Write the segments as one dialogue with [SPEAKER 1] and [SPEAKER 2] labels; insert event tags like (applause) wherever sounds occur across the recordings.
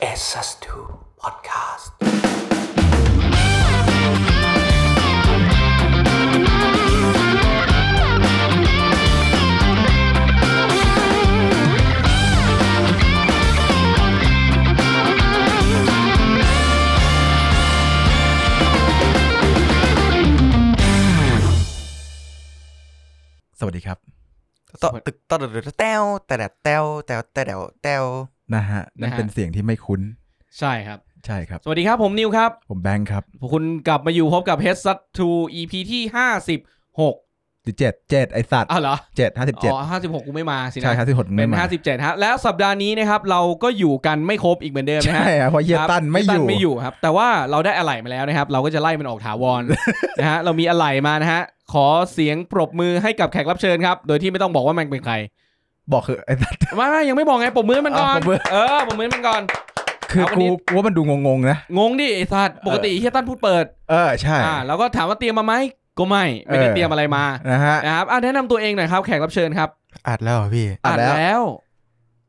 [SPEAKER 1] SS2 Podcast
[SPEAKER 2] สวัสดีครับ
[SPEAKER 1] ตอตึกตอตึกแต้วแต่แดดแต้วแต้วแต่แดวแต้ว
[SPEAKER 2] นะฮะนั่น
[SPEAKER 3] นะฮะ
[SPEAKER 2] เป็นเสียงที่ไม่คุ้น
[SPEAKER 3] ใช่ครับ
[SPEAKER 2] ใช่ครับ
[SPEAKER 3] สวัสดีครับผมนิวครับ
[SPEAKER 2] ผมแบงค์ครับ
[SPEAKER 3] คุณกลับมาอยู่พบกับ h e a d s u t 2 EP ที่ 56
[SPEAKER 2] สิเจ็ดเจ็ดไอสัตว์
[SPEAKER 3] อ้าวเหรอ
[SPEAKER 2] เจ็ดห้าสิบเจ็ด
[SPEAKER 3] อ๋อ56 กูไม่มาสินะ
[SPEAKER 2] ใช่ห้าสิบหก
[SPEAKER 3] เป็
[SPEAKER 2] ไม่
[SPEAKER 3] น
[SPEAKER 2] มา
[SPEAKER 3] 57 ฮะ แล้วสัปดาห์นี้นะครับ เราก็อยู่กันไม่ครบอีกเหมือนเดิมนะ
[SPEAKER 2] ใช่
[SPEAKER 3] ฮะ
[SPEAKER 2] ฮะเพราะเฮีย
[SPEAKER 3] ครับ
[SPEAKER 2] ตันไม่อ
[SPEAKER 3] เฮี
[SPEAKER 2] ยู่
[SPEAKER 3] ไม่อยู่ครับ แต่ว่าเราได้อะไหล่มาแล้วนะครับ เราก็จะไล่มันออกถาวร (laughs) นะฮะเรามีอะไหล่มานะฮะ ขอเสียงปรบมือให้กับแขกรับเชิญครับ โดยที่ไม่ต้องบอกว่ามันเป็นใคร (laughs)
[SPEAKER 2] บอกคือไอสัตว์
[SPEAKER 3] ไม่ไม่ยังไม่บอกไงปรบมือให้มันก่อ
[SPEAKER 2] อ๋
[SPEAKER 3] น
[SPEAKER 2] อปรบมือ
[SPEAKER 3] เออปรบมือให้มันก่อน
[SPEAKER 2] คือ
[SPEAKER 3] เอาวันนี้
[SPEAKER 2] กูกูว่ามันดูงงๆนะ
[SPEAKER 3] งงดิไอ้สัตว์ปกติเฮียตั้นพูดเปิด
[SPEAKER 2] เออใช่
[SPEAKER 3] อ่าแล้วก็ถามว่าเตรียมมาไหมก็ไม่ไม่ได้
[SPEAKER 2] เออ
[SPEAKER 3] เตรียมอะไรมา
[SPEAKER 2] นะฮะ
[SPEAKER 3] นะครับอ่ะแนะนำตัวเองหน่อยครับแขกรับเชิญครับ
[SPEAKER 1] อัดแล้วเหรอพี่
[SPEAKER 2] อ่ะแล้ว
[SPEAKER 3] ว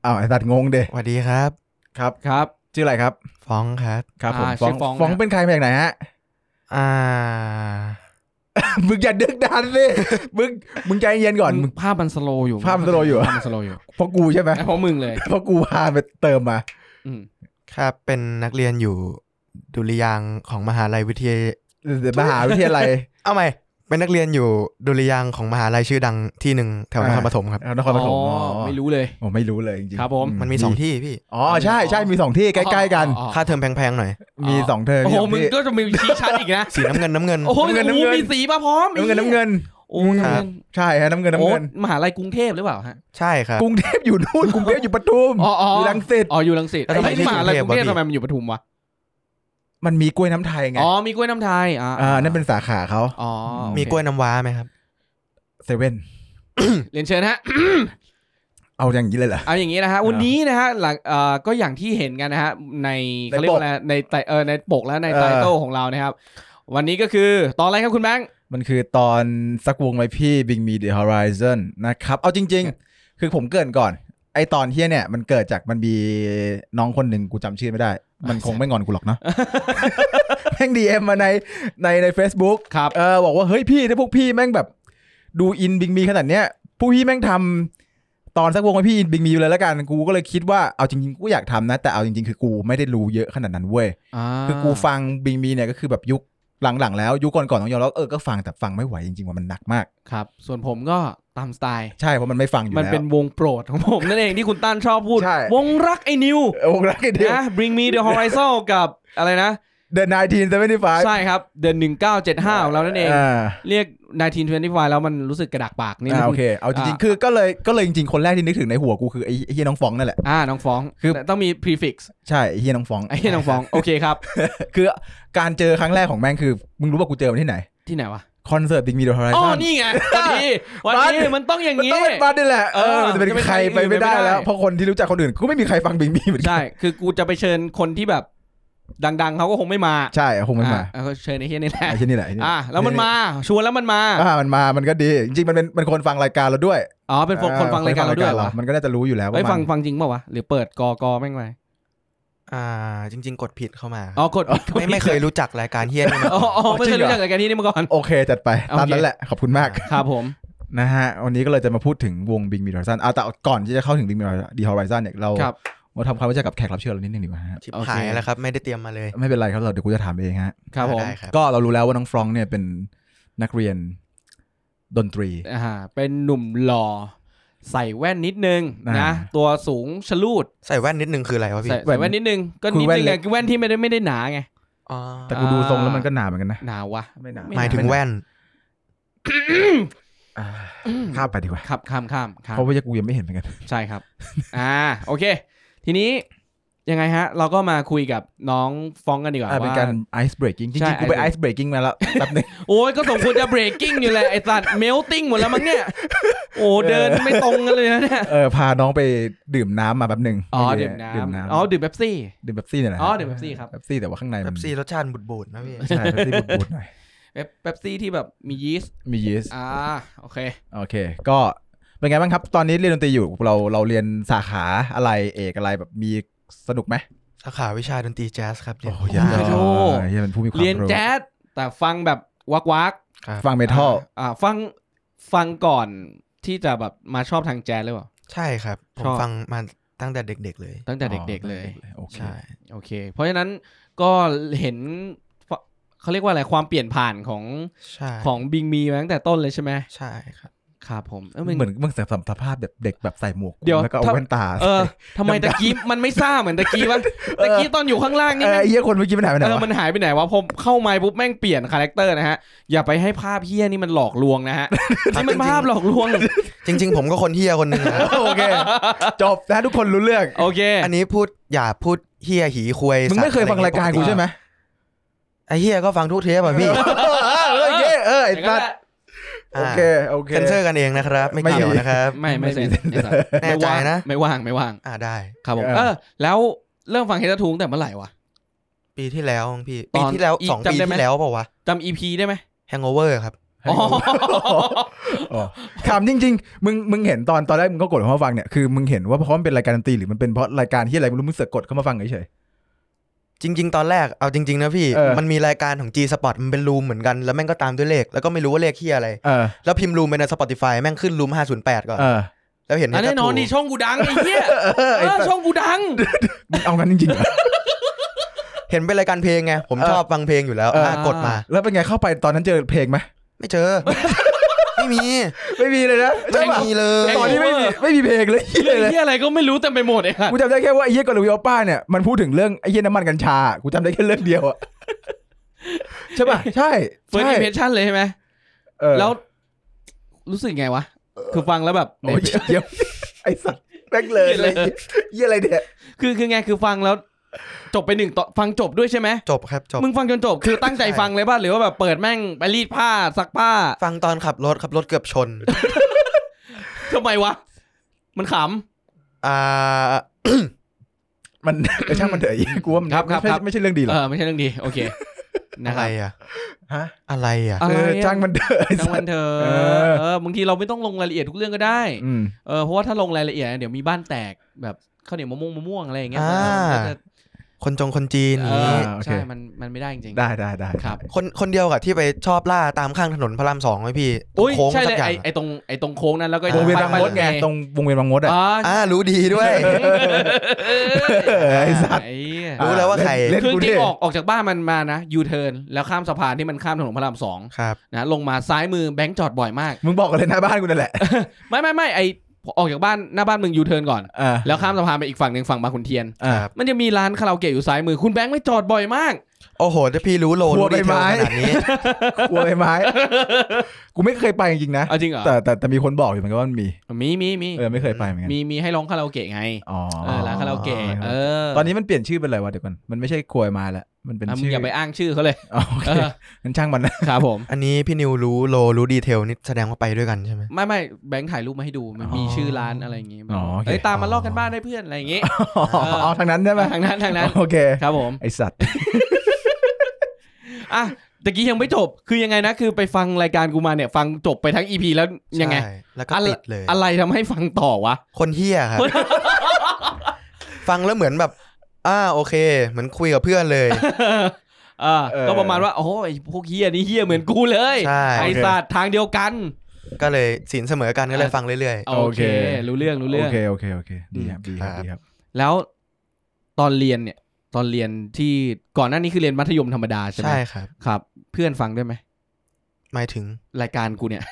[SPEAKER 2] อ้าวไอสัตว์งงเด
[SPEAKER 1] สวัสดีครับ
[SPEAKER 2] ครับ
[SPEAKER 3] ครับ
[SPEAKER 2] ชื่ออะไรครับ
[SPEAKER 1] ฟ้องครับ
[SPEAKER 2] ครับผม
[SPEAKER 3] อ่า
[SPEAKER 2] ฟอง
[SPEAKER 3] ชื่อฟ้อง
[SPEAKER 2] ฟอง
[SPEAKER 3] นะ
[SPEAKER 2] เป็นใครมาจากไหนฮะ
[SPEAKER 1] อ่า
[SPEAKER 2] (laughs) มึงอย่าดึกดันสิมึงมึงใจเย็นก่อนมึง
[SPEAKER 3] ภาพมันสโลว์อยู่
[SPEAKER 2] ภาพมัน slow อยู่
[SPEAKER 3] ภาพมันสโลว์อยู่
[SPEAKER 2] เพราะกูใช่ไหม
[SPEAKER 3] เพราะมึงเลย
[SPEAKER 2] เพราะกูพาไปเติมมา
[SPEAKER 3] อืม
[SPEAKER 1] ครับ เป็นนักเรียนอยู่ดุริยางค์ของมหาลัยวิทยา
[SPEAKER 2] เดี๋ยวมหาวิทยาลัย
[SPEAKER 1] เอาใหม่ เป็นนักเรียนอยู่ดุริยางค์ของมหาลัยชื่อดังที่หนึ่งแถวนคร
[SPEAKER 2] อ่า
[SPEAKER 1] ปฐมครับ
[SPEAKER 2] นครปฐม
[SPEAKER 3] อ๋อ
[SPEAKER 2] อ๋อ
[SPEAKER 3] ไม่รู้เลย
[SPEAKER 2] โอ้ไม่รู้เลยจริงๆ
[SPEAKER 3] ครับผม
[SPEAKER 1] มันมีสองที่พี่
[SPEAKER 2] อ๋อใช่ใช่มีสองที่ใกล้ๆกัน
[SPEAKER 3] อ๋อ
[SPEAKER 1] ค่าเทอมแพงๆหน่อย
[SPEAKER 2] มีสองเทอม
[SPEAKER 3] โอ้โห
[SPEAKER 2] สอง
[SPEAKER 3] มึง
[SPEAKER 2] ที่
[SPEAKER 3] ก็จะมีชี้ชัดอีกนะ
[SPEAKER 1] สีน้ำเงินน้ำเงิน
[SPEAKER 3] โอ้โห
[SPEAKER 2] น้ำเงินน้ำเงิน
[SPEAKER 3] โอ้โหมีสีมาพร้อม
[SPEAKER 2] น้ำเงินน้ำเงิน
[SPEAKER 3] โอ้โห
[SPEAKER 1] ครับ
[SPEAKER 2] ใช่ฮะน้ำเงินน้ำ
[SPEAKER 3] โอ้
[SPEAKER 2] เงิน
[SPEAKER 3] มหาลัยกรุงเทพหรือเปล่าฮะ
[SPEAKER 1] ใช่ครับ
[SPEAKER 2] กรุงเทพอยู่นู่นกรุงเทพอยู่ปทุม
[SPEAKER 3] อ๋ออ๋อ
[SPEAKER 2] อยู่รังสิต
[SPEAKER 3] อ๋ออยู่รังสิต
[SPEAKER 1] แล้วทำไม
[SPEAKER 3] เอ้ยมหาลัยกรุง
[SPEAKER 1] ที่กรุง
[SPEAKER 3] เทพ
[SPEAKER 1] เทพวะ
[SPEAKER 3] ทำไมมันอยู่ปทุมวะ
[SPEAKER 2] มันมีกล้วยน้ำไทยไง
[SPEAKER 3] อ๋อมีกล้วยน้ำไทยอ่า
[SPEAKER 2] อ่านั่นเป็นสาขาเขา
[SPEAKER 3] อ๋อโอเค
[SPEAKER 1] มีกล้วยน้ำว้าไหมครับ
[SPEAKER 2] เซเว่น
[SPEAKER 3] เรียนเชิญฮะ
[SPEAKER 2] เอาอย่างนี้เลยเหรอ
[SPEAKER 3] เอาอย่างนี้นะฮะวันนี้นะฮะหลังเอ่อก็อย่างที่เห็นกันนะฮะใน
[SPEAKER 2] ใน
[SPEAKER 3] เขาเรียกว่าอะไรในไตเออในปกและใน
[SPEAKER 2] เออ
[SPEAKER 3] ไตเติลของเรานะครับ วันนี้ก็คือตอนอะไรครับคุณแบงค์
[SPEAKER 2] มันคือตอนสักวงไว้พี่ Big Me The Horizon นะครับ เอาจริง ๆ คือผมเกรินก่อน ไอตอนเที่ยเนี่ย มันเกิดจากมันมีน้องคนหนึ่งกูจำชื่อไม่ได้ มันคงไม่งอนกูหรอก
[SPEAKER 3] (laughs)
[SPEAKER 2] เนาะ แม่งดีเอ็มมาในในใน Facebook
[SPEAKER 3] ครับ
[SPEAKER 2] เออบอกว่า เฮ้ยพี่ถ้าพวกพี่แม่งแบบ ดูอินบิงมีขนาดเนี้ยพวกพี่แม่งทำตอนสักวงไว้พี่อินบิงมีอยู่เลยแล้วกัน กูก็เลยคิดว่าเอาจริงๆ กูก็อยากทำนะ แต่เอาจริงๆ คือกูไม่ได้รู้เยอะขนาดนั้นเว้ย คือกูฟังบิงมีเนี่ยก็คือแบบยุคหลังๆแล้วยุคก่อนๆต้องยอมรับเออก็ฟังแต่ฟังไม่ไหวจริงๆว่ามันหนักมาก
[SPEAKER 3] ครับ ส่วนผมก็ตามสไตล์
[SPEAKER 2] ใช่เพราะมันไม่ฟังอยู่
[SPEAKER 3] มัน
[SPEAKER 2] แล้ว
[SPEAKER 3] เป็นวงโปรดของผม นั่นเองที่คุณตั้นชอบพูด
[SPEAKER 2] ใช่
[SPEAKER 3] วงรักไอ้นิว
[SPEAKER 2] เออวงรักกันเดียว
[SPEAKER 3] นะ Bring Me The Horizon กับอะไรนะ
[SPEAKER 2] The 1975
[SPEAKER 3] ใช่ครับ เดือน1975ของเรานั่นเอง
[SPEAKER 2] อ่า
[SPEAKER 3] เรียก 1925 แล้วมันรู้สึกกระดากปากนิด
[SPEAKER 2] อ่า
[SPEAKER 3] นึง
[SPEAKER 2] โอเคเอาจริง
[SPEAKER 3] อ่า
[SPEAKER 2] ๆคือก็เลยก็เลยจริงๆคนแรกที่นึกถึงในหัวกูคือไอ้ไอ้เฮียน้องฟองนั่นแหละ
[SPEAKER 3] อ่าน้องฟ้อง
[SPEAKER 2] คือ
[SPEAKER 3] แต่ต้องมี prefix
[SPEAKER 2] ใช่ไอ้เฮียน้องฟอง
[SPEAKER 3] ไอ้เหี้ยน้องฟ้องโอเคครับ
[SPEAKER 2] คือการเจอครั้งแรกของแม่งคือมึงรู้ว่ากูเจอมันที่ไหน
[SPEAKER 3] ที่ไหนวะ
[SPEAKER 2] คอนเสิร์ตบิงมีเดอะฮอริ
[SPEAKER 3] อ๋อ
[SPEAKER 2] ซอน
[SPEAKER 3] นี่ไงวัน
[SPEAKER 2] บั
[SPEAKER 3] นี้ วัน
[SPEAKER 2] ส
[SPEAKER 3] นี้มันต้องอย่าง
[SPEAKER 2] มัน
[SPEAKER 3] นี้
[SPEAKER 2] ต้องเป็นบัตนี่แหละเอ
[SPEAKER 3] เอ
[SPEAKER 2] อ
[SPEAKER 3] อ
[SPEAKER 2] มันจะเป็น
[SPEAKER 3] จะเป็น
[SPEAKER 2] ใคร
[SPEAKER 3] ใคร
[SPEAKER 2] ไปไม่ได้
[SPEAKER 3] ไม่ได้
[SPEAKER 2] แล้วเพราะคนที่รู้จักคนอื่นกูไม่มีใครฟังบิงมีเหมือนกั
[SPEAKER 3] ใช่
[SPEAKER 2] น
[SPEAKER 3] คือกูจะไปเชิญคนที่แบบ ดัง ๆ เขาก็คงไม่มา
[SPEAKER 2] ใช่คงมันมา
[SPEAKER 3] อ่ะก็เชิญไอ้เฮียนี่แหละ
[SPEAKER 2] ไอ้เฮียนี่แหละไอ้เหี้ย
[SPEAKER 3] อ่ะแล้วมันมา ชวนแล้วมันมา
[SPEAKER 2] อ่ามันมา มันก็ดี จริงๆ มันเป็นมันคนฟังรายการเราด้วย
[SPEAKER 3] อ๋อ เป็นคน
[SPEAKER 2] อ่
[SPEAKER 3] คนฟังรายการเราด้วย
[SPEAKER 2] คน
[SPEAKER 3] เหร
[SPEAKER 2] ฟั
[SPEAKER 3] อง
[SPEAKER 2] มันก็น่าจะรู้อยู่แล้ว
[SPEAKER 3] เฮ้ย
[SPEAKER 2] ว่า
[SPEAKER 3] ฟัง
[SPEAKER 2] มัน
[SPEAKER 3] ฟังจริงเปล่าวะ หรือเปิดกอกอแม่งไป
[SPEAKER 1] อ่า จริง ๆ กดผิดเข้ามา
[SPEAKER 3] อ๋อกด
[SPEAKER 1] ไม่ไม่เคยรู้จักรายการเฮียนี่มา
[SPEAKER 3] อ๋ออ๋อไม่เคยรู้จักกับการที่นี่มาก่อน
[SPEAKER 2] โอเค จัดไป
[SPEAKER 3] โอเค
[SPEAKER 2] ตามนั้นแหละ ขอบคุณมาก
[SPEAKER 3] ครับผม
[SPEAKER 2] นะฮะ วันนี้ก็เลยจะมาพูดถึงวง Big m e h o r i z o n เอาแต่ก่อนที่จะเข้าถึง Big m e h o r i z o n เนี่ย เรา
[SPEAKER 3] ครับ
[SPEAKER 2] มาทำความรู้จักกับแขกรับเชิญเรานิดนึงดีกว่าฮะ
[SPEAKER 1] ชิบหายแล้วครับ ไม่ได้เตรียมมาเลย
[SPEAKER 2] ไม่เป็นไรครับเราเดี๋ยวกูจะถามเองฮะ
[SPEAKER 3] ครับผม
[SPEAKER 1] ได้ครับ
[SPEAKER 2] ก็เรารู้แล้วว่าน้องฟรองก์เนี่ยเป็นนักเรียนดนตรี
[SPEAKER 3] อ่าเป็นหนุ่มหล่อ ใส่แว่นนิดนึงนะ
[SPEAKER 2] อ่า
[SPEAKER 3] ตัวสูงฉลูด
[SPEAKER 1] ใส่แว่นนิดนึงคืออะไรวะพี่
[SPEAKER 3] ใส่ใส่แว่นนิดนึง ก็นิดนึงไงคือแว่นที่ไม่ได้ไม่ได้หนาไง
[SPEAKER 1] อ๋อ
[SPEAKER 2] แต่กูดูทรงแล้วมันก็หนาเหมือนกันนะ
[SPEAKER 3] หนาวะ
[SPEAKER 2] ไม่หนา
[SPEAKER 1] หมายถึงแว่น
[SPEAKER 2] อ่าข้ามไปดีกว่า
[SPEAKER 3] ครับข้ามข้ามข้าม
[SPEAKER 2] เพราะว่ากูยังไม่เห็นเหมือนกัน
[SPEAKER 3] ใช่ครับ อ่าโอเค ทีนี้ยังไงฮะ เราก็มาคุยกับน้องฟ้องกันดีกว่า
[SPEAKER 2] อ่าเป็น
[SPEAKER 3] ว่า
[SPEAKER 2] การ ice breaking จริ
[SPEAKER 3] ใช่
[SPEAKER 2] งๆ กูไป
[SPEAKER 3] ice
[SPEAKER 2] ice breaking มาแล้วแป๊บนึง
[SPEAKER 3] โอ้ยก็สมควรจะ breaking อยู่แหละไอ้สัตว์ melting หมดแล้วมั้งเนี่ย โอ้เดินไม่ตรงกันเลยนะเนี่ย
[SPEAKER 2] เออพาน้องไปดื่มน้ำมาแป๊บหนึ่ง
[SPEAKER 3] อ๋อ
[SPEAKER 2] โค
[SPEAKER 3] ดื่ม
[SPEAKER 2] ดื่ม
[SPEAKER 3] น้ำ
[SPEAKER 2] น้ำ
[SPEAKER 3] อ๋อดื่มเบปซี่
[SPEAKER 2] ดื่มเบปซี่เนี่ยนะ
[SPEAKER 3] อ๋อดื่ม Pepsi ครับ
[SPEAKER 2] เบปซี่แต่ว่าข้างใน
[SPEAKER 1] แบ
[SPEAKER 2] มัน
[SPEAKER 1] บซีรสชาติบูดๆนะ
[SPEAKER 2] (laughs)
[SPEAKER 1] พี่
[SPEAKER 2] ใช่เบปซี่บูดๆหน่อย
[SPEAKER 3] เบปซี่ที่แบบมียีสต์
[SPEAKER 2] มียีสต์
[SPEAKER 3] อ่าโอเค
[SPEAKER 2] โอเค ก็เป็นไงบ้างครับ ตอนนี้เรียนดนตรีอยู่เราเราเรียนสาขาอะไรเอกอะไรแบบมีสนุกไหม
[SPEAKER 1] สาขาวิชาดนตรีแจ๊สครับเรียน
[SPEAKER 2] โอ้ยาก
[SPEAKER 3] โอ้โห
[SPEAKER 2] เฮียเป็นผู้มีความ
[SPEAKER 3] เรียน
[SPEAKER 2] รู้
[SPEAKER 3] แจ๊สแต่ฟังแบบวักวัก
[SPEAKER 1] ครับ
[SPEAKER 2] ฟังเมทัล
[SPEAKER 3] ๆอ่าฟังฟังก่อนที่จะแบบมาชอบทางแจ๊สเลยเปล่า
[SPEAKER 1] ใช่ครับ ผ
[SPEAKER 3] ช
[SPEAKER 1] ม
[SPEAKER 3] อบ
[SPEAKER 1] ฟังมาตั้งแต่เด็ก ๆ เลย
[SPEAKER 3] ตั้งแต่เด็ก ๆ เลย
[SPEAKER 2] โอเค
[SPEAKER 1] ใช่
[SPEAKER 3] โอเค เพราะฉะนั้นก็เห็นเขาเรียกว่าอะไรความเปลี่ยนผ่านของ
[SPEAKER 1] ใช่
[SPEAKER 3] ของบิงมีมาตั้งแต่ต้นเลยใช่ไหม
[SPEAKER 1] ใช่ครับ
[SPEAKER 3] ครับผมเออ
[SPEAKER 2] เห
[SPEAKER 3] มัน
[SPEAKER 2] มือนมึงสัมภาษณ์แบบเด็กแบบใส่หมวก
[SPEAKER 3] เดี๋ยว
[SPEAKER 2] แล้วก็เอา
[SPEAKER 3] ถ้า
[SPEAKER 2] แว่นตา
[SPEAKER 3] เอ
[SPEAKER 2] (laughs)
[SPEAKER 3] อทำไมตะกี้มันไม่ซ่าเหมือนตะกี้วะตะกี้ตอนอยู่ข้างล่าง
[SPEAKER 2] เอ
[SPEAKER 3] นี่
[SPEAKER 2] อ
[SPEAKER 3] แม่ง
[SPEAKER 2] ไอ้เฮียคนเมื่อกี้ไปไหนไปไหน
[SPEAKER 3] เออ
[SPEAKER 2] วะ
[SPEAKER 3] มันหายไปไหนวะพอเข้ามาปุ๊บแม่งเปลี่ยนคาแรคเตอร์นะฮะ อย่าไปให้ภาพเฮี้ยนี่มันหลอกลวงนะฮะ
[SPEAKER 2] (laughs)
[SPEAKER 3] นี่มันภาพหลอกลวง
[SPEAKER 1] จริง ๆ ผมก็คนเฮียคนหนึ่งนะ
[SPEAKER 2] โอเคจบนะทุกคนรู้เรื่อง
[SPEAKER 3] โอเค
[SPEAKER 1] อันนี้พูดอย่าพูดเฮียหีควย
[SPEAKER 2] มึงไม่เคยฟังรายการกูใช่ไหม
[SPEAKER 1] ไอเฮียก็ฟังทุกเทปอ่ะพี่
[SPEAKER 2] เออโอเคเออไอ้สัตว์โอเคโอเค
[SPEAKER 1] เซนเซอร์กันเองนะครับ ไม่
[SPEAKER 2] ไม่
[SPEAKER 1] เกี่ยวนะครับ
[SPEAKER 3] ไม่ไม่เซ็นไม่เซ็น
[SPEAKER 1] แน่ใจนะ
[SPEAKER 3] ไม่ว่างไม่ว่าง
[SPEAKER 1] อ่าได้
[SPEAKER 3] ครับผม
[SPEAKER 2] เออ
[SPEAKER 3] เออแล้วเริ่มฟังเฮตทูงแต่เมื่อไหร่วะ
[SPEAKER 1] ปีที่แล้วมั้งพี่
[SPEAKER 3] ต
[SPEAKER 1] ปี
[SPEAKER 3] อน
[SPEAKER 1] ที่แล้ว
[SPEAKER 3] อี
[SPEAKER 1] สอง
[SPEAKER 3] จำ
[SPEAKER 1] ปี
[SPEAKER 3] ได้ไหม
[SPEAKER 1] ที่แล้วเปล่าวะ
[SPEAKER 3] จำอีพีได้ไหม
[SPEAKER 1] Hangover ครับ
[SPEAKER 3] อ๋อ
[SPEAKER 2] อ๋อถามจริงๆ มึงมึงเห็นตอนตอนแรกมึงก็กดเข้ามาฟังเนี่ยคือมึงเห็นว่าเพราะมันเป็นรายการดนตรีหรือมันเป็นเพราะรายการที่อะไรไม่รู้มึงเสือกกดเข้ามาฟังเฉย
[SPEAKER 1] จริง ๆ ตอนแรกเอาจริง ๆ นะพี่
[SPEAKER 2] เออ
[SPEAKER 1] มันมีรายการของ G Spot มันเป็นรูมเหมือนกันแล้วแม่งก็ตามด้วยเลข แล้วก็ไม่รู้ว่าเลขเฮียอะไร
[SPEAKER 2] ๆเออ
[SPEAKER 1] แล้วพิมพ์รูมไปใน Spotify แม่งขึ้นรูม 508 ก่อน
[SPEAKER 2] เออ
[SPEAKER 1] แล้วเห็น
[SPEAKER 3] อัน
[SPEAKER 1] เฮด
[SPEAKER 3] แน่
[SPEAKER 1] ทู
[SPEAKER 3] นอนดิช่องกู
[SPEAKER 2] (laughs)
[SPEAKER 3] ดังไอ้เหี้ย
[SPEAKER 2] เออ
[SPEAKER 3] เอ
[SPEAKER 2] ไอ้
[SPEAKER 3] อ
[SPEAKER 2] สัส
[SPEAKER 3] ช่องกูดัง
[SPEAKER 2] มึงเอางั้นจริงๆเหรอ
[SPEAKER 1] เห็นเป็นรายการเพลงไง ผม
[SPEAKER 2] เออ
[SPEAKER 1] ชอบฟังเพลงอยู่แล้ว
[SPEAKER 2] เอออ่
[SPEAKER 1] ะกดมา
[SPEAKER 2] แล้วเป็นไงเข้าไปตอนนั้นเจอเพลงไหม
[SPEAKER 1] ไม่เจอ ไม่มี
[SPEAKER 2] ไม่มีเลยนะใช่
[SPEAKER 1] ไม่
[SPEAKER 2] ปะ
[SPEAKER 1] มีเลย
[SPEAKER 2] ตอนที่ไม่มีไม่มีเพลงเลยเหี้ยเล
[SPEAKER 3] เรื่อง
[SPEAKER 2] ย
[SPEAKER 3] เหี้ยอะไรก็ไม่รู้เต็มไปหมดไอ้ห่า
[SPEAKER 2] กูจำได้แค่ว่าไอ้เหี้ยกับลูวิโอป้าเนี่ยมันพูดถึงเรื่องไอ้เหี้ยน้ำมันกัญชากูจำได้แค่เรื่องเดียวอะใช่ป่ะใช่
[SPEAKER 3] เฟิร์ส
[SPEAKER 2] ใช่
[SPEAKER 3] อิมเพรสชั่นเลยใช่ไหม
[SPEAKER 2] เออ
[SPEAKER 3] แล้วรู้สึกไงวะ คือฟังแล้วแบบ
[SPEAKER 2] โอ้ยเดี๋ยวไอ้สัตว์แม่งเลยเลยเหี้ยอะไรเนี่ย
[SPEAKER 3] คือคือไงคือฟังแล้ว จบไปหนึ่งตอนฟังจบด้วยใช่ไหม
[SPEAKER 1] จบครับจบ
[SPEAKER 3] มึงฟังจนจบคือตั้งใจ
[SPEAKER 1] ใช่
[SPEAKER 3] ฟังเลยป่ะหรือว่าแบบเปิดแม่งไปรีดผ้าซักผ้า
[SPEAKER 1] ฟังตอนขับรถขับรถเกือบชน
[SPEAKER 3] ทำไมวะ มันข
[SPEAKER 1] อ่า
[SPEAKER 2] มัน (laughs) เออช่างมันเถอะไอ้เหี้ยกูว่ามัน
[SPEAKER 3] ครับครับ
[SPEAKER 2] ไม่ใช่
[SPEAKER 3] ครับ
[SPEAKER 2] ไม่ใช่เรื่องดีหรอก
[SPEAKER 3] ำเออไม่ใช่เรื่องดี โอ
[SPEAKER 2] (laughs)
[SPEAKER 3] เคนะ
[SPEAKER 1] อะ
[SPEAKER 3] ค
[SPEAKER 1] ไร
[SPEAKER 3] รับ
[SPEAKER 1] อ่ะ
[SPEAKER 2] ฮะ
[SPEAKER 1] อะไรอ่ะ
[SPEAKER 3] อะ
[SPEAKER 2] เอ
[SPEAKER 3] ไร
[SPEAKER 2] อ
[SPEAKER 3] อะ
[SPEAKER 2] จ้างมันเถอะไอ้
[SPEAKER 3] ทั้ง
[SPEAKER 2] สั
[SPEAKER 3] วั
[SPEAKER 2] ต
[SPEAKER 3] น
[SPEAKER 2] ว์
[SPEAKER 3] เธอ
[SPEAKER 2] เออ
[SPEAKER 3] เออบางทีเราไม่ต้องลงรายละเอียดทุกเรื่องก็ได้
[SPEAKER 2] อืม
[SPEAKER 3] เออเพราะว่าถ้าลงรายละเอียดเดี๋ยวมีบ้านแตกแบบข้าวเหนียวมะม่วงมะม่วงอะไรอย่างเงี้ย
[SPEAKER 1] อ่า
[SPEAKER 3] มันก็จะ
[SPEAKER 1] คนจงคนจีนอ
[SPEAKER 3] เอย่าง
[SPEAKER 1] นี้
[SPEAKER 3] อ
[SPEAKER 2] อ่าโอเค
[SPEAKER 3] ใช่มันมันไม่ได้จริงๆ
[SPEAKER 2] ได้ได้ได้
[SPEAKER 3] ครับ
[SPEAKER 1] คนคนเดียวกับที่ไปชอบล่าตามข้างถนนพระรามสองไหมพี่
[SPEAKER 3] อุ้ย
[SPEAKER 1] โค้ง
[SPEAKER 3] ใช่
[SPEAKER 1] สั
[SPEAKER 3] เล
[SPEAKER 1] ก
[SPEAKER 3] ย
[SPEAKER 1] อย่าง
[SPEAKER 3] ไอ้ไอ้ตรงไอ้ตรงโค้งนั้นแล้วก็
[SPEAKER 2] วงเวียนบางมดไงต
[SPEAKER 3] ต
[SPEAKER 2] ร
[SPEAKER 3] รง
[SPEAKER 2] งวงเวียนบางมดอ่ะ
[SPEAKER 3] อ๋อ
[SPEAKER 1] อ่ารู้ดีด้วย
[SPEAKER 2] ไอ้สัตว์
[SPEAKER 3] ไอ้เหี้ย
[SPEAKER 1] รู้แล้วว่าใคร
[SPEAKER 2] เล่น
[SPEAKER 3] คือ
[SPEAKER 2] กู
[SPEAKER 3] จริ
[SPEAKER 2] ดิ
[SPEAKER 3] งๆออกออกจากบ้านมันมานะยูเทิร์นแล้วข้ามสะพานที่มันข้ามถนนพระรามสอง
[SPEAKER 1] ครับ
[SPEAKER 3] นะลงมาซ้ายมือแบงค์จอดบ่อยมาก
[SPEAKER 2] มึงบอกกันเลยหน้าบ้านกูนั่นแหละ
[SPEAKER 3] ไม่ไม่ไม่ไอออกจากบ้านหน้าบ้านมึงยูเทิร์นก่อน
[SPEAKER 2] อ่า
[SPEAKER 3] แล้วข้ามสะพานไปอีกฝั่งหนึ่งฝั่งบางขุนเทียน
[SPEAKER 2] อ่า
[SPEAKER 1] ครับ
[SPEAKER 3] มันจะมีร้านคาราโอเกะอยู่ซ้ายมือคุณแบงค์ไม่จอดบ่อยมาก
[SPEAKER 1] โอ้โหถ้าพี่รู้โล
[SPEAKER 2] กลั
[SPEAKER 1] รู้
[SPEAKER 2] ว
[SPEAKER 1] ดีเท
[SPEAKER 2] ใบ
[SPEAKER 1] ล
[SPEAKER 2] ไม้
[SPEAKER 1] ขนาดนี้
[SPEAKER 2] กลัวใบ
[SPEAKER 3] (laughs)
[SPEAKER 2] ไม้ กูไม่เคยไปจริงๆนะ
[SPEAKER 3] เอาจริงเหรอ
[SPEAKER 2] แต่แต่แต่มีคนบอกอยู่เหมือนกันว่ามันมี
[SPEAKER 3] มีมีมี
[SPEAKER 2] เออไม่เคยไปเหมือนกัน
[SPEAKER 3] มีมีให้ร้องคาราโอเกะไง
[SPEAKER 2] อ๋อ
[SPEAKER 3] เออร้านคาราโอเกะเออ
[SPEAKER 2] ตอนนี้มันเปลี่ยนชื่อเป็นอะไรวะเดี๋ยวก่อนมันไม่ใช่กลัวใบไม้ละมันเป็น
[SPEAKER 3] อ่ะมึง
[SPEAKER 2] ชื่ออย่
[SPEAKER 3] อาไปอ้างชื่อเขาเลย
[SPEAKER 2] อ๋อโอเค
[SPEAKER 3] เออ
[SPEAKER 2] งั้นช่างมันนะครับ
[SPEAKER 3] ผม
[SPEAKER 1] อันนี้พี่นิวรู้โลรู้ดีเทลนี่แสดงว่าไปด้วยกันใช่ไหม
[SPEAKER 3] ไม่ไม่แบงค์ถ่ายรูปมาให้ดูมันมี
[SPEAKER 1] อ๋อ
[SPEAKER 3] ชื่อร้านอะไรอย่างงี้
[SPEAKER 2] อ๋อโอเค
[SPEAKER 3] เอ้ยตามมาลอกกันบ้านได้เพื่อนอะไรอย่างงี้
[SPEAKER 2] อ๋อเอาทางนั้นใช่ไหม
[SPEAKER 3] ทางนั้นทางนั้น
[SPEAKER 2] โอเค
[SPEAKER 3] ครับผม
[SPEAKER 2] ไอสัตว์
[SPEAKER 3] อ่ะตะกี้ยังไม่จบคือยังไงนะคือไปฟังรายการกูมาเนี่ยฟังจบไปทั้งอีพีแล้วยังไง
[SPEAKER 1] ใช่แล้วก็
[SPEAKER 3] อะไร
[SPEAKER 1] ติดเลย
[SPEAKER 3] อะไรทำให้ฟังต่อวะ
[SPEAKER 1] คนเฮียครับ ฟังแล้วเหมือนแบบ อ่าโอเค เหมือนคุยกับเพื่อนเลย
[SPEAKER 3] เออก็ประมาณว่าโอ้ยพวกเฮียนี่เฮียเหมือนกูเลย
[SPEAKER 1] ใช่
[SPEAKER 3] ไอสัตว์ทางเดียวกัน
[SPEAKER 1] ก็เลยสินเสมอกันก็เลยฟังเรื่อย
[SPEAKER 3] โอเค รู้เรื่องรู้เรื่อง
[SPEAKER 2] โอเคโอเคโอเคดีครับดีค
[SPEAKER 1] ค
[SPEAKER 2] รับ
[SPEAKER 1] รับ
[SPEAKER 2] ดีครับ
[SPEAKER 3] แล้วตอนเรียนเนี่ย ตอนเรียนที่ก่อนหน้านี้คือเรียนมัธยมธรรมดา
[SPEAKER 1] ๆ
[SPEAKER 3] ใช่ไหม
[SPEAKER 1] ใช่ครับ
[SPEAKER 3] ครับ เพื่อนฟังด้วยไหม
[SPEAKER 1] หมายถึง
[SPEAKER 3] รายการกูเนี่ย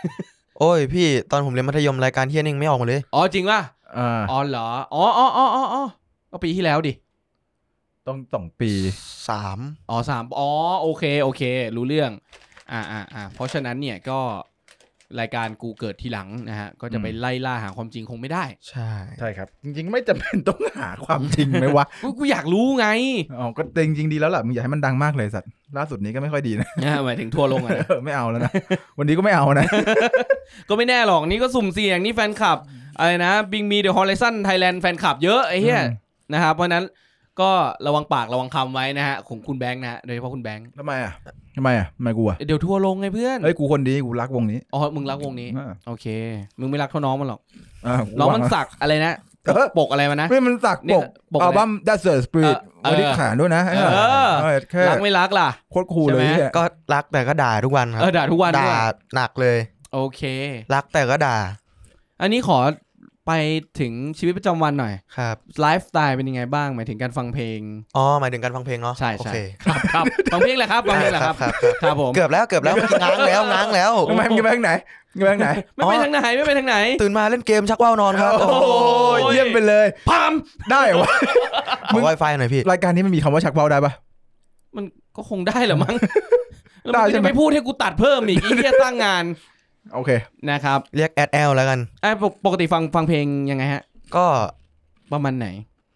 [SPEAKER 1] โอ้ยพี่ตอนผมเรียนมัธยมรายการเฮียนิ่งไม่ออกมาเลย
[SPEAKER 3] อ๋อจริงป่ะ
[SPEAKER 2] อ่า
[SPEAKER 3] อ๋อเหรออ๋ออ๋ออ๋ออ๋อก็ปีที่แล้วดิ
[SPEAKER 2] ต้องสองปี
[SPEAKER 1] สาม
[SPEAKER 3] อ๋อสามอ๋อโอเคโอเค รู้เรื่อง อ่าอ่าอ่าเพราะฉะนั้นเนี่ยก็รายการกูเกิดทีหลังนะฮะ ก็จะไปไล่ล่าหาความจริงคงไม่ได้
[SPEAKER 1] ใช่
[SPEAKER 2] ใช่ครับ จริงๆ ไม่จำเป็นต้องหาความจริงไหมวะ
[SPEAKER 3] กูกูอยากรู้ไง
[SPEAKER 2] อ๋อก็จริงๆดีแล้วล่ะมึงอย่าให้มันดังมากเลยสัตว์ล่าสุดนี้ก็ไม่ค่อยดีนะ
[SPEAKER 3] นะหมายถึงทัวร์ลงอะนะ
[SPEAKER 2] เออไม่เอาแล้วนะ วันนี้ก็ไม่เอานะ
[SPEAKER 3] ก็ไม่แน่หรอกนี่ก็สุ่มเสี่ยงนี่แฟนคลับ อะไรนะบิงมีเดอะฮอล i ซันไทยแลนด์แฟนคลับเยอะไอ้เหี้ย
[SPEAKER 2] อืม
[SPEAKER 3] นะครับเพราะฉะนั้นก็ระวังปากระวังคำไว้นะฮะ ของคุณแบงค์นะฮะโดยเฉพาะคุณแบงค์
[SPEAKER 2] ทำไมอ่ะทำไมอ่ะทำไมกูอ่ะ
[SPEAKER 3] เดี๋ยวทัวร์ลงไงเพื่อน
[SPEAKER 2] เฮ้ยกูคนดีกูรักวงนี้
[SPEAKER 3] อ๋อมึงรักวงนี้
[SPEAKER 2] อ่า
[SPEAKER 3] โอเค มึงไม่รักเท่าน้องมันหรอก
[SPEAKER 2] อ่ากู
[SPEAKER 3] น้องมัน
[SPEAKER 2] ว่า
[SPEAKER 3] สักอะไรนะ
[SPEAKER 2] เออ
[SPEAKER 3] ปกอะไรมานะ
[SPEAKER 2] ไม่มันสัก
[SPEAKER 3] เนี่
[SPEAKER 2] ป
[SPEAKER 3] ย
[SPEAKER 2] ก
[SPEAKER 3] ปก
[SPEAKER 2] อัล
[SPEAKER 3] อะไร
[SPEAKER 2] บั้ม That's the
[SPEAKER 3] เอ่อ
[SPEAKER 2] Spirit
[SPEAKER 3] เออ
[SPEAKER 2] ไม่ได้ขานด้วยนะ
[SPEAKER 3] เออ
[SPEAKER 2] เออแค่
[SPEAKER 3] รักไม่รักล่ะ
[SPEAKER 2] โคตรคูลเลย
[SPEAKER 3] ใช่ไหม
[SPEAKER 2] เนี่ย
[SPEAKER 1] ก็รักแต่ก็ด่าทุกวันครั
[SPEAKER 3] เออด่าทุกวันด้
[SPEAKER 1] ด่า
[SPEAKER 3] วย
[SPEAKER 1] หนักเลย
[SPEAKER 3] โอเค
[SPEAKER 1] รักแต่ก็ด่า
[SPEAKER 3] อันนี้ขอไปถึงชีวิตประจำวันหน่อย
[SPEAKER 1] ครับ
[SPEAKER 3] ไลฟ์สไตล์เป็นยังไงบ้างหมายถึงการฟังเพลง
[SPEAKER 1] อ๋อหมายถึงการฟังเพลงเนาะ
[SPEAKER 3] ใช่
[SPEAKER 1] โอ
[SPEAKER 3] ใช่
[SPEAKER 1] เค
[SPEAKER 3] ครับครับฟังเพลงแหละครับฟังเพลงแหละครับ
[SPEAKER 1] ครับครับ
[SPEAKER 3] ครับผม
[SPEAKER 1] เกือบแล้วเกือบแล้วเมื่อกี้ง้างแล้วง้างแล้ว
[SPEAKER 2] ทำไมมึงไปทางไหนมึงไปทางไหน
[SPEAKER 3] ไม่ไปทางไหนไม่ไปทางไหน
[SPEAKER 1] ตื่นมาเล่นเกมชักว่าวนอนครับ
[SPEAKER 2] โอ้โหเยี่ยมไปเลย
[SPEAKER 3] พาม
[SPEAKER 2] ได้เหรอวะ
[SPEAKER 1] ขอไวไฟหน่อยพี่
[SPEAKER 2] รายการนี้มันมีคำว่าชักเบาได้ปะ
[SPEAKER 3] มันก็คงได้เหรอมั้งแล้ว
[SPEAKER 2] ได้
[SPEAKER 3] มันก็
[SPEAKER 2] ใช่
[SPEAKER 3] จะ
[SPEAKER 2] ไหม
[SPEAKER 3] ไม่พูดให้กูตัดเพิ่มอีกไอ้เหี้ยตั้งงาน
[SPEAKER 2] โอเค
[SPEAKER 3] นะครับ
[SPEAKER 1] เรียกแอดแอลแล้วกัน
[SPEAKER 3] ไอ้ยปกปกติฟังฟังเพลงยังไงฮะ
[SPEAKER 1] ก็
[SPEAKER 3] ประมาณไหน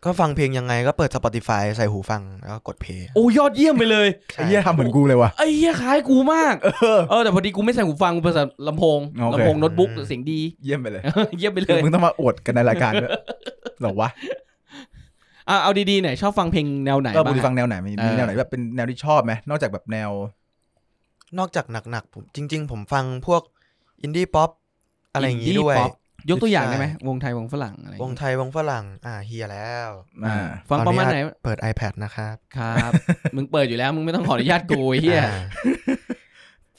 [SPEAKER 1] ก็ฟังเพลงยังไงก็เปิด Spotify ใส่หูฟังแล้วก็กดเพลย์
[SPEAKER 3] โอ้ยอดเยี่ยมไปเลย
[SPEAKER 2] ไอ้เหี้ยทำเหมือนกูเลยว่ะ
[SPEAKER 3] ไอ้เหี้ยคล้ายกูมาก
[SPEAKER 2] เออ
[SPEAKER 3] เออแต่พอดีกูไม่ใส่หูฟังกูไปใส่ลำโพง
[SPEAKER 2] โอเค
[SPEAKER 3] ลำโพงโน้ตบุ๊กเสียงดี (laughs)
[SPEAKER 2] เยี่ยมไปเลย
[SPEAKER 3] เยี่ยมไปเล
[SPEAKER 2] คือย มึงต้องมาอวดกันในรายการ
[SPEAKER 3] (laughs)
[SPEAKER 2] ด้วยเหรอวะ
[SPEAKER 3] อ่ะเอาดีๆหน่อยชอบฟังเพลงแนวไหน
[SPEAKER 2] เออ
[SPEAKER 3] บ้า
[SPEAKER 2] มึ
[SPEAKER 3] ง
[SPEAKER 2] งฟั
[SPEAKER 3] ฮะ
[SPEAKER 2] งแนวไหนมี
[SPEAKER 3] เออ
[SPEAKER 2] มีแนวไหนแบบเป็นแนวที่ชอบไหมนอกจากแบบแนวน
[SPEAKER 1] อกจากหนักๆผมจริง ๆ ผมฟังพวกอินดี้ป๊อปอะไรอย่างงี้
[SPEAKER 3] อิน
[SPEAKER 1] ด้วย
[SPEAKER 3] ป๊อปยกตัวอย่าง
[SPEAKER 1] ใช่
[SPEAKER 3] ได้ไหมวงไทยวงฝรั่งอะไรอย่าว เย
[SPEAKER 1] งไทยวงฝรั่ง อ่าเฮียแล้ว
[SPEAKER 2] อ่า
[SPEAKER 3] ฟังประมา
[SPEAKER 1] ข
[SPEAKER 3] ณ
[SPEAKER 1] ออ
[SPEAKER 3] ไหน
[SPEAKER 1] ญตเปิด iPad นะครับ
[SPEAKER 3] ครับ มึงเปิดอยู่แล้วมึงไม่ต้องขออนุญาตกูไอ้เหี้ย
[SPEAKER 1] อ่า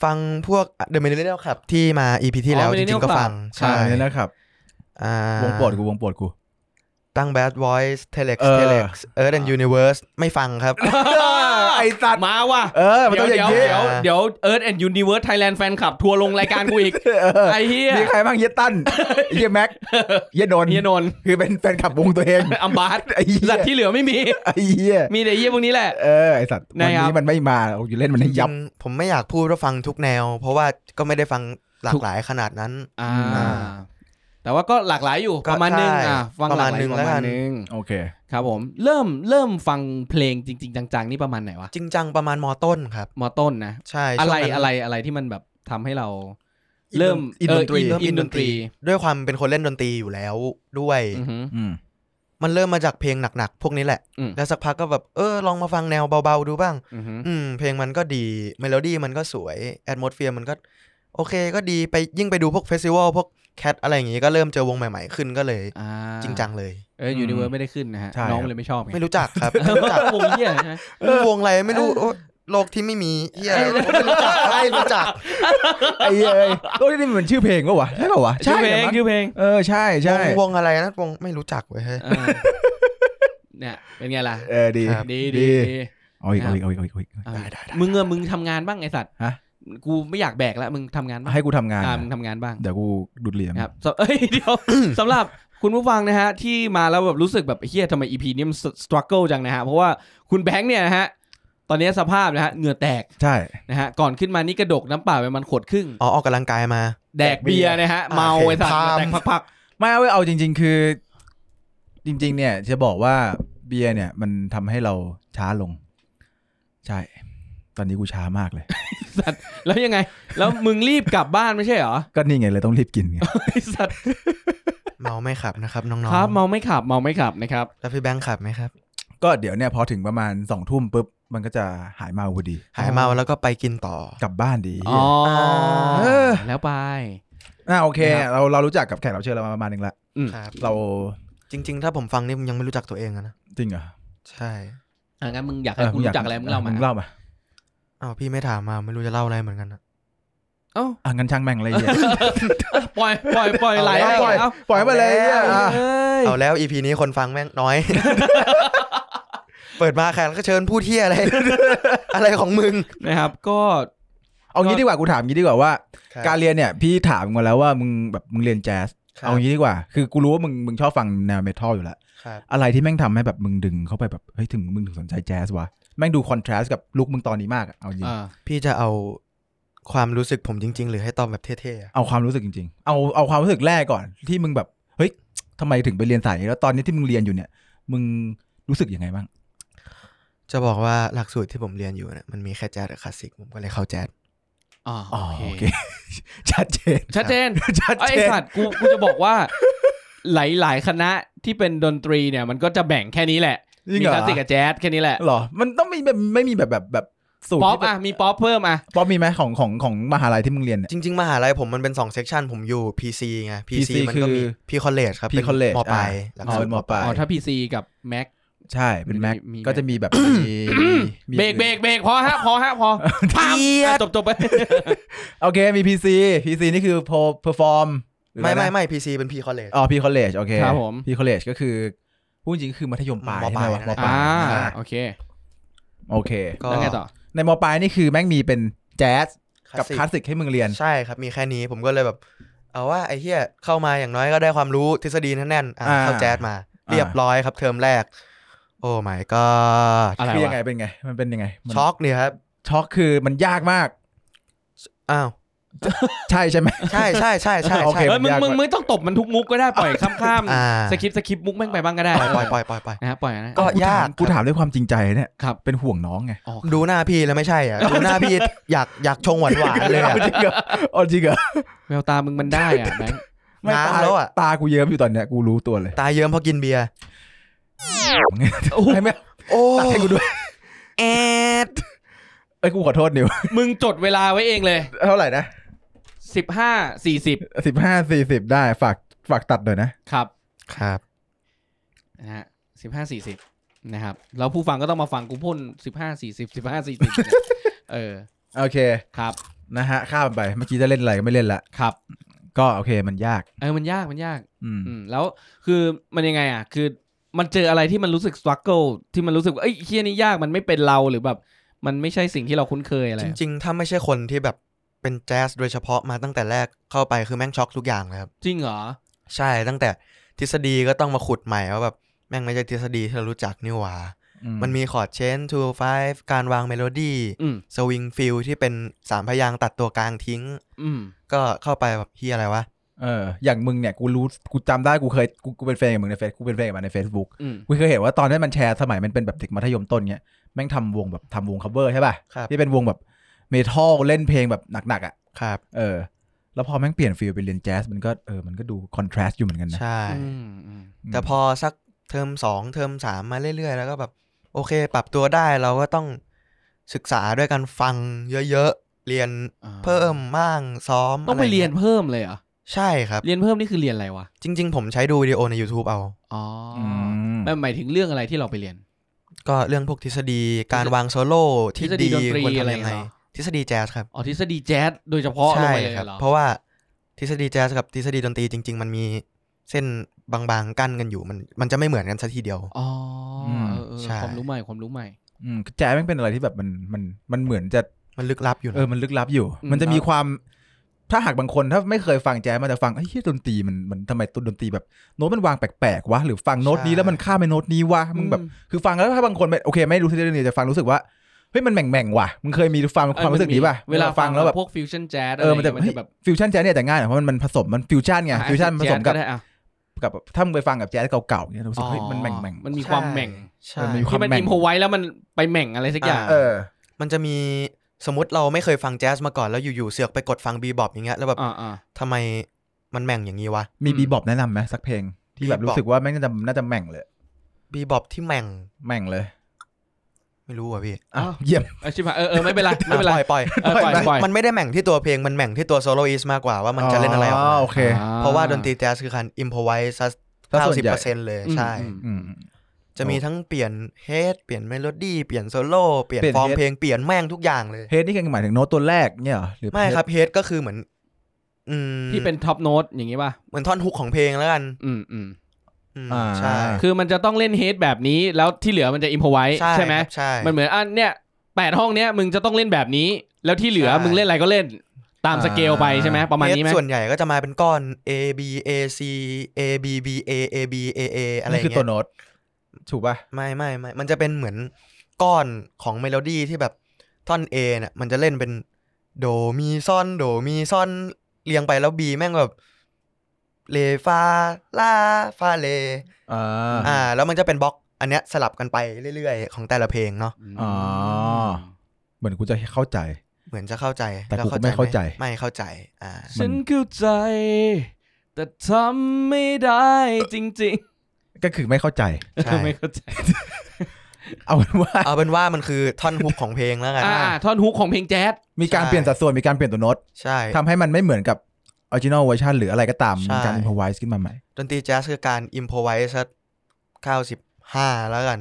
[SPEAKER 1] ฟังพวก The Millennial ครับที่มา EP ที่แล้ว
[SPEAKER 3] อ๋อ
[SPEAKER 1] จริ
[SPEAKER 3] Millennial
[SPEAKER 1] งๆก็ฟัง
[SPEAKER 3] Club
[SPEAKER 1] ใช่
[SPEAKER 2] ใช่นะครับ
[SPEAKER 1] อ่าว
[SPEAKER 2] งโปรดกูวงโปร
[SPEAKER 3] (laughs)
[SPEAKER 2] ดกู
[SPEAKER 1] ตั้ง Bad Voice Telex
[SPEAKER 2] เออ
[SPEAKER 1] Telex Earth and Universe ไม่ฟังครับ
[SPEAKER 2] ไอ้สัตว์
[SPEAKER 3] มาว่ะ
[SPEAKER 2] เออมันต้องอย่าง
[SPEAKER 3] เดี๋
[SPEAKER 2] นี้
[SPEAKER 3] ยวเดี๋ยว
[SPEAKER 1] อ่า
[SPEAKER 3] เดี๋ยวเอิร์ธแอนด์ยูนิเวิร์สไทยแลนด์แฟนคลับ ทัวร์ลงรายการกูอีก
[SPEAKER 2] เออ
[SPEAKER 3] ไอ้เฮีย
[SPEAKER 2] มีใครบ้างเฮียตั้นเฮียแม็กเฮียนนท์
[SPEAKER 3] เฮียนนท์
[SPEAKER 2] คือเป็นแฟนคลับวงตัวเอง
[SPEAKER 3] (laughs) อัมบาส
[SPEAKER 2] ไอ้เหี้ย
[SPEAKER 3] สัตว์ที่เหลือไม่มี
[SPEAKER 2] ไอ้เฮีย
[SPEAKER 3] มีแต่เยี่ยพวกนี้แหละ
[SPEAKER 2] เออไอ้สัตว์
[SPEAKER 3] นะ
[SPEAKER 2] วัน
[SPEAKER 3] ครับ
[SPEAKER 2] นี้มันไม่มาเอาอยู่เล่นมันให้ยับ
[SPEAKER 1] จริงๆผมไม่อยากพูดว่าฟังทุกแนว เพราะว่าก็ไม่ได้ฟังหลา
[SPEAKER 3] ทุ
[SPEAKER 1] ก
[SPEAKER 3] ก
[SPEAKER 1] หลายขนาดนั้น
[SPEAKER 3] อ่า
[SPEAKER 1] อ่า
[SPEAKER 3] แต่ว่าก็หลากหลายอยู่
[SPEAKER 1] ก็
[SPEAKER 3] ประมาณนึง
[SPEAKER 1] ใช่
[SPEAKER 3] อ่ะฟังหลากหลาย
[SPEAKER 1] ประมาณนึงแล้วกั
[SPEAKER 3] อยู่ประมาณ
[SPEAKER 1] น
[SPEAKER 3] นึง
[SPEAKER 2] โอเค
[SPEAKER 3] ครับผม เริ่มเริ่มฟังเพลงจริง ๆ จัง ๆ นี่ประมาณไหนวะ
[SPEAKER 1] จริงจังประมาณมต้นครับ
[SPEAKER 3] มอต้นนะ
[SPEAKER 1] ใช่ช่
[SPEAKER 3] อะ
[SPEAKER 1] วง
[SPEAKER 3] ไร
[SPEAKER 1] นั้น
[SPEAKER 3] อะไรอะไรที่มันแบบทำให้เรา
[SPEAKER 1] อิ
[SPEAKER 3] เริ่ม
[SPEAKER 1] อิน
[SPEAKER 3] เอ
[SPEAKER 1] ด
[SPEAKER 3] อน
[SPEAKER 1] ตรี
[SPEAKER 3] อิน
[SPEAKER 1] เริ่มอิน
[SPEAKER 3] อินด
[SPEAKER 1] ด
[SPEAKER 3] น
[SPEAKER 1] น
[SPEAKER 3] ต
[SPEAKER 1] ต
[SPEAKER 3] รี
[SPEAKER 1] รี ด้วยความเป็นคนเล่นดนตรีอยู่แล้วด้วย
[SPEAKER 3] อือหือ
[SPEAKER 2] อืม
[SPEAKER 1] มันเริ่มมาจากเพลงหนักๆ พวกนี้แหละ
[SPEAKER 3] อืม
[SPEAKER 1] แล้วสักพักก็แบบเออลองมาฟังแนวเบาๆดูบ้าง
[SPEAKER 3] อือหือ
[SPEAKER 1] อืม เพลงมันก็ดีเมโลดี้มันก็สวยแอดมอสเฟียมันก็ โอเคก็ดีไปยิ่งไปดูพวกเฟสติวัลพวกแคทอะไรอย่างงี้ก็เริ่มเจอวงใหม่ๆขึ้นก็เลย
[SPEAKER 3] อ่า
[SPEAKER 1] จริงจังเลย
[SPEAKER 3] เออยูนิเวิร์สไม่ได้ขึ้นนะฮะน้องเลยไม่ชอบง (laughs)
[SPEAKER 1] ไม่รู้จักครับไม่รู้จัก
[SPEAKER 3] วงเยี่ยใช่ไหม
[SPEAKER 1] วงอะไรไม่รู้โอ๊ยโลกที่ไม่มีเฮียผมไม่รู้จักไม่รู้จัก
[SPEAKER 2] ไอ้เอ้ยโลกนี้มันชื่อเพลงปะวะใช่ปะวะ
[SPEAKER 3] ชื่อเพล
[SPEAKER 2] หรอง มั้
[SPEAKER 3] ชื่อเพลง
[SPEAKER 2] เออใช่ใช่
[SPEAKER 1] วงวงอะไรนะวงไม่รู้จักเว้ยเฮ้ย
[SPEAKER 3] เออเนี่ยเป็นไงล่ะ
[SPEAKER 2] เออดี
[SPEAKER 1] ครับ
[SPEAKER 3] ดี
[SPEAKER 2] ดี
[SPEAKER 3] ดี
[SPEAKER 2] เอาอีกเอาอีกเอาอีกเอาอีกเอาอีก
[SPEAKER 3] เอาอีกมึงเออมึงทำงานบ้างไอสัตว์
[SPEAKER 2] ฮะ
[SPEAKER 3] กูไม่อยากแบกแล้วมึงทำงานบ้าง
[SPEAKER 2] ให้กูทำงาน
[SPEAKER 3] อ่า
[SPEAKER 2] อะ
[SPEAKER 3] มึงทำงานบ้าง
[SPEAKER 2] เดี๋ยวกูดูดเหรียญ
[SPEAKER 3] ครับสำเอ้ย (laughs) เดี๋ยว สำหรับคุณผู้ฟังนะฮะ ที่มาแล้วแบบรู้สึกแบบเฮียทำไมอีพีนี้มันสครัลเกิลจังนะฮะ เพราะว่าคุณแบงค์เนี่ยนะฮะ ตอนนี้สภาพนะฮะเหงื่อแตก
[SPEAKER 2] ใช่
[SPEAKER 3] นะฮะ ก่อนขึ้นมานี่กระดกน้ำเปล่าไปมันขวดครึ่ง
[SPEAKER 1] อ๋อออกกำลังกายมา
[SPEAKER 3] แดกเบียร์นะฮะ เมา
[SPEAKER 1] โอเค
[SPEAKER 3] ไอสัตว์
[SPEAKER 1] พาม
[SPEAKER 3] แดกพัก
[SPEAKER 2] ไม่เอาเว้ยเอาจริง ๆ คือ จริง ๆ เนี่ยจะบอกว่าเบียร์เนี่ย มันทำให้เราช้าลง ใช่ ตอนนี้กูช้ามากเลย
[SPEAKER 3] (laughs) ๆแล้วยังไง แล้วมึงรีบกลับบ้านไม่ใช่เหรอ (laughs)
[SPEAKER 2] ก็นี่ไงเลยต้องรีบกินไง
[SPEAKER 3] ไอสัตว์
[SPEAKER 1] เมาไม่ขับนะครับน้อง
[SPEAKER 3] ครับ
[SPEAKER 1] ๆ
[SPEAKER 3] เมาไม่ขับเมาไม่ขับนะครับ
[SPEAKER 1] แล้วพี่แบงค์ขับไหมครับ
[SPEAKER 2] ก็เดี๋ยวเนี่ยพอถึงประมาณสองทุ่มปุ๊บ มันก็จะหายเมาพอดี
[SPEAKER 1] หายเมาแล้วก็ไปกินต่อ
[SPEAKER 2] กลับบ้านดี
[SPEAKER 3] อ๋อ
[SPEAKER 2] เออ
[SPEAKER 3] แล้วไป
[SPEAKER 2] อ่ะโอเค
[SPEAKER 3] นะครับ
[SPEAKER 2] เราเรารู้จักกับแขกรับเชิญเรามาประมาณหนึงละ
[SPEAKER 1] ครับ
[SPEAKER 2] เรา
[SPEAKER 1] จริง ๆ ถ้าผมฟังนี่ผมยังไม่รู้จักตัวเองอะนะ
[SPEAKER 2] จริงเหรอ
[SPEAKER 1] ใช่
[SPEAKER 3] อ่ะงั้นมึงอยาก
[SPEAKER 2] เอ
[SPEAKER 3] ให้
[SPEAKER 2] อ
[SPEAKER 3] กู
[SPEAKER 2] งย
[SPEAKER 3] รู้จักอะไรมึงเล่ามา
[SPEAKER 2] เล่ามา
[SPEAKER 1] อ้าวพี่ไม่ถามมาไม่รู้จะเล่าอะไรเหมือนกันนะ
[SPEAKER 3] เอ้า
[SPEAKER 2] อ่ะงั้นช่างแม่งเลยเหี้ย
[SPEAKER 3] ปล่อยปล่อยปล่อยไหล
[SPEAKER 1] เอาแล้ว
[SPEAKER 3] ปล่อยเอา
[SPEAKER 2] ปล่อยมาเลยเหี้ย
[SPEAKER 1] เอาแล้ว
[SPEAKER 2] อ่ะ
[SPEAKER 3] เอ้ย
[SPEAKER 1] เอาแล้วอีพีนี้คนฟังแม่งน้อย (laughs) เปิดมาแขกก็เชิญพูดเที่ยอะไร (laughs) อะไรของมึง
[SPEAKER 3] นะครับก็
[SPEAKER 2] เอางี้ดีกว่ากูถามงี้ดีกว่าว่า การเรียนเนี่ยพี่ถามมาแล้วว่ามึงแบบมึงเรียนแจ๊ส
[SPEAKER 1] ครับ
[SPEAKER 2] เอางี้ดีกว่า คือกูรู้ว่ามึงมึงชอบฟังแนวเมทัลอยู่แล้ว
[SPEAKER 1] ครับ
[SPEAKER 2] อะไรที่แม่งทำให้แบบมึงดึงเข้าไปแบบเฮ้ยถึงมึงถึงสนใจแจ๊สวะแม่งดูคอนทราสต์กับลุคมึงตอนนี้มากอะเอาจริง
[SPEAKER 3] อ่า
[SPEAKER 1] พี่จะเอาความรู้สึกผมจริง ๆ หรือให้ตอบแบบเท่ๆอะ
[SPEAKER 2] เอาความรู้สึกจริง ๆ เอาเอาความรู้สึกแรกก่อนที่มึงแบบเฮ้ยทำไมถึงไปเรียนสายนี้แล้วตอนนี้ที่มึงเรียนอยู่เนี่ย มึงรู้สึกยังไงบ้าง
[SPEAKER 1] จะบอกว่าหลักสูตรที่ผมเรียนอยู่เนี่ยมันมีแค่แจ๊สกับคลาสสิกผมก็เลยเข้าแจ๊ส
[SPEAKER 3] อ่า
[SPEAKER 2] อ๋อ
[SPEAKER 3] โอ
[SPEAKER 2] โอ
[SPEAKER 3] เค
[SPEAKER 2] เค ชัดเจน
[SPEAKER 3] ชัดเจน
[SPEAKER 2] ชัด
[SPEAKER 3] ไอ้
[SPEAKER 2] เจน
[SPEAKER 3] สัตว์กูกูจะบอกว่า หลายหลายๆคณะที่เป็นดนตรีเนี่ย มันก็จะแบ่งแค่นี้แหละ
[SPEAKER 2] จริ
[SPEAKER 3] มี
[SPEAKER 2] งเหร
[SPEAKER 3] คลา
[SPEAKER 2] อ
[SPEAKER 3] สสิกกับแจ๊สแค่นี้แหละ
[SPEAKER 2] เหรอมันต้องมีแบบไม่มีแบบแบบแบบสูตร
[SPEAKER 3] ป๊อป
[SPEAKER 2] ที่แบบ
[SPEAKER 3] อ่ะมีป๊อปเพิ่มอ่ะ
[SPEAKER 2] ป๊อปมีไหมของของของมหาลัยที่มึงเรียนเนี่ย
[SPEAKER 1] จริง ๆ มหาลัยผมมันเป็นสองเซกชันผมอยู่ PC ไง PC
[SPEAKER 2] PC
[SPEAKER 1] มันก็มี
[SPEAKER 2] คือ
[SPEAKER 1] P college ครับ
[SPEAKER 2] P
[SPEAKER 1] เป็น
[SPEAKER 2] college
[SPEAKER 1] มปลายห
[SPEAKER 2] อ่า
[SPEAKER 1] ลัก
[SPEAKER 2] อ๋อ
[SPEAKER 1] สู
[SPEAKER 2] เป็
[SPEAKER 1] ตร
[SPEAKER 2] น
[SPEAKER 1] ม
[SPEAKER 2] ม
[SPEAKER 1] ป
[SPEAKER 2] ป
[SPEAKER 1] ลา
[SPEAKER 2] ลาย ย
[SPEAKER 3] อ๋อถ้าพีซีกับแม็ก
[SPEAKER 2] ใช่เป็นแม็ก
[SPEAKER 3] มีมี
[SPEAKER 2] ก็จะมีแบบมีมี
[SPEAKER 3] เบรกเบรกเบรกพอฮะพอฮะพอปั๊บ
[SPEAKER 1] เอี๊ยด
[SPEAKER 3] จบจบไป
[SPEAKER 2] โอเคมี PC PC นี่คือ pro- perform หรือ
[SPEAKER 1] ไม่
[SPEAKER 2] อะร
[SPEAKER 1] ไม่
[SPEAKER 2] นะ
[SPEAKER 1] ไม่ PC เป็น P College
[SPEAKER 2] อ๋อพีคอลเลจโอเค
[SPEAKER 3] ครับผม
[SPEAKER 2] พีคอลเลจก็คือพูดจริงๆคือมัธยมปลาย
[SPEAKER 1] มป
[SPEAKER 2] ใช่
[SPEAKER 1] ลาย
[SPEAKER 2] ไหมวะ
[SPEAKER 1] นะ
[SPEAKER 2] มปลาย
[SPEAKER 3] อ่า
[SPEAKER 2] อ่า
[SPEAKER 3] โอเค
[SPEAKER 2] โอเค
[SPEAKER 1] ก็
[SPEAKER 3] แล้วไงต่อ
[SPEAKER 2] ในมปลายนี่คือแม่งมีเป็นแจ๊ส
[SPEAKER 1] คลาส
[SPEAKER 2] กับ
[SPEAKER 1] สิ
[SPEAKER 2] ค
[SPEAKER 1] ก
[SPEAKER 2] ลาสสิกให้มึงเรียน
[SPEAKER 1] ใช่ครับ มีแค่นี้ผมก็เลยแบบ เอาว่าไอ้เฮียเข้ามาอย่างน้อยก็ได้ความรู้ทฤษฎีแน่นๆอ่ะ
[SPEAKER 2] อ่า
[SPEAKER 1] เข้าแจ๊สมา
[SPEAKER 2] อ่า
[SPEAKER 1] เรียบร้อยครับเทอมแรก โอ้ไม่ก็
[SPEAKER 3] อะไร
[SPEAKER 2] คือยั
[SPEAKER 3] วะ
[SPEAKER 2] งไงเป็นไง มันเป็นยังไงมัน
[SPEAKER 1] ช็อกเนี่ยครับ
[SPEAKER 2] ช็อกคือมันยากมาก
[SPEAKER 1] อ้าว
[SPEAKER 2] ใช่ใช่ไหม
[SPEAKER 1] ใช่ใช่ใช่ใช่
[SPEAKER 2] โอ
[SPEAKER 1] ใช่
[SPEAKER 2] เค
[SPEAKER 3] เอ้ยมึง
[SPEAKER 2] ยาก
[SPEAKER 3] มึง
[SPEAKER 2] กว่า
[SPEAKER 3] มึงต้องตบมันทุกมุกก็ได้ปล่อยข้ามข้ามๆ
[SPEAKER 1] อ่า
[SPEAKER 3] สคริปต์สคริปต์มุกแม่งไปบ้างก็ได้
[SPEAKER 1] ปล่อยปล่อยปล่อยปล่อย
[SPEAKER 3] นะฮะปล่อยนะ
[SPEAKER 1] ก็
[SPEAKER 2] ถม
[SPEAKER 1] ยากครับ
[SPEAKER 2] กูถามด้วยความจริงใจเนี่ย
[SPEAKER 3] ครับ
[SPEAKER 2] เป็นห่วงน้องไง
[SPEAKER 3] อ๋อ
[SPEAKER 1] ดูหน้าพี่แล้วไม่ใช่อ่ะ ดูหน้าพี่อยากอยากชงหวานหวานๆเลยอ่ะ
[SPEAKER 2] จริงเหรอเอาจริงเหรอ
[SPEAKER 3] แววตามึงมันได้อ่ะแบงค์
[SPEAKER 2] ไม่ตา
[SPEAKER 1] น้ำแล้วอะ
[SPEAKER 2] ตากูเยิ้มอยู่ตอนเนี้ยกูรู้ตัวเลย
[SPEAKER 1] ตายเยิ้มเพราะกินเบียร์
[SPEAKER 2] ให้แม่
[SPEAKER 1] โอ้
[SPEAKER 2] ตัดให้กูด้วย
[SPEAKER 1] แอด
[SPEAKER 2] เอ้ยกูขอโทษนิว
[SPEAKER 3] มึงจดเวลาไว้เองเลย
[SPEAKER 2] เท่าไหร่นะ
[SPEAKER 3] สิบห้าสี่สิบ
[SPEAKER 2] สิบห้าสี่สิบได้ฝากฝากตัดหน่อยนะครับ
[SPEAKER 1] ครับ
[SPEAKER 3] นะฮะสิบห้าสี่สิบนะครับ แล้วผู้ฟังก็ต้องมาฟังกูพ่นสิบห้าสี่สิบสิบห้าสี่สิบเออ
[SPEAKER 2] โอเค
[SPEAKER 3] ครับ
[SPEAKER 2] นะฮะข้ามไปเมื่อกี้จะเล่นอะไรก็ไม่เล่นละ
[SPEAKER 3] ครับ
[SPEAKER 2] ก็โอเคมันยาก
[SPEAKER 3] เออมันยากมันยาก
[SPEAKER 2] อืม
[SPEAKER 3] อืมแล้วคือมันยังไงอ่ะ คือมันเจออะไรที่มันรู้สึกส t รั g เกิลที่มันรู้สึกว่าเอ้ยเฮียนี่ยากมันไม่เป็นเราหรือแบบ มันไม่ใช่สิ่งที่เราคุ้นเคยอะไร
[SPEAKER 1] จ
[SPEAKER 3] อะ
[SPEAKER 1] ริง ๆ ถ้าไม่ใช่คนที่แบบเป็นแจ๊สโดยเฉพาะมาตั้งแต่แรกเข้าไปคือแม่งช็อกทุกอย่างเลยครับ
[SPEAKER 3] จริงเหรอ
[SPEAKER 1] ใช่ตั้งแต่ทฤษฎีก็ต้องมาขุดใหม่ว่าแบบแม่งไม่ใช่ทฤษฎีที่เรารู้จักนี่หว่า มันมีคอร์ดเชนทูไฟการวางเมโลดี้
[SPEAKER 3] อืม
[SPEAKER 1] สวิงฟิลที่เป็นสามพยางค์ตัดตัวกลางทิ้ง
[SPEAKER 3] อืม
[SPEAKER 1] ก็เข้าไปแบบเฮียอะไรวะ
[SPEAKER 2] เออ อย่างมึงเนี่ย กูรู้ กูจำได้ กูเคย กูกูเป็นแฟนกับมึงในเฟซ กูเป็นแฟนกับมันใน Facebook
[SPEAKER 3] อืม
[SPEAKER 2] กูเคยเห็นว่าตอนนั้นมันแชร์สมัยมันเป็นแบบเด็กมัธยมต้นเนี่ยแม่งทำวงแบบทำวง cover ใช่ป่ะ
[SPEAKER 1] ครับ
[SPEAKER 2] ที่เป็นวงแบบเมทัลเล่นเพลงแบบหนักๆอ่ะ
[SPEAKER 1] ครับ
[SPEAKER 2] เออ แล้วพอแม่งเปลี่ยนฟิลไปเรียนแจ๊สมันก็เออ มันก็ดูคอนทราสต์อยู่เหมือนกันนะ
[SPEAKER 1] ใช่
[SPEAKER 3] อืมอืม
[SPEAKER 2] ม
[SPEAKER 1] แต่พอสักเทอมสองเทอมสามมาเรื่อยๆ แล้วก็แบบ โอเค ปรับตัวได้เราก็ต้องศึกษาด้วยการฟังเยอะๆ เรียน
[SPEAKER 3] อ่า
[SPEAKER 1] เพิ่มบ้างซ้อม
[SPEAKER 3] ต้องไป
[SPEAKER 1] ะ
[SPEAKER 3] เรียน
[SPEAKER 1] งี้
[SPEAKER 3] เพิ่มเลยเหรอ
[SPEAKER 1] ใช่ครับ
[SPEAKER 3] เรียนเพิ่มนี่คือเรียนอะไรวะ
[SPEAKER 1] จริง ๆ ผมใช้ดูวิดีโอใน YouTube เอา
[SPEAKER 3] อ๋ออ
[SPEAKER 2] อืม
[SPEAKER 3] มันหมายถึงเรื่องอะไรที่เราไปเรียน
[SPEAKER 1] ก็เรื่องพวกทฤษฎีการวางโซโล่ที่
[SPEAKER 3] ทฤษฎี
[SPEAKER 1] ดี
[SPEAKER 3] ดนตรี
[SPEAKER 1] ควร
[SPEAKER 3] อะไร
[SPEAKER 1] ทำยังไง
[SPEAKER 3] เหรอ
[SPEAKER 1] ทฤษฎีแจ๊สครับ
[SPEAKER 3] อ๋อทฤษฎีแจ๊สโดยเฉพาะลง
[SPEAKER 1] ใช่
[SPEAKER 3] ไปเลย
[SPEAKER 1] ครับ
[SPEAKER 3] เหรอ
[SPEAKER 1] เพราะว่าทฤษฎีแจ๊สกับทฤษฎีดนตรีจริง ๆ มันมีเส้นบางๆกั้นกันอยู่มันมันจะไม่เหมือนกันสัทีเดียว
[SPEAKER 3] อ๋ออ
[SPEAKER 2] ม
[SPEAKER 3] เออเออ
[SPEAKER 1] ใช่
[SPEAKER 3] ความรู้ใหม่ความรู้ใหม่
[SPEAKER 2] อืมแจ๊สแม่งเป็นอะไรที่แบบมันมันมันเหมือนจะ
[SPEAKER 1] มันลึกลับอยู่นะ
[SPEAKER 2] เออ มันลึกลับอยู่
[SPEAKER 3] อืม
[SPEAKER 2] มันจะมีความ ถ้าหากบางคนถ้าไม่เคยฟังแจ๊สมันจะฟังเฮ้ยเหี้ยดนตรีมันมันทำไมตัวดนตรีแบบโน้ตมันวางแปลกๆวะ หรือฟังโน้ตนี้แล้วมันข้ามไปโน้ตนี้วะ มึงแบบ
[SPEAKER 3] อื
[SPEAKER 2] คือฟังแล้วถ้าบางคนไม่โอเค ไม่รู้ที่เรื่องนี้จะฟังรู้สึกว่า เฮ้ย มันแหม่งๆว่ะ มึงเคยมีความ
[SPEAKER 3] เอ้ย
[SPEAKER 2] ความรู้สึกนี้ป่ะ
[SPEAKER 3] เวลาฟังแล้วแบบพวกฟิวชั่นแจ๊ส
[SPEAKER 2] เออ มันจะ
[SPEAKER 3] มันจะ
[SPEAKER 2] แบ
[SPEAKER 3] แบบ บ
[SPEAKER 2] ฟิวชั่นแจ๊สเนี่ยแต่ง่ายหน่อยเพราะมันมันผสม มันฟิวชั่นไง ฟิวชั่นผสมกับ
[SPEAKER 3] แจ๊ได้อ่ะ
[SPEAKER 2] กับถ้ามึงไปฟังกับแจ๊สเก่าๆเนี่ยรู้สึกเฮ้ย มันแหม่งๆ
[SPEAKER 3] มันมีความแหม่ง
[SPEAKER 1] ใช่
[SPEAKER 2] มันมี
[SPEAKER 1] ใช่
[SPEAKER 2] ควา
[SPEAKER 3] ที่มัน
[SPEAKER 2] แหม่ง
[SPEAKER 3] อิมโพไว้แล้วมันไปแหม่งอะไรสักอย่าง
[SPEAKER 1] อ่า
[SPEAKER 2] เออ
[SPEAKER 1] มันจะมีสมมติเราไม่เคยฟังแจ๊สมาก่อนแล้วอยู่ๆเสือกไปกดฟังบีบอปอย่างเงี้ยแล้วแบบ
[SPEAKER 3] อ่าอ่า
[SPEAKER 1] ทำไมมันแม่งอย่างนี้วะ
[SPEAKER 2] มี
[SPEAKER 3] อืม
[SPEAKER 2] บีบอบแนะนำไหมสักเพลงที่แบบ
[SPEAKER 1] Bebop
[SPEAKER 2] รู้สึกว่าแม่งน่าจะน่าจะแหม่งเลย
[SPEAKER 1] บีบอปที่แม่ง
[SPEAKER 2] แหม่งเลย
[SPEAKER 1] ไม่รู้อ่ะพี่
[SPEAKER 2] อ้าวเยี่ยม
[SPEAKER 3] เอาชิบหายเออเอ
[SPEAKER 2] (laughs)
[SPEAKER 3] อไม่เป็นไรไม่เป็นไร
[SPEAKER 1] อ่ะปล่อย
[SPEAKER 3] เออปล่อยปล่อย
[SPEAKER 1] ๆมันไม่ได้แม่งที่ตัวเพลงมันแม่งที่ตัวโซโลอิสมากกว่าว่ามันจะเล่นอะไรออกมา
[SPEAKER 2] โอเค
[SPEAKER 3] อ่
[SPEAKER 1] เพราะว่าดนตรีแจ๊สคือการอิมพอไวซ์
[SPEAKER 2] ซะ
[SPEAKER 1] เก้า
[SPEAKER 2] ส่วน
[SPEAKER 1] สิบ
[SPEAKER 2] ใหญ่
[SPEAKER 1] เปอร์เซ็นต์เลย
[SPEAKER 3] อืม
[SPEAKER 1] ใช่
[SPEAKER 3] อืม
[SPEAKER 2] อืม
[SPEAKER 1] จะมีทั้งเปลี่ยนเฮดเปลี่ยนเมโลดี้เปลี่ยนโซโล่เปลี่ยน
[SPEAKER 2] เปลี่ยน
[SPEAKER 1] ฟอร์ม
[SPEAKER 2] head
[SPEAKER 1] เพลงเปลี่ยนแม่งทุกอย่างเลย
[SPEAKER 2] เฮดนี่คือหมายถึงโน้ตตัวแรกเนี่ยเหรอหรือ
[SPEAKER 1] ไม่
[SPEAKER 2] เพจ
[SPEAKER 1] ครับเฮดก็คือเหมือน อืม
[SPEAKER 3] ที่เป็นท็อปโน้ตอย่างงี้ป่ะ
[SPEAKER 1] เหมือนท่อนฮุกของเพลงแล้วกัน
[SPEAKER 3] อืมอืม
[SPEAKER 1] อืม
[SPEAKER 2] อ่า
[SPEAKER 1] ใช่
[SPEAKER 3] คือมันจะต้องเล่นเฮดแบบนี้ แล้วที่เหลือมันจะอิมโพไว้ใช่ไหม
[SPEAKER 1] ครับใช่
[SPEAKER 3] มันเหมือนอันเนี้ยแปดห้องเนี้ยมึงจะต้องเล่นแบบนี้ แล้วที่เหลือ
[SPEAKER 1] ใช่
[SPEAKER 3] มึงเล่นอะไรก็เล่นตามสเกลไปใช่ไหมประมาณนี้ไหม
[SPEAKER 1] Head ส่วนใหญ่ก็จะมาเป็นก้อน A B A C A B B A A B A A อะไรอ
[SPEAKER 2] นี่
[SPEAKER 1] ย่าง
[SPEAKER 2] คือตั
[SPEAKER 1] เงี้ย
[SPEAKER 2] วโน้ตถูกป่ะ
[SPEAKER 1] ไม่ไม่ไม่มันจะเป็นเหมือนก้อนของเมโลดี้ที่แบบท่อน A เนี่ยมันจะเล่นเป็นโดมีซ่อนโดมีซ่อนเรียงไปแล้ว B แม่งแบบเลฟาลาฟาเล
[SPEAKER 2] อ่า
[SPEAKER 1] อ่าแล้วมันจะเป็นบล็อกอันเนี้ยสลับกันไปเรื่อยๆ ของแต่ละเพลงเนาะ
[SPEAKER 3] ม
[SPEAKER 2] อ๋อ เหมือนกูจะเข้าใจ
[SPEAKER 1] เหมือนจะเข้าใจ
[SPEAKER 2] แต่กู
[SPEAKER 1] ล้ว
[SPEAKER 2] ไม่เข้าใจ
[SPEAKER 1] ไม่เข้าใจอ่า
[SPEAKER 3] ฉันเข้าใจ แต่ทำไม่ได้จริง
[SPEAKER 2] ก็คือไม่เข้าใจ
[SPEAKER 1] ใช่
[SPEAKER 3] ๆไม่เข้าใจ
[SPEAKER 2] เอาเป็นว่า
[SPEAKER 1] เอาเป็นว่ามันคือท่อนฮุกของเพลงแล้วกัน
[SPEAKER 3] อ่าท่อนฮุกของเพลงแจ๊ส
[SPEAKER 2] มีการ
[SPEAKER 1] ใช่
[SPEAKER 2] เปลี่ยนสัดส่วนมีการเปลี่ยนตัวโน้ต
[SPEAKER 1] ใช่
[SPEAKER 2] ทำให้มันไม่เหมือนกับออริจินอลเวอร์ชันหรืออะไรก็ตาม
[SPEAKER 1] ใช่
[SPEAKER 2] มีการอินพอไวส์ขึ้นมาใหม่
[SPEAKER 1] ดนตรีแจ๊สคือการอิมพอไว้สักเก้าสิบห้าแล้วกัน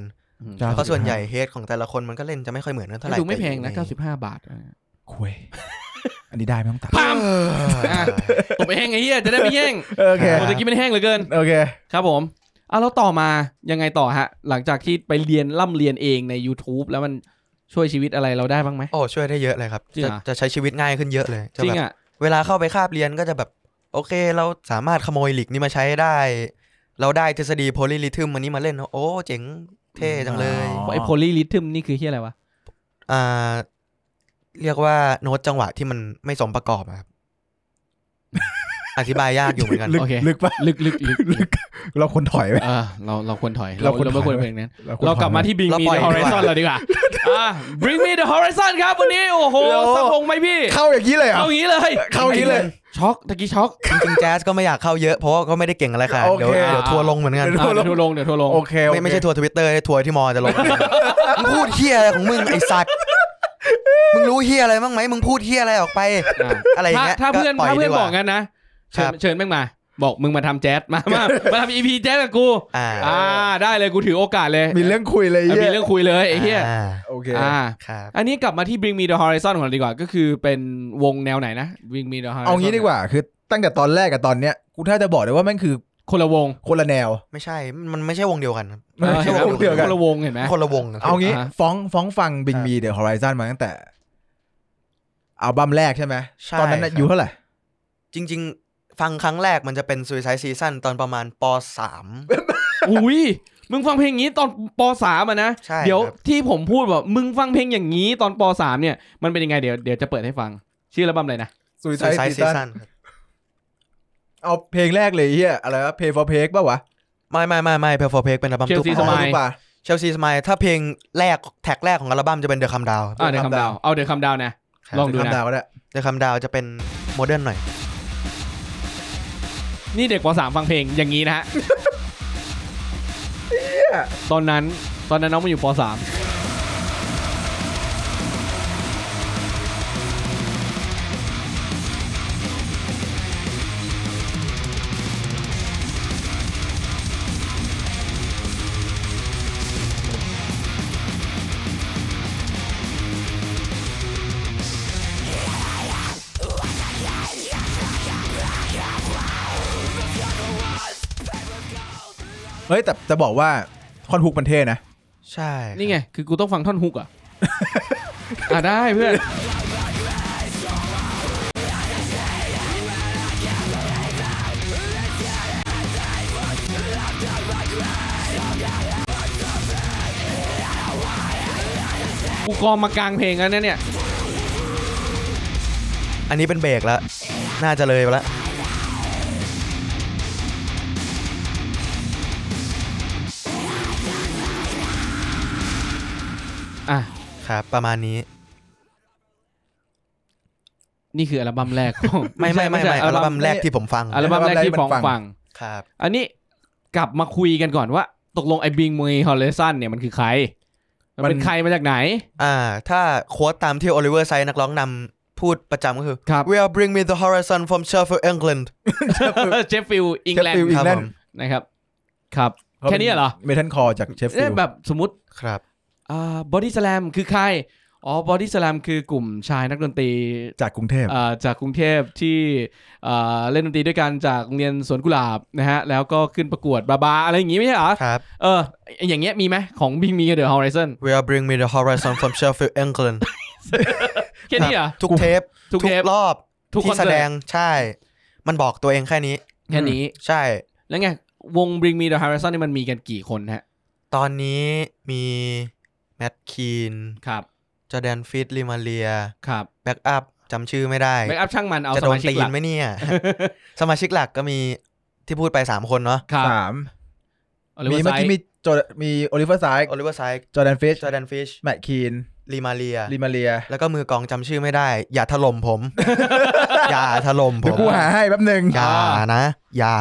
[SPEAKER 2] ใช่
[SPEAKER 1] เพราะส่วนใหญ่เฮดของแต่ละคนมันก็เล่นจะไม่ค่อยเหมือนกันเท่าไหร่
[SPEAKER 3] ดูไม่แพงนะ
[SPEAKER 1] แต่
[SPEAKER 3] 95 บาท
[SPEAKER 2] คุย อันนี้ได้ไม่ต้องตัด
[SPEAKER 3] ปั๊ม
[SPEAKER 1] เออ
[SPEAKER 3] ตบไปแห้งไอ้เหี้ยจะได้ไม่แย่ง
[SPEAKER 2] โอเค
[SPEAKER 1] อ่า
[SPEAKER 3] ตะกี้มันแห้งเหลือเกิน
[SPEAKER 2] โอเค
[SPEAKER 3] ครับผมอ่ะแล้วต่อมายังไงต่อฮะ หลังจากที่ไปเรียนร่ำเรียนเองใน YouTube แล้วมันช่วยชีวิตอะไรเราได้บ้างไหม
[SPEAKER 1] โอ้ช่วยได้เยอะเลยครับ
[SPEAKER 3] จริง
[SPEAKER 1] จะ
[SPEAKER 3] เหรอ
[SPEAKER 1] จะใช้ชีวิตง่ายขึ้นเยอะเลยจะ
[SPEAKER 3] จริ
[SPEAKER 1] แบบ
[SPEAKER 3] งอ่ะ
[SPEAKER 1] เวลาเข้าไปคาบเรียนก็จะแบบ โอเคเราสามารถขโมยหลิกนี้มาใช้ได้ เราได้ทฤษฎีโพลิลิทึมอันนี้มาเล่นโอ้เจ๋งเท่จังเลย
[SPEAKER 2] อ๋อ
[SPEAKER 3] ไอโพลีลิทึมนี่คือเฮียอะไรวะ
[SPEAKER 1] อ่าเรียกว่าโน้ตจังหวะที่มันไม่สมประกอบอะ
[SPEAKER 3] (laughs)
[SPEAKER 1] ครับ อธิบายยากอยู่เหมือนกัน
[SPEAKER 2] ลึก
[SPEAKER 3] โอเค
[SPEAKER 2] ลึกปะ
[SPEAKER 3] ลึกลึกลึก
[SPEAKER 2] ลึกเราควรถอยไหม
[SPEAKER 3] เออเราเราควรถอย
[SPEAKER 2] เรา
[SPEAKER 3] เรา
[SPEAKER 2] ควร
[SPEAKER 3] เราไม่ควร
[SPEAKER 2] ถอย
[SPEAKER 3] เพลงนั้น
[SPEAKER 2] ควถอยไห
[SPEAKER 3] เรากลับมาที่ Bring
[SPEAKER 1] เรา
[SPEAKER 3] Me
[SPEAKER 1] ปล่อย
[SPEAKER 3] the
[SPEAKER 1] ดีกว่า
[SPEAKER 3] Horizon เราดีกว่าอ่ะ Bring Me the Horizon ครับวันนี้ โอ้โห
[SPEAKER 2] โอ้โห
[SPEAKER 3] สะพงไหมพี่
[SPEAKER 2] เข้าอย่างนี้เลยเหรอ่ะ
[SPEAKER 3] เข้าอย่างนี้เลย
[SPEAKER 2] เข้าอย่างนี้เลย
[SPEAKER 3] ช็อกตะกี้ช็อก
[SPEAKER 1] จริงๆแจ๊สก็ไม่อยากเข้าเยอะเพราะว่าก็ไม่ได้เก่งอะไรค่ะ
[SPEAKER 2] โอเค
[SPEAKER 1] เดี๋ยวเดี๋ยวทัวร์ลงเหมือนกัน
[SPEAKER 2] เดี๋
[SPEAKER 3] อ่ะเดี๋ยวทัวร์ลงเดี๋ยวทัวร์ลง
[SPEAKER 2] โอเคโอเค
[SPEAKER 1] ไม่ไม่ใช่ทัวร์ทวิตเตอร์ทัวร์ที่มอจะลง มึงพูดเฮียอะไรของมึงไอสัตว์ (laughs) มึงรู้เฮียอะไรบ้างไหมมึงพูดเฮียอะไรออกไป
[SPEAKER 3] อ่ะ
[SPEAKER 1] อะไรอย่า
[SPEAKER 3] ถ้าง
[SPEAKER 1] เงี้ย
[SPEAKER 3] ถ้าเพื่อน
[SPEAKER 1] ปล่ย
[SPEAKER 3] ถ้าเพื่อน
[SPEAKER 1] ดีว่
[SPEAKER 3] บอกงั้นนะ เชิ
[SPEAKER 1] ครั
[SPEAKER 3] ญ
[SPEAKER 1] บ
[SPEAKER 3] เชิญแม่งมา บอกมึงมาทำแจ๊สมามามาทำอีพีแจ๊สกับกู
[SPEAKER 1] อ่า
[SPEAKER 3] อ่าได้เลยกูถือโอกาสเลย
[SPEAKER 2] มีเรื่องคุยเลยไอ้
[SPEAKER 3] เออมี
[SPEAKER 2] เหี้ย
[SPEAKER 3] เรื่องคุยเลยไอ้เหี้ย
[SPEAKER 1] อ่า
[SPEAKER 2] โอเค
[SPEAKER 3] อ่า
[SPEAKER 1] ครับ
[SPEAKER 3] อันนี้กลับมาที่ Bring Me the Horizon ของเราดีกว่า ก็คือเป็นวงแนวไหนนะ Bring Me the Horizon
[SPEAKER 2] เอางี้ดีกว่า คือตั้งแต่ตอนแรกกับตอนเนี้ย กูถ้าจะบอกเลยว่าแม่งคือ
[SPEAKER 3] คนละวง
[SPEAKER 2] คนละแนว
[SPEAKER 1] ไม่ใช่ มันไม่ใช่วงเดียวกันครับ
[SPEAKER 2] มันไม่ใช่
[SPEAKER 3] ออ
[SPEAKER 2] วงเดียวกัน
[SPEAKER 3] คนละวงเห็นไหม
[SPEAKER 1] คนละวงนะ
[SPEAKER 2] เอางี้
[SPEAKER 3] อ่า
[SPEAKER 2] ฟ้องฟ้องฟังบิง
[SPEAKER 1] ครับ
[SPEAKER 2] มีเดอะฮอริซอนมาตั้งแต่อัลบั้มแรกใช่ไหม
[SPEAKER 1] ใช่
[SPEAKER 2] ตอนนั้นน่ะ
[SPEAKER 1] ครับ
[SPEAKER 2] อายู่เท่าไหร่
[SPEAKER 1] จริง ๆ ฟังครั้งแรกมันจะเป็น Suicide Season ตอนประมาณป .3
[SPEAKER 3] อุ้ยมึงฟังเพลงนี้ตอนปสามอ่ะนะ
[SPEAKER 1] ใช่ครับ
[SPEAKER 3] เดี๋ยวที่ผมพูดว่ามึงฟังเพลงอย่างนี้ตอนปสามเนี่ย มันเป็นยังไงเดี๋ยวเดี๋ยวจะเปิดให้ฟัง ชื่ออัลบั้มอะไรนะ
[SPEAKER 2] Suicide
[SPEAKER 1] Suicide
[SPEAKER 2] Season
[SPEAKER 1] Season ครับ
[SPEAKER 2] เอาเพลงแรกเลยไอ้เฮียอะไรวะ Pay for Pay ป่าววะ
[SPEAKER 1] ไม่ไม่ไม่ไม่เพลฟอร์เพกเป็นอัลบั้ม
[SPEAKER 3] Chelsea
[SPEAKER 1] ตู้
[SPEAKER 3] สมัย
[SPEAKER 2] ป่ะ
[SPEAKER 1] เชลซีสมายถ้าเพลงแรกแท็กแรกของอัลบั้มจะเป็นเดอะคัมดาว
[SPEAKER 3] อ่าเดี๋ยวคำดาวเอาเดี๋ยวคำดาวนะ ลองดู
[SPEAKER 2] คำ
[SPEAKER 3] นะ
[SPEAKER 2] ดาวก็ได้
[SPEAKER 1] เดอะคัมดาวจะเป็นโมเดิร์นหน่อย
[SPEAKER 3] นี่เด็กปสามฟังเพลงอย่างนี้นะฮะตอนนั้นตอนนั้นน้องมันอยู่ปสาม
[SPEAKER 2] เฮ้ยแต่จะบอกว่าคอนฮุกมันเท่นะ
[SPEAKER 1] ใช่
[SPEAKER 3] นี่ไงคือกูต้องฟังท่อนฮุกเหรอ่ะ อ่ะได้เพื่อน กูกอมมากลางเพลงแล้วนะเนี่ย
[SPEAKER 1] อันนี้เป็นเบรกแล้ว น่าจะเลยไปแล้ว
[SPEAKER 3] อ่ะ
[SPEAKER 1] ครับ ประมาณนี้
[SPEAKER 3] นี่คืออัลบั้มแรกของ
[SPEAKER 1] ไม่ไม่ไม่
[SPEAKER 3] ใช่
[SPEAKER 1] ไม่อัลบั้มแรกที่ผมฟัง
[SPEAKER 3] อัลบั้มแรกที่ฟ้อง
[SPEAKER 2] อัลบั้มแรกที่มันฟัง
[SPEAKER 3] ฟัง
[SPEAKER 1] ครับ
[SPEAKER 3] อันนี้กลับมาคุยกันก่อนว่า ตกลงไอ้บิงม e ฮอลเลสันเนี่ยมันคือใคร มันเป็
[SPEAKER 2] มันน
[SPEAKER 3] ใครมาจากไหน
[SPEAKER 1] อ่า ถ้าโค้ดตามที่โอลิเวอร์ไซด์นักร้องนำพูดประจำก็คือ
[SPEAKER 3] ครับ
[SPEAKER 1] We are bring me the horizon from Sheffield England
[SPEAKER 3] (laughs) เจฟฟิลอิงแลน
[SPEAKER 2] Sheffield
[SPEAKER 3] ด์
[SPEAKER 1] ครับ
[SPEAKER 2] England
[SPEAKER 1] ผม
[SPEAKER 3] นะครับ ครับ (laughs) แค่นี้เหรอ
[SPEAKER 2] เมทัลคอร์จากเชฟฟิ
[SPEAKER 3] เอ้ย
[SPEAKER 2] ลด์
[SPEAKER 3] แบบสมมติ
[SPEAKER 1] ครับ
[SPEAKER 3] อ่าบอดี้สแลมคือใคร อ๋อบอดี้สแลมคือกลุ่มชายนักดนตรี
[SPEAKER 2] จากกรุงเทพ
[SPEAKER 3] อ่าจากกรุงเทพที่อ่าเล่นดนตรีด้วยกันจากโรงเรียนสวนกุหลาบนะฮะ แล้วก็ขึ้นประกวดบาบาอะไรอย่างงี้ไม่ใช่เหรอ
[SPEAKER 1] ครับ
[SPEAKER 3] เออ อย่างเงี้ยมีไหมของบิงมีกับเดอะฮอลเลสัน
[SPEAKER 1] We are bring me the horizon from Sheffield England
[SPEAKER 3] แค่นี้เหรอ
[SPEAKER 1] ทุกเทป
[SPEAKER 3] (laughs) ทุกเทป
[SPEAKER 1] รอบ
[SPEAKER 3] ทุกคอน
[SPEAKER 1] ที่
[SPEAKER 3] เสิ
[SPEAKER 1] แสด
[SPEAKER 3] ร์ต
[SPEAKER 1] งใช่ มันบอกตัวเองแค่นี้
[SPEAKER 3] แค่นี้
[SPEAKER 1] ใช่
[SPEAKER 3] แล้วไง วง Bring Me the Horizon นี่มันมีกันกี่คนฮะ
[SPEAKER 1] ตอนนี้มีแมตคีน
[SPEAKER 3] ครับ
[SPEAKER 1] จอแดนฟิตลิมาเลีย
[SPEAKER 3] ครับ
[SPEAKER 1] แบ็กอัพจำชื่อไม่ได้
[SPEAKER 3] แบ็กอัพช่างมันเอา
[SPEAKER 1] จะ
[SPEAKER 3] ส
[SPEAKER 1] โด
[SPEAKER 3] มาน ชิก
[SPEAKER 1] ตี
[SPEAKER 3] ห
[SPEAKER 1] น
[SPEAKER 3] ลัก
[SPEAKER 1] ไหมเนี่ย (laughs) สมาชิกหลักก็มีที่พูดไป 3 คนเนาะ
[SPEAKER 3] ครับ
[SPEAKER 2] สาม
[SPEAKER 3] มี
[SPEAKER 2] มี
[SPEAKER 3] เมื่
[SPEAKER 2] เมื่
[SPEAKER 3] อ
[SPEAKER 2] อ
[SPEAKER 3] กี้
[SPEAKER 2] กี้
[SPEAKER 3] มี
[SPEAKER 2] มีจอมีโอลิเวอร์ไซด์
[SPEAKER 1] โอลิเวอร์ไซด์
[SPEAKER 2] จอร์แดนฟิช
[SPEAKER 1] จอแดนฟิช
[SPEAKER 2] แมตคีน
[SPEAKER 1] ลีมาเลีย
[SPEAKER 2] ลิมาเลีย
[SPEAKER 1] แล้วก็มือกลองจำชื่อไม่ได้ อย่าถล่ม
[SPEAKER 3] (laughs)
[SPEAKER 1] ผม อย่าถล่มผ
[SPEAKER 2] เดี๋ยว
[SPEAKER 1] ม
[SPEAKER 2] กูหาให้แป๊บหนึ่ง
[SPEAKER 1] อย่านะ อย่า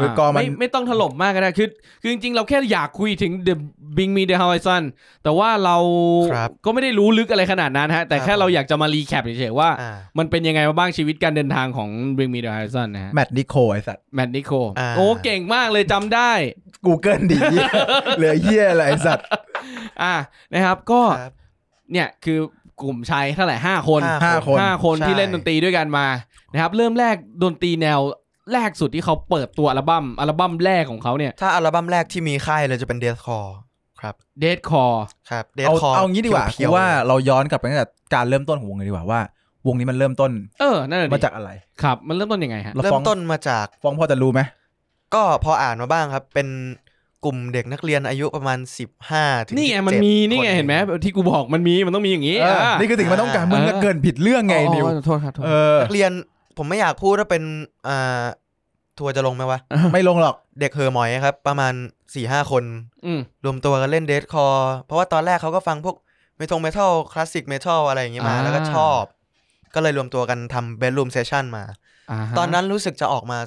[SPEAKER 2] มือกลองมัน
[SPEAKER 3] ไม่ไม่ต้องถล่มมากก็ได้คือคือจริงๆ เราแค่อยากคุยถึง The Bring Me The Horizon แต่ว่าเรา
[SPEAKER 1] ครับ
[SPEAKER 3] ก็ไม่ได้รู้ลึกอะไรขนาดนั้นฮะ แต่
[SPEAKER 1] ครับ
[SPEAKER 3] แค่เราอยากจะมารีแคปเฉยๆว่า
[SPEAKER 1] อ่า
[SPEAKER 3] มันเป็นยังไงมาบ้างชีวิตการเดินทางของ Bring Me The Horizon นะฮะ
[SPEAKER 2] แมตต์นิโคไอสัตว์
[SPEAKER 3] แมดนิโค
[SPEAKER 1] อ่า
[SPEAKER 3] โอ้เก่งมากเลยจำได้
[SPEAKER 2] กูเกิลดี เหลือเหี้ยอะไรไอสัตว์
[SPEAKER 3] อ่านะครับก็
[SPEAKER 1] ครับ
[SPEAKER 3] เนี่ยคือกลุ่มชายเท่าไหร่ห้าคน
[SPEAKER 1] ห้า
[SPEAKER 2] ห้าคน
[SPEAKER 3] ห้าคน
[SPEAKER 1] ใช่
[SPEAKER 3] ที่เล่นดนตรีด้วยกันมานะครับเริ่มแรกดนตรีแนวแรกสุดที่เขาเปิดตัวอัลบั้มอัลบั้มแรกของเขาเนี่ย
[SPEAKER 1] ถ้าอัลบั้มแรกที่มีค่ายเลยจะเป็นเด h คอร์ครับ
[SPEAKER 3] เดทคอร์
[SPEAKER 1] ครับเด
[SPEAKER 2] เอา
[SPEAKER 1] คอร์
[SPEAKER 2] เอางี้ดีกว่า
[SPEAKER 1] เพียว
[SPEAKER 2] กู
[SPEAKER 1] ๆ
[SPEAKER 2] ว่าเราย้อนกลับไปตั้งแต่การเริ่มต้นของวงเลยดีกว่าว่า วงนี้มันเริ่มต้น
[SPEAKER 3] เออ นั่นแหละดิ
[SPEAKER 2] มาจากอะไร
[SPEAKER 3] ครับ มันเริ่มต้นยังไงฮะ
[SPEAKER 2] เรา
[SPEAKER 1] เริ่
[SPEAKER 2] ฟ้อ
[SPEAKER 1] ม
[SPEAKER 2] ง
[SPEAKER 1] ต้นมาจาก
[SPEAKER 2] ฟ้องพ่อจะรู้ไหม
[SPEAKER 1] ก็พออ่านมาบ้างครับ เป็นกลุ่มเด็กนักเรียนอายุประมาณ 15ถึง
[SPEAKER 3] นี่ไงมัน
[SPEAKER 1] 17
[SPEAKER 3] มี นี่ไง
[SPEAKER 1] ค
[SPEAKER 3] เห็นไหมที่กูบอกมันมีมันต้องมีอย่างนี้
[SPEAKER 2] เออ
[SPEAKER 3] อ่า
[SPEAKER 2] นี่คือสิ่งมันต้องการมึงก็เกินผิดเรื่องไง
[SPEAKER 3] อ๋อ
[SPEAKER 2] นิว
[SPEAKER 3] โทษครับโทษ
[SPEAKER 2] เออ
[SPEAKER 1] นักเรียนผมไม่อยากพูดว่าเป็นอ่าทัวร์จะลงไหมวะ
[SPEAKER 2] ไม่ลงหรอก
[SPEAKER 1] เด็กเหอหมอยครับ ประมาณ4ี่ห้าคน
[SPEAKER 3] อืม
[SPEAKER 1] รวมตัวกันเล่นเดทคอร์เพราะว่าตอนแรกเขาก็ฟังพวกเมทงเมทัลคลาสสิกเมทัลอะไรอย่างเงี้ยมา แล้วก็ชอบ ก็เลยรวมตัวกันทำเบดรูมเซสชั่นมา
[SPEAKER 3] าฮะ
[SPEAKER 1] ตอนนั้นรู้สึกจะออกมา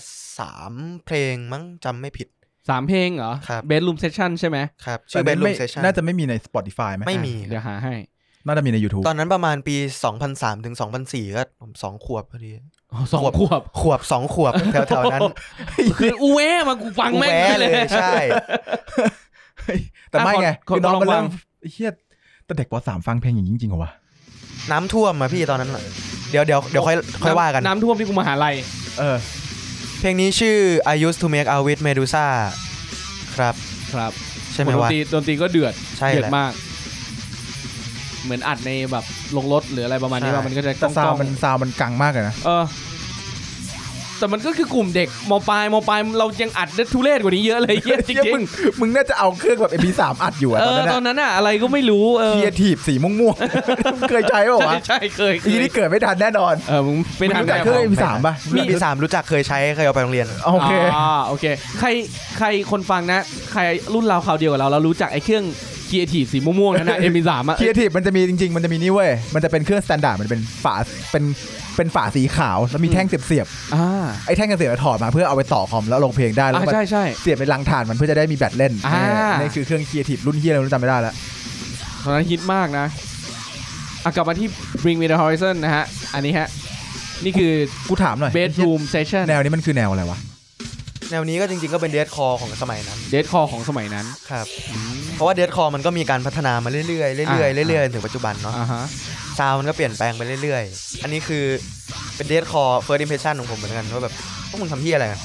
[SPEAKER 1] 3 เพลงมั้งจำไม่ผิด
[SPEAKER 3] สามเพลงเหรอ
[SPEAKER 1] ครับ
[SPEAKER 3] เบสรูมเซสชั่นใช่ไหม
[SPEAKER 1] ครับ ชื่อเบ
[SPEAKER 2] แต่
[SPEAKER 1] ด
[SPEAKER 2] นี่
[SPEAKER 1] รู
[SPEAKER 2] ไม่
[SPEAKER 1] มเซสชั่น
[SPEAKER 2] น่าจะไม่มีใน Spotify ไหม
[SPEAKER 1] ไม่มี
[SPEAKER 3] อ่ะเดี๋ยวหาให้
[SPEAKER 2] น่าจะมีใน YouTube
[SPEAKER 1] ตอนนั้นประมาณปี 2003 ถึง 2004 ก็ผมสองขวบพอดี
[SPEAKER 3] อ๋อสอง
[SPEAKER 1] ขวบ
[SPEAKER 3] ขวบ
[SPEAKER 1] ขวบสองขวบ (laughs) แถวๆนั้น
[SPEAKER 3] คืออูเว่มากูฟังแม่ง
[SPEAKER 1] แว้
[SPEAKER 3] เลย
[SPEAKER 1] ใช่
[SPEAKER 2] แต่ไม่ไง
[SPEAKER 3] อ่ะขอ
[SPEAKER 2] คือน้อง
[SPEAKER 3] ขอลอง
[SPEAKER 2] มันเริ่ม
[SPEAKER 3] ฟัง
[SPEAKER 2] เฮียแต่เด็กว่าสามฟังเพลงอย่างนี้จริงๆเหรอวะ
[SPEAKER 1] น้ำท่วมมาพี่ตอนนั้นอะเดี๋ยวเดี๋ยวเดี๋ยวค่อยค่อยว่ากัน
[SPEAKER 3] น้ำท่วมที่กูมหาลัย
[SPEAKER 2] เออ
[SPEAKER 1] เพลงนี้ชื่อ I used to make out with Medusa ครับ
[SPEAKER 3] ครับ
[SPEAKER 1] ใช่ไหม
[SPEAKER 3] ดน
[SPEAKER 1] วะ
[SPEAKER 3] ตรีดนตรีก็เดือด
[SPEAKER 1] ใช่แหละ
[SPEAKER 3] เดือดมาก เหมือนอัดในแบบลงรถหรืออะไรประมาณนี้
[SPEAKER 1] ใช่
[SPEAKER 3] ว่ามันก็จะ
[SPEAKER 2] แต่ซาวด์
[SPEAKER 3] กล้องๆ
[SPEAKER 2] มันซาวด์มันกังมากเลยนะ
[SPEAKER 3] เออแต่มันก็คือกลุ่มเด็กมปลายมปลายเรายังอัดได้ทุเรศกว่านี้เยอะเลยเหี้ยจริง
[SPEAKER 2] เหี้ยมึงมึงน่าจะเอาเครื่องแบบ MP3 อัดอยู่
[SPEAKER 3] ๆ
[SPEAKER 2] อะ
[SPEAKER 3] เอ
[SPEAKER 2] ตอนนั้น
[SPEAKER 3] อตอน
[SPEAKER 2] อะ
[SPEAKER 3] นั้นอะอะไรก็ไม่รู้เออ
[SPEAKER 2] เคียทีบสีม่วงๆ มึงเคยใช้ป่าวะ
[SPEAKER 3] ใช่ใช่เคยเค
[SPEAKER 2] อี
[SPEAKER 3] ย
[SPEAKER 2] นี่เกิดไม่ทันแน่นอน
[SPEAKER 3] เออมึงเป็น
[SPEAKER 2] มึง
[SPEAKER 3] ทา
[SPEAKER 2] รู้จัก
[SPEAKER 3] งแน
[SPEAKER 2] เครื่อง
[SPEAKER 3] ว
[SPEAKER 2] MP3 ป่ะ
[SPEAKER 1] มีปีสามรู้จักเคยใช้เคยเอาไปโรงเรียน
[SPEAKER 2] โอเค
[SPEAKER 3] อ่าโอเค ใครใครคนฟังนะ ใครรุ่นเราคราวเดียวกับเราเรารู้จักไอ้เครื่องเคียทีสีม่วงๆนั่น
[SPEAKER 2] (laughs)
[SPEAKER 3] นะเอ็มพีสามอะ
[SPEAKER 2] เคียทีบมันจะมีจริง ๆ มันจะมีนี่เว้ย มันจะเป็นเครื่องสแตนดาร์ดมันเป็นฝาเป็นเป็นฝาสีขาวแล้วมีแท่งเสียบ
[SPEAKER 3] อ่า
[SPEAKER 2] ๆไอ้แท่งเสียบๆถอดมาเพื่อเอาไปต่อคอมแล้วลงเพลงได้แล้ว
[SPEAKER 3] อ่า
[SPEAKER 2] มัน
[SPEAKER 3] ใช่ใช่
[SPEAKER 2] เสียบไปลังถ่านมันเพื่อจะได้มีแบตเล่น
[SPEAKER 3] อ่า
[SPEAKER 2] เออนี่คือเครื่องเคียทีฟรุ่นเฮียอะไรไม่รู้จำไม่ได้ละ
[SPEAKER 3] ตอนนั้นฮิตมากนะอ่ะกลับมาที่ Bring Me The Horizon นะฮะ อันนี้ฮะ นี่คือ
[SPEAKER 2] กูถามหน่อย
[SPEAKER 3] Bedroom Session
[SPEAKER 2] แนวนี้มันคือแนวอะไรวะ
[SPEAKER 1] แนวนี้ก็จริงๆก็เป็นเดทคอของสมัยนั้น
[SPEAKER 3] เดทคอของสมัยนั้น
[SPEAKER 1] ครับ เพราะว่าเดทคอมันก็มีการพัฒนามาเรื่อยๆเรื่อยๆเรื่อยๆถึงปัจจุบันเนาะ
[SPEAKER 3] อ่าฮะ
[SPEAKER 1] ซาวมันก็เปลี่ยนแปลงไปเรื่อยๆ อันนี้คือเป็นเดทคอ first impression ของผมเหมือนกันว่าแบบพวกมึงทำเฮียอะไรกัน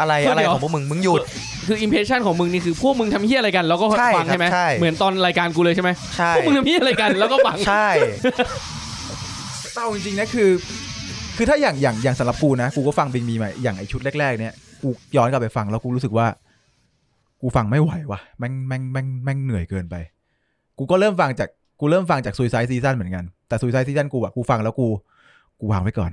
[SPEAKER 1] อะไรอะไรของพวกมึงมึงหยุด
[SPEAKER 3] คืออิมเพรสชันของมึงนี่คือพวกมึงทำเฮี้ยอะไรกัน แล้วก็
[SPEAKER 1] ใช่
[SPEAKER 3] ฟัง
[SPEAKER 1] ครับ
[SPEAKER 3] ใช่ไหม
[SPEAKER 1] ใช่
[SPEAKER 3] เหมือนตอนรายการกูเลยใช่ไหม
[SPEAKER 1] ใช่
[SPEAKER 3] พวกมึงทำเฮี้ยอะไรกันแล้วก็ฟัง
[SPEAKER 1] ใช่
[SPEAKER 2] เต้าจริงๆนะคือ คือถ้าอย่างอย่างอย่างสำหรับกูนะ กูก็ฟังบิงมีใหม่อย่างไอชุดแรกๆเนี่ยกูย้อนกลับไปฟังแล้วกูรู้สึกว่า กูฟังไม่ไหววะแม่งแม่งแม่งแม่งเหนื่อยเกินไป กูก็เริ่มฟังจากกูเริ่มฟังจากซูซายซีซั่นเหมือนกัน แต่ซูซายซีซั่นกูอะกูฟังแล้วกู กูวางไว้ก่อน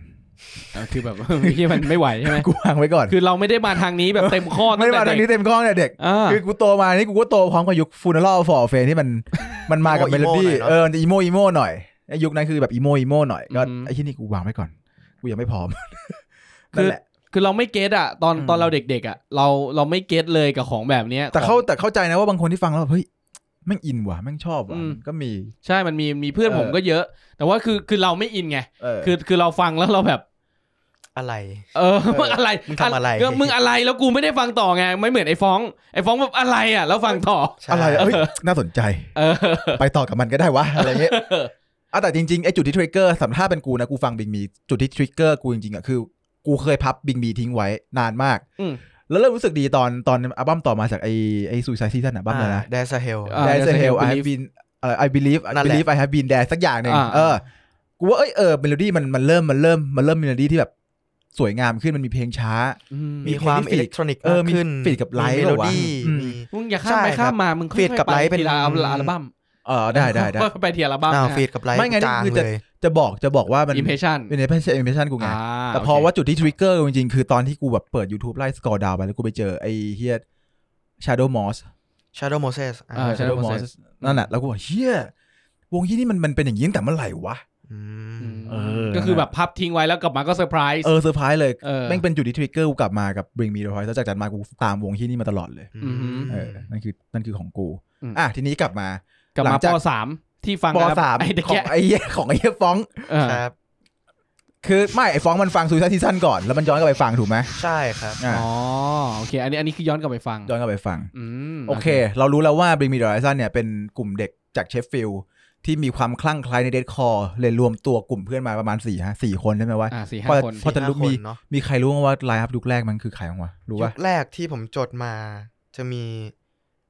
[SPEAKER 2] (laughs)
[SPEAKER 3] เออคือแบบ (laughs) เฮี้ยมันไม่ไหวใช่ไหม
[SPEAKER 2] กูวางไว้ก่อน
[SPEAKER 3] คือเราไม่ได้มาทางนี้แบบเต็มข้อ
[SPEAKER 2] ไม่ได้มาทางนี้เต็มข้องเนี่ยเด็ก
[SPEAKER 3] อ่า
[SPEAKER 2] คือกูโตมานี่กูก็โตพร้อมกับยุคฟูน a ล f ฟอร์เฟนที่มัน มันมากับ
[SPEAKER 1] อี
[SPEAKER 2] เม
[SPEAKER 1] โม่
[SPEAKER 2] โล
[SPEAKER 1] หน่
[SPEAKER 2] ดี้
[SPEAKER 1] อยเนอะ
[SPEAKER 2] เออมันจะอีโมอีโมหน่อยไอ้ยุคนั้นคือแบบอีโมอีโมหน่อยก็ไอ้ที่นี่กูวางไว้ก่อน กูยังไม่พร้อม (laughs) นั่นแหละ
[SPEAKER 3] คือเราไม่เก็ตอะตอน
[SPEAKER 1] อืม
[SPEAKER 3] ตอนเราเด็กๆอะเราเราไม่เก็ตเลยกับของแบบเนี้ย
[SPEAKER 2] แต่เข้า
[SPEAKER 3] ของ
[SPEAKER 2] แต่เข้าใจนะว่าบางคนที่ฟังแล้วแบบเฮ้ยแม่งอินว่ะแม่งชอบว่ะ
[SPEAKER 3] อืม
[SPEAKER 2] ก็มี
[SPEAKER 3] ใช่มันมีมีเพื่อน
[SPEAKER 2] เออ
[SPEAKER 3] ผมก็เยอะ แต่ว่าคือคือเราไม่อินไง
[SPEAKER 2] เออ
[SPEAKER 3] คือคือเราฟังแล้วเราแบบ
[SPEAKER 1] อะไร
[SPEAKER 3] เออมึงอะไร
[SPEAKER 1] มึงทำอะไร
[SPEAKER 3] เมึงอะไรแล้วกูไม่ได้ฟังต่อไงไม่เหมือนไอ้ฟ้องไอ้ฟ้องแบบอะไรอะแล้วฟังต่อ
[SPEAKER 1] ใช่
[SPEAKER 2] อะไรอะเฮ้ยน่าสนใจ
[SPEAKER 3] เออ
[SPEAKER 2] ไปต่อกับมันก็ได้วะอะไร
[SPEAKER 3] (laughs)
[SPEAKER 2] เงี้ยอ่ะแต่จริงๆไอ้จุดที่ทริกเกอร์สำหรับถ้าเป็นกูนะกูฟังบิงมีจุดที่ทริกเกอร์กูจริงๆอ่ะคือกูเคยพับบิงมีทิ้งไว้นานมาก
[SPEAKER 3] อืม
[SPEAKER 2] แล้วเริ่มรู้สึกดีตอนตอนอัลบั้มต่อมาจากไอ้ไอ้ซูซายซีซั่นอัลบั้มเลยนะ
[SPEAKER 1] เดซเฮล
[SPEAKER 3] อ่า
[SPEAKER 2] There's a
[SPEAKER 3] There's a
[SPEAKER 2] hell
[SPEAKER 3] hell
[SPEAKER 2] I have been เอ่อ I believe
[SPEAKER 1] นั่น
[SPEAKER 2] I
[SPEAKER 1] แหละ
[SPEAKER 2] believe I have been there สักอย่างหนึ่ง
[SPEAKER 3] อ่า
[SPEAKER 2] เออ กูว่าเอ้ยเออเมโลดี้มันมันเริ่มมันเริ่มมันเริ่มเมโลดี้ที่แบบสวยงามขึ้นมันมีเพลงช้า
[SPEAKER 3] อืม
[SPEAKER 1] มีความ
[SPEAKER 2] เพลงที่
[SPEAKER 1] อิเล็กทรอนิกส์
[SPEAKER 2] เออมี
[SPEAKER 1] ขึ้น
[SPEAKER 2] ฟีดกับไลท์
[SPEAKER 1] มีเม
[SPEAKER 2] เหร
[SPEAKER 1] โล
[SPEAKER 2] อวะ
[SPEAKER 1] ดี้
[SPEAKER 2] อืม
[SPEAKER 3] มึงอย่าข้ามไป
[SPEAKER 1] ใช่ครับ
[SPEAKER 3] ข้ามมา มึงค่อยๆ
[SPEAKER 1] ฟีดกับไลฟ์
[SPEAKER 3] ทีะ
[SPEAKER 1] เป็น
[SPEAKER 3] อัลบั้ม
[SPEAKER 2] เออได้ได้
[SPEAKER 3] (laughs)
[SPEAKER 2] ได้
[SPEAKER 3] ค่อยๆไปทีละอัลบั้ม
[SPEAKER 1] อ้าว
[SPEAKER 3] นะ
[SPEAKER 1] ฟีดกับไลท์
[SPEAKER 2] ไม่ไงนี่
[SPEAKER 1] จาง
[SPEAKER 2] คือจะ
[SPEAKER 1] เลย
[SPEAKER 2] จะบอกจะบอกว่ามัน
[SPEAKER 3] อิมเพรสชั่น
[SPEAKER 2] เป็นในเพจเอ็มเพรสชันกูไง แต่พอว่าจุดที่ทริกเกอร์จริงๆ คือตอนที่กูแบบเปิด YouTube ไล่สกอร์ดาวไปแล้วกูไปเจอไอ้เฮีย Shadow Moss
[SPEAKER 1] Shadow Moses อ่า
[SPEAKER 3] ใช่
[SPEAKER 2] Shadow Moss นั่นแหละแล้วกูบอกเฮียวงที่นี่มันมันเป็นอย่างนี้ตั้งแต่เมื่อไหร่วะ
[SPEAKER 1] อืม
[SPEAKER 2] เออ
[SPEAKER 3] ก็คือแบบพับทิ้งไว้แล้วกลับมาก็เซอร์ไพรส์
[SPEAKER 2] เออเซอร์ไพรส์เลย
[SPEAKER 3] เออ
[SPEAKER 2] แม่งเป็นจุดที่ทริกเกอร์กูกลับมากับ Bring Me The Horizon แล้วจากนั้นมากูตามวงที่นี่มาตลอดเลย
[SPEAKER 3] อือหือ
[SPEAKER 2] เออนั่นคือนั่นคือของกู
[SPEAKER 3] อืม
[SPEAKER 2] อ่ะทีนี้กลับมา
[SPEAKER 3] กลับ
[SPEAKER 2] หลั
[SPEAKER 3] มาง
[SPEAKER 2] จาก
[SPEAKER 3] ปสามที่ฟัง
[SPEAKER 2] ป
[SPEAKER 3] นะครับ
[SPEAKER 2] สาม
[SPEAKER 3] ไอ้ตะ
[SPEAKER 2] ของ
[SPEAKER 3] แกะ
[SPEAKER 2] ไอ้เหี้ยของไอ้เหี้ยฟ้อง
[SPEAKER 3] เออ
[SPEAKER 1] ครับ
[SPEAKER 2] คือไม่ไอ้ฟ้องมันฟังซูซ i ซีซั่นก่อนแล้วมันย้อนกลับไปฟังถูกไหม
[SPEAKER 1] ใช่ครับ
[SPEAKER 2] อ่ะ
[SPEAKER 3] อ๋อโอเค อันนี้อันนี้คือย้อนกลับไปฟัง
[SPEAKER 2] ย้อนกลับไปฟัง
[SPEAKER 3] อืม
[SPEAKER 2] โอเค เรารู้แล้วว่า Bring Me The Horizon เนี่ยเป็นกลุ่มเด็กจากเชฟฟิลด์ที่มีความคลั่งไคล้ในเดดคอร์เลยรวมตัวกลุ่มเพื่อนมาประมาณ4ี่ฮะสี่คนใช่ไหมวะ
[SPEAKER 3] อ่าสี่
[SPEAKER 2] พอ
[SPEAKER 3] ห้าคน
[SPEAKER 2] พอจะรู้มี
[SPEAKER 1] สี่ห้าคนเนอะ
[SPEAKER 2] มีใครรู้บ้างว่าไลน์อัพยุคแรกมันคือใครบ้างวะรู้
[SPEAKER 1] ยุ
[SPEAKER 2] ปะ
[SPEAKER 1] คแรกที่ผมจดมาจะมี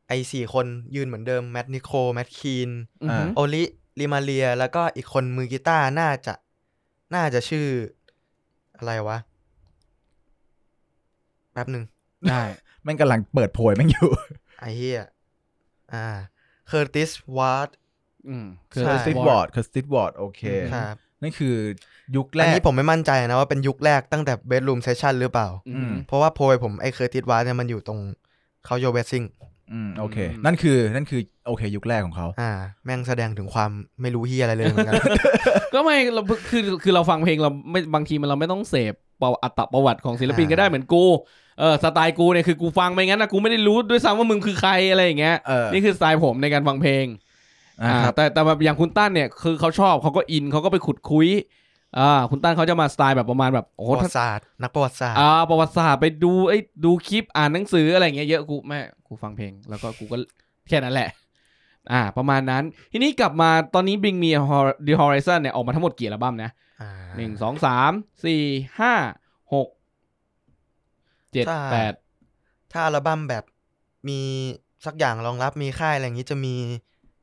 [SPEAKER 1] ไอสี่คนยืนเหมือนเดิม แมทนิโคแมทคีน
[SPEAKER 3] อือหือ
[SPEAKER 1] โอลิลิมาเรีย แล้วก็อีกคนมือกีตาร์น่าจะน่าจะชื่ออะไรวะ แป๊บหนึ่ง
[SPEAKER 3] ได้
[SPEAKER 2] แม่งกำลังเปิดโพยแม่งอยู่
[SPEAKER 1] ไอ้เหี้ยอ่าเคอร์ติสวาร์ด
[SPEAKER 3] อืม
[SPEAKER 1] ใช่
[SPEAKER 2] คอร์สติ
[SPEAKER 1] Curtis
[SPEAKER 2] ดวอร์ดคอร์สติดวอร์ดโอเค
[SPEAKER 3] ม
[SPEAKER 1] ครับ
[SPEAKER 2] นั่นคือยุคแร
[SPEAKER 1] อัน
[SPEAKER 2] ก
[SPEAKER 1] นี้ผมไม่มั่นใจนะว่าเป็นยุคแรกตั้งแต่เบดรูมเซสชันหรือเปล่า
[SPEAKER 3] อื
[SPEAKER 2] อื
[SPEAKER 3] ม
[SPEAKER 2] ม
[SPEAKER 1] เพราะว่าโพยผมไอเคอร์ติสวาร์ดเนี่ยมันอยู่ตรงเขาโยเวสซิง
[SPEAKER 2] อืมโอเค
[SPEAKER 3] อืม
[SPEAKER 2] นั่นคือนั่นคือโอเค ยุคแรกของเขา
[SPEAKER 1] อ่า แม่งแสดงถึงความไม่รู้เฮียอะไรเลยเหมือนกัน
[SPEAKER 3] ก็ไม่เราคือคือเราฟังเพลงเราไม่บางทีมันเราไม่ต้องเสพประวัติอัตประวัติของศิลปิน
[SPEAKER 1] อ่า
[SPEAKER 3] ก็ได้เหมือนกูเออสไตล์กูเนี่ยคือกูฟังไปงั้นนะกูไม่ได้รู้ด้วยซ้ำว่ามึงคือใครอะไรอย่างเงี้ย
[SPEAKER 2] เออ
[SPEAKER 3] นี่คือสไตล์ผมในการฟังเพลง
[SPEAKER 2] อ่าครับ
[SPEAKER 3] แต่แต่แบบอย่างคุณตั้นเนี่ยคือเขาชอบเขาก็อินเขาก็ไปขุดคุยอ่าคุณตั้นเขาจะมาสไตล์แบบประมาณแบบ (laughs) โอ้
[SPEAKER 1] ป
[SPEAKER 3] โห
[SPEAKER 1] ระวั
[SPEAKER 3] ถ้า
[SPEAKER 1] ติศาสตร์นักประวัติศาสตร์
[SPEAKER 3] อ่าประวัติศาสตร์ไปดูไอ้ยดูคลิปอ่านหนังสืออะไรอย่างเงี้ยเยอะกูแม่กูฟังเพลง แล้วก็กูก็แค่นั้นแหละ อ่า ประมาณนั้น ทีนี้กลับมาตอนนี้ Bring Me the Horizon เนี่ยออกมาทั้งหมดกี่อัลบั้มนะ
[SPEAKER 1] อ่า
[SPEAKER 3] หนึ่งสองสามสี่ห้าหกเจ็ด
[SPEAKER 1] ใช่
[SPEAKER 3] แปด
[SPEAKER 1] ถ้าอัลบั้มแบบมีสักอย่างรองรับมีค่ายอะไรอย่างนี้จะมี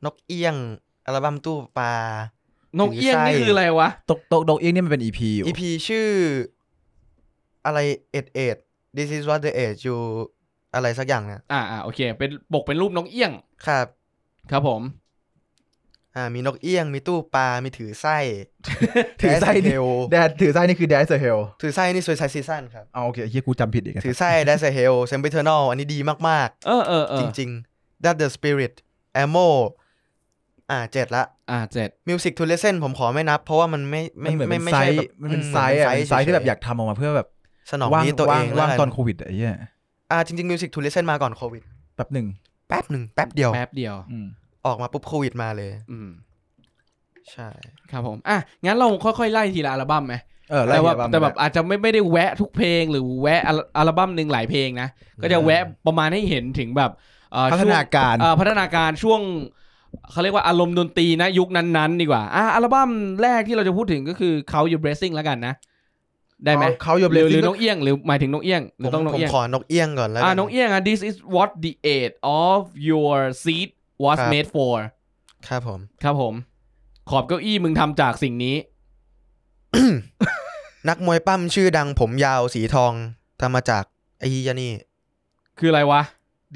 [SPEAKER 1] นกเอี้ยง อัลบั้มตู้ปลา
[SPEAKER 3] นกเอี้ยง
[SPEAKER 1] ใช่
[SPEAKER 3] นี่คืออะไรวะ
[SPEAKER 2] ตกตกดกเอี้ยงนี่มันเป็น EP อยู่
[SPEAKER 1] EP ชื่ออะไรเอ็ดเอ็ด This is what the age you อะไรสักอย่างเนี่ย
[SPEAKER 3] อ่าอ่าโอเค เป็นปกเป็นรูปนกเอี้ยง
[SPEAKER 1] ครับ
[SPEAKER 3] ครับผม
[SPEAKER 1] อ่ามีนกเอี้ยง มีตู้ปลา มีถือไส้
[SPEAKER 2] (laughs) ถือไส้นี่
[SPEAKER 1] เฮล
[SPEAKER 2] แดดถือไส้นี่คือแดดเซอร์เฮล
[SPEAKER 1] ถือไส้นี่ Suicide Season
[SPEAKER 2] (laughs)
[SPEAKER 1] ครับ
[SPEAKER 2] เอาโอเคเฮียกูจำผิดอีก
[SPEAKER 1] ถือไส้ That's a Hell s e m p i t e r n a l อันนี้ดีมาก
[SPEAKER 3] เออเออเอ
[SPEAKER 1] ๆ จ
[SPEAKER 3] อ
[SPEAKER 1] ริง ๆ That the Spirit Ammo อ่าเจ็ดละ
[SPEAKER 3] อ่าเจ็ด
[SPEAKER 1] Music to Listen ผมขอไม่นับ เพราะว่ามันไม่
[SPEAKER 2] มั
[SPEAKER 1] ไม่
[SPEAKER 2] นเหมือน
[SPEAKER 1] ไม่
[SPEAKER 2] เป็น
[SPEAKER 1] ไม่
[SPEAKER 2] ไซ
[SPEAKER 1] ใช่
[SPEAKER 2] ส์
[SPEAKER 1] แบบ
[SPEAKER 2] มันเป็น
[SPEAKER 1] อื
[SPEAKER 2] ไซส์อะ
[SPEAKER 1] ห
[SPEAKER 2] เป็น
[SPEAKER 1] มื
[SPEAKER 2] ไซส์ที่แบบ
[SPEAKER 1] เฉๆ
[SPEAKER 2] อยากทำออกมาเพื่อแบบ
[SPEAKER 1] สนอง
[SPEAKER 2] ว่าง
[SPEAKER 1] นี้ตัวเอ
[SPEAKER 2] ว่าง
[SPEAKER 1] ง
[SPEAKER 2] ว่าง
[SPEAKER 1] แล้ว
[SPEAKER 2] ต
[SPEAKER 1] กั
[SPEAKER 2] อนโควิดอะไอ้เหี้ย
[SPEAKER 1] อ่าจริงๆ Music to Listen มาก่อนโควิด
[SPEAKER 2] แป๊บหนึ่ง
[SPEAKER 1] แป๊บหนึ่งแป๊บเดียว
[SPEAKER 3] แป๊บเดียว
[SPEAKER 2] อืม
[SPEAKER 1] ออกมาปุ๊บโควิดมาเลย
[SPEAKER 3] อืม
[SPEAKER 1] ใช่
[SPEAKER 3] ครับผม อ่ะ งั้นเราค่อยๆ ไล่ทีละอัลบั้มไหม
[SPEAKER 2] เออไล่
[SPEAKER 3] แต่ว่า
[SPEAKER 2] อัลบั้ม
[SPEAKER 3] แต่แบบอาจจะไม่ไม่ได้แวะทุกเพลงหรือแวะอัลอัลบั้มหนึ่งหลายเพลงนะ ก็จะแวะประมาณให้เห็นถึงแบบเอ่อ
[SPEAKER 2] พัฒ
[SPEAKER 3] ช่วง
[SPEAKER 2] นาการ
[SPEAKER 3] เอ่อพัฒนาการช่วงเขาเรียกว่าอารมณ์ดนตรีนะยุคนั้นๆ ดีกว่าอ่ะอัลบั้มแรกที่เราจะพูดถึงก็คือเขา Your Blessing แล้วกันนะ ได้ไหม
[SPEAKER 2] เขาโยบ
[SPEAKER 3] ห
[SPEAKER 2] เล
[SPEAKER 3] รือหรื
[SPEAKER 2] ซิ่
[SPEAKER 3] อน
[SPEAKER 2] ง
[SPEAKER 3] กเอี้ยงหรือหมายถึงนกเอี้ยงห
[SPEAKER 1] ผ
[SPEAKER 3] รือ
[SPEAKER 1] ม
[SPEAKER 3] ต้องนก
[SPEAKER 1] ผม
[SPEAKER 3] เอี้ยง
[SPEAKER 1] ขอนกเอี้ยงก่อนแล้ว
[SPEAKER 3] อ่ะ
[SPEAKER 1] กัน
[SPEAKER 3] นกเอี้ยงอ่ะ This is what the age of your seat was
[SPEAKER 1] ครับ
[SPEAKER 3] made for
[SPEAKER 1] ครับผม
[SPEAKER 3] ครับผม ขอบเก้าอี้มึงทำจากสิ่งนี้
[SPEAKER 1] นักมวยปั้มชื่อดังผมยาวสีทองทำมาจากไอ้ยานี่
[SPEAKER 3] คืออะไรวะ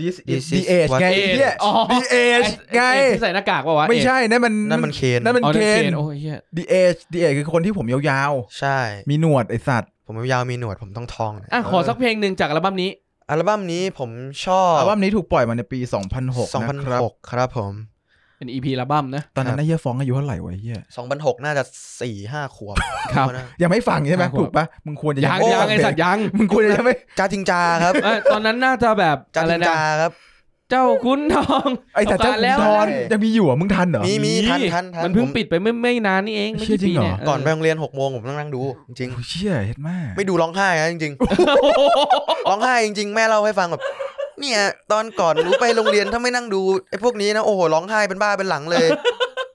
[SPEAKER 2] ดีส
[SPEAKER 1] This is
[SPEAKER 2] ดีเอช
[SPEAKER 1] what
[SPEAKER 2] ไงไอ้เหี้ย
[SPEAKER 3] อ๋อ
[SPEAKER 2] ดีเอชไง
[SPEAKER 3] ไอ้ที่ใส่หน้ากากวะวะ
[SPEAKER 2] ไม่ใช่นั่นมัน
[SPEAKER 1] นั่นมันเคน
[SPEAKER 2] นั่นมัน
[SPEAKER 3] อ๋อ
[SPEAKER 2] เคน น
[SPEAKER 3] โอ้ยเหี้ย
[SPEAKER 2] ดีเอชดีเอชคือคนที่ผมยาว
[SPEAKER 1] ใช่
[SPEAKER 2] ๆ มีหนวดไอสัตว์
[SPEAKER 1] ผมยาวมีหนวดผมต้องทองๆหน่อย
[SPEAKER 3] อ่ะขอสักเพลงหนึ่งจากอัลบั้มนี้
[SPEAKER 1] อัลบั้มนี้ผมชอบ
[SPEAKER 2] อัลบั้มนี้ถูกปล่อยมาในปี 2006นะครั
[SPEAKER 1] 2006
[SPEAKER 2] บ
[SPEAKER 1] ครับผม
[SPEAKER 3] เป็น EP อัลบั้มนะ
[SPEAKER 2] ตอนนั้นไอ้เหี้ยฟ้องอายุเท่าไหร่วะไอ้เหี้ย
[SPEAKER 1] 2006 น่าจะ 4 5 ขวบ
[SPEAKER 3] ครับ
[SPEAKER 1] นะ
[SPEAKER 2] ยังไม่ฟังใช่ไหม
[SPEAKER 3] ครับผม
[SPEAKER 2] ถูกปะมึงควรจะ
[SPEAKER 3] ยัง
[SPEAKER 2] ม่
[SPEAKER 3] ยัง
[SPEAKER 2] ฟั
[SPEAKER 3] ไอสัตว์ยัง
[SPEAKER 2] (laughs) มึงควรจะยังไม่
[SPEAKER 1] จ้าทิงจา
[SPEAKER 2] (laughs)
[SPEAKER 1] ครับ
[SPEAKER 3] เอ้ยตอนนั้นน่าจะแบบ
[SPEAKER 1] จ้า
[SPEAKER 3] อะไร
[SPEAKER 1] ทิง
[SPEAKER 3] นะ
[SPEAKER 1] จาครับ
[SPEAKER 3] เจ้าคุณทอง
[SPEAKER 2] ไอสัตว์
[SPEAKER 3] ต
[SPEAKER 2] เจ้าก
[SPEAKER 3] งน
[SPEAKER 2] ขุน
[SPEAKER 3] แล้ว
[SPEAKER 2] ทอน
[SPEAKER 1] ได้
[SPEAKER 2] ยังมีอยู่อ่ะมึงทันเหรอ
[SPEAKER 1] มีมีทันทันทัน
[SPEAKER 3] มันเพิ่
[SPEAKER 1] ผ
[SPEAKER 3] ง
[SPEAKER 1] ม
[SPEAKER 3] ปิดไปไม่ไม่นานนี่เองไม่
[SPEAKER 2] เชี่ย
[SPEAKER 3] กี่
[SPEAKER 2] จริ
[SPEAKER 3] ปี
[SPEAKER 2] งเหรอ
[SPEAKER 3] เนี่ย
[SPEAKER 1] ก่อนไปโรงเรียน6โมงผมนั่งนั่งดู จริง
[SPEAKER 2] โอ้ยเชี่ยเฮ็ดมาก
[SPEAKER 1] ๆไม่ดูร้องไห้นะจริงๆ
[SPEAKER 2] (laughs)
[SPEAKER 1] ร้องไห้จริงๆ แม่เล่าให้ฟังแบบเนี่ยตอนก่อนหนูไปโรงเรียนถ้าไม่นั่งดูไอ้พวกนี้นะโอ้โหร้องไห้เป็นบ้าเป็นหลัง
[SPEAKER 2] (laughs)
[SPEAKER 1] เลย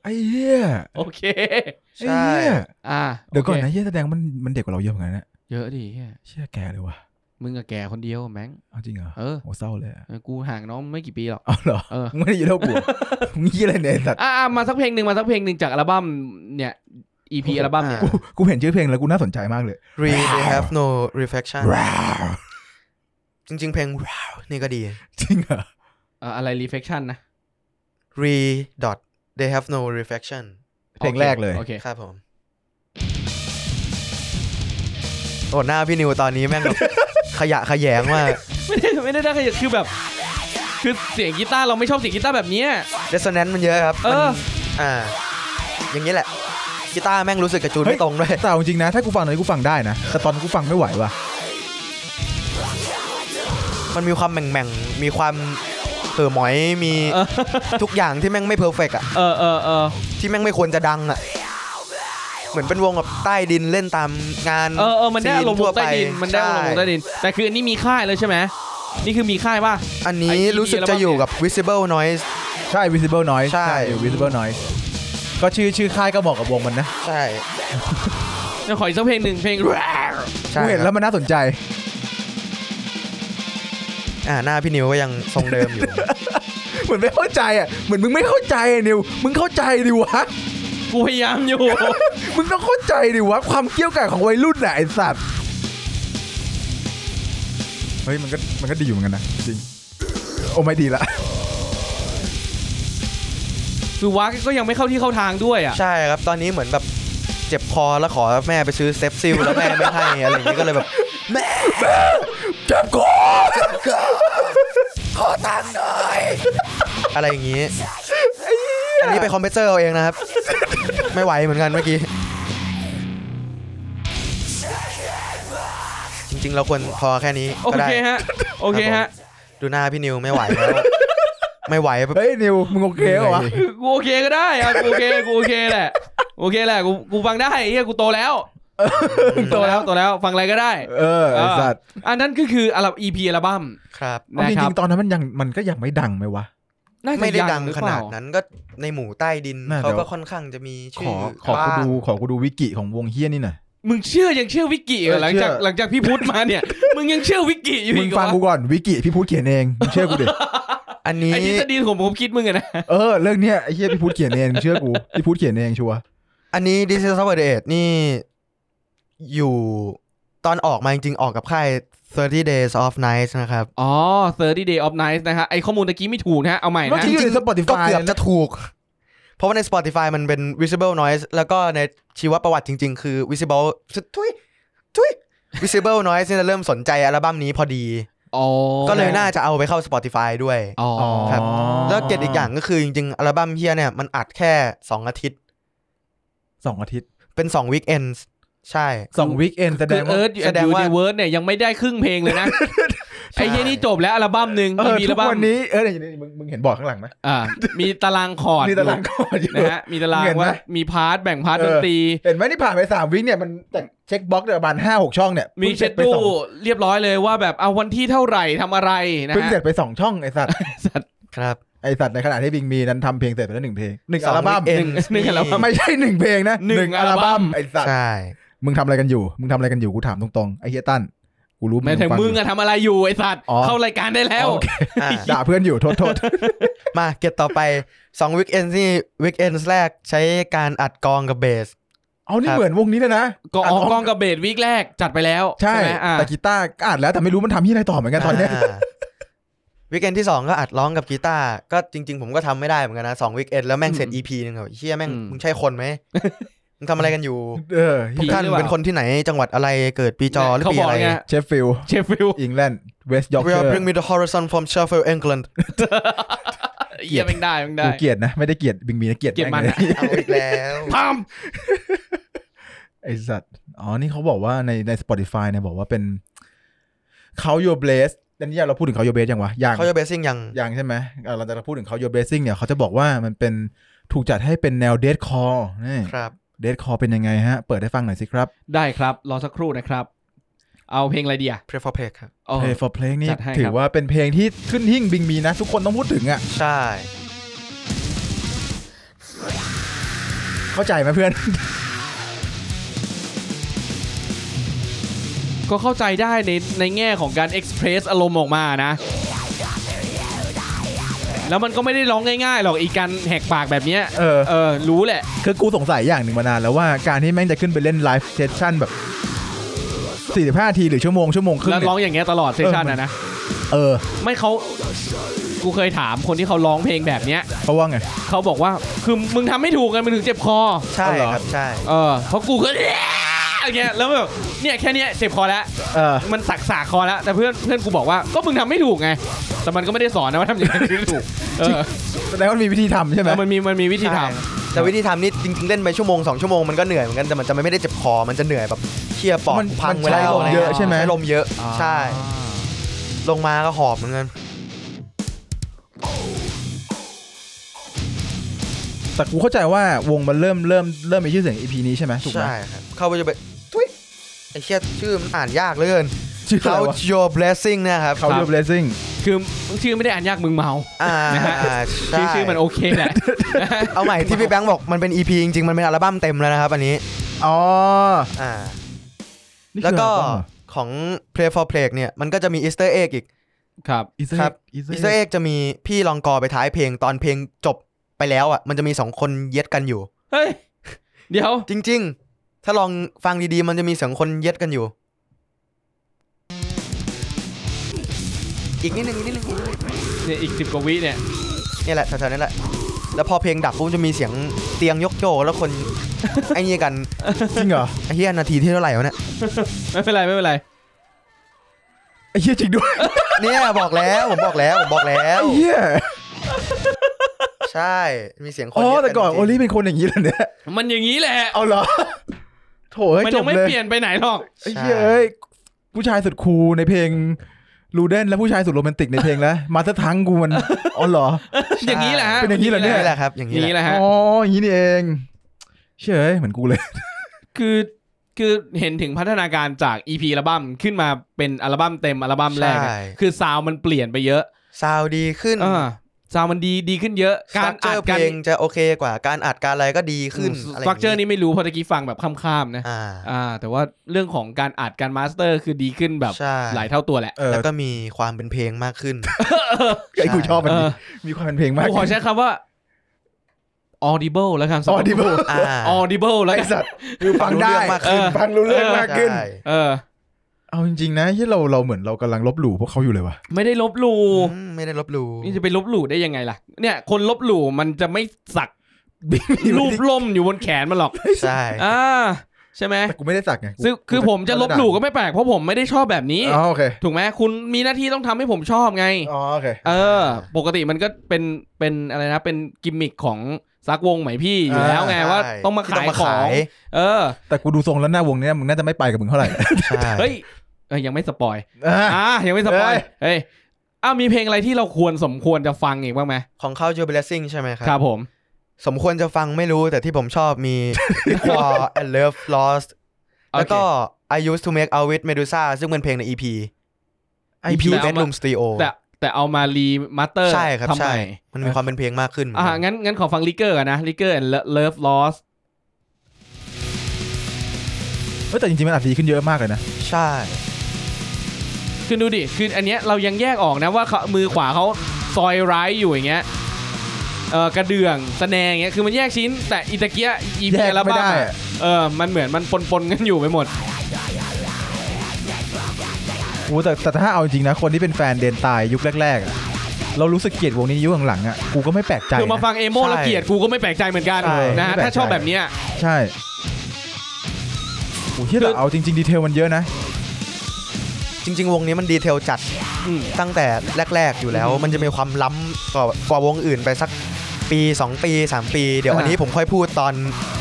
[SPEAKER 2] ไอ้เหี้ย
[SPEAKER 3] (laughs) โอเค
[SPEAKER 2] ไอ้เหี้ย
[SPEAKER 3] อ่า
[SPEAKER 2] เดี๋ยวก่อน
[SPEAKER 3] โค
[SPEAKER 2] นะเหี้ยแสดงมันมันเด็กกว่าเราเยอะเหมือนกันนะ
[SPEAKER 3] เยอะดิเหี้ย
[SPEAKER 2] เชี่ยแกเลยว่ะ
[SPEAKER 3] มึงกับแกคนเดียวแม่ง
[SPEAKER 2] เอาจริงเหรอ
[SPEAKER 3] เออ
[SPEAKER 2] โหเศร้าเลยอะ
[SPEAKER 3] เออกูห่างน้องไม่กี่ปีหรอก
[SPEAKER 2] เอาเหรอ
[SPEAKER 3] เออ
[SPEAKER 2] มึงไม่ได้อยู่เท่ากูมึงเหี้ยอะไรเนี่ยไอ้สัตว์
[SPEAKER 3] อ่ะอ่ะมาสักเพลงหนึ่งมาสักเพลงหนึ่งจากอัลบั้มเนี่ย EP อัลบั้มเนี่ย
[SPEAKER 1] อ่ะ
[SPEAKER 2] กูเห็นชื่อเพลงแล้วกูน่าสนใจมากเลย
[SPEAKER 1] Read they have no reflection
[SPEAKER 2] ว้าว
[SPEAKER 1] จริงๆ เพลง wow นี่ก็ดี
[SPEAKER 2] จริงเหรอ
[SPEAKER 3] เอ่ออะไร reflection นะ
[SPEAKER 1] Re dot they have no reflection
[SPEAKER 2] เพลงแรกเลย
[SPEAKER 3] โอเค (laughs)
[SPEAKER 1] ครับผมโอ้หน้าพี่นิวตอนนี้แม่งแบบ (laughs) ขยะขยงมาก
[SPEAKER 3] ไม่ได้ไม่ได้ได้แค่คือแบบ คือเสียงกีตาร์เราไม่ชอบเสียงกีตาร์แบบเนี้ย
[SPEAKER 1] resonance มันเยอะครับ
[SPEAKER 3] เออ
[SPEAKER 1] มันอ่า อย่างนี้แหละ กีตาร์แม่งรู้สึกกระจูน
[SPEAKER 2] เฮ้ย
[SPEAKER 1] ไม่ตรงด้วย
[SPEAKER 2] แต่เอาจริงๆนะ ถ้ากูฟังตอนนี้กูฟังได้นะ แต่ตอนกูฟังไม่ไหวว่ะ
[SPEAKER 1] มันมีความแหม่งๆ มีความเห่อหมอยมี
[SPEAKER 3] เออ
[SPEAKER 1] ทุกอย่างที่แม่งไม่เพอร์เฟกอะ
[SPEAKER 3] เออเออเออ
[SPEAKER 1] ที่แม่งไม่ควรจะดังอะเหมือนเป็นวงแบบใต้ดินเล่นตามงาน
[SPEAKER 3] เออเออมันได้
[SPEAKER 1] ซี
[SPEAKER 3] อารมณ์วงใต้ดิน
[SPEAKER 1] ทั่วป
[SPEAKER 3] มันได้อารมณ์วงใต้
[SPEAKER 1] ใช่
[SPEAKER 3] ดิน แต่คืออันนี้มีค่ายแล้วใช่ไหมนี่คือมีค่ายป่ะ
[SPEAKER 1] อันนี้
[SPEAKER 3] ไอ้ EP
[SPEAKER 1] รู้สึกจะอยู่กับ Visible Noise
[SPEAKER 2] ใช่ visible noise
[SPEAKER 1] ใช่
[SPEAKER 2] อยู่ visible noise ก็ชื่อชื่อค่ายก็เหมาะกับวงมันนะ
[SPEAKER 1] ใช่
[SPEAKER 3] เดี๋ยวขออีกสักเพลงหนึ่งเพลง
[SPEAKER 1] ใช่
[SPEAKER 2] กูเห็น
[SPEAKER 1] ค
[SPEAKER 2] แล้
[SPEAKER 1] รับ
[SPEAKER 2] วมันน่าสนใจ
[SPEAKER 1] อ่าหน้าพี่นิวก็ยังทรงเดิม
[SPEAKER 3] (laughs)
[SPEAKER 1] อยู่
[SPEAKER 2] เหมือนไม่เข้าใจอ่ะ เหมือนมึงไม่เข้าใจอะนิว มึงเข้าใจดิวะ
[SPEAKER 3] กูพยายามอยู่ (laughs)
[SPEAKER 2] (laughs) มึงต้องเข้าใจดิวะ ความเกี่ยวกาดของวัยรุ่นน่ะไอสัตว์ เฮ้ย มันก็มันก็ดีอยู่เหมือนกันนะ จริง โอ้ไม่ดีละ
[SPEAKER 3] คือวักก็ยังไม่เข้าที่เข้าทางด้วยอ่ะ
[SPEAKER 1] ใช่ครับ ตอนนี้เหมือนแบบเจ็บคอแล้วขอแม่ไปซื้อสเตปซิลแล้วแม่ไม่ให้อะไรอย่างนี้ก็เลยแบบ แม่
[SPEAKER 2] เจ็บคอ
[SPEAKER 1] ขอตังค์หน่อยอะไรอย่างนี้ อันนี้ไปคอมเพรสเซอร์เอาเองนะครับ ไม่ไหวเหมือนกันเมื่อกี้ จริงๆ เราควรพอแค่นี้
[SPEAKER 3] โอ
[SPEAKER 1] ก็ได้
[SPEAKER 3] เคฮะ โอเคฮะ
[SPEAKER 1] ดูหน้าพี่นิวไม่ไหวแล้ว
[SPEAKER 3] (laughs)
[SPEAKER 1] ไม่ไหว
[SPEAKER 2] เฮ้ย นิว มึงโอเคเหรอวะ
[SPEAKER 3] คือกูโอเคก็ได้อะกูโอเค กูโอเคแหละ โอเคแหละ กูกูฟังได้เฮียกูโตแล้ว โตแล้ว โตแล้ว ฟังอะไรก็ได้
[SPEAKER 2] เออไอสัตว์
[SPEAKER 3] อันนั้นก็คืออัลบั้ม EP อัลบั้ม
[SPEAKER 1] ครับ
[SPEAKER 2] เอา
[SPEAKER 3] นะ
[SPEAKER 2] จ
[SPEAKER 3] ครับ
[SPEAKER 2] ริงๆตอนนั้นมันยังมันก็ยังไม่ดังไหมวะ
[SPEAKER 3] น่าจะ
[SPEAKER 1] ไม่ได้
[SPEAKER 3] ยัง
[SPEAKER 1] ดัง
[SPEAKER 3] หรือ
[SPEAKER 1] ข
[SPEAKER 3] เปล่
[SPEAKER 1] นาดนั้นก็ในหมู่ใต้ดิน
[SPEAKER 2] น่า
[SPEAKER 1] เขา
[SPEAKER 2] เดี๋ยว
[SPEAKER 1] ก็ค่อนข้างจะมี
[SPEAKER 2] ข
[SPEAKER 1] ชื่อ
[SPEAKER 2] อขอกู
[SPEAKER 1] บ้าง
[SPEAKER 2] ดูขอกูดูวิกิของวงเฮียนี่หน่อย
[SPEAKER 3] มึงเชื่อยังเชื่อวิกิเหรอ
[SPEAKER 2] เออ
[SPEAKER 3] หลัง
[SPEAKER 2] เชื่
[SPEAKER 3] จาก
[SPEAKER 2] อ
[SPEAKER 3] หลังจากพี่พุทธมาเนี่ย (laughs) มึงยังเชื่อวิกิอยู่
[SPEAKER 2] มึ
[SPEAKER 3] อี
[SPEAKER 2] ง
[SPEAKER 3] กเหร
[SPEAKER 2] ฟังกู
[SPEAKER 3] อ
[SPEAKER 2] ก่อนวิกิพี่พูดเขียนเองมึงเชื่อกูดิ
[SPEAKER 1] อันนี้
[SPEAKER 3] ไอ้ทฤษฎีของผมคิดมึงอะนะ
[SPEAKER 2] เออเรื่องเนี้ยไอ้เฮียพี่พูดเขียนเองมึงเชื่อกูพี่พูดเขียนเองชัวร์
[SPEAKER 1] อันนี้ This is Summer Date นี่อยู่ตอนออกมาจริงๆ ออกกับค่าย 30 Days of Night นะครับ
[SPEAKER 3] อ๋อ 30 day of night นะฮะ ไอข้อมูลตะกี้ไม่ถูกนะฮะ เอาใหม่
[SPEAKER 2] เมื่อ
[SPEAKER 3] นะ
[SPEAKER 2] กี้อยู่ในสปอติ
[SPEAKER 1] ก็
[SPEAKER 2] ฟาย
[SPEAKER 1] เกือบจะถูก เพราะว่าใน Spotify มันเป็น Visible Noise แล้วก็ในชีวประวัติจริงๆ คือ Visible ทุยทุย Visible Noise เนี่ยเริ่มสนใจอัลบั้มนี้พอดี
[SPEAKER 3] อ๋อ
[SPEAKER 1] ก็เลยน่าจะเอาไปเข้า Spotify ด้วย
[SPEAKER 3] อ๋ออ
[SPEAKER 1] ครับ แล้วเกตอีกอย่างก็คือจริงๆ อัลบั้มเฮียเนี่ยมันอัดแค่ 2 อาทิตย์
[SPEAKER 2] สองอาทิตย์
[SPEAKER 1] เป็น 2 Weekends ใช่
[SPEAKER 2] สองวีคเอนแสด
[SPEAKER 3] คือง
[SPEAKER 2] ว่า
[SPEAKER 3] เอิร์ธ
[SPEAKER 1] แส
[SPEAKER 3] แส
[SPEAKER 1] ด
[SPEAKER 3] ด
[SPEAKER 1] ง
[SPEAKER 3] ง
[SPEAKER 1] ว่า
[SPEAKER 3] ว่าเวิร์ดเนี่ยยังไม่ได้ครึ่งเพลงเลย
[SPEAKER 2] (laughs)
[SPEAKER 3] นะ ไอ้เฮียนี่จบแล้วอัลบั้มหนึ่ง
[SPEAKER 2] เอ
[SPEAKER 3] มัน
[SPEAKER 2] อ
[SPEAKER 3] มีอั
[SPEAKER 2] ทุ
[SPEAKER 3] ล
[SPEAKER 2] ก
[SPEAKER 3] บั้ม
[SPEAKER 2] วันนี้เออเนี่ยเนี่ยมึงมึงเห็นบอร์ดข้างหลังไหม
[SPEAKER 3] อ่า มีตารางคอร์ด
[SPEAKER 2] มีตารางคอร์ดอ
[SPEAKER 3] อยู่
[SPEAKER 2] ยู่
[SPEAKER 3] นะ
[SPEAKER 2] (laughs)
[SPEAKER 3] ฮะ มีตาราง
[SPEAKER 2] เห็นไหม
[SPEAKER 3] ว่ามีพาร์ทแบ่งพาร์ทดนตรี
[SPEAKER 2] เห็นไหมนี่ผ่านไปสามวิคเนี่ยมันจากเช็คบล็อกเดือประมาณห้าหกช่องเนี่ย
[SPEAKER 3] มี
[SPEAKER 2] พิ่ง
[SPEAKER 3] เช็ด
[SPEAKER 2] สร็จไป
[SPEAKER 3] ตู้
[SPEAKER 2] สอง
[SPEAKER 3] เรียบร้อยเลยว่าแบบเอาวันที่เท่าไหร่ทำอะไรนะ
[SPEAKER 2] เพิ่ง
[SPEAKER 3] ฮะ
[SPEAKER 2] เสร็จไปสองช่องไอสัตว์
[SPEAKER 1] ครับ
[SPEAKER 2] ไอสัตว์ในขณะที่บิงมีนั้นทำเพลงเสร็จไปแล้วหนึ่งเพลงหนึ่ง
[SPEAKER 1] สอ
[SPEAKER 2] อั
[SPEAKER 1] ง
[SPEAKER 2] ลบั้ม
[SPEAKER 1] weekend
[SPEAKER 3] หนึ่งหนึ่งอัลบั้ม
[SPEAKER 2] ไม่ใช่หนึ่งเพลงนะ
[SPEAKER 3] หนึ่งอัลบั้ม
[SPEAKER 2] ไอสัตว์
[SPEAKER 1] ใช่
[SPEAKER 2] มึงทำอะไรกันอยู่ มึงทำอะไรกันอยู่ กูถามตรงๆ ไอ้เฮียตั้น กูรู้
[SPEAKER 3] ไม่ถึง
[SPEAKER 2] ฟั
[SPEAKER 3] มึงอะทำอะไรอยู่ไอ้สัตว์
[SPEAKER 2] อ๋อ
[SPEAKER 3] เข้ารายการได้แล้ว
[SPEAKER 2] โอเค
[SPEAKER 1] อ่ะ
[SPEAKER 2] ด่าเพื่อนอยู่ โทษโทษ
[SPEAKER 1] มาเกตต่อไป 2 Weekend ที่ Weekend แรกใช้การอัดกลองกับเบส
[SPEAKER 2] เอานี่
[SPEAKER 1] ครับ
[SPEAKER 2] เหมือนวงนี้เลยนะ
[SPEAKER 3] ก็ออก
[SPEAKER 2] อ่ะ
[SPEAKER 3] กองกับเบสวีคแรกจัดไปแล้ว
[SPEAKER 2] ใช่
[SPEAKER 3] ไหมอ่า
[SPEAKER 2] แต่กีตาร์ก็อ่านแล้วแต่ไม่รู้มันทำที่อะไรต่อเหมือนกันตอนเนี้ย
[SPEAKER 1] วิกเอนที่ 2 ก็อัดร้องกับกีตาร์ก็จริง ๆ ผมก็ทำไม่ได้เหมือนกันนะสองวิกเอนแล้วแม่งเสร็จ EP หนึงครับเฮียแม่งมึงใช่คนไหม มึงทำอะไรกันอยู่
[SPEAKER 2] เออ
[SPEAKER 1] ทุกท่านเป็นคนที่ไหนจังหวัดอะไรเกิดปีจอหรือ
[SPEAKER 3] เขา
[SPEAKER 1] ปี
[SPEAKER 3] บอก
[SPEAKER 1] อะไร
[SPEAKER 3] ไง
[SPEAKER 2] เชฟฟิลด์
[SPEAKER 3] เชฟฟิลด์
[SPEAKER 2] อังกฤษเวสต์ยอร์ก
[SPEAKER 1] เว
[SPEAKER 2] เช
[SPEAKER 1] ล
[SPEAKER 2] อร์
[SPEAKER 1] bring me the horizon from Sheffield England
[SPEAKER 3] เหี้ยแม่งได้แม่งได้
[SPEAKER 2] กูเกลียดนะ ไม่ได้เกลียดบิงบีนะเกลียด
[SPEAKER 3] เกลียด
[SPEAKER 2] แง
[SPEAKER 3] มันอะ
[SPEAKER 2] เลย
[SPEAKER 1] เอาอีกแล้ว
[SPEAKER 3] พาม
[SPEAKER 2] ไอสัตว์ อ๋อ นี่เขาบอกว่าในใน Spotify เนี่ยบอกว่าเป็นเขาโยเบสอันนี้เราพูดถึงเขาโยเบสยังวะยัง
[SPEAKER 1] เขาจะเบสซิ่งยัง
[SPEAKER 2] ยังใช่ไหมอ่ะเราจะพูดถึงเขาโยเบสซิ่งเนี่ยเขาจะบอกว่ามันเป็นถูกจัดให้เป็นแนวเดดคอร์นี่
[SPEAKER 1] ครับ
[SPEAKER 2] เดทคอเป็นยังไงฮะ เปิดให้ฟังหน่อยสิครับ
[SPEAKER 3] ได้ครับ รอสักครู่นะครับ เอาเพลงอะไรดีอ่ะ
[SPEAKER 1] Pray for Pay ครับ
[SPEAKER 3] อ๋อ
[SPEAKER 2] Play for Play นี่
[SPEAKER 3] จัดให้ครับ
[SPEAKER 2] ถือว่าเป็นเพลงที่ขึ้นหิ่งบิงมีนะ ทุกคนต้องพูดถึงอ่ะ
[SPEAKER 1] ใช่
[SPEAKER 2] เข้าใจไหมเพื่อน
[SPEAKER 3] ก็เข้าใจได้ในในแง่ของการเอ็กซ์เพรสอารมณ์ออกมานะ แล้วมันก็ไม่ได้ร้องง่ายๆหรอกอีกการแหกปากแบบเนี้ย
[SPEAKER 2] เออ
[SPEAKER 3] เออ รู้แหละ
[SPEAKER 2] คือกูสงสัยอย่างหนึ่งมานานแล้วว่าการที่แม่งจะขึ้นไปเล่นไลฟ์เซสชั่นแบบ 45 ทีหรือชั่วโมง ชั่วโมงครึ่ง
[SPEAKER 3] แล้ว
[SPEAKER 2] เนี่ย
[SPEAKER 3] ร้องอย่างเงี้ยตลอดเซสชันนะนะ
[SPEAKER 2] เออ
[SPEAKER 3] ไม่เขากูเคยถามคนที่เขาร้องเพลงแบบเนี้ย
[SPEAKER 2] เพราะว่าไง
[SPEAKER 3] เขาบอกว่า คือมึงทำไม่ถูกไงมันถึงเจ็บคอ
[SPEAKER 1] ใช่
[SPEAKER 2] เอาเหรอ
[SPEAKER 1] ครับใช่
[SPEAKER 3] เออเพราะกูก็ (laughs) อย่างเงี้ยแล้วแบบเนี่ยแค่เนี้ยเจ็บคอแล้ว
[SPEAKER 2] เออ
[SPEAKER 3] มันสักสากคอแล้ว แต่เพื่อนเพื่อนกูบอกว่าก็มึงทำไม่ถูกไง แต่มันก็ไม่ได้สอนนะว่าทำอย่างนั้นไม่ถูกเออ
[SPEAKER 2] แสดงว่ามันมีวิธีทำใช่ไหม
[SPEAKER 3] แต่มันมีมันมีวิธีท
[SPEAKER 1] ใช่ แต่วิธีทำนี่จริง ๆ เล่นไปชั่วโมงสองชั่วโมงมันก็เหนื่อยเหมือนกันแต่มันจะไม่ได้เจ็บคอมันจะเหนื่อยแบบเคลียปอด
[SPEAKER 2] มัน
[SPEAKER 1] พัง
[SPEAKER 2] มัน
[SPEAKER 1] ไว้แล้ว
[SPEAKER 2] ใช้ลมเยอะใช่ไหม
[SPEAKER 1] ลมเยอะใช่ ลงมาก็หอบเหมือนกัน
[SPEAKER 2] แต่กูเข้าใจว่าวงมันเริ่มเริ่มเริ่มมีชื่อเสียง EP นี้ใช่ไหมถูกไหม
[SPEAKER 1] ใช่ครับเข้าไปจะไปทุยไอ้เชี่ยชื่อมันอ่านยากเหลือเกิน
[SPEAKER 2] ชื่อ (laughs) อะไรวะ
[SPEAKER 1] Count Your Blessing นะครับ
[SPEAKER 2] เขาเรียก blessing
[SPEAKER 3] คือชื่อไม่ได้อ่านยากมึงเมา
[SPEAKER 1] อ่า
[SPEAKER 3] นะฮะ
[SPEAKER 1] ใช่
[SPEAKER 3] ชื่อชื่อมันโอเคแหละ
[SPEAKER 2] (laughs)
[SPEAKER 1] เอาใหม่ที่พี่แบงค์บอกมันเป็น EP จริงๆ มันเป็นอัลบั้มเต็มแล้วนะครับอันนี้
[SPEAKER 2] อ๋อ
[SPEAKER 1] อ่า
[SPEAKER 2] นี่คือ
[SPEAKER 1] แล้วก็
[SPEAKER 2] อับั้มเหรอ
[SPEAKER 1] ของ Play for Play เนี่ย มันก็จะมี Easter egg อีก
[SPEAKER 3] ครับ
[SPEAKER 2] Easter
[SPEAKER 1] ครับ
[SPEAKER 2] egg Easter
[SPEAKER 1] Easter
[SPEAKER 2] egg
[SPEAKER 1] egg จะมีพี่ลองกอไปท้ายเพลงตอนเพลงจบไปแล้วอ่ะมันจะมีสองคนเย็ดกันอยู่
[SPEAKER 3] เฮ้ย เดี๋ยว
[SPEAKER 1] จริง ๆ ถ้าลองฟังดีๆ มันจะมีเสียงคนเย็ดกันอยู่ อีกนิดนึงอีกนิดนึงอีกนิดนึง
[SPEAKER 3] เนี่ยอีกสิบกว่าวิเนี่ย
[SPEAKER 1] นี่แหละแถวๆนี้แหละ แล้วพอเพลงดับปุ๊บจะมีเสียงเตียงยกโจกแล้วคน (laughs) ไอ้นี่กัน
[SPEAKER 2] จริงเหรอ
[SPEAKER 1] ไอ้เฮียนาทีที่เท่าไหร่วะเนี่ย
[SPEAKER 3] ไม่เป็นไรไม่เป็นไร
[SPEAKER 2] ไอ้เหี้ยจริงด้วย
[SPEAKER 1] เนี่ยบอกแล้วผมบอกแล้วผมบอกแล้ว
[SPEAKER 2] ไอ้เหี้ย
[SPEAKER 1] ใช่ มีเสียงคน
[SPEAKER 2] อ๋อ
[SPEAKER 1] เรีย
[SPEAKER 2] แต่ก่อน
[SPEAKER 1] จริงๆ
[SPEAKER 2] โอลี่เป็นคนอย่างนี้เหรอเนี่ย
[SPEAKER 3] มันอย่างนี้แหละ
[SPEAKER 2] เอาเหรอโถ่เอ้ย
[SPEAKER 3] มัน
[SPEAKER 2] จ
[SPEAKER 3] ยั
[SPEAKER 2] บ
[SPEAKER 3] งไม่
[SPEAKER 2] เลย
[SPEAKER 3] เปลี่ยนไปไหนหรอก
[SPEAKER 2] ไอ้เหี้ยเอ้ยผู้ชายสุดคูลในเพลงรูเดนและผู้ชายสุดโรแมนติกในเพลงแล้วมาสเตอร์ทังกูมันอ๋อเหรอ
[SPEAKER 3] อย่างนี้แหละฮะ
[SPEAKER 2] เป็นอย่างนี้เหรอเนี่
[SPEAKER 1] นี่แหละครับ อย่าง
[SPEAKER 3] อ
[SPEAKER 1] นี้
[SPEAKER 3] ย่างนี้
[SPEAKER 1] แหละ
[SPEAKER 3] แหละฮะ
[SPEAKER 2] อ๋ออย่างนี้นี่เองเชื่ยเอยเหมือนกูเลย
[SPEAKER 3] คือคือเห็นถึงพัฒนาการจาก EP อัลบั้มขึ้นมาเป็นอัลบั้มเต็มอัลบั้มแรกอะ
[SPEAKER 1] ใช่
[SPEAKER 3] คือซาวด์มันเปลี่ยนไปเยอะ
[SPEAKER 1] ซาวดีขึ้น
[SPEAKER 3] อ่าซาวด์มันดีดีขึ้นเยอะ
[SPEAKER 1] กา
[SPEAKER 3] การ ร
[SPEAKER 1] อั
[SPEAKER 3] อั
[SPEAKER 1] ด
[SPEAKER 3] ด
[SPEAKER 1] เพ
[SPEAKER 3] กัน
[SPEAKER 1] ลงจะโอเคกว่าการอัดการอะไรก็ดีขึ้นอะไร
[SPEAKER 3] สตรัคเจอร์
[SPEAKER 1] นี้
[SPEAKER 3] นี้ไม่รู้เพอตะกี้ฟังแบบข้ามๆนะ
[SPEAKER 1] อ่า
[SPEAKER 3] อ่า แต่ว่าเรื่องของการอัดการมาสเตอร์คือดีขึ้นแบบ
[SPEAKER 1] ใช่
[SPEAKER 3] หลายเท่าตัวแหละ
[SPEAKER 2] เออ
[SPEAKER 1] แล้วก็มีความเป็นเพลงมากขึ้น
[SPEAKER 2] ไอ้กูชอบมัน
[SPEAKER 3] เอ
[SPEAKER 2] ดิ
[SPEAKER 3] อ
[SPEAKER 2] มีความเป็นเพลงมาก
[SPEAKER 3] กูขอใช้คำว่า audible แล้วกันสำห
[SPEAKER 2] อ๋
[SPEAKER 3] รั
[SPEAKER 2] อบ ดิบ
[SPEAKER 1] (laughs) อ่า
[SPEAKER 3] audible แล้ว
[SPEAKER 2] ไอ
[SPEAKER 3] กัน
[SPEAKER 2] สัตว์คือฟังได้
[SPEAKER 1] รู้เรื่องมากขึ้น
[SPEAKER 2] ฟังรู้เรื่องมากขึ้น
[SPEAKER 1] ใช่
[SPEAKER 3] เออ
[SPEAKER 2] เอาจริงๆนะที่เราเราเหมือนเรากำลังลบหลู่พวกเขาอยู่เลยว่ะ
[SPEAKER 3] ไม่ได้ลบหลู่
[SPEAKER 1] อืมไม่ได้ลบหลู่
[SPEAKER 3] นี่จะไปลบหลู่ได้ยังไงล่ะ เนี่ย คนลบหลู่มันจะไม่สัก รูปล่มอยู่บนแขนมันหรอก
[SPEAKER 1] ใช่
[SPEAKER 3] อ่า ใช่ไหม
[SPEAKER 2] แต่กูไม่ได้สักไง
[SPEAKER 3] ซึ่งคือผมจะลบหลู่ก็ไม่แปลกเพราะผมไม่ได้ชอบแบบนี้
[SPEAKER 2] อ๋อโอเค
[SPEAKER 3] ถูกไหมคุณมีหน้าที่ต้องทำให้ผมชอบไง
[SPEAKER 2] อ๋อโอเค
[SPEAKER 3] เออ ปกติมันก็เป็นเป็นอะไรนะ เป็นกิมมิคของซักวงไหมพี่อยู่แล้วไง
[SPEAKER 1] ใช่
[SPEAKER 3] ว่าต้องมาขาย
[SPEAKER 1] ที่
[SPEAKER 3] ของ เออ
[SPEAKER 2] แต่กูดูทรงแล้วหน้าวงเนี้ยมึงน่าจะไม่ไปกับมึงเท่าไหร่
[SPEAKER 1] ใช่
[SPEAKER 3] เฮ้ยเอ้ยยังไม่สปอย
[SPEAKER 2] อ่ะ
[SPEAKER 3] อ่ายังไม่สปอย
[SPEAKER 2] เอ้ย
[SPEAKER 3] เฮ้ยอ้าวมีเพลงอะไรที่เราควรสมควรจะฟังอีกบ้างไหม
[SPEAKER 1] ของเข้า Your Blessing ใช่ไหมครั
[SPEAKER 3] ครับผม
[SPEAKER 1] สมควรจะฟังไม่รู้แต่ที่ผมชอบมี
[SPEAKER 3] (laughs)
[SPEAKER 1] For and Love Lost แล้วก็ I used to make out with Medusa ซึ่งเป็นเพลงใน EP EP
[SPEAKER 3] แต่เอามา
[SPEAKER 1] Bedroom Studio
[SPEAKER 3] แต่แต่เอามารีมาสเตอร์
[SPEAKER 1] ใช่ครับ
[SPEAKER 3] ทำ
[SPEAKER 1] ใช่
[SPEAKER 3] ใหม่
[SPEAKER 1] มันมีความเป็นเพลงมากขึ้น
[SPEAKER 3] อ่างั้นงั้นขอฟังลิเกอร์กันนะลิเกอร์ and love lost
[SPEAKER 2] เฮ้ยแต่จริงๆมันอัดดีขึ้นเยอะมากเลยนะ
[SPEAKER 1] ใช่
[SPEAKER 3] คือดูดิ คืออันเนี้ยเรายังแยกออกนะว่าเขามือขวาเขาซอยร้ายอยู่อย่างเงี้ยเออกระเดื่องสแนงเงี้ยคือมันแยกชิ้นแต่อิตาเกียอี
[SPEAKER 2] แย
[SPEAKER 3] เพี
[SPEAKER 2] ก
[SPEAKER 3] ยละ
[SPEAKER 2] ไม่
[SPEAKER 3] บ้า
[SPEAKER 2] ได้
[SPEAKER 3] ง
[SPEAKER 2] อะ
[SPEAKER 3] เออมันเหมือนมันปนปนๆกันอยู่ไปหมด
[SPEAKER 2] โอ้แต่แต่ถ้าเอาจริงๆนะคนที่เป็นแฟนเดนตายยุคแรกๆอะเรารู้สึกเกลียดวงนี้ยุคหลังๆอ่ะกูก็ไม่แปลกใจ
[SPEAKER 3] คือมา
[SPEAKER 2] นะ
[SPEAKER 3] ฟังเอโม
[SPEAKER 1] ใช่
[SPEAKER 3] และเกียดกูก็ไม่แปลกใจเหมือนกัน
[SPEAKER 1] ใช่
[SPEAKER 3] นะฮะ
[SPEAKER 2] ไม่แปลกใจ
[SPEAKER 3] ถ้าชอบแบบเนี้ย
[SPEAKER 2] ใช่โอ้เฮีย
[SPEAKER 3] คือ
[SPEAKER 2] แต่เอาจริงๆดีเทลมันเยอะนะ
[SPEAKER 1] จริง ๆ วงนี้มันดีเทลจัด
[SPEAKER 3] อืม
[SPEAKER 1] ตั้งแต่แรก ๆ อยู่แล้ว
[SPEAKER 3] อืม
[SPEAKER 1] มันจะมีความล้ำกว่ากว่าวงอื่นไปสักปี 2 ปี 3 ปี เดี๋ยว
[SPEAKER 3] อ่า
[SPEAKER 1] อันนี้ผมค่อยพูดตอน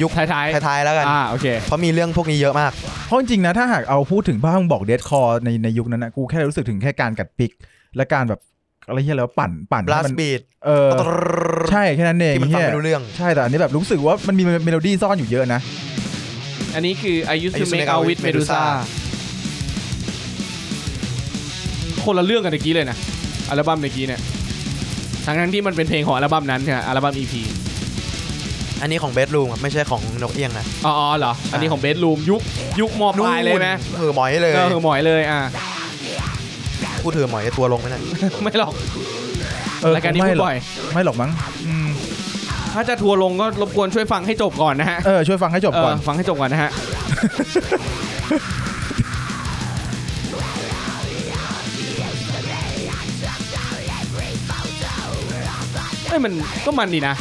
[SPEAKER 1] ยุค
[SPEAKER 3] ท้ายๆ
[SPEAKER 1] ท้ายๆแล้วกัน
[SPEAKER 3] อ่าโอเค
[SPEAKER 1] เพราะมีเรื่องพวกนี้เยอะมาก
[SPEAKER 2] เพราะจริงๆนะถ้าหากเอาพูดถึงบ้างบอกเดดคอในในยุคนั้นนะกูแค่รู้สึกถึงแค่การกัดปิก และการแบบอะไรเฮียแล้วปั่นปั่นให้มั
[SPEAKER 1] blast
[SPEAKER 2] น
[SPEAKER 1] beat
[SPEAKER 2] เออใช่แค่นั้นเอง
[SPEAKER 1] ที่มันฟัง
[SPEAKER 2] เหี้ย
[SPEAKER 1] ไม่รู้เรื่อง
[SPEAKER 2] ใช่แต่อันนี้แบบรู้สึกว่ามันมีเมโลดี้ซ่อนอยู่เยอะนะ
[SPEAKER 3] อันนี้คือ I used
[SPEAKER 1] I
[SPEAKER 3] to
[SPEAKER 1] used to
[SPEAKER 3] make
[SPEAKER 1] make
[SPEAKER 3] out
[SPEAKER 1] out
[SPEAKER 3] with
[SPEAKER 1] with
[SPEAKER 3] Medusa
[SPEAKER 1] Medusa
[SPEAKER 3] คนละเรื่องกันตะกี้เลยนะ อัลบั้มตะกี้เนี่ยทั้งทั้งๆที่มันเป็นเพลงของอัลบั้มนั้นใช่ไหมอัลบั้ม EP
[SPEAKER 1] อันนี้ของ bedroom ครับไม่ใช่ของนกเอี้ยงนะ
[SPEAKER 3] อ๋ออ๋อเหรอ อันนี้ของเบสรูมยุคยุคมอปลายเลยไหม
[SPEAKER 1] ถือหมอยเลย
[SPEAKER 3] ก็คือหมอยเลยอ่ะ (laughs)
[SPEAKER 1] พูดถือหมอยจะตัวลงไหมเนะ
[SPEAKER 3] ไม่หรอก
[SPEAKER 2] เออ
[SPEAKER 3] รายการนี้
[SPEAKER 2] ไม่
[SPEAKER 3] พูด
[SPEAKER 2] หรอก
[SPEAKER 3] บ่อย
[SPEAKER 2] ไม่หรอกมั้งอืม
[SPEAKER 3] ถ้าจะทัวร์ลงก็รบกวนช่วยฟังให้จบก่อนนะฮะ
[SPEAKER 2] เออช่วยฟังให้จบ
[SPEAKER 3] เอ
[SPEAKER 2] ก่อ
[SPEAKER 3] อน ฟังให้จบก่อนนะฮะ เอ้ยมันก็มันดีนะ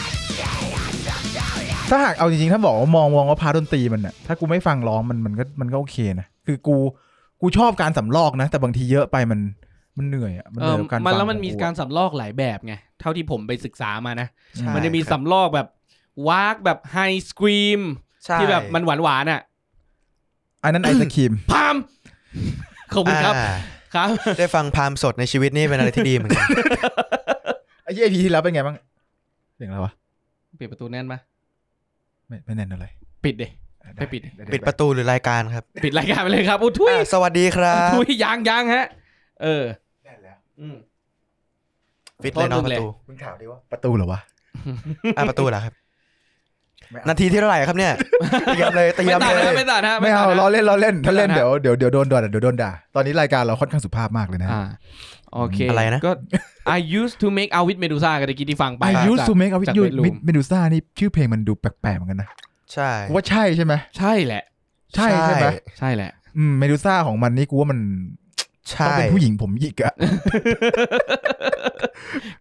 [SPEAKER 2] ถ้าหากเอาจริงๆ ถ้าบอกว่ามองมองว่าพาร์ทดนตรีมันน่ะถ้ากูไม่ฟังร้องมันมันก็มันก็โอเคนะ คือกูกูชอบการสำรอกนะ แต่บางทีเยอะไปมันมันเหนื่อยอะมัน
[SPEAKER 3] เอ
[SPEAKER 2] เหนื่
[SPEAKER 3] อ
[SPEAKER 2] อยกับการ
[SPEAKER 3] มัน
[SPEAKER 2] ฟัง
[SPEAKER 3] แล้วมันมี
[SPEAKER 2] ของ
[SPEAKER 3] การสำลอกหลายแบบไง เท่าที่ผมไปศึกษามานะ
[SPEAKER 2] ใช่
[SPEAKER 3] มันจะมีสำลอกแบบ วากแบบไฮสครีม
[SPEAKER 1] ใช่
[SPEAKER 3] ที่แบบมันหวานหวานๆอ่ะ
[SPEAKER 2] อันนั้นไอศครีม
[SPEAKER 3] พาม ขอบคุณครับ
[SPEAKER 1] อ่า
[SPEAKER 3] ครับ
[SPEAKER 1] ได้ฟังพามสดในชีวิตนี่เป็นอะไรที่ดีเหมือ
[SPEAKER 3] (laughs)
[SPEAKER 1] นกัน
[SPEAKER 2] ไอ้เหี้ย EP ที่แล้วเป็นไงบ้างเสียงอะไรวะ
[SPEAKER 3] ปิดประตูแน่นปะ
[SPEAKER 2] ไม่ไม่แน่นอะไร
[SPEAKER 3] ปิดเดย
[SPEAKER 2] อ่ะ
[SPEAKER 3] ไปปิด
[SPEAKER 2] เยว
[SPEAKER 1] ปิดประตูหรือรายการครับ
[SPEAKER 3] ปิดรายการไปเลยครับอุ้ยทุย
[SPEAKER 1] อ่ะสวัสดีครับ
[SPEAKER 3] ทุยยางยางฮะ เออ
[SPEAKER 2] แน่นแล้ว
[SPEAKER 3] อืม
[SPEAKER 1] ปิดเลยเนาะประตู
[SPEAKER 2] มึงถามดิว่าประตูเหรอวะ
[SPEAKER 1] อ่ะประตูเหรอครับ
[SPEAKER 2] ไม่เอ
[SPEAKER 1] นาทีที่เท่าไหร่ครับเนี่ยเตรียมเลยเตรี
[SPEAKER 3] ไม่
[SPEAKER 1] ยม
[SPEAKER 3] ตัด
[SPEAKER 1] เล
[SPEAKER 3] นะ
[SPEAKER 1] ย
[SPEAKER 3] ไม่ตัดนะ
[SPEAKER 2] าไม่เอา
[SPEAKER 3] ตัดนะ
[SPEAKER 2] ล้อเล่นล้อเล่นถ้าเล่น
[SPEAKER 3] ไม่เอานะ
[SPEAKER 2] เดี๋ยวเดี๋ยวเดี๋ยวโดนด่าเดี๋ยวโดนด่าตอนนี้รายการเราค่อนข้างสุภาพมากเลยนะ
[SPEAKER 3] อ่าโอเค
[SPEAKER 1] อะไรนะ
[SPEAKER 3] ก็ I used to make out with Medusa กันตะกี้ที่ฟังไป
[SPEAKER 2] I
[SPEAKER 3] จาก
[SPEAKER 2] used to make a
[SPEAKER 3] จาก
[SPEAKER 2] video
[SPEAKER 3] Bedroom
[SPEAKER 2] เมดูซ่านี่ชื่อเพลงมันดูแปลกๆเหมือนกันนะ
[SPEAKER 1] ใช่
[SPEAKER 2] กูว่าใช่ใช่ไหม
[SPEAKER 3] ใช่แหละ
[SPEAKER 2] ใช่ใช่ไหม
[SPEAKER 3] ใช่แหละ
[SPEAKER 2] อืมเมดูซ่าของมันนี่กูว่ามัน
[SPEAKER 1] ใช่
[SPEAKER 2] ต้องเป็นผู้หญิงผมหยิกอะ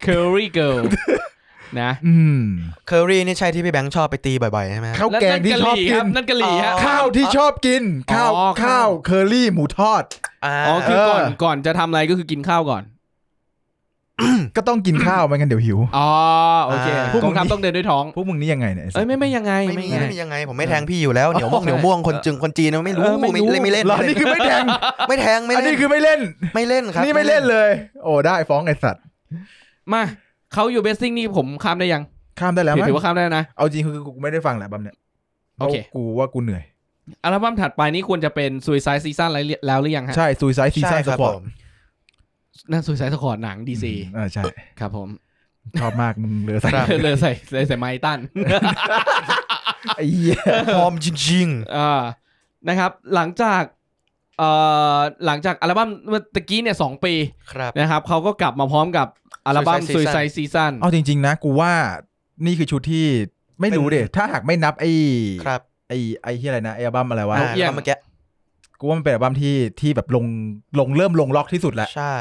[SPEAKER 3] Curry Girl นะ
[SPEAKER 2] อืม
[SPEAKER 1] เคอรี่นี่ใช่ที่พี่แบงค์ชอบไปตีบ่อยๆใช่ไหมครับ
[SPEAKER 2] ข้าวแกงที่ชอบกิน
[SPEAKER 3] นั่นกะหรี่ครับ
[SPEAKER 1] อ๋อ
[SPEAKER 2] ข้าวที่ชอบกิน ข้าว
[SPEAKER 3] อ๋อข้าว
[SPEAKER 2] ข้าวเคอรี่หมูทอด
[SPEAKER 1] อ่า
[SPEAKER 3] อ๋อคือก่อน
[SPEAKER 2] เออ
[SPEAKER 3] ก่อนจะทำอะไรก็คือกินข้าวก่อน
[SPEAKER 2] ก็ต้องกินข้าวไม่งั้นเดี๋ยวหิว
[SPEAKER 3] อ๋อ โอเค
[SPEAKER 2] พวก
[SPEAKER 3] ก
[SPEAKER 2] มึ
[SPEAKER 3] อง งทัพต้องเดินด้วยท้อง
[SPEAKER 2] พวกมึงนี่ยังไงเนี่ย
[SPEAKER 3] เอ้ยไม่ไม่ยังไง
[SPEAKER 1] ไม่มี
[SPEAKER 3] ยังง
[SPEAKER 1] ไม่มียังไง ผมไม่แทงพี่อยู่แล้วเหนียวม่วง
[SPEAKER 3] เออ
[SPEAKER 1] เหนียวม่วงคนจึงคนจีนนะไม่รู้
[SPEAKER 3] เออไม่รู้
[SPEAKER 1] ไม่ไม่เล่น
[SPEAKER 2] หรอ
[SPEAKER 1] ไม่เล่
[SPEAKER 2] นี่คือไม่แทง
[SPEAKER 1] ไม่แทงไม่
[SPEAKER 2] อัน
[SPEAKER 1] เล่
[SPEAKER 2] นี้
[SPEAKER 1] น
[SPEAKER 2] คือไม่เล่น
[SPEAKER 1] ไม่เล่นครับ
[SPEAKER 2] นี่ไม่เล่นเลย โอ้ได้ฟ้องไอสัตว์
[SPEAKER 3] มาเขาอยู่เบสซิ่งนี่ผมข้ามได้ยัง
[SPEAKER 2] ข้ามได้แล้ว
[SPEAKER 3] ถือ
[SPEAKER 2] มั้ย
[SPEAKER 3] ถือว่าข้ามได้นะ
[SPEAKER 2] เอาจริงคือกูไม่ได้ฟังแหละบัมเนี่ย
[SPEAKER 3] โอเค
[SPEAKER 2] กูว่ากูเหนื่อย
[SPEAKER 3] อัลบั้มถัดไปนี่ควรจะเป็น Suicide Season แล้วหรือแล้วหรือยังฮะ
[SPEAKER 2] ใช่ซูซายซี
[SPEAKER 1] ใช่ค
[SPEAKER 2] ซันส
[SPEAKER 1] รับ
[SPEAKER 2] ป
[SPEAKER 1] ผ
[SPEAKER 2] อร์ต
[SPEAKER 1] ม
[SPEAKER 3] นั่น Suicide Squad หนัง DC
[SPEAKER 2] อ่าใช่
[SPEAKER 3] ครับผม
[SPEAKER 2] ชอบมากมึงเหลือใส่
[SPEAKER 3] (laughs) เลยใส่เลยใส่ไมค์ตัน
[SPEAKER 2] ไอ้เหี้ย
[SPEAKER 1] พร้อมจริง
[SPEAKER 3] อ่านะครับหลังจากเอ่อหลังจากอัลบั้มเมื่อตะกี้เนี่ยสองปี
[SPEAKER 1] ๆครับ
[SPEAKER 3] นะครับเขาก็กลับมาพร้อมกับอัลบั้ม
[SPEAKER 1] Suicide
[SPEAKER 3] Suicide Season
[SPEAKER 2] เอาจริง ๆ นะ กูว่านี่คือชุดที่ไม่รู้เด็ถ้าหากไม่นับไอ้
[SPEAKER 1] ครับ
[SPEAKER 2] ไอ้ไอ้ที่อะไรนะไอ้อัลบั้มอะไรวะ
[SPEAKER 1] อ่า
[SPEAKER 3] เเอี่ยง
[SPEAKER 1] แล้วเมื่อกี้
[SPEAKER 2] กูว่ามันเป็นอัลบั้มที่ที่แบบลงลงเริ่มลงล็อกที่สุดแล้ว
[SPEAKER 1] ใช่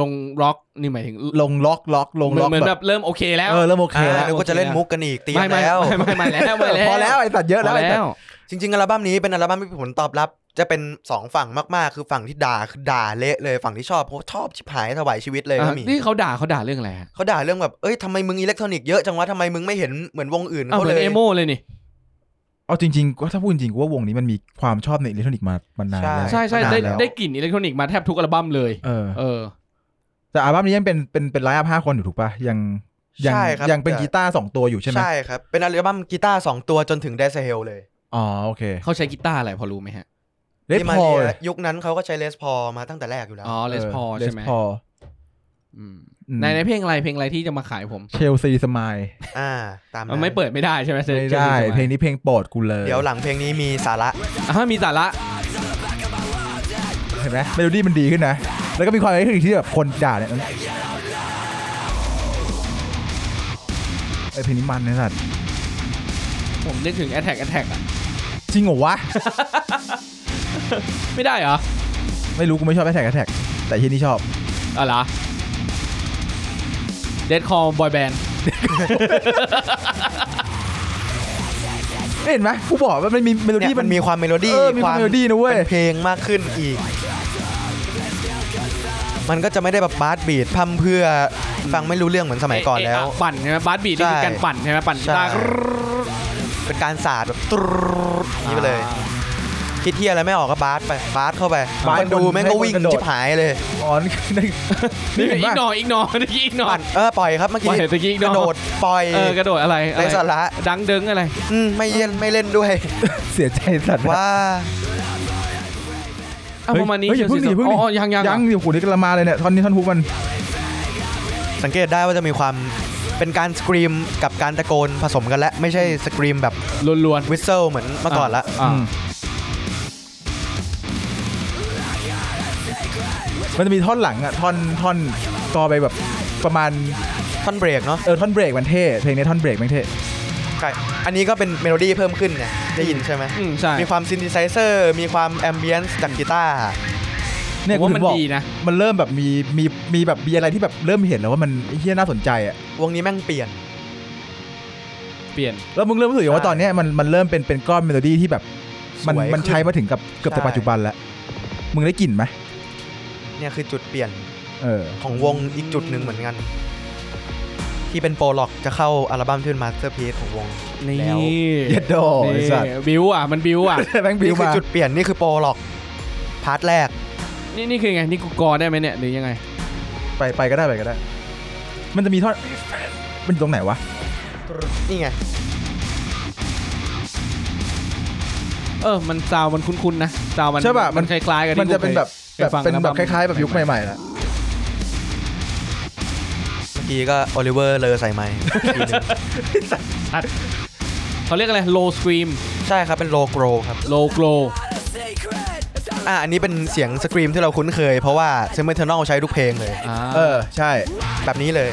[SPEAKER 3] ลงร็อกนี่หมายถึง
[SPEAKER 2] ลงล็อกล็อกลง
[SPEAKER 3] เหมือ
[SPEAKER 2] ล็อน ก
[SPEAKER 3] เหมือน
[SPEAKER 2] แบ
[SPEAKER 3] แบบ บเริ่มโอเคแล้ว
[SPEAKER 2] เออเริ่มโอเค
[SPEAKER 1] อ่า
[SPEAKER 2] แล้ว
[SPEAKER 1] นึกว่าจะเล่นมุกกันอีกเตรียม
[SPEAKER 3] ไม่ไม่
[SPEAKER 1] แล้ว
[SPEAKER 3] ไม่ไม่ไม่แล้วไม่แล้ว
[SPEAKER 2] พอแล้วไอ้สัตว์เยอะ
[SPEAKER 3] พ
[SPEAKER 2] แล้ว
[SPEAKER 3] อ
[SPEAKER 2] ไอ้สั
[SPEAKER 3] แล้
[SPEAKER 2] ตว์
[SPEAKER 3] ว
[SPEAKER 1] จริงๆอัลบั้มนี้เป็นอัลบั้มที่ผลตอบรับ จะเป็นสองฝั่งมากๆ คือฝั่งที่ด่าคือด่าเละเลยฝั่งที่ชอบเพราะชอบชิบหายถวายชีวิตเลยก็มี
[SPEAKER 3] อ่ะนี่เขาด่าเขาด่าเรื่องอะไรฮะ
[SPEAKER 1] เขาด่าเรื่องแบบเอ้ยทำไมมึงอิเล็กทรอนิกส์เยอะจังวะทำไมมึงไม่เห็นเหมือนวงอื่น
[SPEAKER 3] อ่ะ
[SPEAKER 1] เขา
[SPEAKER 3] เหมื
[SPEAKER 1] เล
[SPEAKER 3] อน
[SPEAKER 1] ย
[SPEAKER 3] เอโมเลยนี่
[SPEAKER 2] เอาจริงๆก็ถ้าพูดจริงๆกูว่าวงนี้มันมีความชอบในอิเล็กทรอนิกส์มามานานแล้ว
[SPEAKER 3] ใช่ใช่
[SPEAKER 2] มานาน
[SPEAKER 3] ได้
[SPEAKER 2] แล้ว
[SPEAKER 3] ได้กลิ่นอิเล็กทรอนิกส์มาแทบทุกอัลบั้มเลย
[SPEAKER 2] เออ
[SPEAKER 3] เออ
[SPEAKER 2] แต่อัลบั้มนี้ยังเป็นเป็นเป็นไลฟ์อัพห้าคนอยู่ถูกปะยังยั
[SPEAKER 1] ใช่ครับ
[SPEAKER 2] ยังเป็นกีตาร์สองตัวอยู่ใช่ไหม
[SPEAKER 1] ใช่ครับ เป็นอัลบั้มกีตาร์สองตัวจนถึงเดซเฮลเลย
[SPEAKER 2] อ๋อโอเค
[SPEAKER 3] เขาใช้กีตาร์อะไรพอรู้ไหมฮะ
[SPEAKER 2] เลส
[SPEAKER 1] ที่มา
[SPEAKER 2] พอ
[SPEAKER 1] เรียยุคนั้นเขาก็ใช้เลสพอมาตั้งแต่แรกอยู่แล้ว
[SPEAKER 3] อ๋อเลสพอใช่ไหม
[SPEAKER 2] พอ
[SPEAKER 3] อืมในในเพลงอะไรเพลงอะไรที่จะมาขายผม
[SPEAKER 2] เชลซีสมาย
[SPEAKER 1] อ่า ตาม
[SPEAKER 3] มัน
[SPEAKER 1] นั้น
[SPEAKER 3] ไม่เปิดไม่ได้ใช่ไหมเซน
[SPEAKER 2] ไม่ได้
[SPEAKER 3] จอร์จ
[SPEAKER 2] เพลงนี้เพลงโปรดกูเลย
[SPEAKER 1] เดี๋ยวหลังเพลงนี้มีสาระ
[SPEAKER 3] อ่ะมีสาระ
[SPEAKER 2] เห็นไหมเมโลดี้มันดีขึ้นนะ แล้วก็มีความอะไรขึ้นอีกที่แบบคนด่าเนี่ยไอยเพลงนี้มันนะสัตว์
[SPEAKER 3] ผมนึกถึง Attack Attack อ่ะ (laughs)
[SPEAKER 2] จริงเหรอวะ
[SPEAKER 3] ไม่ได้เหรอ
[SPEAKER 2] ไม่รู้กูไม่ชอบแอทแทกแอทแทกแต่ที่นี่ชอบ
[SPEAKER 3] อ๋อเหรอ Dead Call Boy Band
[SPEAKER 2] เห็นไหมกูบอกว่ามันมีเมโล
[SPEAKER 1] เนี่
[SPEAKER 2] ดี้
[SPEAKER 1] ยมันมีความเมโลดี้
[SPEAKER 2] เออมีความเมโลดี้นะเว้ย
[SPEAKER 1] เป็นเพลงมากขึ้นอีก มันก็จะไม่ได้แบบบาสบีดพัมเพรื่อฟังไม่รู้เรื่องเหมื (laughs) อนสมัยก่อนแล้ว
[SPEAKER 3] เะะปั่นใช่ไหมบาร์บีนี่คือ
[SPEAKER 1] ใช่
[SPEAKER 3] การปั่นใช่ไหมปั่นกีตาร์
[SPEAKER 1] เป็นการสาดแบบตรดอย่างนี้ไปเลย คิดเที่ยอะไรไม่ออกก็บาสไปบาสเข้าไป
[SPEAKER 2] บาส
[SPEAKER 1] คนดูแม่งก็วิ่ง
[SPEAKER 2] ให้คนกระโดด
[SPEAKER 1] ชิบหายเลย
[SPEAKER 2] อ๋อนี่ (laughs) นี่นี่
[SPEAKER 3] นี่
[SPEAKER 2] เห็น
[SPEAKER 3] อีก
[SPEAKER 2] ปะ
[SPEAKER 3] (laughs) นออีกนอเมื่อกี้อีกนอ
[SPEAKER 1] ปั่นเออปล่อยครับเมื่อ
[SPEAKER 3] ปล่
[SPEAKER 1] กี้
[SPEAKER 3] อยตะกี้อีก
[SPEAKER 1] ก
[SPEAKER 3] เนอะ
[SPEAKER 1] ระโดดปล่อย
[SPEAKER 3] เออกระโดดอะไรอะ
[SPEAKER 1] ไร
[SPEAKER 3] ไร
[SPEAKER 1] สาระ
[SPEAKER 3] ดังเดิงอะไร
[SPEAKER 1] อืมไม่เล่นไม่เล่นด้วย
[SPEAKER 2] เสียใจสัตว์
[SPEAKER 1] ว่า
[SPEAKER 3] อ่ะ
[SPEAKER 2] เฮ้ย
[SPEAKER 3] ประมาณนี้
[SPEAKER 2] เฮ้ยอย่าเพิ่งดิอย่า
[SPEAKER 3] เดี๋ยว
[SPEAKER 2] เพิ่ง
[SPEAKER 3] อ๋
[SPEAKER 2] ดิ
[SPEAKER 3] ออ๋อยังยัง
[SPEAKER 2] ยังอยู่หูนี่กำลังมาเลยเนี่ยท่อนนี้ท่อนฮุกมัน
[SPEAKER 1] สังเกตได้ว่าจะมีความเป็นการสกรีมกับการตะโกนผสมกันแล้ว ไม่ใช่สกรีมแบบ
[SPEAKER 3] ล้วน
[SPEAKER 1] วิสเซิลเหมือนเมื่อก่อนละ
[SPEAKER 3] อ่า
[SPEAKER 2] อืมมันจะมีท่อนหลังอะท่อนท่อนต่อไปแบบประมาณ
[SPEAKER 1] ท่อนเบรกเนาะ
[SPEAKER 2] เออท่อนเบรกมันเท่เพลงนี้ท่อนเบรกมันเท่
[SPEAKER 1] ใช่อันนี้ก็เป็นเมโลดี้เพิ่มขึ้นไงได้ยินใช่ไหม
[SPEAKER 3] อืมใช่
[SPEAKER 1] มีความซิน t h ไซเซอร์มีความแอมเบียนซ์จากกีตาร์
[SPEAKER 2] เนี่ย
[SPEAKER 3] ผม
[SPEAKER 2] กู
[SPEAKER 3] ว่า
[SPEAKER 2] ถึ
[SPEAKER 3] มัน
[SPEAKER 2] งบอก
[SPEAKER 3] ดีนะ
[SPEAKER 2] มันเริ่มแบบมีมีมีแบบมีอะไรที่แบบเริ่มเห็นแล้วว่ามันไอ้เฮียน่าสนใจอะ
[SPEAKER 1] วงนี้แม่งเปลี่ยน
[SPEAKER 3] เปลี่ยน
[SPEAKER 2] แล้วมึงเริ่มรู้สึกอย่างว่า
[SPEAKER 1] ใช่
[SPEAKER 2] ตอนเนี้ยมันมันเริ่มเป็นเป็นก้อนเมโลดี้ที่แบบ มัน
[SPEAKER 1] สวยขึ้น
[SPEAKER 2] มันใช้มาถึงกับเกือบ
[SPEAKER 1] ใช่
[SPEAKER 2] จะปัจจุบันแล้ว มึงได้กลิ่นไหม
[SPEAKER 1] เนี่ยคือจุดเปลี่ยน
[SPEAKER 2] เออ
[SPEAKER 1] ของวงอีกจุดหนึ่งเหมือนกัน ที่เป็นโปรล็อกจะเข้าอัลบั้มที่เป็นมาสเตอร์พีซของวง
[SPEAKER 3] นี่
[SPEAKER 1] แล้ว
[SPEAKER 2] เย็ดโดไอ้สัตว์
[SPEAKER 3] นี่บิวอ่ะมันบิวอ่ะ
[SPEAKER 2] (laughs) แม่งบิ
[SPEAKER 1] นี่
[SPEAKER 2] ว
[SPEAKER 1] คือ
[SPEAKER 2] มา
[SPEAKER 1] จุดเปลี่ยนนี่คือโปรล็อกพาร์ทแรก
[SPEAKER 3] นี่นี่คือไง นี่กูกอได้ไหมเนี่ยหรือยังไง
[SPEAKER 2] ไปไปก็ได้ไปก็ได้ มันจะมีท่อนมันอยู่ตรงไหนวะ
[SPEAKER 1] นี่ไง
[SPEAKER 3] เออ มันซาวมันคุ้นๆนะซาวมัน
[SPEAKER 2] ใช่ป่ะมัน
[SPEAKER 3] คล้ายๆ กันที่
[SPEAKER 2] มันจะเป็นแบบ
[SPEAKER 3] กูคย
[SPEAKER 2] แบบ
[SPEAKER 3] คยฟัง
[SPEAKER 2] เป็นแบบ
[SPEAKER 3] อั
[SPEAKER 2] ค
[SPEAKER 3] ลม
[SPEAKER 2] ล้ายๆ แบบยุคใหม่ๆนะ
[SPEAKER 1] เมื่อกี้ก็โอลิเวอร์เลอใส่ไมค์ (laughs) อีกทีหนึ่ง
[SPEAKER 3] เขาเรียกอะไร low scream
[SPEAKER 1] ใช่ครับเป็นโลโกรครับ
[SPEAKER 3] low glow
[SPEAKER 1] อ่ะอันนี้เป็นเสียงสกรีมที่เราคุ้นเคย เพราะว่าเซมเบอร์เทอร์นอลใช้ทุกเพลงเลย
[SPEAKER 3] อ่า
[SPEAKER 2] เออใช่
[SPEAKER 1] แบบนี้เลย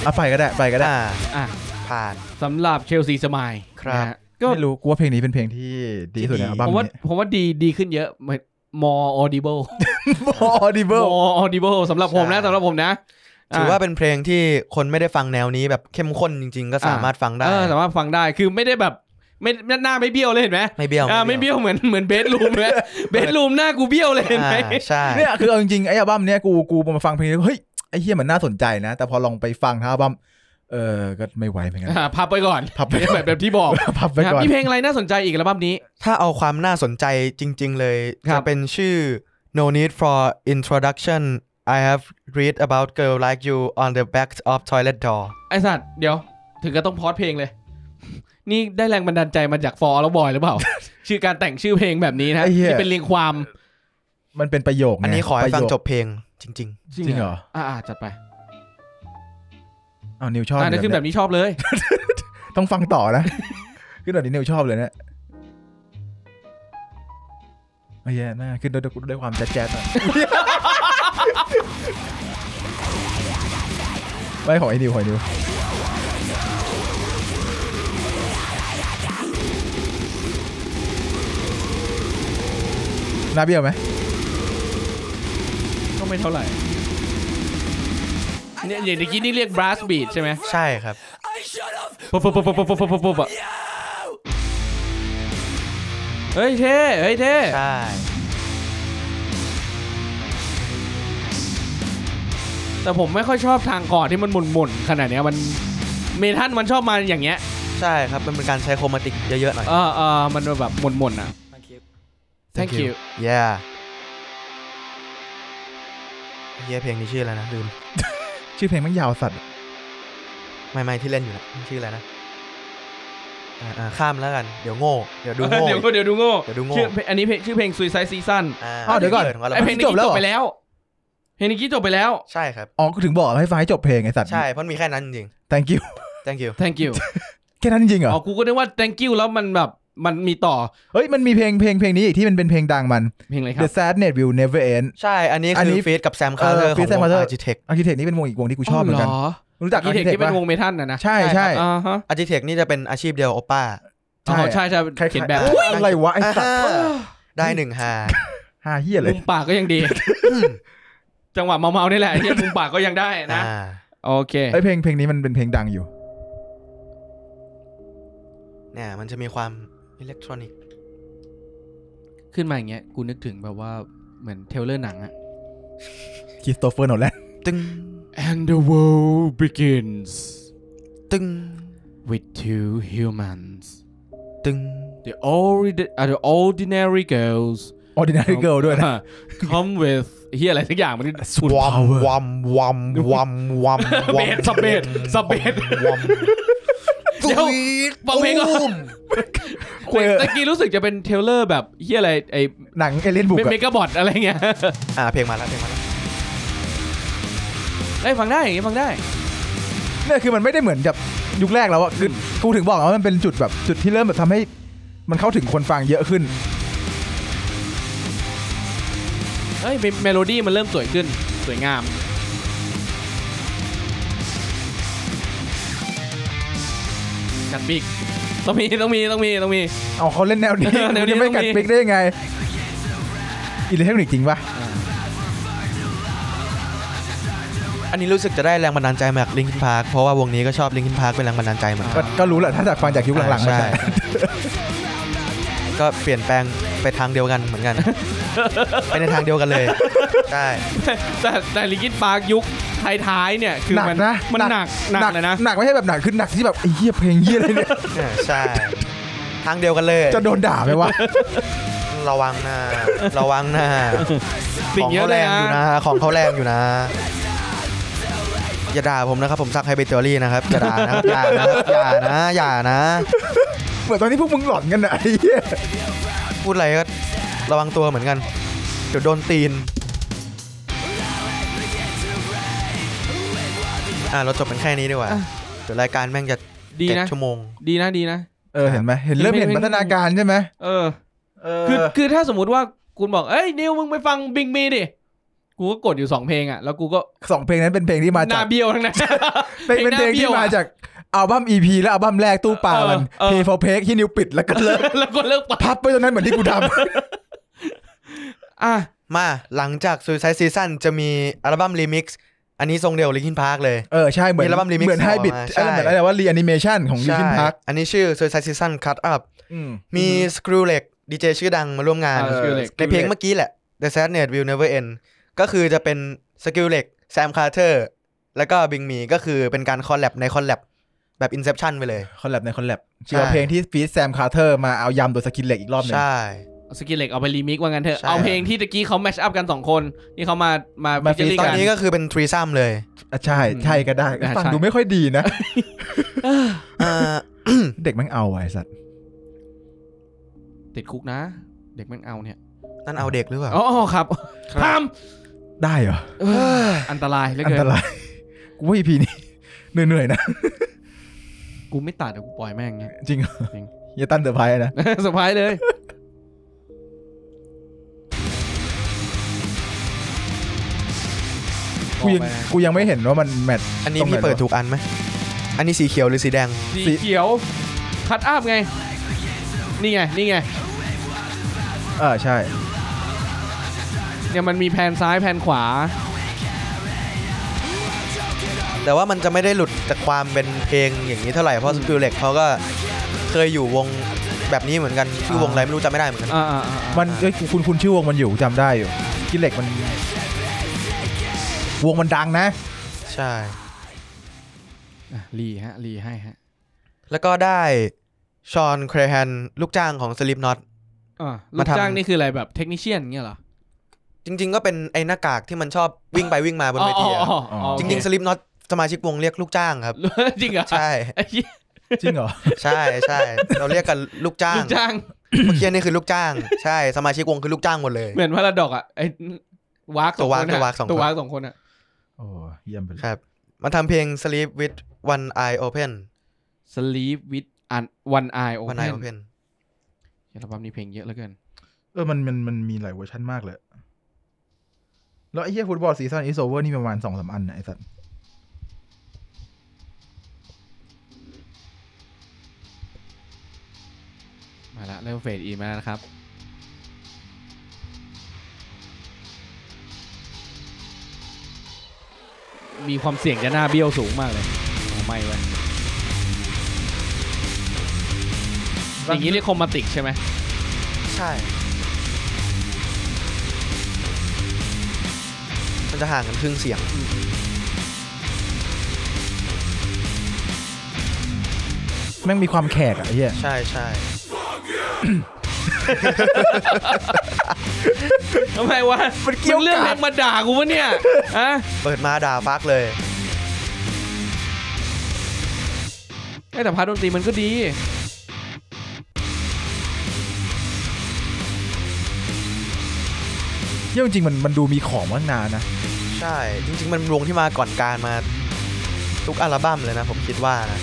[SPEAKER 2] เอาไปก็ได้ไปก็ได้
[SPEAKER 1] อ่า
[SPEAKER 3] อ่ะ
[SPEAKER 1] ผ่าน
[SPEAKER 3] สำหรับเชลซีสมาย
[SPEAKER 1] ครับ
[SPEAKER 3] ก็
[SPEAKER 2] ไม่รู้กูว่าเพลงนี้เป็นเพลงที่ดีที่สุดในอัลบั้ม
[SPEAKER 3] ผม
[SPEAKER 2] (laughs)
[SPEAKER 3] ว่า
[SPEAKER 2] นี้
[SPEAKER 3] ผมว่าดีดีขึ้นเยอะ more audible
[SPEAKER 2] ออดิเบิล
[SPEAKER 3] more audible สำหรับผมนะสำหรับผมนะ
[SPEAKER 1] ถือ
[SPEAKER 3] อ่ะ
[SPEAKER 1] ว่าเป็นเพลงที่คนไม่ได้ฟังแนวนี้แบบเข้มข้นจริง ๆ ก็สามารถฟังได้
[SPEAKER 3] เออสามารถฟังได้คือไม่ได้แบบไม่หน้าไม่เบี้ยวเลยเห็นไหม
[SPEAKER 1] ไม่เบี้ยว
[SPEAKER 3] อ่าไม่เบี้ยวเหมือนเหมือนเบสรูมเลยเบสรูมหน้ากูเบี้ยวเลยเห็นไหม
[SPEAKER 1] อ่าใช่
[SPEAKER 2] เนี่ยคือเอาจริงๆไอ้อัลบั้มเนี้ยกูกูมาฟังเพลงนี้เฮ้ยไอ้เฮียมันน่าสนใจนะ แต่พอลองไปฟังทั้งอัลบั้มเออก็ไม่ไหวเหมือนกัน
[SPEAKER 3] อ่าพับไปก่อน
[SPEAKER 2] พับไปก่อน
[SPEAKER 3] แบบแบบที่บอก
[SPEAKER 2] พับไป
[SPEAKER 3] นะครับ
[SPEAKER 2] ก่อน
[SPEAKER 3] มีเพลงอะไรน่าสนใจอีกอัลบั้มนี้
[SPEAKER 1] ถ้าเอาความน่าสนใจจริง ๆ เลย
[SPEAKER 3] ครั
[SPEAKER 1] จะ
[SPEAKER 3] บ
[SPEAKER 1] เป็นชื่อ No Need for Introduction I have read about girl like you on the back of toilet door
[SPEAKER 3] ไอสัตว์เดี๋ยว ถึงก็ต้องพอดเพลงเลย (laughs) นี่ได้แรงบันดาลใจมาจากฟอร์แล้วบอยหรือเปล่า (laughs) ชื่อการแต่งชื่อเพลงแบบนี้นะ
[SPEAKER 2] ไอ้เหี้ย
[SPEAKER 3] ที่เป็นเรียงความ
[SPEAKER 2] มันเป็นประโยคไ
[SPEAKER 1] อันนี้ขอให้ฟัง
[SPEAKER 2] ประโยค
[SPEAKER 1] จบเพลงจริง
[SPEAKER 2] จริงเหรอ
[SPEAKER 3] อ่าจัดไป
[SPEAKER 2] อ้าวนิวชอบ
[SPEAKER 3] อ่านั่น
[SPEAKER 2] เลย
[SPEAKER 3] คือแบบนี้ชอบเลย (laughs)
[SPEAKER 2] ต้องฟังต่อนะ ขึ้นแบบนี้นิวชอบเลยเนี่ยไอ้เหี้ยน่าขึ้นด้วยด้วยด้วยความแจ๊ดๆหน่อย (laughs) ไม่ของไอ้นิวของไอ้นิวหน้าเบี้ยวไหม
[SPEAKER 3] ก็ไม่เท่าไหร่เนี่ยอย่างเมื่อกี้นี่เรียก brass beat ใช่ไหม
[SPEAKER 1] ๆ ใช่ครับ
[SPEAKER 3] ปุ๊บปุ๊บปุ๊บปุ๊บปุ๊บปุ๊บปุ๊บอะเฮ้ยเท่เฮ้ยเท่
[SPEAKER 1] ใช่
[SPEAKER 3] แต่ผมไม่ค่อยชอบทางก่อนที่มันหมุนๆขนาดเนี้ยมันเมทัลมันชอบมาอย่างเงี้ย
[SPEAKER 1] ใช่ครับ มันเป็นการใช้โครมาติกเยอะๆหน่อย
[SPEAKER 3] เออเออมันแบบหมุนๆอ่ะ thank you
[SPEAKER 1] yeah เฮียเพลงนี้ชื่ออะไรนะ ลืม
[SPEAKER 2] ชื่อเพลงมันยาวสัตว์
[SPEAKER 1] ไม่ไม่ที่เล่นอยู่นะมันชื่ออะไรนะอ่าอ่าข้ามแล้วกัน เดี๋ยวโง่ เดี๋ยวดูโง่
[SPEAKER 3] เดี๋ยวก็เดี๋ยวดูโง่
[SPEAKER 1] เดี๋ยวดูโง่
[SPEAKER 3] ชื่อเพลงอันนี้เพลงชื่อเพลง suicide season
[SPEAKER 2] อ้าวเดี๋ยวก่อน
[SPEAKER 1] ปิของ
[SPEAKER 3] ไอ
[SPEAKER 1] รา
[SPEAKER 3] เพลงนี้
[SPEAKER 2] จบแล้วเห
[SPEAKER 3] จ
[SPEAKER 2] ร
[SPEAKER 3] บ
[SPEAKER 2] อ
[SPEAKER 3] ไปแล้วเพลงนี้จบไปแล้ว
[SPEAKER 1] ใช่ครับ
[SPEAKER 2] อ๋อก็ถึงบอกให้ฟังให้จบเพลงไอ้สัตว์
[SPEAKER 1] ใช่ เพราะมีแค่นั้นจริง
[SPEAKER 2] thank you
[SPEAKER 1] thank you
[SPEAKER 3] thank you
[SPEAKER 2] แค่นั้นจริงเหรอ
[SPEAKER 3] อ๋อกูก็นึกว่า thank you แล้วมันแบบมันมีต่อ
[SPEAKER 2] เฮ้ย มันมีเพลงเพลงเพลงนี้อีกที่มันเป็นเพลงดังมัน
[SPEAKER 3] เพลงอะไรครั
[SPEAKER 2] The
[SPEAKER 3] บ
[SPEAKER 2] Sadness Will Never End
[SPEAKER 1] ใช่ อันนี้
[SPEAKER 2] อัน
[SPEAKER 1] คื
[SPEAKER 2] นี้
[SPEAKER 1] อฟีดกับแซมคาร์เตอร์
[SPEAKER 2] เออ
[SPEAKER 1] ขอ
[SPEAKER 2] Feat
[SPEAKER 1] งว
[SPEAKER 2] Sam
[SPEAKER 1] ง
[SPEAKER 2] Carter
[SPEAKER 1] อาร์จิเทค
[SPEAKER 2] อาร์คิเทคนี่เป็นวงอีกวงที่กูชอบเหมือนกัน
[SPEAKER 3] ร
[SPEAKER 2] รู้จักอาร์
[SPEAKER 3] เท
[SPEAKER 2] คิเทค
[SPEAKER 3] ที่เป็
[SPEAKER 2] ปะ
[SPEAKER 3] นวงเมทัลนะนะ
[SPEAKER 2] ใช่ใช่
[SPEAKER 3] อ่าฮะ
[SPEAKER 1] อาร์จิเทคนี่จะเป็นอาชีพเดียวโอป้า
[SPEAKER 2] ใช่
[SPEAKER 3] อ๋อใช่ใช่
[SPEAKER 2] คล้ายๆ
[SPEAKER 3] เขียนแบบ
[SPEAKER 2] อุ๊ยอะไรวะไอ้สัตว์
[SPEAKER 1] อ่าได้หนึ่งฮา
[SPEAKER 2] ฮาเฮียเล
[SPEAKER 3] มุ
[SPEAKER 2] ย
[SPEAKER 3] มปากก็ยังดี จังหวะเมาๆนี่แหละที่มุมปากก็ยังได้นะ
[SPEAKER 1] อ่า
[SPEAKER 3] โอเค
[SPEAKER 2] ไอ้ยเพลงเพลงนี้มันเป็นเพลงดังอยู่
[SPEAKER 1] เนี่ยมันจะมีความอิเล็กทรอนิกส์
[SPEAKER 3] ขึ้นมาอย่างเงี้ย กูนึกถึงแบบว่าเหมือนเทรลเลอร์หนังอะ
[SPEAKER 2] คริสโตเฟอร์โนแลน
[SPEAKER 1] ตึง
[SPEAKER 3] And the world begins
[SPEAKER 1] ตึง
[SPEAKER 3] with two humans
[SPEAKER 1] ตึง
[SPEAKER 3] the ordinary the ordinary girls
[SPEAKER 2] Ordinary Girl ด้วยนะ
[SPEAKER 3] come with เฮียอะไรสักอย่างมันสุด
[SPEAKER 1] วอมวอมวอมวอมวอมวอม
[SPEAKER 3] เบสสะเบสสะเบส
[SPEAKER 1] วอม
[SPEAKER 3] เดี๋ยวฟั (laughs) งเพลงก่อน
[SPEAKER 1] ตูม
[SPEAKER 2] คุย
[SPEAKER 3] ตะกี้รู้สึกจะเป็นเทรลเลอร์แบบเฮียอะไรไอ
[SPEAKER 2] หนังเอเลนบุก
[SPEAKER 3] เม
[SPEAKER 2] อะ
[SPEAKER 3] กะบอทอะไรเงี้ย
[SPEAKER 1] (laughs) อ่าเพลงมาแล้วเพลงมาแล้ว
[SPEAKER 3] ได้ยฟังได้อย่างงี้ฟังได้
[SPEAKER 2] เนี่ยคือมันไม่ได้เหมือนกับยุคแรกแล้วอะคือกูถึงบอกว่ามันเป็นจุดแบบจุดที่เริ่มแบบทำให้มันเข้าถึงคนฟังเยอะขึ้น
[SPEAKER 3] เฮ้ยเมโลดี้มันเริ่มสวยขึ้นสวยงาม กัดปีกต้องมีต้องมีต้องมีต้องมี (laughs)
[SPEAKER 2] เอาเขาเล่นแนวนี้
[SPEAKER 3] แนวนี้
[SPEAKER 2] จะไม่กัด
[SPEAKER 3] ต้องมี
[SPEAKER 2] ปิกได้ยังไงอิเล็กทรอนิกส์จริงปะ
[SPEAKER 1] อันนี้รู้สึกจะได้แรงบันดาลใจมาจากลิงคินพาร์คเพราะว่าวงนี้ก็ชอบลิงคินพาร์คเป็นแรงบันดาลใจเหมือน
[SPEAKER 2] ก็
[SPEAKER 1] กัน
[SPEAKER 2] ก็รู้แหละถ้าจากฟังจากยุคหลังๆมา
[SPEAKER 1] (laughs) ใช่ก็เปลี่ยนแปลง ไปทางเดียวกันเหมือนกัน ไปในทางเดียวกันเลยใช่
[SPEAKER 3] แต่แต่ลิกินปาร์กยุคท้ายๆเนี่ยคือ
[SPEAKER 2] หนัก
[SPEAKER 3] มัน
[SPEAKER 2] นะ
[SPEAKER 3] มันหนักหนักเลยนะ
[SPEAKER 2] หนักไม่ใช่แบบหนักคือหนักที่แบบไอ้เหี้ยเพลงเหี้ยอะไรเนี่ย
[SPEAKER 1] อ่าใช่ ทางเดียวกันเลย
[SPEAKER 2] จะโดนด่าไหมวะ
[SPEAKER 1] ระวังนะระวังนะ
[SPEAKER 3] ติ่
[SPEAKER 1] ของ ง
[SPEAKER 3] เยอะ
[SPEAKER 1] เขา
[SPEAKER 3] เล
[SPEAKER 1] แร
[SPEAKER 3] ย
[SPEAKER 1] ง
[SPEAKER 3] นะ
[SPEAKER 1] อยู่นะ ของเขาแรงอยู่นะ อย่าด่าผมนะครับ ผมซักไฮเบเทอรี่นะครับอย่าด่านะครับอย่านะครับอย่านะอย่านะ
[SPEAKER 2] เหมือนตอนนี้พวกมึงหลอนกันนะไอ้เหี้ย
[SPEAKER 1] พูดอะไรก็ระวังตัวเหมือนกัน เดี๋ยวโดนตีน อ่ะเราจบกันแค่นี้ดีกว่า
[SPEAKER 3] อ่ะ
[SPEAKER 1] เดี๋ยวรายการแม่งจะ
[SPEAKER 3] ดี
[SPEAKER 1] เจ็ด
[SPEAKER 3] นะ
[SPEAKER 1] ชั่วโมง
[SPEAKER 3] ดีนะดีนะ
[SPEAKER 2] เออเห็นไหมเห็นเริ่มเห็นพัฒนาการใช่ไหม
[SPEAKER 3] เออ
[SPEAKER 2] เออ
[SPEAKER 3] คือคือถ้าสมมติว่าคุณบอกเอ้ยนิวมึงไปฟังบิงมีดิ กูก็กดอยู่สองเพลงอ่ะ แล้วกูก็
[SPEAKER 2] สองเพลงนั้นเป็นเพลงที่มา
[SPEAKER 3] ห
[SPEAKER 2] จา
[SPEAKER 3] น้าก เบี้ยวทั้งนั้น (laughs)
[SPEAKER 2] เป็นเป็นเพลงที่มาจากอัลบั้ม EP และอัลบั้มแรกตู้ปลามัน
[SPEAKER 3] เออเออ
[SPEAKER 2] เพย์ฟอร์เพกที่นิวปิดแล้วก็เลิก (laughs)
[SPEAKER 3] แล้วก็เลิกไป
[SPEAKER 2] พับไปตรงนั้นเหมือนที่กูท
[SPEAKER 3] อ่ะ
[SPEAKER 1] มาหลังจาก Suicide Season จะมีอัลบั้มรีมิกซ์อันนี้ทรงเดียวลิคินพาร์คเลย
[SPEAKER 2] ำเออใช่เหมือน
[SPEAKER 1] มีอัลบั้ม remix
[SPEAKER 2] เหมือนไฮบิด
[SPEAKER 1] ออกมาใช่
[SPEAKER 2] อะไรเหมือนอะไรว่ารีแอนิเมชันของยูคิน
[SPEAKER 1] ใช่
[SPEAKER 2] พัก
[SPEAKER 1] อันนี้ชื่อ Suicide Season Cut Up มี Skrillex ดีเจชื่อดังมาร่วมงาน
[SPEAKER 3] อ่า Skrillex
[SPEAKER 1] ในเพลงเมื่อกี้แหละ The Sadness Will Never End ก็คือจะเป็น Skrillex Sam Carter แล้วก็ Big Me ก็คือเป็นการคอลแลบในคอลแลบแบบ Inception ไปเลย
[SPEAKER 2] คอลแลบในคอลแลบชื่อว่าเพลงที่ฟีดแซมคาร์เทอร์มาเอายำโดยสกินเหล็กอีกรอบหนึง
[SPEAKER 1] ใช่
[SPEAKER 3] สกิลเหล็กเอาไปรีมิกว่างั้นเถอะ
[SPEAKER 1] ใช่
[SPEAKER 3] เอาเพลงที่ตะกี้เขาแมชอัพกันสองคนนี่เขามามา
[SPEAKER 2] า
[SPEAKER 3] พิจิตร
[SPEAKER 1] ตอน
[SPEAKER 3] กัน
[SPEAKER 1] นี้ก็คือเป็นทรีซัมเลย
[SPEAKER 2] อ่ะใช่ใช่ก็ได้
[SPEAKER 3] อ่ะ
[SPEAKER 2] ฟัง
[SPEAKER 3] ใช่
[SPEAKER 2] ดูไม่ค่อยดีนะ
[SPEAKER 1] อ่า
[SPEAKER 2] เด็กแม่งเอาไว้สัตว์
[SPEAKER 3] ติดคุกนะ เด็กแม่งเอาเนี่ย
[SPEAKER 1] นั่นเอาเด็กหรือเปล่า
[SPEAKER 3] อ๋อครับทำ
[SPEAKER 2] ได้เหรอ
[SPEAKER 3] เอออันตรายเหลือ
[SPEAKER 2] อั
[SPEAKER 3] เกิ
[SPEAKER 2] นต
[SPEAKER 3] น
[SPEAKER 2] ราย (laughs) กูว่า EP นี้ (laughs) เหนื่อยๆนะ (laughs)
[SPEAKER 3] กูไม่ตัดเดี๋ยวกูปล่อยแม่งเนี่ย (laughs)
[SPEAKER 2] จริงเหรอ
[SPEAKER 3] จริง
[SPEAKER 2] อย่าตั้นเดอร์ไพรส์นะ
[SPEAKER 3] เซอร์ไพรส์เลย
[SPEAKER 2] กูยังกูยังไม่เห็นว่ามันแมท
[SPEAKER 1] อันนี้พี่เปิดถูกอันไหม อันนี้สีเขียวหรือสีแดง
[SPEAKER 3] สีเขียว คัดอัพไง นี่ไง นี่ไง
[SPEAKER 2] เออใช่
[SPEAKER 3] เนี่ยมันมีแผนซ้ายแผนขวา
[SPEAKER 1] แต่ว่ามันจะไม่ได้หลุดจากความเป็นเพลงอย่างนี้เท่าไหร่ เพราะสกิลเล็กเขาก็เคยอยู่วงแบบนี้เหมือนกัน ชื่อวงอะไรไม่รู้จำไม่ได้เหมือนกัน
[SPEAKER 3] อ่าอ่าอ่าอ่า
[SPEAKER 2] มันเอ้ยคุณคุณชื่อวงมันอยู่จำได้อยู่กินเหล็กมัน วงมันดังนะ
[SPEAKER 1] ใช่
[SPEAKER 3] อ่ะรีฮะรีให้ฮะ
[SPEAKER 1] แล้วก็ได้ชอนเครแฮนลูกจ้างของสลิปน็อต
[SPEAKER 3] อ่าลู
[SPEAKER 1] มากทำ
[SPEAKER 3] จ้างนี่คืออะไรแบบเทคนิชเชียนเงี้ยเหรอ
[SPEAKER 1] จริง ๆ ก็เป็นไอ้หน้ากากที่มันชอบวิ่งไปวิ่งมาบน
[SPEAKER 3] อ๋อ
[SPEAKER 1] เว
[SPEAKER 3] อ๋
[SPEAKER 1] ที
[SPEAKER 3] อ
[SPEAKER 1] อะ
[SPEAKER 3] อ๋ออ๋อ
[SPEAKER 1] จริง ๆ ส
[SPEAKER 3] โอ
[SPEAKER 1] ลิปน็อตสมาชิกวงเรียกลูกจ้างครับ
[SPEAKER 3] เค จริงเหรอ
[SPEAKER 1] ใช่
[SPEAKER 3] ไอ้เหี้ย
[SPEAKER 2] จริงเหรอ
[SPEAKER 1] ใช่ใช่ (laughs) เราเรียกกันลูกจ้าง
[SPEAKER 3] ลูกจ้าง
[SPEAKER 1] เมื่อกี้นี่คือลูกจ้าง ใช่สมาชิกวงคือลูกจ้างหมดเลย
[SPEAKER 3] เหมือนพาราดอกอ่ะไอ้วาก
[SPEAKER 1] ตัววาก
[SPEAKER 3] คนอะ
[SPEAKER 1] ตัววากสองคน
[SPEAKER 3] ตัววากสองคนอ่ะ
[SPEAKER 2] (laughs) โอ้เยี่ยมไปเลย
[SPEAKER 1] ครับมันทำเพลง Sleep with One Eye Open
[SPEAKER 3] sleep with an one eye
[SPEAKER 1] One Eye
[SPEAKER 3] open
[SPEAKER 1] Open
[SPEAKER 3] อัลบั้มนี้เพลงเยอะเหลือเกิน
[SPEAKER 2] เออมันมันมันมีหลายเวอร์ชันมากเลย แล้วไอ้เหี้ยฟุตบอลซีซั่นอีสโอเวอร์นี่ประมาณสองสามอันนะไอ้สัตว์
[SPEAKER 3] มาละเริ่มเฟดอินมาแล้วนะครับ มีความเสี่ยงจะหน้าเบี้ยวสูงมากเลยโอ้ไม่เว้ยอย่างนี้เรียกคอมมาติกใช่ไหม
[SPEAKER 1] ใช่ มันจะห่างกันครึ่งเสียง
[SPEAKER 2] แม่งมีความแขกอะไอ้เหี้ย
[SPEAKER 1] ใช่ใช่
[SPEAKER 3] ทำไมวะมันเกี่ยวเรื่องแรงมาด่ากูวะเนี่ยอะ
[SPEAKER 1] เปิดมาด่าฟักเลย
[SPEAKER 3] เอ้ยแต่พาร์ทดนตรีมันก็ดี
[SPEAKER 2] เยี่ยมจริงๆมันมันดูมีของมานานนะ
[SPEAKER 1] ใช่ จริง ๆ มันวงที่มาก่อนการมา ทุกอัลบั้มเลยนะ ผมคิดว่านะ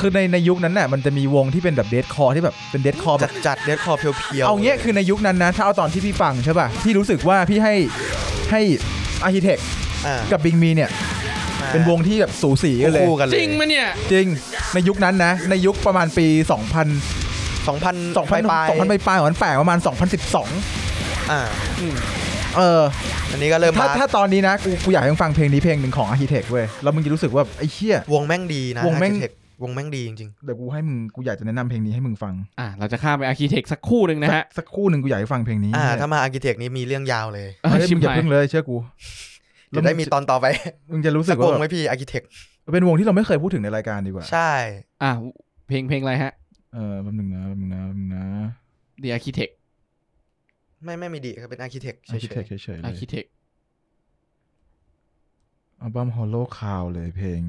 [SPEAKER 2] คือในในยุคนั้นน่ะมันจะมีวงที่เป็นแบบเดดคอที่แบบเป็นเดดคอแบ
[SPEAKER 1] จั
[SPEAKER 2] บ
[SPEAKER 1] ดจัดเดดคอเพียวๆ
[SPEAKER 2] เอาเงี้ยคือในยุคนั้นนะ ถ้าเอาตอนที่พี่ฟังใช่ป่ะ พี่รู้สึกว่าพี่ให้ให้อาร์ i ิเทค
[SPEAKER 1] อ่า
[SPEAKER 2] กับบิงมีเนี่ย เป็นวงที่แบบสูสีกันเลย
[SPEAKER 1] คู่กันเลย
[SPEAKER 3] จริงมะเนี่ย
[SPEAKER 2] จริง ในยุคนั้นนะ ในยุคประมาณปี 2000
[SPEAKER 1] สองพัน
[SPEAKER 2] 2000
[SPEAKER 1] ปลาย
[SPEAKER 2] 2000ไปปลายวันแปดประมาณ 2012
[SPEAKER 1] อ่า
[SPEAKER 2] เออ
[SPEAKER 1] อันนี้ก็เริ่ม
[SPEAKER 2] ถ้า
[SPEAKER 1] มา
[SPEAKER 2] ถ้าตอนนี้นะ กูกูอยากให้มึงฟังเพลงนี้เพลงหนึ่งของอาร์ i ิเทคเว้ยแล้วมึงจะรู้สึกว่า ไอ้เชี่ย
[SPEAKER 1] วงแม่งดีนะ
[SPEAKER 2] วงแม่ง
[SPEAKER 1] Architect วงแม่งดีจริง
[SPEAKER 2] เดี๋ยวกูให้มึงกูอยากจะแนะนำเพลงนี้ให้มึงฟัง
[SPEAKER 3] อ่ะเราจะข้ามไปอาร์คิเทคสักคู่หนึ่งนะฮะ
[SPEAKER 2] สักสักครู่หนึ่งกูอยากให้ฟังเพลงนี้
[SPEAKER 1] ๆอ่าถ้ามาอาร์กิเทคนี้มีเรื่องยาวเลย
[SPEAKER 3] เอ้ย
[SPEAKER 2] เฮ้ย
[SPEAKER 3] ชิ
[SPEAKER 2] มึ
[SPEAKER 3] ม
[SPEAKER 2] งอย่า
[SPEAKER 3] หาย
[SPEAKER 2] เพิ่งเลยเชื่อกู
[SPEAKER 1] จะได้มีตอนต่อไป
[SPEAKER 2] มึงจะรู้สึ
[SPEAKER 1] สั
[SPEAKER 2] ก
[SPEAKER 1] กว
[SPEAKER 2] ว่าง
[SPEAKER 1] ไหม
[SPEAKER 2] แบบ
[SPEAKER 1] พี่อาร์กิเทค
[SPEAKER 2] เป็นวงที่เราไม่เคยพูดถึงในรายการดีกว่า
[SPEAKER 1] ใช่
[SPEAKER 3] อ่ะเพลงเพลงอะไรฮะ
[SPEAKER 2] เออแป๊บหนึงนะแป๊บหนึงนะแป๊บหนึงนะ
[SPEAKER 3] The Architect
[SPEAKER 1] ไม่ไม่มีดีครับเป็นอาร์กิเทคเฉ
[SPEAKER 2] อาย คิเทค
[SPEAKER 1] ๆ
[SPEAKER 2] เฉยๆเลย
[SPEAKER 3] Architect
[SPEAKER 2] อัลบั้ม Hollow Cow เลยเพลง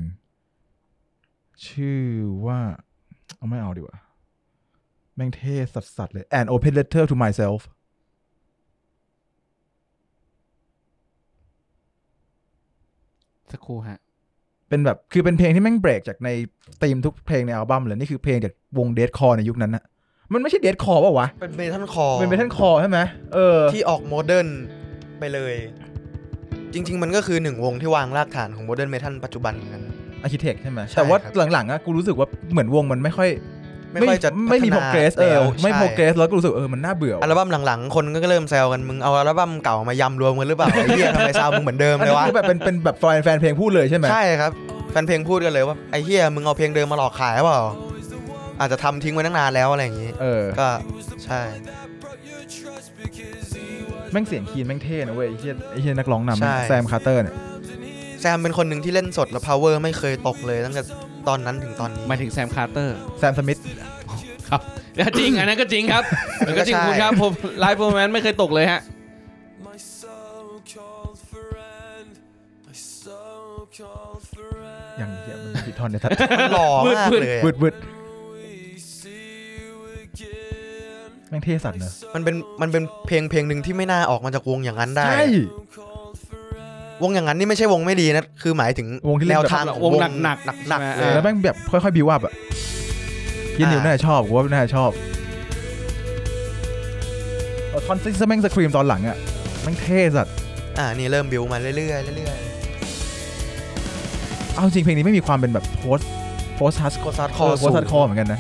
[SPEAKER 2] ชื่อว่า เอาไม่เอาดีกว่า แม่งเท่สัสๆเลย An Open Letter to Myself
[SPEAKER 3] สักครู่ฮะ
[SPEAKER 2] เป็นแบบ คือเป็นเพลงที่แม่งเบรกจากในธีมทุกเพลงในอัลบั้มเลย นี่คือเพลงจากวง Dead Core ในยุคนั้นนะมันไม่ใช่ Dead Core ป่าววะ
[SPEAKER 1] เป็นเมทัลคอร์
[SPEAKER 2] เป็น Metal Core ใช่ไหมเออ
[SPEAKER 1] ที่ออกโมเดิร์นไปเลย จริง ๆ มันก็คือหนึ่งวงที่วางรากฐานของโมเดิร์นเมทัลปัจจุบันเหมือนกัน
[SPEAKER 2] อาร์คิเทคใช่ไหม
[SPEAKER 1] ใช่
[SPEAKER 2] แต่ว่า
[SPEAKER 1] ครับ
[SPEAKER 2] หลังๆอะกูรู้สึกว่าเหมือนวงมันไม่ค่อย
[SPEAKER 1] ไม่ค่อยจะ
[SPEAKER 2] ไม่มี
[SPEAKER 1] พัฒนา
[SPEAKER 2] progress เออ
[SPEAKER 1] แล้ว
[SPEAKER 2] ไม่
[SPEAKER 1] ใช่
[SPEAKER 2] progress แล้วก็รู้สึกเออมันน่าเบื่อ
[SPEAKER 1] อั
[SPEAKER 2] ว่ะ
[SPEAKER 1] ลบั้มหลังๆ คนก็เริ่มแซวกัน มึงเอาอัลบั้มเก่ามายำรวมกันหรือเปล่า ไอ้เหี้ยทำ (laughs) ไมซาวมึงเหมือนเดิม
[SPEAKER 2] อัน
[SPEAKER 1] เล
[SPEAKER 2] นี้
[SPEAKER 1] ยวะ
[SPEAKER 2] คือแบบเป็นเป็นแบบแฟนเพลงพูดเลยใช่ไหม
[SPEAKER 1] ใช่ครับ แฟนเพลงพูดกันเลยว่า ไอ้เหี้ยมึงเอาเพลงเดิมมาหลอกขายหรือเปล่า อาจจะทำทิ้งไว้ตั้งนานแล้วอะไรอย่างนี้
[SPEAKER 2] เออ
[SPEAKER 1] ก็ใช่
[SPEAKER 2] แม่งเสียงคีนแม่งเท่นะเว้ยไอ้เฮียไอ้เฮียนักร้องนำแซมคาร์เตอร์เนี่ย
[SPEAKER 1] แซมเป็นคนหนึ่งที่เล่นสดแล้วพาวเวอร์ไม่เคยตกเลยตั้งแต่ตอนนั้นถึงตอนนี้
[SPEAKER 3] หมายถึงแซมคาร์เตอร์
[SPEAKER 2] แซมสมิธ
[SPEAKER 3] ครับ จริง อันนั้นก็จริงครับอันนั้นก็จริง
[SPEAKER 1] ก็ใช่
[SPEAKER 3] คุณครับผมไลฟ์โฟร์แมนไม่เคยตกเลยฮะ
[SPEAKER 4] My soul called for end. My soul called for end.
[SPEAKER 2] อย่างเฮียมันผิดท
[SPEAKER 1] (laughs)
[SPEAKER 2] อนเนี่ยทัด
[SPEAKER 1] มันหล่อมากเลย
[SPEAKER 2] บึ
[SPEAKER 1] อะ
[SPEAKER 2] ดบึด
[SPEAKER 4] We see you again.
[SPEAKER 2] แม่งเท่สัตว์เนอะ
[SPEAKER 1] มันเป็นมันเป็นเพลงเพลงหนึ่งที่ไม่น่าออกมาจากวงอย่างนั้นได้
[SPEAKER 2] ใช่
[SPEAKER 4] Called for end.
[SPEAKER 1] วงอย่างนั้นนี่ไม่ใช่วงไม่ดีนะ คือหมายถึง
[SPEAKER 2] วงที่เล่น
[SPEAKER 1] แน
[SPEAKER 2] แบบ
[SPEAKER 1] วทางของ
[SPEAKER 3] วงหนักๆ
[SPEAKER 1] หนัก
[SPEAKER 3] ใช่
[SPEAKER 1] ๆเล
[SPEAKER 3] ไหม
[SPEAKER 1] ย
[SPEAKER 2] แล้วแม่งแบบค่อยๆบิวอัพอะเฮียนิว
[SPEAKER 1] อ่า
[SPEAKER 2] น่าจะชอบกูว่าน่าจะชอบเอาทอนซิสแม่งสครีมตอนหลังอะแม่งเท่สัตว์
[SPEAKER 1] อ่านี่เริ่มบิวมาเรื่อยๆเรื่อย
[SPEAKER 2] เอาจริงเพลงนี้ไม่มีความเป็นแบบโพสโพสฮัส
[SPEAKER 1] ๆ
[SPEAKER 2] โ
[SPEAKER 1] โคซาร์ด
[SPEAKER 2] พ
[SPEAKER 1] คอร์
[SPEAKER 2] สฮัสคอเหมือนกันนะ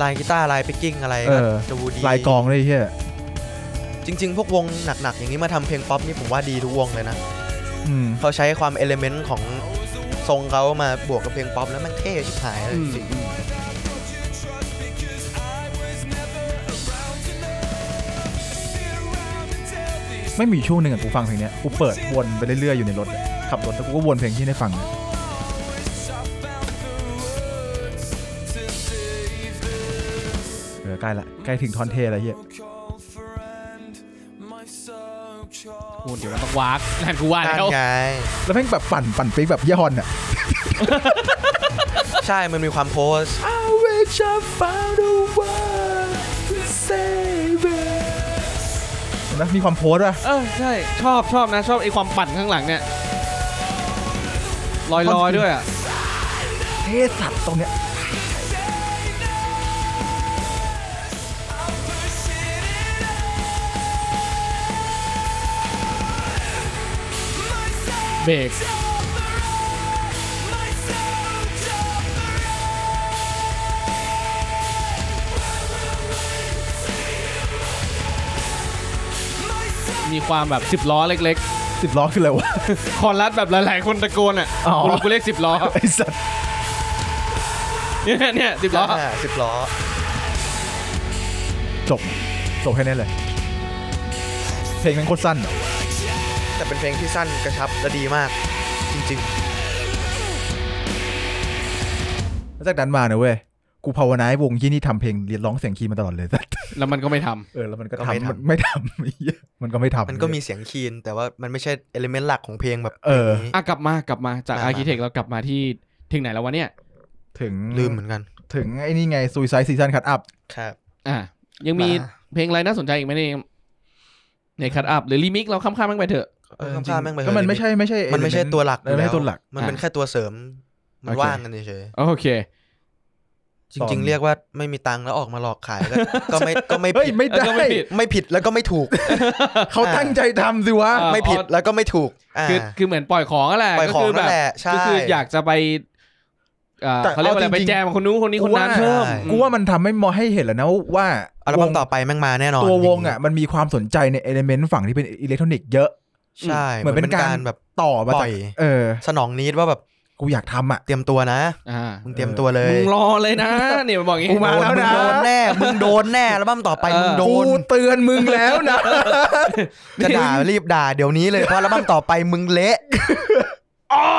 [SPEAKER 1] ลายกีตาร์ลายปิกกิ้งอะไร
[SPEAKER 2] เอ
[SPEAKER 1] ก็
[SPEAKER 2] อ
[SPEAKER 1] จะวูดี
[SPEAKER 2] ลายกลองเลยไอ้เฮีย
[SPEAKER 1] จริง ๆ พวกวงหนักๆ อย่างนี้มาทำเพลงป๊อปนี่ผมว่าดีทุกวงเลยนะ
[SPEAKER 2] อืม
[SPEAKER 1] เขาใช้ความเอลเมนต์ของทรงเขามาบวกกับเพลงป๊อปแล้วมันเท่ชิบหายเลยจริง
[SPEAKER 2] ไม่มีช่วงหนึ่งอะกูฟังเพลงเนี้ยกูเปิดวนไปเรื่อยๆอยู่ในรถอะขับรถแล้วกูก็วนเพลงที่ได้ฟังอะ
[SPEAKER 4] To save this.
[SPEAKER 2] เออใกล้ละใกล้ถึงทอนเทอะไรเฮีย
[SPEAKER 4] Called for end. My soul called.
[SPEAKER 3] คุณเดี๋ยวมันต้องวากนั่นกูว่า
[SPEAKER 1] นั่น
[SPEAKER 3] แล้ว
[SPEAKER 1] ไง
[SPEAKER 2] แล้วแม่งแบบปั่นปั่นปิ๊กแบบเหี้ยฮอนอะ
[SPEAKER 1] ใช่มันมีความโพส
[SPEAKER 2] I wish I found a word to save it นะมีความโพสต์ป่ะ
[SPEAKER 3] เออใช่ ชอบชอบนะ ชอบไอ้ความปั่นข้างหลังเนี่ย ลอยลอยด้วยอ่ะ
[SPEAKER 2] เทสัตว์ตรงเนี้ย
[SPEAKER 3] เบรก มีความแบบสิบล้อเล็ก
[SPEAKER 2] สิบล้อคืออะไรวะ
[SPEAKER 3] ๆ คอรัสแบบหลายๆ คนตะโกนอ่ะ
[SPEAKER 2] อ๋อ
[SPEAKER 3] กูกูเรียกสิบล้อ
[SPEAKER 2] ไอสัตว์
[SPEAKER 3] เนี่ยเนี่ยสิบล้อ
[SPEAKER 1] อ่าสิบล้อ
[SPEAKER 2] จบ จบแค่นี้เลย เพลงแม่งโคตรสั้นอะ
[SPEAKER 1] แต่เป็นเพลงที่สั้นกระชับและดีมากจริง
[SPEAKER 2] แล้วจากนั้นมาเนอะเว้ย กูภาวนาให้วงที่นี่ทำเพลงเรียนร้องเสียงคีย์มาตลอดเลยสัตว์
[SPEAKER 3] แล้วมันก็ไม่ทำ
[SPEAKER 2] เออแล้วมันก็ทำมันไม่ทำไอ้เหี้ยมันก็ไม่ทำ (laughs)
[SPEAKER 1] ๆ มันก็มีเสียงคีนแต่ว่ามันไม่ใช่เอลิเมนต์หลักของเพลงแบบ
[SPEAKER 2] เออ
[SPEAKER 1] นี้
[SPEAKER 3] อ่ะกลับมากลับมาจาก
[SPEAKER 1] มา
[SPEAKER 3] อาร์คิเทคเรากลับมาที่ถึงไหนแล้ววะเนี่ย
[SPEAKER 2] ถึง
[SPEAKER 1] ลืมเหมือนกัน
[SPEAKER 2] ถึงไอ้นี่ไงซูซายซีซันคัตอัพ
[SPEAKER 1] ครับ
[SPEAKER 3] อ่ะยังมี
[SPEAKER 1] มา
[SPEAKER 3] เพลงอะไรน่าสนใจอีกไหมเนี่ยในคัตอัพหรือรีมิกเราข้ามๆแม่งไปเถอะ
[SPEAKER 1] เออข้ามๆแม่งไปเถอะ
[SPEAKER 2] ก็มันไม่ใช่ไม่ใช่
[SPEAKER 1] มันไม่ใช่
[SPEAKER 2] element
[SPEAKER 1] ตัวหลัก
[SPEAKER 2] มันไม่
[SPEAKER 1] อ
[SPEAKER 2] ใช่
[SPEAKER 1] ยู่
[SPEAKER 2] ตัวหลัก
[SPEAKER 1] มันเป็น
[SPEAKER 3] อ่ะ
[SPEAKER 1] แค่ตัวเสริม มัน
[SPEAKER 3] โอเค
[SPEAKER 1] ว่างกันเฉย
[SPEAKER 3] โอเค
[SPEAKER 1] ๆจ
[SPEAKER 2] ต
[SPEAKER 1] ริ
[SPEAKER 2] อง น
[SPEAKER 1] ๆ เรียกว่าไม่มีตังค์แล้วออกมาหลอกขายก็
[SPEAKER 2] (laughs)
[SPEAKER 1] ก็ไม่ก็ไม่
[SPEAKER 2] เฮ้ย
[SPEAKER 1] ผิด
[SPEAKER 2] ไม่ได้
[SPEAKER 3] เออก็ไม่ผิด
[SPEAKER 1] ไม่ผิดแล้วก็ไม่ถูก
[SPEAKER 2] เขาตั้งใจทำสิวะ
[SPEAKER 3] อ่า
[SPEAKER 1] ไม่ผิดแล้วก็ไม่ถูกอ่า
[SPEAKER 3] คือคือเหมือนปล่อยของนั่นแหละ
[SPEAKER 1] ปล่อย
[SPEAKER 3] ก็
[SPEAKER 1] ของ
[SPEAKER 3] คื
[SPEAKER 1] นั่
[SPEAKER 3] แบ
[SPEAKER 1] น
[SPEAKER 3] บ
[SPEAKER 1] แหละใช่
[SPEAKER 3] ก็คืออยากจะไปเอ่อ
[SPEAKER 2] แต่
[SPEAKER 3] เขาเรียกว่าอะไร
[SPEAKER 2] เอาจริงๆ
[SPEAKER 3] ไปแจมกับคนนู้นคนนี้
[SPEAKER 2] กู
[SPEAKER 3] คนนั้น
[SPEAKER 2] ว่า
[SPEAKER 3] เพิ่ม
[SPEAKER 1] ใช่
[SPEAKER 2] กูว่ามันทำให้มอให้เห็นแล้วนะว่า
[SPEAKER 1] อัลบั้ม
[SPEAKER 2] วง
[SPEAKER 1] ต่อไปแม่งมาแน่นอน
[SPEAKER 2] ตัววงอ่ะ มันมีความสนใจในเอลเมนต์ฝั่งที่เป็นอิเล็กทรอนิกส์เยอะ
[SPEAKER 1] ใช่
[SPEAKER 2] เหมือนเป็นการ
[SPEAKER 1] แบบ
[SPEAKER 2] ต่อมา
[SPEAKER 1] ปล่
[SPEAKER 2] จาก
[SPEAKER 1] อย
[SPEAKER 2] เออ
[SPEAKER 1] สนองนิดว่าแบบ
[SPEAKER 2] กูอยากทำอ่ะ
[SPEAKER 1] เตรียมตัวนะ
[SPEAKER 3] อ่า
[SPEAKER 1] มึงเตรียมตัวเลย
[SPEAKER 3] มึงรอเลยนะ เนี่ยมันบอกอย่างงี้
[SPEAKER 2] กูมาแล้วนะ
[SPEAKER 1] โดนแน่ มึงโดนแน่แล้วบั้มต่อไป
[SPEAKER 3] เออ
[SPEAKER 1] มึงโด
[SPEAKER 2] กู
[SPEAKER 1] น
[SPEAKER 2] เตือนมึงแล้วนะ
[SPEAKER 1] จะด่ารีบด่าเดี๋ยวนี้เลยเพราะแล้วบั้มต่อไปมึงเละ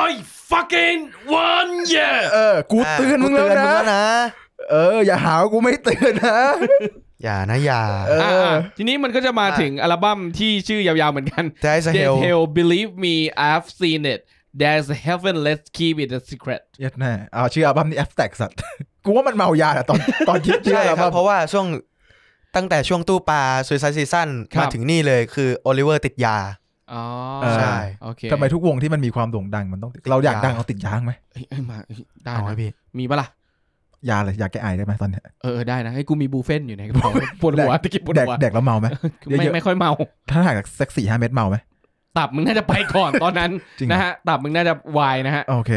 [SPEAKER 3] I fucking one yeah
[SPEAKER 2] เออ กูเตือนมึงแล้ว
[SPEAKER 1] กูเตื
[SPEAKER 2] นะ
[SPEAKER 1] นะ
[SPEAKER 2] เออ อย่าหาว่ากูไม่เตือนนะ
[SPEAKER 1] อย่านะอย่า
[SPEAKER 2] เออ
[SPEAKER 3] อ่าทีนี้มันก็จะมา
[SPEAKER 1] อ่ะ
[SPEAKER 3] ถึงอัลบั้มที่ชื่อยาวๆเหมือนกัน
[SPEAKER 1] จะให้สเฮ
[SPEAKER 3] Dead
[SPEAKER 1] ล
[SPEAKER 3] Hell Believe Me I've Seen It There's a Heaven Let's Keep It a Secret
[SPEAKER 2] เหี้ยัดแน่เอาชื่ออัลบั้มนี้แอฟแตกสัตว์ กูว่ามันเมายาแหละตอน (laughs) ตอนคิดชื่อ
[SPEAKER 1] ใช่
[SPEAKER 2] อัล
[SPEAKER 1] ครับ
[SPEAKER 2] บั้ม
[SPEAKER 1] เพราะว่าช่วงตั้งแต่ช่วงตู้ปลาซูซายซีซั่น
[SPEAKER 3] ครับ
[SPEAKER 1] มาถึงนี่เลยคือโอลิเวอร์ติดยา
[SPEAKER 3] อ๋อ
[SPEAKER 1] ใช่
[SPEAKER 3] โอเค
[SPEAKER 2] ทำไมทุกวงที่มันมีความโด่งดังมันต้องติดเราอยากดังเอาติดยางไหม
[SPEAKER 3] เอ้ยเอ้ยมาเอ้ยได้
[SPEAKER 1] เอาไหม
[SPEAKER 3] นะ
[SPEAKER 1] พี่
[SPEAKER 3] มีปะล่ะ
[SPEAKER 2] ยาเลยอยากแก้ไอได้ไหมตอนเนี้ย
[SPEAKER 3] เออได้นะให้กูมีบูเฟนอยู่
[SPEAKER 2] (laughs)
[SPEAKER 3] ในกระเป๋า ปวดหัวตะกี้ปวด
[SPEAKER 2] แดก
[SPEAKER 3] หัว
[SPEAKER 2] แดกแล้วเมาไหม เยอะๆ
[SPEAKER 3] ไม่ไม่ค่อยเมา
[SPEAKER 2] ถ้าหากสักสี่ห้าเม็ดเมาไหม
[SPEAKER 3] ตับมึงน่าจะไปก่อนตอนนั้น
[SPEAKER 2] จริงเหรอ
[SPEAKER 3] นะฮะตับมึงน่าจะวายนะฮะ
[SPEAKER 2] โอเค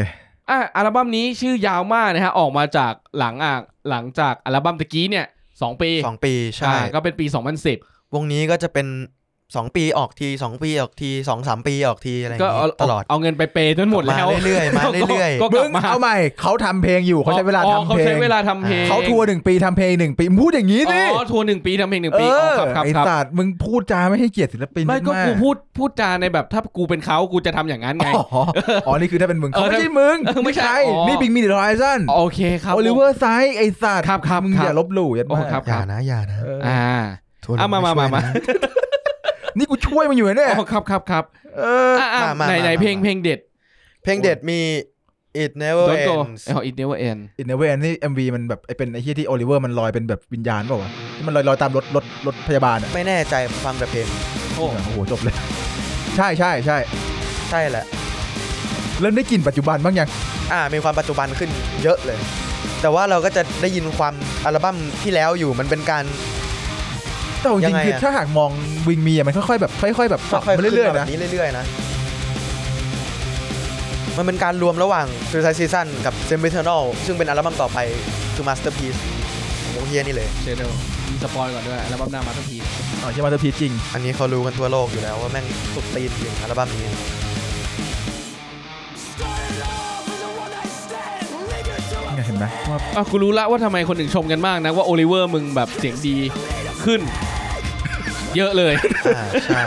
[SPEAKER 3] อ่ะอัลบั้มนี้ชื่อยาวมากนะฮะออกมาจากหลังอ่ะหลังจากอัลบั้มตะกี้เนี่ยสองปี
[SPEAKER 1] สองปีใช่
[SPEAKER 3] อ่าก็เป็นปี 2010
[SPEAKER 1] วงนี้ก็จะเป็นสองปีออกทีสองปีออกทีสองสามปีออกทีอะไรอย่าง
[SPEAKER 3] ก็
[SPEAKER 1] งี้
[SPEAKER 3] เอา
[SPEAKER 1] ตลอด
[SPEAKER 3] เอาเงินไปเปย์จนหมดแล้ว
[SPEAKER 1] มาเรื่อยๆมาเรื่อยๆ
[SPEAKER 3] ก็ก็ก
[SPEAKER 2] มึ
[SPEAKER 3] ลั
[SPEAKER 2] ง
[SPEAKER 3] บมา
[SPEAKER 2] เอาใหม่เขาทำเพลงอยู่เขาใช้เวลาทำ
[SPEAKER 3] เขา
[SPEAKER 2] เพล
[SPEAKER 3] ใช้
[SPEAKER 2] ง
[SPEAKER 3] เวลาทำเพลง
[SPEAKER 2] เขาทัวร์หนึ่งปีทำเพลงหนึ่งปีมึงพูดอย่างนี้ดิ
[SPEAKER 3] อ๋อทัวร์หนึ่งปีทำเพลงหนึ่ง
[SPEAKER 2] เอ
[SPEAKER 3] ปีอ๋อ
[SPEAKER 2] อ
[SPEAKER 3] ครับครับ
[SPEAKER 2] ไอ
[SPEAKER 3] ครับ
[SPEAKER 2] สัตว์มึงพูดจาไม่ให้เกียรติศิลปิน
[SPEAKER 3] ไม่ก็
[SPEAKER 2] า
[SPEAKER 3] กูพูดพูดจาในแบบถ้ากูเป็นเขากูจะทำอย่างนั้นไง
[SPEAKER 2] อ๋ออ๋อนี่คือถ้าเป็นมึง
[SPEAKER 3] เออ
[SPEAKER 2] เขาไม่ใช่มึง
[SPEAKER 3] เออไม่ใช่
[SPEAKER 2] ใช่
[SPEAKER 3] อ๋อ
[SPEAKER 2] นี่บิงมีเดอะไรซัน
[SPEAKER 3] โอเคครับ
[SPEAKER 2] โอลิเวอร์ไซส์ไอสัตว์
[SPEAKER 3] ครับครับ
[SPEAKER 2] มึงอ
[SPEAKER 3] ครั
[SPEAKER 2] ย่า
[SPEAKER 3] บ
[SPEAKER 2] ลบหลู่ยัด
[SPEAKER 3] โอ้
[SPEAKER 2] มา
[SPEAKER 3] ครับ
[SPEAKER 1] อย่านะอย่านะ
[SPEAKER 2] เออ
[SPEAKER 3] อ่า
[SPEAKER 1] ทวน
[SPEAKER 3] อ่ะมามามามา
[SPEAKER 2] นี่กูช่วยมึงอยู่นะเนี่ย
[SPEAKER 3] อ๋อครับครับครับ
[SPEAKER 2] เออ
[SPEAKER 3] อ่ะอ่ะไหนไหนเพลงเพลงเด็ด
[SPEAKER 1] เพลงเด็ดมี it never
[SPEAKER 3] Don't go
[SPEAKER 1] ends
[SPEAKER 3] อ๋อ it never end
[SPEAKER 2] อินเนเวนนี่เอ็มวีมันแบบไอเป็นไอเฮียที่โอลิเวอร์มันลอยเป็นแบบวิญญาณเปล่าวะที่มันลอยลอยตามรถรถรถพยาบาลอ่ะ
[SPEAKER 1] ไม่แน่ใจฟังแต่เพลง
[SPEAKER 3] โอ้
[SPEAKER 2] โอ้โหจบเลย ใช่ใช่ใช่
[SPEAKER 1] ใช่แหละ
[SPEAKER 2] เริ่มได้กลิ่นปัจจุบันบ้างยัง
[SPEAKER 1] อ่ามีความปัจจุบันขึ้นเยอะเลย แต่ว่าเราก็จะได้ยินความอัลบั้มที่แล้วอยู่มันเป็นการ
[SPEAKER 2] แต่เอาจ
[SPEAKER 1] ยั
[SPEAKER 2] ริ
[SPEAKER 1] ง
[SPEAKER 2] ง
[SPEAKER 1] ไง
[SPEAKER 2] ๆคือ
[SPEAKER 1] อะ
[SPEAKER 2] ถ้าหากมองวิงมีอะมันค่อยๆแบบค่อยๆแบบป
[SPEAKER 1] ค่
[SPEAKER 2] รับ
[SPEAKER 1] อยๆ
[SPEAKER 2] มา
[SPEAKER 1] ขึ้น
[SPEAKER 2] เรื่อย
[SPEAKER 1] มา
[SPEAKER 2] ๆ
[SPEAKER 1] แบ
[SPEAKER 2] นะ
[SPEAKER 1] บนี้เรื่อยๆนะ มันเป็นการรวมระหว่าง Suicide Season กับ s e m i t e r n a l ซึ่งเป็นอัลบั้มต่อไปคือ Masterpiece โอเฮียนี่เลย
[SPEAKER 3] เชนเดลมีสปอยก่อนด้วยอัลบั้มหน้ามาสักที
[SPEAKER 2] อ๋อใช่มาเตอร์พีจริง
[SPEAKER 1] อันนี้เขารู้กันทั่วโลกอยู่แล้วว่าแม่งสุดตีนจริงอัลบั้มนี้
[SPEAKER 2] เห็นไหมว่า
[SPEAKER 3] อ่ะกูรู้ละว่าทำไมคนถึงชมกันมากนะว่าโอลิเวอร์มึงแบบเสียงดีขึ้น เยอะ
[SPEAKER 2] (laughs)
[SPEAKER 3] เลย
[SPEAKER 1] อ่า ใช่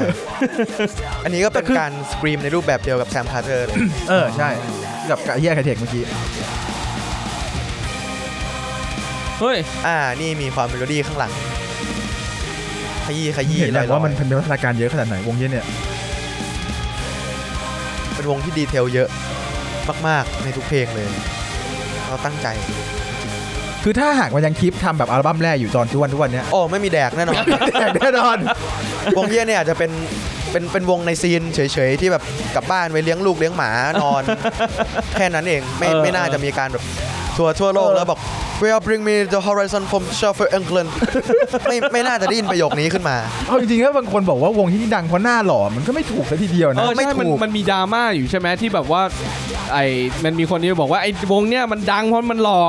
[SPEAKER 1] อันนี้ก็เป็นการสกรีมในรูปแบบเดียวกับแซมคาร์เตอร์เลย
[SPEAKER 2] เออใช่ กับกะเฮียไคเทคเมื่อกี้
[SPEAKER 3] เฮ้ย
[SPEAKER 1] อ่า นี่มีความเมโลดี้ข้างหลัง ขยี้ขยี้
[SPEAKER 2] เห็นไหม
[SPEAKER 1] ลอยๆ
[SPEAKER 2] ว่ามันเป็นพัฒนาการเยอะขนาดไหนวงเฮียเนี่ย
[SPEAKER 1] เป็นวงที่ดีเทลเยอะมากๆในทุกเพลงเลย เราตั้งใจ
[SPEAKER 2] คือถ้าหากมันยังคลิปทำแบบอัลบั้มแรกอยู่ตอนทุกวันทุกวันเนี้ย
[SPEAKER 1] โอ้ไม่มีแดกแน่นอน
[SPEAKER 2] แน่นอน
[SPEAKER 1] (laughs) วงเฮียเนี่ยอาจจะเป็นเป็นเป็นวงในซีนเฉยๆ ที่แบบกลับบ้านไปเลี้ยงลูกเลี้ยงหมาน
[SPEAKER 2] (laughs)
[SPEAKER 1] อน แค่นั้นเองไม่
[SPEAKER 3] เออ
[SPEAKER 1] ไม่น่าจะมีการแบบทัวร์ทั่วโลก
[SPEAKER 2] เออ
[SPEAKER 1] แล้วบอก Will bring me the horizon from s h e f f i e l d England (laughs) ไม่ไม่น่าจะได้ยินประโยคนี้ขึ้นมา
[SPEAKER 2] เอาจริงๆถ้าบางคนบอกว่าวงที่นี่ดังเพราะหน้าหล่อมันก็ไม่ถูกซะทีเดียว
[SPEAKER 3] เอ
[SPEAKER 2] นะ
[SPEAKER 3] อ
[SPEAKER 1] ไม่
[SPEAKER 3] ใช่มัน
[SPEAKER 1] ถูก
[SPEAKER 3] มันมีดราม่าอยู่ใช่ไหมที่แบบว่า ไอ้มันมีคนที่บอกว่าไอ้วงเนี้ยมันดังเพราะมันหล่อ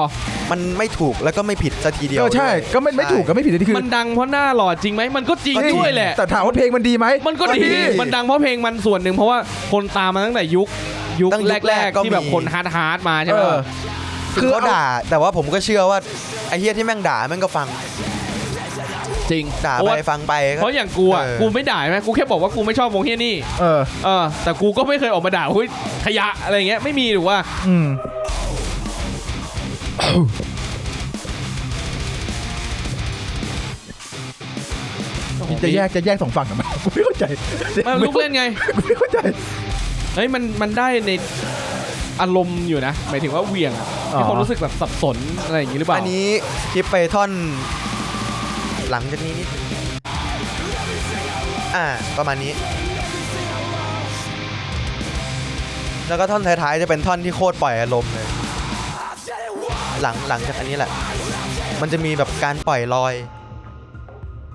[SPEAKER 1] มันไม่ถูกแล้วก็ไม่ผิดสักทีเดียว
[SPEAKER 2] เออใช่
[SPEAKER 1] ด้วย
[SPEAKER 2] ก็ไม่ไม่ถูกก็ไม่ผิดเลยที่คือ
[SPEAKER 3] มันดังเพราะหน้าหล่อจริงไหมมันก็จริง
[SPEAKER 2] จริง
[SPEAKER 3] ด้วยแหละ
[SPEAKER 2] แต่ถามว่าเพลงมันดีไหม
[SPEAKER 3] มันก็ดีมันดังเพราะเพลงมันส่วนหนึ่งเพราะว่าคนตามมาตั้งแต่ยุคยุค
[SPEAKER 1] ตั้ง
[SPEAKER 3] แรกๆที่แบบคน
[SPEAKER 1] ฮัก
[SPEAKER 3] ฮาร์ดฮาร์ดมาใช่
[SPEAKER 2] เอ
[SPEAKER 3] ไหม
[SPEAKER 2] อ
[SPEAKER 1] คือเขาด่า แต่ว่าผมก็เชื่อว่า ไอ้เฮียที่แม่งด่าแม่งก็ฟัง
[SPEAKER 3] จริง
[SPEAKER 1] ด่า
[SPEAKER 3] เพระ
[SPEAKER 1] ไป
[SPEAKER 3] ว่
[SPEAKER 1] ฟังไปก็
[SPEAKER 3] เพราะอย่างกูอ่ะ
[SPEAKER 1] เออ
[SPEAKER 3] กูไม่ด่าใช่ไหมกูแค่บอกว่ากูไม่ชอบวงเฮียนี่
[SPEAKER 2] เออ
[SPEAKER 3] เออแต่กูก็ไม่เคยออกมาด่าเฮ้ยขยะอะไรเงี้ยไม่มีหรือว่า
[SPEAKER 2] อืมจะแยกจะแยกสองฝั่งเหรอมันกูไม่เข้าใจ
[SPEAKER 3] มันลูกเล่นไง
[SPEAKER 2] กูไม่เข้าใจ
[SPEAKER 3] เฮ้ยมันมันได้ในอารมณ์อยู่นะหมายถึงว่าเหวี่ยงอะ
[SPEAKER 2] อ๋อ
[SPEAKER 3] ให้ความรู้สึกแบบสับสนอะไรอย่างนี้หรือเปล่า
[SPEAKER 1] อันนี้คลิปไปท่อน หลังจากนี้นิดนึงอ่า ประมาณนี้ แล้วก็ท่อนท้ายๆ จะเป็นท่อนที่โคตรปล่อยอารมณ์เลย หลังหลังจากอันนี้แหละ มันจะมีแบบการปล่อยลอย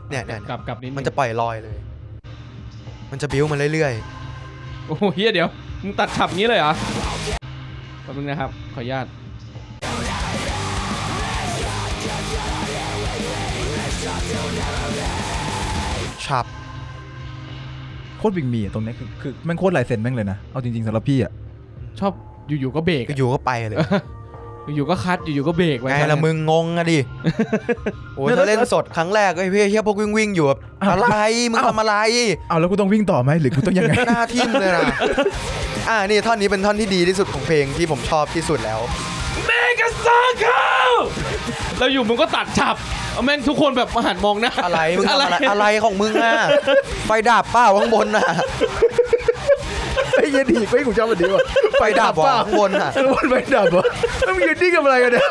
[SPEAKER 1] เนี่ยเนี่ย
[SPEAKER 3] กลับกลับนิดง
[SPEAKER 1] มันจะปล่อยลอยเลย มันจะบิ้วมาเรื่อย
[SPEAKER 3] โอ้โหเฮียเดี๋ยวมึงตัดฉับงี้เลยเหรอแป๊บนึงนะครับขออนุญาต
[SPEAKER 1] ๆฉับ
[SPEAKER 2] โคตรบิงมีอะตรงเนี้ยคือคือแม่งโคตรลายเซ็นแม่งเลยนะ เอาจริงๆสำหรับพี่อ่ะ
[SPEAKER 3] ชอบ อยู่ๆก็เบรกอะ
[SPEAKER 1] อยู่ก็ไปเลย
[SPEAKER 3] อยู่ๆก็คัดอยู่ๆก็เบรกไว้
[SPEAKER 1] ไงละมึงงงอะดิ โอ้ย
[SPEAKER 2] เนี่ย
[SPEAKER 1] ถ้าเล่นสดครั้งแรกไอ้ยพี่เฮียพวกวิ่งวิ่งๆอยู่แบบ
[SPEAKER 2] อ้าว
[SPEAKER 1] อะไรมึง
[SPEAKER 2] อ้าว
[SPEAKER 1] ทำอะไร
[SPEAKER 2] เอาแล้วกูต้องวิ่งต่อไหมหรือกูต้อง
[SPEAKER 3] (laughs)
[SPEAKER 2] ยังไง
[SPEAKER 1] หน้าทิ่มเลยนะอ่านี่ท่อนนี้เป็นท่อนที่ดีที่สุดของเพลงที่ผมชอบที่สุดแล้ว
[SPEAKER 3] เมกะซาเคิลแล้วอยู่มึงก็ตัดฉับเอาแม่งทุกคนแบบมาหันมองหน้า
[SPEAKER 1] อะไรมึงทำอะไร
[SPEAKER 3] อะ
[SPEAKER 1] อะไร ไรของมึงอ่ะไฟดับเปล่าข้างบนน่ะ
[SPEAKER 2] ไอ้เหี้ยดีกไอ้ยกูชอบแบบนี้ว่ะ
[SPEAKER 1] ไฟดับว่ะข้างบนน่ะ
[SPEAKER 2] ข้างบนไฟดับเหรอแล้วมึงยืนนิ่งกับอะไรกันเนี่ย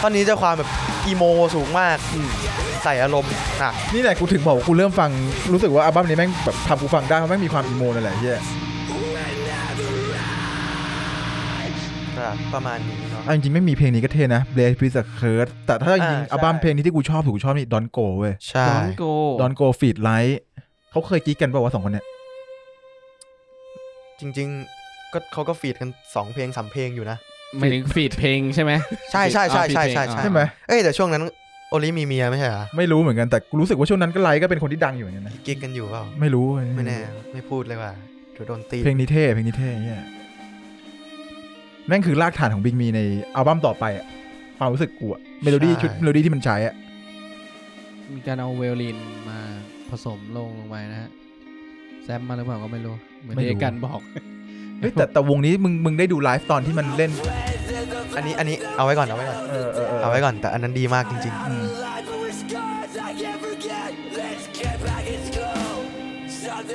[SPEAKER 1] ท่อนนี้จะความแบบอีโมสูงมากใส่อารมณ์อ่ะ
[SPEAKER 2] นี่แหละกูถึงบอกว่ากูเริ่มฟังรู้สึกว่าอัลบั้มนี้แม่งแบบทำกูฟังได้เพราะแม่งมีความอีโมนั่นแหละเฮีย
[SPEAKER 1] ก็ประมาณนี้เนาะ
[SPEAKER 2] เอาจริงๆไม่มีเพลงนี้ก็เท่นะ Blaze Please a Curse แต่ถ้าจริง
[SPEAKER 1] อ่า
[SPEAKER 2] ๆอัลบั้ม
[SPEAKER 1] ใช่
[SPEAKER 2] เพลงนี้ที่กูชอบถูกกูชอบนี่ Don't Go เว้ย
[SPEAKER 1] ใช่
[SPEAKER 3] ดอนโก
[SPEAKER 2] ดอนโกฟีดไลท์เขาเคยกิ๊กกันป่าวะสองคนเนี่ย
[SPEAKER 1] จริง ๆ ก็เขาก็ฟีดกัน 2 เพลงสามเพลงอยู่นะ
[SPEAKER 3] ไม่ถึงฟีดเพลงใช่ไหม
[SPEAKER 1] ใช่ใช่ใช่ใช่ใช่
[SPEAKER 3] อ่า
[SPEAKER 1] ใช่
[SPEAKER 2] ใช่ไหม
[SPEAKER 1] เอ้ยแต่ช่วงนั้นโอลิมีเมียไม่ใช่เหรอ
[SPEAKER 2] ไม่รู้เหมือนกันแต่กูรู้สึกว่าช่วงนั้นก็ไลท์ก็เป็นคนที่ดังอยู่เหมือนกันนะ
[SPEAKER 1] กิ๊กกันอยู่เปล่า
[SPEAKER 2] ไม่รู้
[SPEAKER 1] ไม่แน่ไม่พูดเลยว่าเดี๋ยวโดนตี
[SPEAKER 2] เพลงนี้เท่เพลงนี้เท่เนี่ยแม่งคือรากฐานของบิงมีในอัลบั้มต่อไปอะความรู้สึกกูอะเมโลดี้ชุดเมโลดี้ที่มันใช้อะ
[SPEAKER 3] มีการเอาเวลลินมาผสมลงลงไปนะฮะแซมมาหรือเปล่าก็ไม่รู้ เหมือนที่เอกันบอก
[SPEAKER 2] เฮ้ (laughs) ยแต่แต่วงนี้มึงมึงได้ดูไลฟ์ตอนที่มันเล่น
[SPEAKER 1] อันนี้อันนี้เอาไว้ก่อนเอาไว้ก่อน
[SPEAKER 2] เออเออเออ
[SPEAKER 1] เอาไว้ก่อนแต่อันนั้นดีมากจริง
[SPEAKER 2] อืม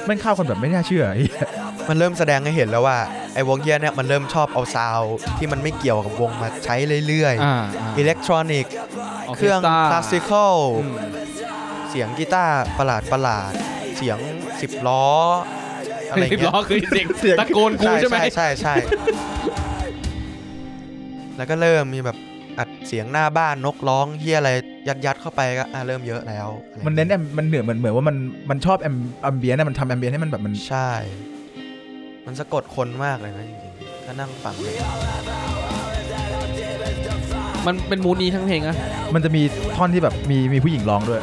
[SPEAKER 2] แม่งเข้าคนแบบไม่น่าเชื่อไอ้เหี้ย (laughs)
[SPEAKER 1] ๆ มันเริ่มแสดงให้เห็นแล้วว่าไอ้วงเฮียเนี่ยมันเริ่มชอบเอาซาวด์ที่มันไม่เกี่ยวกับวงมาใช้เรื่อย
[SPEAKER 3] อ่า
[SPEAKER 1] ๆอิเล็กทรอนิก
[SPEAKER 3] า
[SPEAKER 1] เครื่อง
[SPEAKER 3] สต
[SPEAKER 1] คลาสสิคอล
[SPEAKER 3] อืม
[SPEAKER 1] เสียงกีตาร์ประหลาดประหลาดเสียงสิบล้อ อะไร
[SPEAKER 3] สิบ
[SPEAKER 1] เงี้
[SPEAKER 3] ล้อยคือเสียงตะโกนกูใช่ไหม
[SPEAKER 1] ใช่ใช่ แล้วก็เริ่มมีแบบอัดเสียงหน้าบ้านนกร้องเฮียอะไร ยัดยัดๆเข้าไปก็อ่ะเริ่มเยอะแล้วอะไร
[SPEAKER 2] มันเน้นแอมมันเหนือเหมือนเหมือนว่ามันมันชอบแอมแอมเบียนนะมันทำแอมเบียนให้มันแบบมัน
[SPEAKER 1] ใช่ มันสะกดคนมากเลยนะจริงๆถ้านั่งฟังเลย
[SPEAKER 3] มันเป็นมูดนี้ทั้งเพลงอะ
[SPEAKER 2] มันจะมีท่อนที่แบบมีมีผู้หญิงร้องด้วย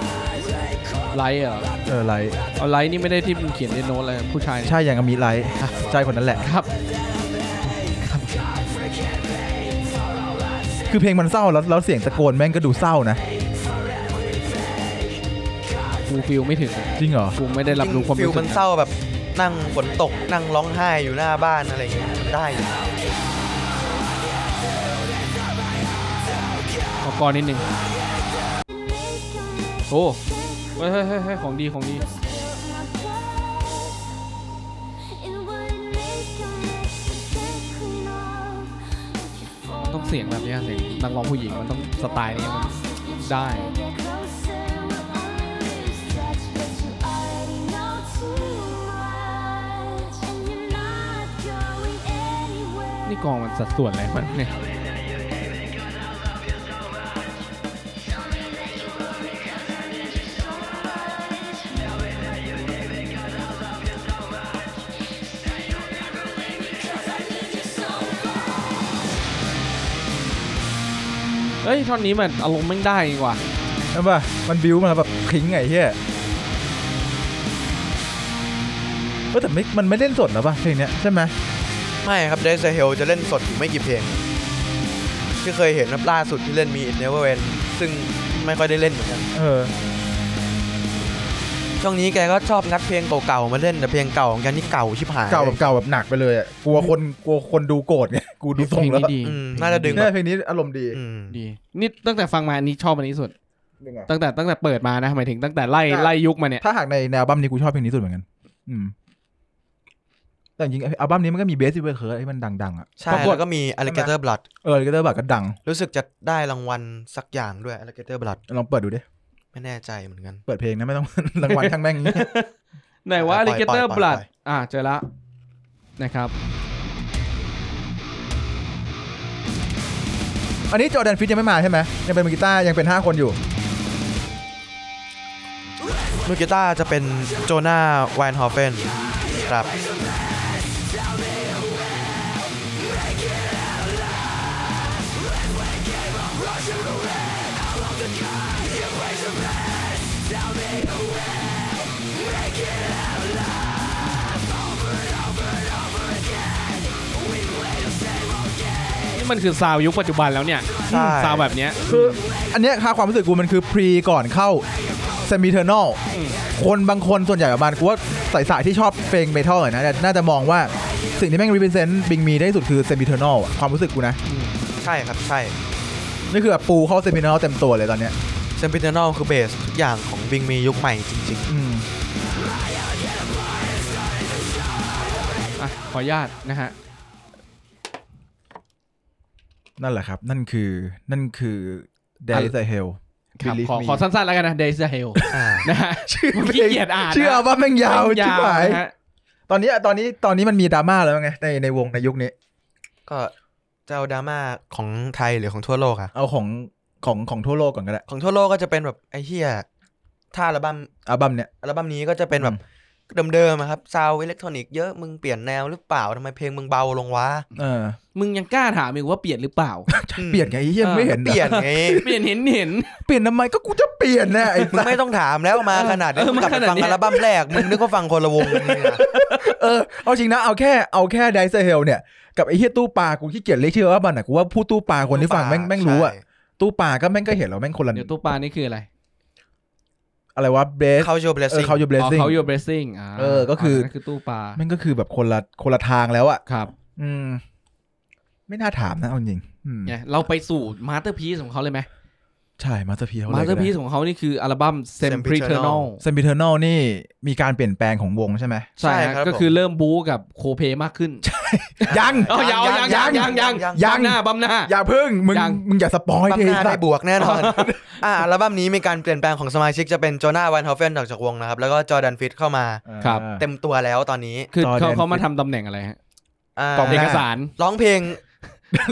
[SPEAKER 3] ไลท์เหรอ
[SPEAKER 2] เออไลท์
[SPEAKER 3] เอาไลท์นี่ไม่ได้ที่มันเขียนในโน้ตเลยผู้ชายเนี่ย
[SPEAKER 2] ใช่อย่างอมิไลท์ใช่คนนั้นแหละ
[SPEAKER 3] ครับ
[SPEAKER 2] คือเพลงมันเศร้าแล้วแล้วเสียงตะโกนแม่งก็ดูเศร้านะ
[SPEAKER 3] กูฟิลไม่ถึง
[SPEAKER 2] จริงเหรอ
[SPEAKER 3] กูไม่ได้รับรู้ความ
[SPEAKER 1] ฟิล
[SPEAKER 3] รู้สึ
[SPEAKER 1] มัน
[SPEAKER 3] ก
[SPEAKER 1] เศร้าแบบนั่งฝนตกนั่งร้องไห้อยู่หน้าบ้านอะไรอย่างเงี้ยได้อยู่
[SPEAKER 3] ขอก่อนนิดนึงโอ้เฮ้ยเฮ้ยเฮ้ยเฮ้ยของดีของดี
[SPEAKER 5] ต้
[SPEAKER 3] ต้
[SPEAKER 5] อ
[SPEAKER 3] อง ง
[SPEAKER 5] เสี
[SPEAKER 3] เสี
[SPEAKER 5] ย
[SPEAKER 3] ย
[SPEAKER 5] ง
[SPEAKER 3] ง
[SPEAKER 5] แบ
[SPEAKER 3] แบบ บ
[SPEAKER 5] เนี้
[SPEAKER 3] เนี้ย
[SPEAKER 5] ยเสี
[SPEAKER 3] เสี
[SPEAKER 5] ย
[SPEAKER 3] ยง
[SPEAKER 5] งนั
[SPEAKER 3] นัก
[SPEAKER 5] กร้
[SPEAKER 3] ร้อ
[SPEAKER 5] อ
[SPEAKER 3] ง ง
[SPEAKER 5] ผู้
[SPEAKER 3] ผู้
[SPEAKER 5] ห
[SPEAKER 3] ห
[SPEAKER 5] ญิ
[SPEAKER 3] ญิ
[SPEAKER 5] ง
[SPEAKER 3] ง
[SPEAKER 5] มั
[SPEAKER 3] มัน น
[SPEAKER 5] ต้
[SPEAKER 3] ต้อ
[SPEAKER 5] อ
[SPEAKER 3] ง ง
[SPEAKER 5] ส
[SPEAKER 3] ส
[SPEAKER 5] ไต
[SPEAKER 3] ไต
[SPEAKER 5] ล์
[SPEAKER 3] ล์
[SPEAKER 5] นี้
[SPEAKER 3] นี้มัน
[SPEAKER 5] มั
[SPEAKER 3] นได้ นี่กองมันสัดส่วนอะไรมันเนี่ยเฮ้ยท่อนนี้มันอารมณ์แม่งได้ดีกว่า
[SPEAKER 2] ใช่ป่ะ มันบิวมาแบบคลิงไงเฮียเออแต่ไม่มันไม่เล่นสดแล้วป่ะเพลงเนี้ยใช่ไหม
[SPEAKER 1] ไม่ครับเดซเฮลจะเล่นสดอยู่ไม่กี่เพลง ที่เคยเห็นนะล่าสุดที่เล่นมี It Never End ซึ่งไม่ค่อยได้เล่นเหมือนกัน
[SPEAKER 2] เออ
[SPEAKER 1] ช่วงนี้แกก็ชอบงัดเพลงเก่าๆมาเล่นแต่เพลงเก่าของแกนี่เก่าชิบหาย
[SPEAKER 2] เก่าแบบเก่าแบบหนักไปเลยอะกลัวคนกลัวคนดูโกรธไงกูดูทรงแล้ว
[SPEAKER 3] เพลนี้ดี
[SPEAKER 1] อืมน่าจะดึงแบ
[SPEAKER 2] เนี่ย
[SPEAKER 1] บ
[SPEAKER 2] เพลงนี้อารมณ์ดี
[SPEAKER 1] อืม
[SPEAKER 3] ดี นี่ตั้งแต่ฟังมาอันนี้ชอบอันนี้สุด
[SPEAKER 2] นึงอะ
[SPEAKER 3] ตั้งแต่ตั้งแต่เปิดมานะหมายถึงตั้งแต่ไล่
[SPEAKER 2] อ่ะ
[SPEAKER 3] ไล่ยุคมาเนี่ย
[SPEAKER 2] ถ้าหากในแนวอัลบั้มนี้กูชอบเพลงนี้สุดเหมือนกัน อืม แต่จริงๆอัลบั้มนี้มันก็มีเบสที่เวอร์เคิร์ที่มันดังๆอ่ะ
[SPEAKER 1] ใช่
[SPEAKER 3] ปรากฏ
[SPEAKER 1] แล้วก็มี Alligator Blood
[SPEAKER 2] เออก็ได้แบบก็ดัง
[SPEAKER 1] รู้สึกจะได้รางวัลสักอย่างด้วย Alligator Blood
[SPEAKER 2] ลองเปิดดูดิ
[SPEAKER 1] ไม่แน่ใจเหมือนกัน
[SPEAKER 2] เปิดเพลงนะไม่ต้อง (laughs) รางวัลทั้งแม่ง
[SPEAKER 3] ไหนว่า
[SPEAKER 1] ปล่อย
[SPEAKER 3] alligator
[SPEAKER 1] ปล่อย
[SPEAKER 3] blood
[SPEAKER 1] ปล่อย
[SPEAKER 3] อ่ะเจอละนะครับ
[SPEAKER 2] อันนี้จอร์แดนฟิตยังไม่มาใช่ไหมยังเป็นมือกีตาร์ยังเป็น 5 คนอยู่
[SPEAKER 1] มือกีตาร์จะเป็นโจนาไวน์ฮอฟเฟนครับ
[SPEAKER 3] นี่มันคือซาวยุคปัจจุบันแล้วเนี่ย
[SPEAKER 1] ใช่
[SPEAKER 3] ซาวแบบเนี้ย
[SPEAKER 2] คืออันเนี้ยค่าความรู้สึกกูมันคือพรีก่อนเข้าเซมิเทอร์นอล
[SPEAKER 3] อืม
[SPEAKER 2] คนบางคนส่วนใหญ่ประมาณกูว่าสายสายๆที่ชอบเพลงเมทัลหน่อยนะแต่น่าจะมองว่าสิ่งที่แม่งรีเ e นเซนต์บิงมีได้ที่สุดคือเซมิเทอร์นอลความรู้สึกกูนะ
[SPEAKER 1] ใช่ครับใช่
[SPEAKER 2] นี่คือแบบปูเข้าเซมิเทอร์นอลเต็มตัวเลยตอนเนี้ย
[SPEAKER 1] เซมเปอร์เนลคือเบสทุกอย่างของบิงมียุคใหม่จริง
[SPEAKER 2] อืม
[SPEAKER 3] อ่ะขออนุญาตนะฮะ
[SPEAKER 2] นั่นแหละครับ นั่นคือนั่นคือ d a y is a hell
[SPEAKER 3] ครับ
[SPEAKER 2] Believe
[SPEAKER 3] ขอ
[SPEAKER 2] me
[SPEAKER 3] ขอสั้นๆแล้วกันนะ Days to Hell
[SPEAKER 1] ๆ อ่า
[SPEAKER 3] นะฮะ
[SPEAKER 2] ชื่อ
[SPEAKER 3] ผม
[SPEAKER 2] เพล
[SPEAKER 3] ขี้
[SPEAKER 2] ง
[SPEAKER 3] เกียจอ่านนะ
[SPEAKER 2] ชื่ออัลบั้มแม่งยาว
[SPEAKER 3] มัน
[SPEAKER 2] ชิบหาย
[SPEAKER 3] นะฮะ
[SPEAKER 2] ตอนนี้ตอนนี้ตอนนี้มันมีดราม่าแล้วไงในในวงในยุคนี้
[SPEAKER 1] ก็เจ้าดราม่าของไทยหรือของทั่วโลกอะ
[SPEAKER 2] เอาของของของทั่วโลกก่อนก็ได้
[SPEAKER 1] ของทั่วโลกก็จะเป็นแบบไอ้เหี้ยถ้าอัลบั้ม
[SPEAKER 2] อัลบั้มเนี้ย
[SPEAKER 1] อัลบั้มนี้ก็จะเป็นแบบเดิมๆอะครับซาวอิเล็กทรอนิกเยอะมึงเปลี่ยนแนวหรือเปล่าทำไมเพลงมึงเบาลง
[SPEAKER 2] (laughs)
[SPEAKER 1] วะ
[SPEAKER 2] เออ
[SPEAKER 3] มึงยังกล้าถามอีกว่าเปลี่ยนหรือเปล่า
[SPEAKER 1] อืม
[SPEAKER 2] เปลี่ยนไงไอ้เหี้ย
[SPEAKER 3] เออ
[SPEAKER 2] ไม่เห็นหร
[SPEAKER 1] เป
[SPEAKER 2] อ
[SPEAKER 1] ลี่ยนไง
[SPEAKER 3] เปลี่ยนเห็นเห็น
[SPEAKER 2] เปลี่ยนทำไมก็กูจะเปลี่ยนแน่ไอ้
[SPEAKER 1] มึง
[SPEAKER 2] สัส
[SPEAKER 1] ไม่ต้องถามแล้วมาขนาด
[SPEAKER 2] (laughs)
[SPEAKER 1] นี้
[SPEAKER 3] เออ
[SPEAKER 1] มึงกลับไป
[SPEAKER 3] มาขนาด
[SPEAKER 1] ฟัง
[SPEAKER 3] นี้
[SPEAKER 1] อัลบั้มแรกมึงนึกว่าฟังคนละวงกันเลยอะ
[SPEAKER 2] เออเอาจริงนะเอาแค่เอาแค่ไดเซเฮลเนี่ยกับไอ้เหี้ยตู้ปลากูขี้เกียจเรียกชื่อว่าบันอ่ะกูว่าผู้ตู้ปลาคนที่ฟังแม่งแม่งรู้อ่ะ
[SPEAKER 1] ใช่
[SPEAKER 2] ตู้ปลาก็แม่งก็เห็นแล้วแม่งคนละ
[SPEAKER 3] เดี๋ยวตู้ปลานี่คืออะไร
[SPEAKER 2] อะไรวะเบส
[SPEAKER 1] เขาโชว์เบล
[SPEAKER 2] เอ
[SPEAKER 1] ซิ่
[SPEAKER 2] องเขาอยู่เบส
[SPEAKER 3] อ๋อ
[SPEAKER 2] ซิ่ง
[SPEAKER 3] เขา your blessing อ่า
[SPEAKER 2] เออก็คือ
[SPEAKER 3] นนั้นคือตู้ปลา
[SPEAKER 2] แม่งก็คือแบบคนละคนละทางแล้วอ่ะ
[SPEAKER 3] ครับ
[SPEAKER 2] อืม ไม่น่าถามนะเอาจริงอืม
[SPEAKER 3] เนี่ยเราไปสู่ masterpiece ของเขาเลยไหม
[SPEAKER 2] ใช่มาสเตอร์พีเขาเลยก็ได้
[SPEAKER 3] masterpiece ของเขานี่คืออัลบั้ม sempiternal
[SPEAKER 2] เซมิเทอร์นอลนี่มีการเปลี่ยนแปลงของวงใช่ไหม
[SPEAKER 3] ใช่ฮะก็คือเริ่มบู๊กับโคเพมากขึ้น
[SPEAKER 2] ยัง
[SPEAKER 3] เอายังยังยังยังยัง
[SPEAKER 2] ยัง
[SPEAKER 3] บัมหน้าบัมหน้า
[SPEAKER 2] อย่าพึ่งมึง
[SPEAKER 3] ยัง
[SPEAKER 2] มึงอย่าสปอย
[SPEAKER 1] บัม
[SPEAKER 2] เท
[SPEAKER 1] หน้า
[SPEAKER 2] สั
[SPEAKER 1] ได้
[SPEAKER 2] ต
[SPEAKER 1] บวกแน่นอนอ่ะอัลบั้มนี้มีการเปลี่ยนแปลงของสมาชิกจะเป็นโจนาห์วันฮอฟเฟนออกจากวงนะครับแล้วก็จอร์แดนฟิตเข้ามา
[SPEAKER 3] ครับ
[SPEAKER 1] เต็มตัวแล้วตอนนี้
[SPEAKER 3] คือเขา
[SPEAKER 2] Jordan
[SPEAKER 3] เขามาทำตำแหน่งอะไรฮะ
[SPEAKER 1] อ่า
[SPEAKER 2] กองห
[SPEAKER 3] เอ
[SPEAKER 2] น้า
[SPEAKER 3] กสาร
[SPEAKER 1] ร้องเพลง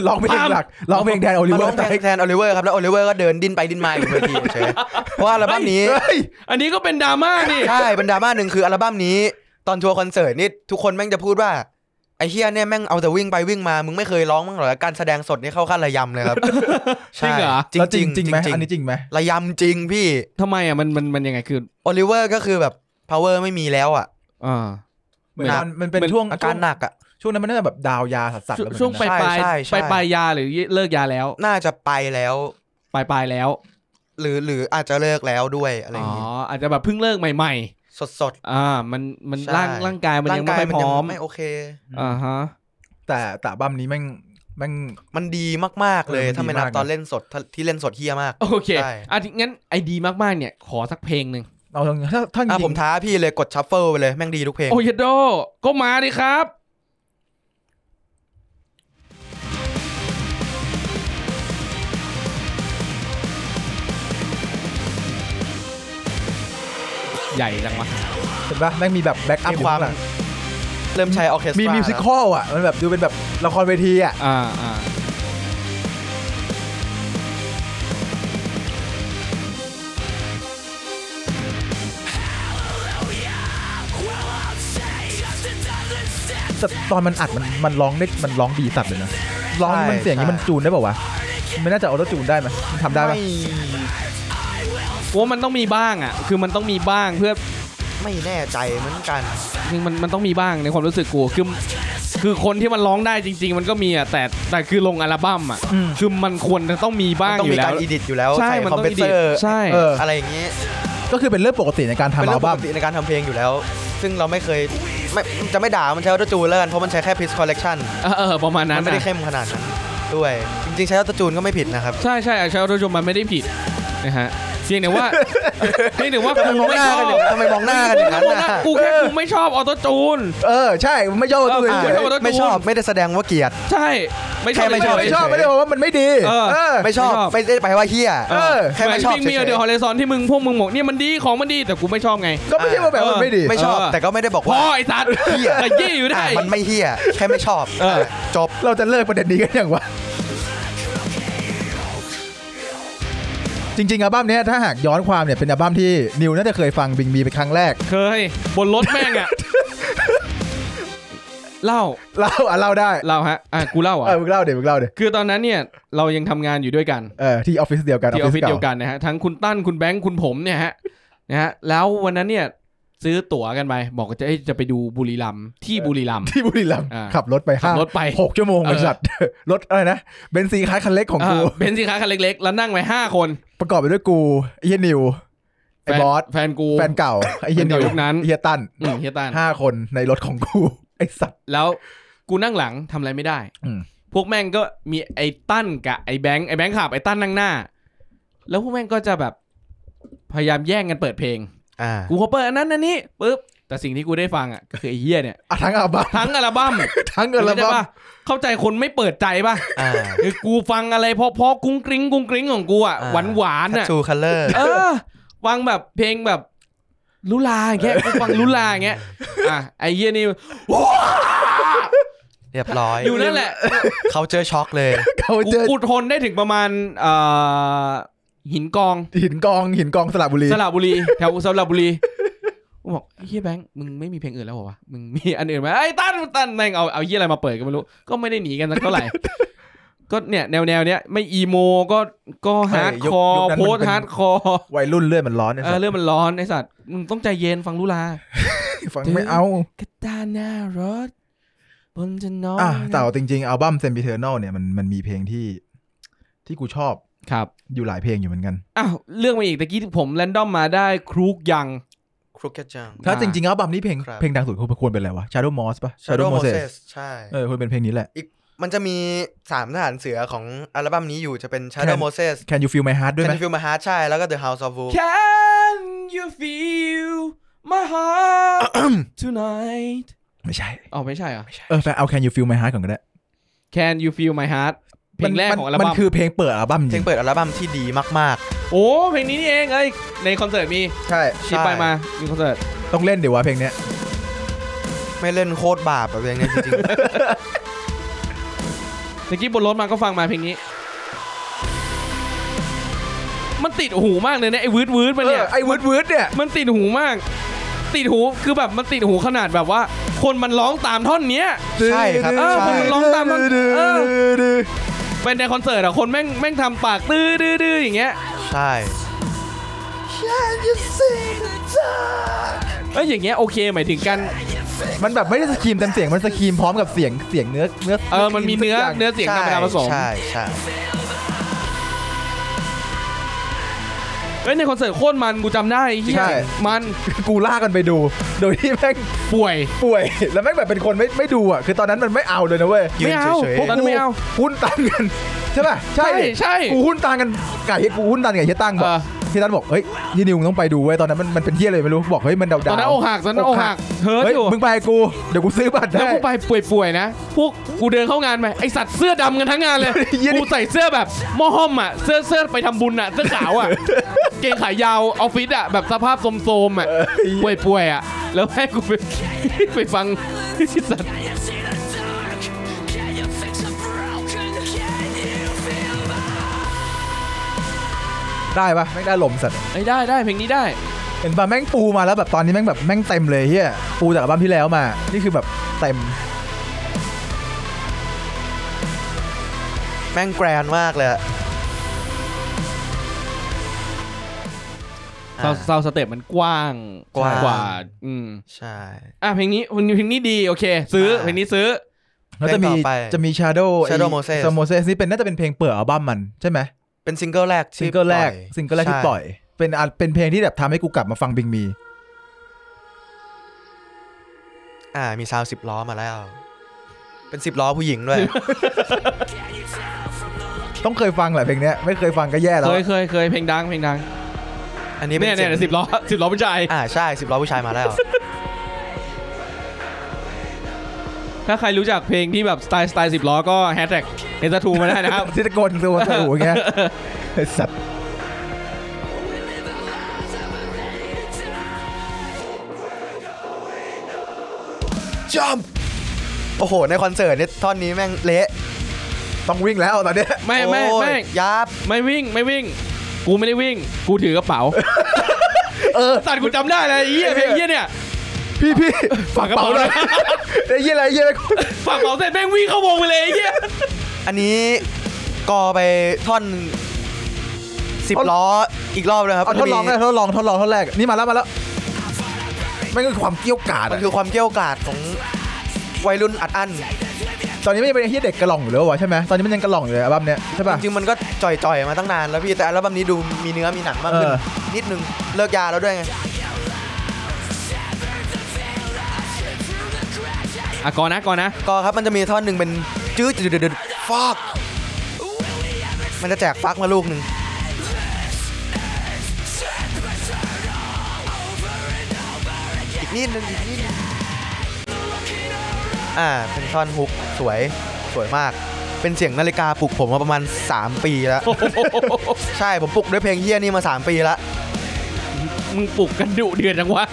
[SPEAKER 2] ร้องเพลงหลักร้องเพลงแทนโอลิ
[SPEAKER 1] มา
[SPEAKER 2] เวอ
[SPEAKER 1] ร้อง
[SPEAKER 2] ร์
[SPEAKER 1] เพลงแทนโอลิเวอร์ครับแล้วโอลิเวอร์ก็เดินดิ้นไปดิ้นมาอยู่บนเวทีเฉยเพราะว่าอัลบั้มนี้
[SPEAKER 2] เฮ้ย
[SPEAKER 3] อันนี้ก็เป็นดราม่านี่
[SPEAKER 1] ใช่เป็นดราม่าหนึ่งคืออัลบั้มนี้ ตอนทัวร์คอนเสิร์ตนี่ทุกคนแม่งจะพูดว่า ไอ้เฮียเนี่ยแม่งเอาแต่วิ่งไปวิ่งมา มึงไม่เคยร้องมั้งเหรอการแสดงสดนี่เข้าขั้นระยำเลยครับใช่
[SPEAKER 3] จริงเหรอ
[SPEAKER 1] จริ
[SPEAKER 2] แล้ว
[SPEAKER 1] งจริง
[SPEAKER 2] จ
[SPEAKER 1] จ
[SPEAKER 2] ริ
[SPEAKER 1] ริง
[SPEAKER 2] งไหม
[SPEAKER 1] จริง
[SPEAKER 2] อันนี้จริงไหม
[SPEAKER 1] ระยำจริงพี่
[SPEAKER 3] ทำไมอ่ะมันมันมันยังไงคือ
[SPEAKER 1] โอลิเวอร์ก็คือแบบ power ไม่มีแล้วอ่ะ
[SPEAKER 3] อ่า
[SPEAKER 2] เหมือน
[SPEAKER 1] หนัก
[SPEAKER 2] มันมันเป็น
[SPEAKER 3] เหมือน
[SPEAKER 2] ช่วง
[SPEAKER 1] อาการหนักอ่ะ
[SPEAKER 2] ช่วงนั้นมันน่าจะแบบดาวยาสัสๆ
[SPEAKER 3] ช่ว
[SPEAKER 2] แล้ว
[SPEAKER 3] ง
[SPEAKER 2] เหมือนกันนะ
[SPEAKER 3] ช่วงปลายปลาย
[SPEAKER 1] ใช่ใช่
[SPEAKER 3] ปลายปลายยาหรือเลิกยาแล้ว
[SPEAKER 1] น่าจะไปแล้ว
[SPEAKER 3] ปลายปลายแล้ว
[SPEAKER 1] หรือหรืออาจจะเลิกแล้วด้วยอะไรอ
[SPEAKER 3] อ๋อย่าง
[SPEAKER 1] งี้
[SPEAKER 3] อาจจะแบบเพิ่งเลิกใหม่
[SPEAKER 1] สดสด
[SPEAKER 3] ๆ อ่า มันมัน
[SPEAKER 1] ใช่
[SPEAKER 3] ร่างร่างกายมัน
[SPEAKER 1] ร่า
[SPEAKER 3] ยัง ง
[SPEAKER 1] กาย
[SPEAKER 3] ไม่ค่อย
[SPEAKER 1] มัน
[SPEAKER 3] พ
[SPEAKER 1] ยัง
[SPEAKER 3] ร้อม
[SPEAKER 1] ไม่โอเค
[SPEAKER 3] อ่าฮะ
[SPEAKER 2] แต่แต่อัลบั้มนี้แม่งแม่ง
[SPEAKER 1] มันดีมาก ๆ เลย
[SPEAKER 2] เออมัน
[SPEAKER 1] ถ้าไม่
[SPEAKER 2] ดี
[SPEAKER 1] นับ
[SPEAKER 2] มากนะ
[SPEAKER 1] ตอนเล่นสดถ้าที่เล่นสดเฮี้ยมาก
[SPEAKER 3] โอเค
[SPEAKER 1] ใช่
[SPEAKER 3] อ่ะงั้นไอดีมากๆเนี่ย ขอสักเพลงหนึ่ง
[SPEAKER 2] เอาตรงถ้าถ้าจ
[SPEAKER 1] อ่ะผ
[SPEAKER 2] ริ
[SPEAKER 1] ม
[SPEAKER 2] ง
[SPEAKER 1] ท้าพี่เลยกดชัฟเฟิลไปเลย แม่งดีทุกเพลง
[SPEAKER 3] โอยโดก็มาดิครับ ใหญ่จังวะ
[SPEAKER 2] เห็นปะแม่งมีแบบแบ็กอัพ
[SPEAKER 1] มีความ
[SPEAKER 2] หลัง
[SPEAKER 1] เริ่มใช้ออเคสตรา
[SPEAKER 2] มี
[SPEAKER 1] มี
[SPEAKER 2] มิวสิคอลอ่ะมันแบบดูเป็นแบบละครเวทีอ่ะ
[SPEAKER 3] อ่าอ่า
[SPEAKER 2] แต่ตอนมันอัดมันมันร้องได้มันร้องดีสัตว์เลยนะร้องนี่มันเสียงนี้มันจูนได้เปล่าวะไม่น่าจะเอารถจูนได้ไหมยมันทำได้ปะ
[SPEAKER 1] ไม่
[SPEAKER 3] ว่ามันต้องมีบ้างอ่ะ คือมันต้องมีบ้างเพื่อ
[SPEAKER 1] ไม่แน่ใจเหมือนกัน
[SPEAKER 3] จริงมันมันต้องมีบ้างในความรู้สึกกูคือคือคนที่มันร้องได้จริง ๆ มันก็มีอ่ะแต่แต่คือลงอัลบั้มอ่ะ
[SPEAKER 2] อืม
[SPEAKER 3] คือมันควรจะต้องมีบ้าง
[SPEAKER 1] มันต้อง
[SPEAKER 3] อยู่
[SPEAKER 1] มี
[SPEAKER 3] แล้
[SPEAKER 1] กาว รอีดิทอยู่แล้ว
[SPEAKER 3] ใช่
[SPEAKER 1] ใส่
[SPEAKER 3] มัน
[SPEAKER 1] คอม
[SPEAKER 3] ต้อง
[SPEAKER 1] เพรส
[SPEAKER 3] อี
[SPEAKER 1] เซ
[SPEAKER 3] ดิ
[SPEAKER 1] อร์
[SPEAKER 3] ใช่
[SPEAKER 2] เออ
[SPEAKER 1] อะไรอย่างงี้
[SPEAKER 2] ก็คือเป็นเรื่องปกติในการทำ
[SPEAKER 1] เป็น
[SPEAKER 2] อั
[SPEAKER 1] เรื่อ
[SPEAKER 2] ล
[SPEAKER 1] งป
[SPEAKER 2] บั้
[SPEAKER 1] ก
[SPEAKER 2] ม
[SPEAKER 1] ติในการทำเพลงอยู่แล้ว ซึ่งเราไม่เคยไม่จะไม่ด่ามันใช้ออโตจูนแล้วกัน เพราะมันใช้แค่พิสคอลเลกชัน
[SPEAKER 3] เออเออประมาณนั้
[SPEAKER 1] มัน นไม่ได้
[SPEAKER 3] อะ
[SPEAKER 1] เข้มขนาดนั้นด้วย จริง ๆ ใช้ออโตจูนก็ไม่ผิดนะครับ
[SPEAKER 3] ใช่ใช่ใช่ทุกชมมันไม่ได้ผิดนะฮะเพียงแต่
[SPEAKER 1] (laughs)
[SPEAKER 3] ว่า เพียงแต่ว่ากู
[SPEAKER 1] มอง
[SPEAKER 3] ไม่
[SPEAKER 1] หน้า
[SPEAKER 3] ชอ
[SPEAKER 1] กัน
[SPEAKER 3] บ
[SPEAKER 1] อย่างนั้นทำไมมองหน้ากันอย่างนั้นน่ะ
[SPEAKER 3] กูแค่กูไม่ชอบออโต้จูน
[SPEAKER 2] เออใช่ไม่ชอบตัวเอง
[SPEAKER 3] เออ
[SPEAKER 2] ด้วย
[SPEAKER 3] ไม่ชบ Auto-Tune
[SPEAKER 1] ไม่ชอบไม่ได้แสดงว่าเกลียด
[SPEAKER 3] ใช่ไม่ชอบ
[SPEAKER 1] แค่ไม่ชอบ
[SPEAKER 3] เฉย
[SPEAKER 2] ไม่ชอบไม่ได้บอกว่ามันไม่ดี
[SPEAKER 3] เออ
[SPEAKER 2] เออ
[SPEAKER 1] ไม่ชอบ
[SPEAKER 3] ไม่ชอบ
[SPEAKER 1] ไม่ได้ไปลว่าเฮี้ย
[SPEAKER 2] เออ
[SPEAKER 1] แค่ไม่ชอบเฉ
[SPEAKER 3] มีเดียวยฮอลเลซอนที่มึงพวกมึงบอกเนี่ยมันดีของมันดีแต่กูไม่ชอบไง
[SPEAKER 2] ก็ไม่ใช่ว่าแบบว่ามันไม่ดี
[SPEAKER 1] ๆไม่ชอบ
[SPEAKER 3] เออ
[SPEAKER 1] แต่ก็ไม่ได้บอก
[SPEAKER 3] พ่
[SPEAKER 1] ว่า
[SPEAKER 3] อไอ้สัตว์
[SPEAKER 1] เหี้ย
[SPEAKER 3] ไอ้ยี่อยู่ได้
[SPEAKER 1] อ่ะมันไม่เฮี้ยแค่ไม่ชอบ
[SPEAKER 3] เออ
[SPEAKER 1] จบ
[SPEAKER 2] เราจะเลิกประเด็นนี้กันอย่างวะจริงๆอัลบั้มเนี้ยถ้าหากย้อนความเนี่ยเป็นอัลบั้มที่นิวน่าจะเคยฟังบิงบีเป็นครั้งแรก
[SPEAKER 3] เคยบนรถแม่งอ่ะ เล่า
[SPEAKER 2] เล่าอ่ะเล่าได้
[SPEAKER 3] เราฮะ อ่ะ กูเล่าอ่ะ
[SPEAKER 2] เออมึงเล่าเดี๋ยวมึงเล่าเดี๋ยว
[SPEAKER 3] คือตอนนั้นเนี่ย เรายังทำงานอยู่ด้วยกัน
[SPEAKER 2] เออที่ออฟฟิศเดียวกัน
[SPEAKER 3] ที่ออฟฟิศ
[SPEAKER 2] ก่า
[SPEAKER 3] เดียวกันนะฮะ ทั้งคุณตั้น คุณแบงค์ คุณผมเนี่ยฮะ นะฮะ แล้ววันนั้นเนี่ย ซื้อตั๋วกันไป บอกว่าจะเอ้ยจะไปดูบุรีรัมย์ที่บุรีรัมย์
[SPEAKER 2] ที่บุรีรัมย์
[SPEAKER 3] อ่า
[SPEAKER 2] ขับรถไป
[SPEAKER 3] ขับ
[SPEAKER 2] ห้าร
[SPEAKER 3] ถไป
[SPEAKER 2] หกชั่วโมง
[SPEAKER 3] เออ
[SPEAKER 2] ไอ้สัตว์ (laughs) รถอะไรนะเบนซ์ซีคัสคันเล็กของกู
[SPEAKER 3] เบนซ์สีขาวคันเล็กๆ แล้วนั่งไปห้าคน
[SPEAKER 2] ประกอบไปด้วยกูไอ้เฮียนิวไอ้บอส
[SPEAKER 3] แฟนกู
[SPEAKER 2] แฟนเก่าไอ้เฮีย
[SPEAKER 3] แฟ
[SPEAKER 2] นิ
[SPEAKER 3] นเก่าว ยุคนั้น
[SPEAKER 2] ไอ้เฮียตัน
[SPEAKER 3] อืมเฮียตาน
[SPEAKER 2] ห้าคนในรถของกู (laughs) ไอ้สัตว์
[SPEAKER 3] แล้วกูนั่งหลังทำอะไรไม่ได้
[SPEAKER 2] อืม
[SPEAKER 3] พวกแม่งก็มีไอ้ตั้นกับไอ้แบงค์ไอ้แบงค์ขับไอ้ตั้นนั่งหน้า แล้วพวกแม่งก็จะแบบพยายามแย่งกันเปิดเพลง
[SPEAKER 1] อ่า
[SPEAKER 3] กูขอเปิดอันนั้นอันนี้ปุ๊บ แต่สิ่งที่กูได้ฟังอ่ะก็คือไอ้เฮียเนี่ย
[SPEAKER 2] อ่ะทั้งอัลบั้ม
[SPEAKER 3] ทั้งอัลบั้ม
[SPEAKER 2] ทั้งเงินอัล
[SPEAKER 3] เข้าใจ
[SPEAKER 2] บั้ม
[SPEAKER 3] ปะเข้าใจคนไม่เปิดใจป่ะ
[SPEAKER 1] อ่า
[SPEAKER 3] คือกูฟังอะไรเพราะๆกุ้งกริ้งกุ้งกริ้งของกูอ่ะ
[SPEAKER 1] อ่า
[SPEAKER 3] หวานหวานๆอ่ะ
[SPEAKER 1] ชูคัลเลอร์
[SPEAKER 3] เออฟังแบบเพลงแบบลุลาอย่างเงี้ยกูฟังลุลาอย่างเงี้ยอ่ะไอ้เฮียนี่
[SPEAKER 1] เรียบร้อย
[SPEAKER 3] อยู่นั่นแหละ
[SPEAKER 1] เขาเจอช็อกเลย
[SPEAKER 2] เขา
[SPEAKER 3] กู
[SPEAKER 2] เจอ
[SPEAKER 3] กูทนได้ถึงประมาณเอ่อหินกอง
[SPEAKER 2] หินกองหินกองสระบุรี
[SPEAKER 3] สระบุรี แถวสระบุรีกูบอกเฮียแบงค์มึงไม่มีเพลงอื่นแล้วเหรอวะมึงมีอันอื่นไหมไอ้ตั้นตั้นแม่งเอาเอาเฮียอะไรมาเปิดก็ไม่รู้ ก็ไม่ได้หนีกันสักเท่าไหร่ (laughs) ก็เนี่ยแนวแนวๆเนี้ยไม่อีโมก็ก็ฮาร์ดคอ
[SPEAKER 2] ยุคนั้น
[SPEAKER 3] ร์
[SPEAKER 2] มัน
[SPEAKER 3] โพส
[SPEAKER 2] เป็น
[SPEAKER 3] ฮาร์ดคอร์
[SPEAKER 2] วัยรุ่นเลื่อนมันร้อนไอ้
[SPEAKER 3] เอ
[SPEAKER 2] สั
[SPEAKER 3] อ
[SPEAKER 2] ตว์
[SPEAKER 3] เรื่องมันร้อนไอ้สัตว์มึงต้องใจเย็นฟังลุลา
[SPEAKER 2] ฟังไม่เอา
[SPEAKER 3] กระตาหน้ารถบนถนน
[SPEAKER 2] อ่ะแต่เอาจริงๆอัลบั้มเซมบิเทอร์นลเนี่ยมันมันมีเพลงที่ที่กูชอบ
[SPEAKER 3] ครับ
[SPEAKER 2] อยู่หลายเพลงอยู่เหมือนกัน
[SPEAKER 3] อ้าวเรื่องมาอีกตะกี้ผมแรนดอมมาได้ครูกยัง
[SPEAKER 1] ครุกแกจัง
[SPEAKER 2] ถ้า
[SPEAKER 3] อ่า
[SPEAKER 2] จริงๆอัลบั้มนี้เพลง
[SPEAKER 1] ครับ
[SPEAKER 2] เพลงดังสุดควรเป็นอะไรวะ Shadow Moss ปะ
[SPEAKER 1] Shadow
[SPEAKER 2] Moses
[SPEAKER 1] Moses ใช่
[SPEAKER 2] เออควรเป็นเพลงนี้แหละ
[SPEAKER 1] มันจะมีสามทหารเสือของอัลบั้มนี้อยู่จะเป็น Shadow
[SPEAKER 2] Can-
[SPEAKER 1] Moses
[SPEAKER 2] Can you feel my heart ด้วยไหม
[SPEAKER 1] Can You Feel My Heart ใช่ แล้วก็ The House of Wolf
[SPEAKER 3] Can you feel my
[SPEAKER 2] (coughs)
[SPEAKER 3] heart tonight
[SPEAKER 2] ไม่ใช่
[SPEAKER 3] อ๋อไม่ใช่เหรอ
[SPEAKER 2] เออแฟนเอา Can you feel my heart ก่อนก็ได้
[SPEAKER 3] Can you feel my heart เพลงแรกของอัล
[SPEAKER 2] มั
[SPEAKER 3] บั้ม
[SPEAKER 2] นคือเพลงเปิดอัลบั้ม
[SPEAKER 1] เพ
[SPEAKER 2] จ
[SPEAKER 1] ล
[SPEAKER 2] ริ
[SPEAKER 1] ง
[SPEAKER 2] ง
[SPEAKER 1] เปิดอัลบั้มที่ดีมาก
[SPEAKER 3] โอ้เพลงนี้นี่เองเอ้ยในคอนเสิร์ตมี
[SPEAKER 2] ใช่
[SPEAKER 3] ชิปไปมา มีคอนเสิร์ต
[SPEAKER 2] ต้องเล่นเดี๋ยววะเพลงเนี้ย
[SPEAKER 1] ๆ ไม่เล่นโคตรบาปแบบเพลงนี้จริง
[SPEAKER 3] ตะกี้บนรถมาก็ฟังมาเพลงนี้ มันติดหูมากเลยนะไอ้วืดวืดๆมันเนี่ย
[SPEAKER 2] เออไอ้วืดวืดเนี่ย
[SPEAKER 3] มันติดหูมาก ติดหูคือแบบมันติดหูขนาดแบบว่า คนมันร้องตามท่อนเนี้ย
[SPEAKER 1] ๆ ใช่ครับ
[SPEAKER 3] เออ
[SPEAKER 1] ใช่
[SPEAKER 3] ผมลองตามมันเอ เป็นในคอนเสิร์ตอะคนแม่งแม่งทำปากตื้อดื้อดื้ออย่างเงี้ย
[SPEAKER 1] ใช่
[SPEAKER 3] เอ้ยอย่างเงี้ยโอเคหมายถึงกัน
[SPEAKER 2] มันแบบไม่ได้สกรีมเต็มเสียง มันสกรีมพร้อมกับเสียงเสียงเนื้อเนื้อ
[SPEAKER 3] เออมันมีเนื้อเนื้อเสียงธรรมดาผสม
[SPEAKER 1] ใช่ใช่
[SPEAKER 3] เอ้ยในคอนเสิร์ตโคตรมันกูจำได้เฮียมัน
[SPEAKER 2] กูล่ากันไปดู โดยที่แม่ง
[SPEAKER 3] ป่วย
[SPEAKER 2] ป่วย แล้วแม่งแบบเป็นคนไม่ไม่ดูอ่ะ คือตอนนั้นมันไม่เอาเลยนะเว้ย
[SPEAKER 1] ยืน
[SPEAKER 3] ไม่เอา
[SPEAKER 1] เฉย
[SPEAKER 3] พวกนั้นไม่เอา
[SPEAKER 2] หุ้นตังกัน ใช่ป่ะ
[SPEAKER 3] ใช่
[SPEAKER 2] ดิ
[SPEAKER 3] ใช่
[SPEAKER 2] กูหุ้นตังกันไก่กูหุ้นตังไก่เฮียตั้งบอ
[SPEAKER 3] เอก อ
[SPEAKER 2] เฮียตั้งบอกเฮ้ยยี่นิวมึงต้องไปดูเว้ยตอนนั้นมันมันเป็นเฮียเลยไม่รู้บอกเฮ้ยมันดาว
[SPEAKER 3] ตอนนั้นอกหักตอนนั้นอกหักเฮิร์ต
[SPEAKER 2] เฮ้ย
[SPEAKER 3] อยู่
[SPEAKER 2] มึงไปกับกูเดี๋ยวกูซื้อบัตร
[SPEAKER 3] แล้ว
[SPEAKER 2] ได้
[SPEAKER 3] กูไปป่วยๆนะ พวกกูเดินเข้างานไปไอสัตว์เสื้อดำกันทั้งงานเลย
[SPEAKER 2] เหี้ยนี่
[SPEAKER 3] กูใส่เสื้อแบบหม้อห้อมอะเสื้อเสื้อไปทำบุญอะเสื้อขาวอะเกงขายาวออฟฟิศอะแบบสภาพโทรมๆอะ
[SPEAKER 2] เออ
[SPEAKER 3] ป่วยป่วยๆอ่ะ แล้วให้กูไป ไปฟัง สัตว์
[SPEAKER 2] ได้ปะแม่งได้ลมสัตว์
[SPEAKER 3] ไอ้ยได้ได้เพลงนี้ได้
[SPEAKER 2] เห็นปะแม่งปูมาแล้วแบบตอนนี้แม่งแบบแม่งเต็มเลยเฮียปูจากอัลบั้มที่แล้วมา นี่คือแบบเต็ม
[SPEAKER 1] แม่งแกรนมากเลยอะ
[SPEAKER 3] ซาว
[SPEAKER 1] อ่า
[SPEAKER 3] ซาวสเต็ปมันกว้าง
[SPEAKER 1] กว้าง
[SPEAKER 3] กว่าอืม
[SPEAKER 1] ใช่
[SPEAKER 3] อ่ะเพลงนี้เพลงนี้ดีโอเค ซื้อ
[SPEAKER 1] อ่า
[SPEAKER 3] เพลงนี้ซื้อ
[SPEAKER 2] แล้วจะมี
[SPEAKER 1] เพลงต่อไป
[SPEAKER 2] จะมี Shadow
[SPEAKER 1] Shadow Moses
[SPEAKER 2] โมเสสนี่เป็นน่าจะเป็นเพลงเปิดอัลบั้มมันใช่ไหม
[SPEAKER 1] เป็นซิงเกิลแรก
[SPEAKER 2] ซิ
[SPEAKER 1] ที่
[SPEAKER 2] งเกิลแรก
[SPEAKER 1] ปอย
[SPEAKER 2] ซิงเกิลแรกที่
[SPEAKER 1] ใช่
[SPEAKER 2] ปล่อย เป็นอันเป็นเพลงที่แบบทำให้กูกลับมาฟังบิงมี
[SPEAKER 1] อ่ามีซาวสิบล้อมาแล้ว เป็นสิบล้อผู้หญิงด้วย
[SPEAKER 2] ต้องเคยฟังแหละเพลงเนี้ยไม่เคยฟังก็แย่แล้ว
[SPEAKER 3] เคยเคยเคยเพลงดังเพลงดัง
[SPEAKER 1] อันนี้เป็
[SPEAKER 3] เนี่ย
[SPEAKER 1] น
[SPEAKER 3] เนี่ยสิบล้อสิบล้อผู้ชาย
[SPEAKER 1] อ่าใช่สิบล้อผู้ชายมาแล้ว
[SPEAKER 3] ถ้าใครรู้จักเพลงที่แบบสไตล์สไตล์สิบล้อก็แฮชแท็กเอ t ทูมาได้นะครับ
[SPEAKER 2] ที่ตะโกนตัวตะหู
[SPEAKER 3] (laughs)
[SPEAKER 2] อย่างเงี้ยไอ้สัตว์
[SPEAKER 1] โอ้โห ในคอนเสิร์ตเนี่ยท่อนนี้แม่งเละ
[SPEAKER 2] ต้องวิ่งแล้วตอนเนี้ย
[SPEAKER 3] ไม่ไม่
[SPEAKER 1] โอ้ย
[SPEAKER 3] ไม่
[SPEAKER 1] ยับ
[SPEAKER 3] ไม่วิ่งไม่วิ่ง กูไม่ได้วิ่ง กูถือกระเป๋า
[SPEAKER 2] เออ
[SPEAKER 3] สัตว์กูจำได้เลยไอ้เหี้ยเพลงเหี้ยเนี่ย
[SPEAKER 2] พี่พี่
[SPEAKER 3] ฝากกระเป๋าหน่อย
[SPEAKER 2] ไอ้เหี้ยอะไรเหี้ยอะไร
[SPEAKER 3] ฝากกระเป๋าเสร็จแม่งวิ่งเข้าวงไปเลยไอ้เหี้ย
[SPEAKER 1] อันนี้กอไปท่อนสิบล้ออีกรอบเลยครับ
[SPEAKER 2] เอาทดลอง
[SPEAKER 1] มัน
[SPEAKER 2] นะ
[SPEAKER 1] จะมี
[SPEAKER 2] ทดลองทดลองทดแรกนี่มาแล้วมาแล้ว แม่งคือความเกรี้ยวกราด
[SPEAKER 1] มัน
[SPEAKER 2] อะ
[SPEAKER 1] คือความเกรี้ยวกราดของวัยรุ่นอัดอั้น
[SPEAKER 2] ตอนนี้ไม่ยังเป็นไอ้เฮียเด็กกระหล่องอยู่เลยวะใช่ไหมตอนนี้มันยังกระหล่องอยู่เลยอัลบั้มเนี้ยใช่ป่ะ
[SPEAKER 1] จริงๆมันก็จ่อยๆมาตั้งนานแล้วพี่แต่อัลบั้มนี้ดูมีเนื้อมีหนังมากขึ้น
[SPEAKER 2] เออ
[SPEAKER 1] นิดนึงเลิกยาแล้วด้วยไง
[SPEAKER 3] อ่ะก่อนนะก่อนนะ
[SPEAKER 1] ก็ครับมันจะมีท่อนหนึ่งเป็นจืดจืดจืดฟอกมันจะแจกฟักมาลูกหนึ่งอีกนิดนึงอีกนิดนึงอ่าเป็นท่อนฮุกสวยสวยมาก เป็นเสียงนาฬิกาปลุกผมมาประมาณ 3 ปีแล้ว ใช่ผมปลุกด้วยเพลงเฮี้ยนี่มา 3 ปีแล้ว
[SPEAKER 3] มึงปลุกกันดุเดือดจังวะ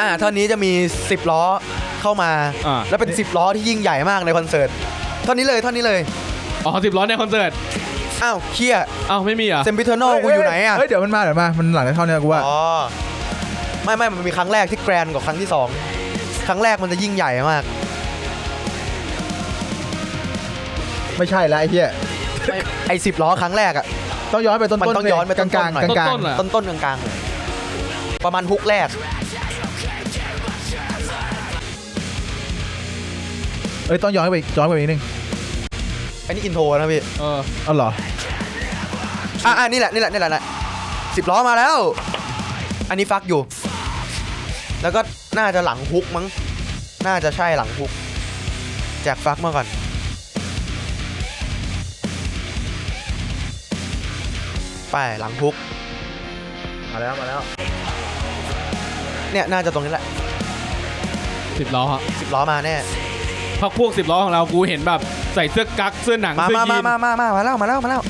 [SPEAKER 1] อ่าท่อนนี้จะมี 10 ล้อเข้ามา
[SPEAKER 3] อ่า
[SPEAKER 1] แล้วเป็น 10 ล้อที่ยิ่งใหญ่มากในคอนเสิร์ตท่อนนี้เลยท่อนนี้เลย
[SPEAKER 3] อ๋อสิบล้อในคอนเสิร์ต
[SPEAKER 1] อ้าวเฮี้ย
[SPEAKER 3] อ้าวไม่มีเหรอ
[SPEAKER 1] เซมบิเทอร์โนกูอยู่ไหนอ่ะ
[SPEAKER 2] เฮ้ยเดี๋ยวมันมาเดี๋ยวมา มันหลังจากเท่านี้กูว่า
[SPEAKER 1] อ๋อ ไม่ไม่มันมีครั้งแรกที่แกรนกว่าครั้งที่สอง ครั้งแรกมันจะยิ่งใหญ่มาก
[SPEAKER 2] ไม่ใช่ละไอ้เฮีย
[SPEAKER 1] ไอ้สิบล้อครั้งแรกอ่ะ
[SPEAKER 2] ต้องย้อนไปต้น
[SPEAKER 1] มัน
[SPEAKER 2] ต้น
[SPEAKER 1] ต้องย้อนไป
[SPEAKER 2] กลางกลาง
[SPEAKER 1] ต้นๆหน่อย
[SPEAKER 2] กลาง
[SPEAKER 3] ต้นๆเหรอ
[SPEAKER 1] ต้นต้นๆกลางๆเลยประมาณฮุกแรก
[SPEAKER 2] เอ้ยต้องย้อนไปอีกย้อนไปอีกนิดนึง
[SPEAKER 1] อันนี้อินโทรนะพี่
[SPEAKER 3] เออ
[SPEAKER 2] เอาเหรอ
[SPEAKER 1] อ่ะอ่ะนี่แหละนี่แหละนี่แหละสิบล้อมาแล้ว อันนี้ฟักอยู่ แล้วก็น่าจะหลังฮุกมั้ง น่าจะใช่หลังฮุก แจกฟักมาก่อน ไปหลังฮุก
[SPEAKER 2] มาแล้วมาแล้ว
[SPEAKER 1] เนี่ยน่าจะตรงนี้แหละ
[SPEAKER 3] สิบล้อ
[SPEAKER 1] สิบล้อมาแน่
[SPEAKER 3] พักพวกสิบล้อของเรากูเห็นแบบใส่เสื้อกั๊กเสื้อหนัง
[SPEAKER 1] มา
[SPEAKER 3] เสื้อ
[SPEAKER 1] มา
[SPEAKER 3] ยี
[SPEAKER 1] มาน มามามามาแล้วมาแล้วมาแล้ว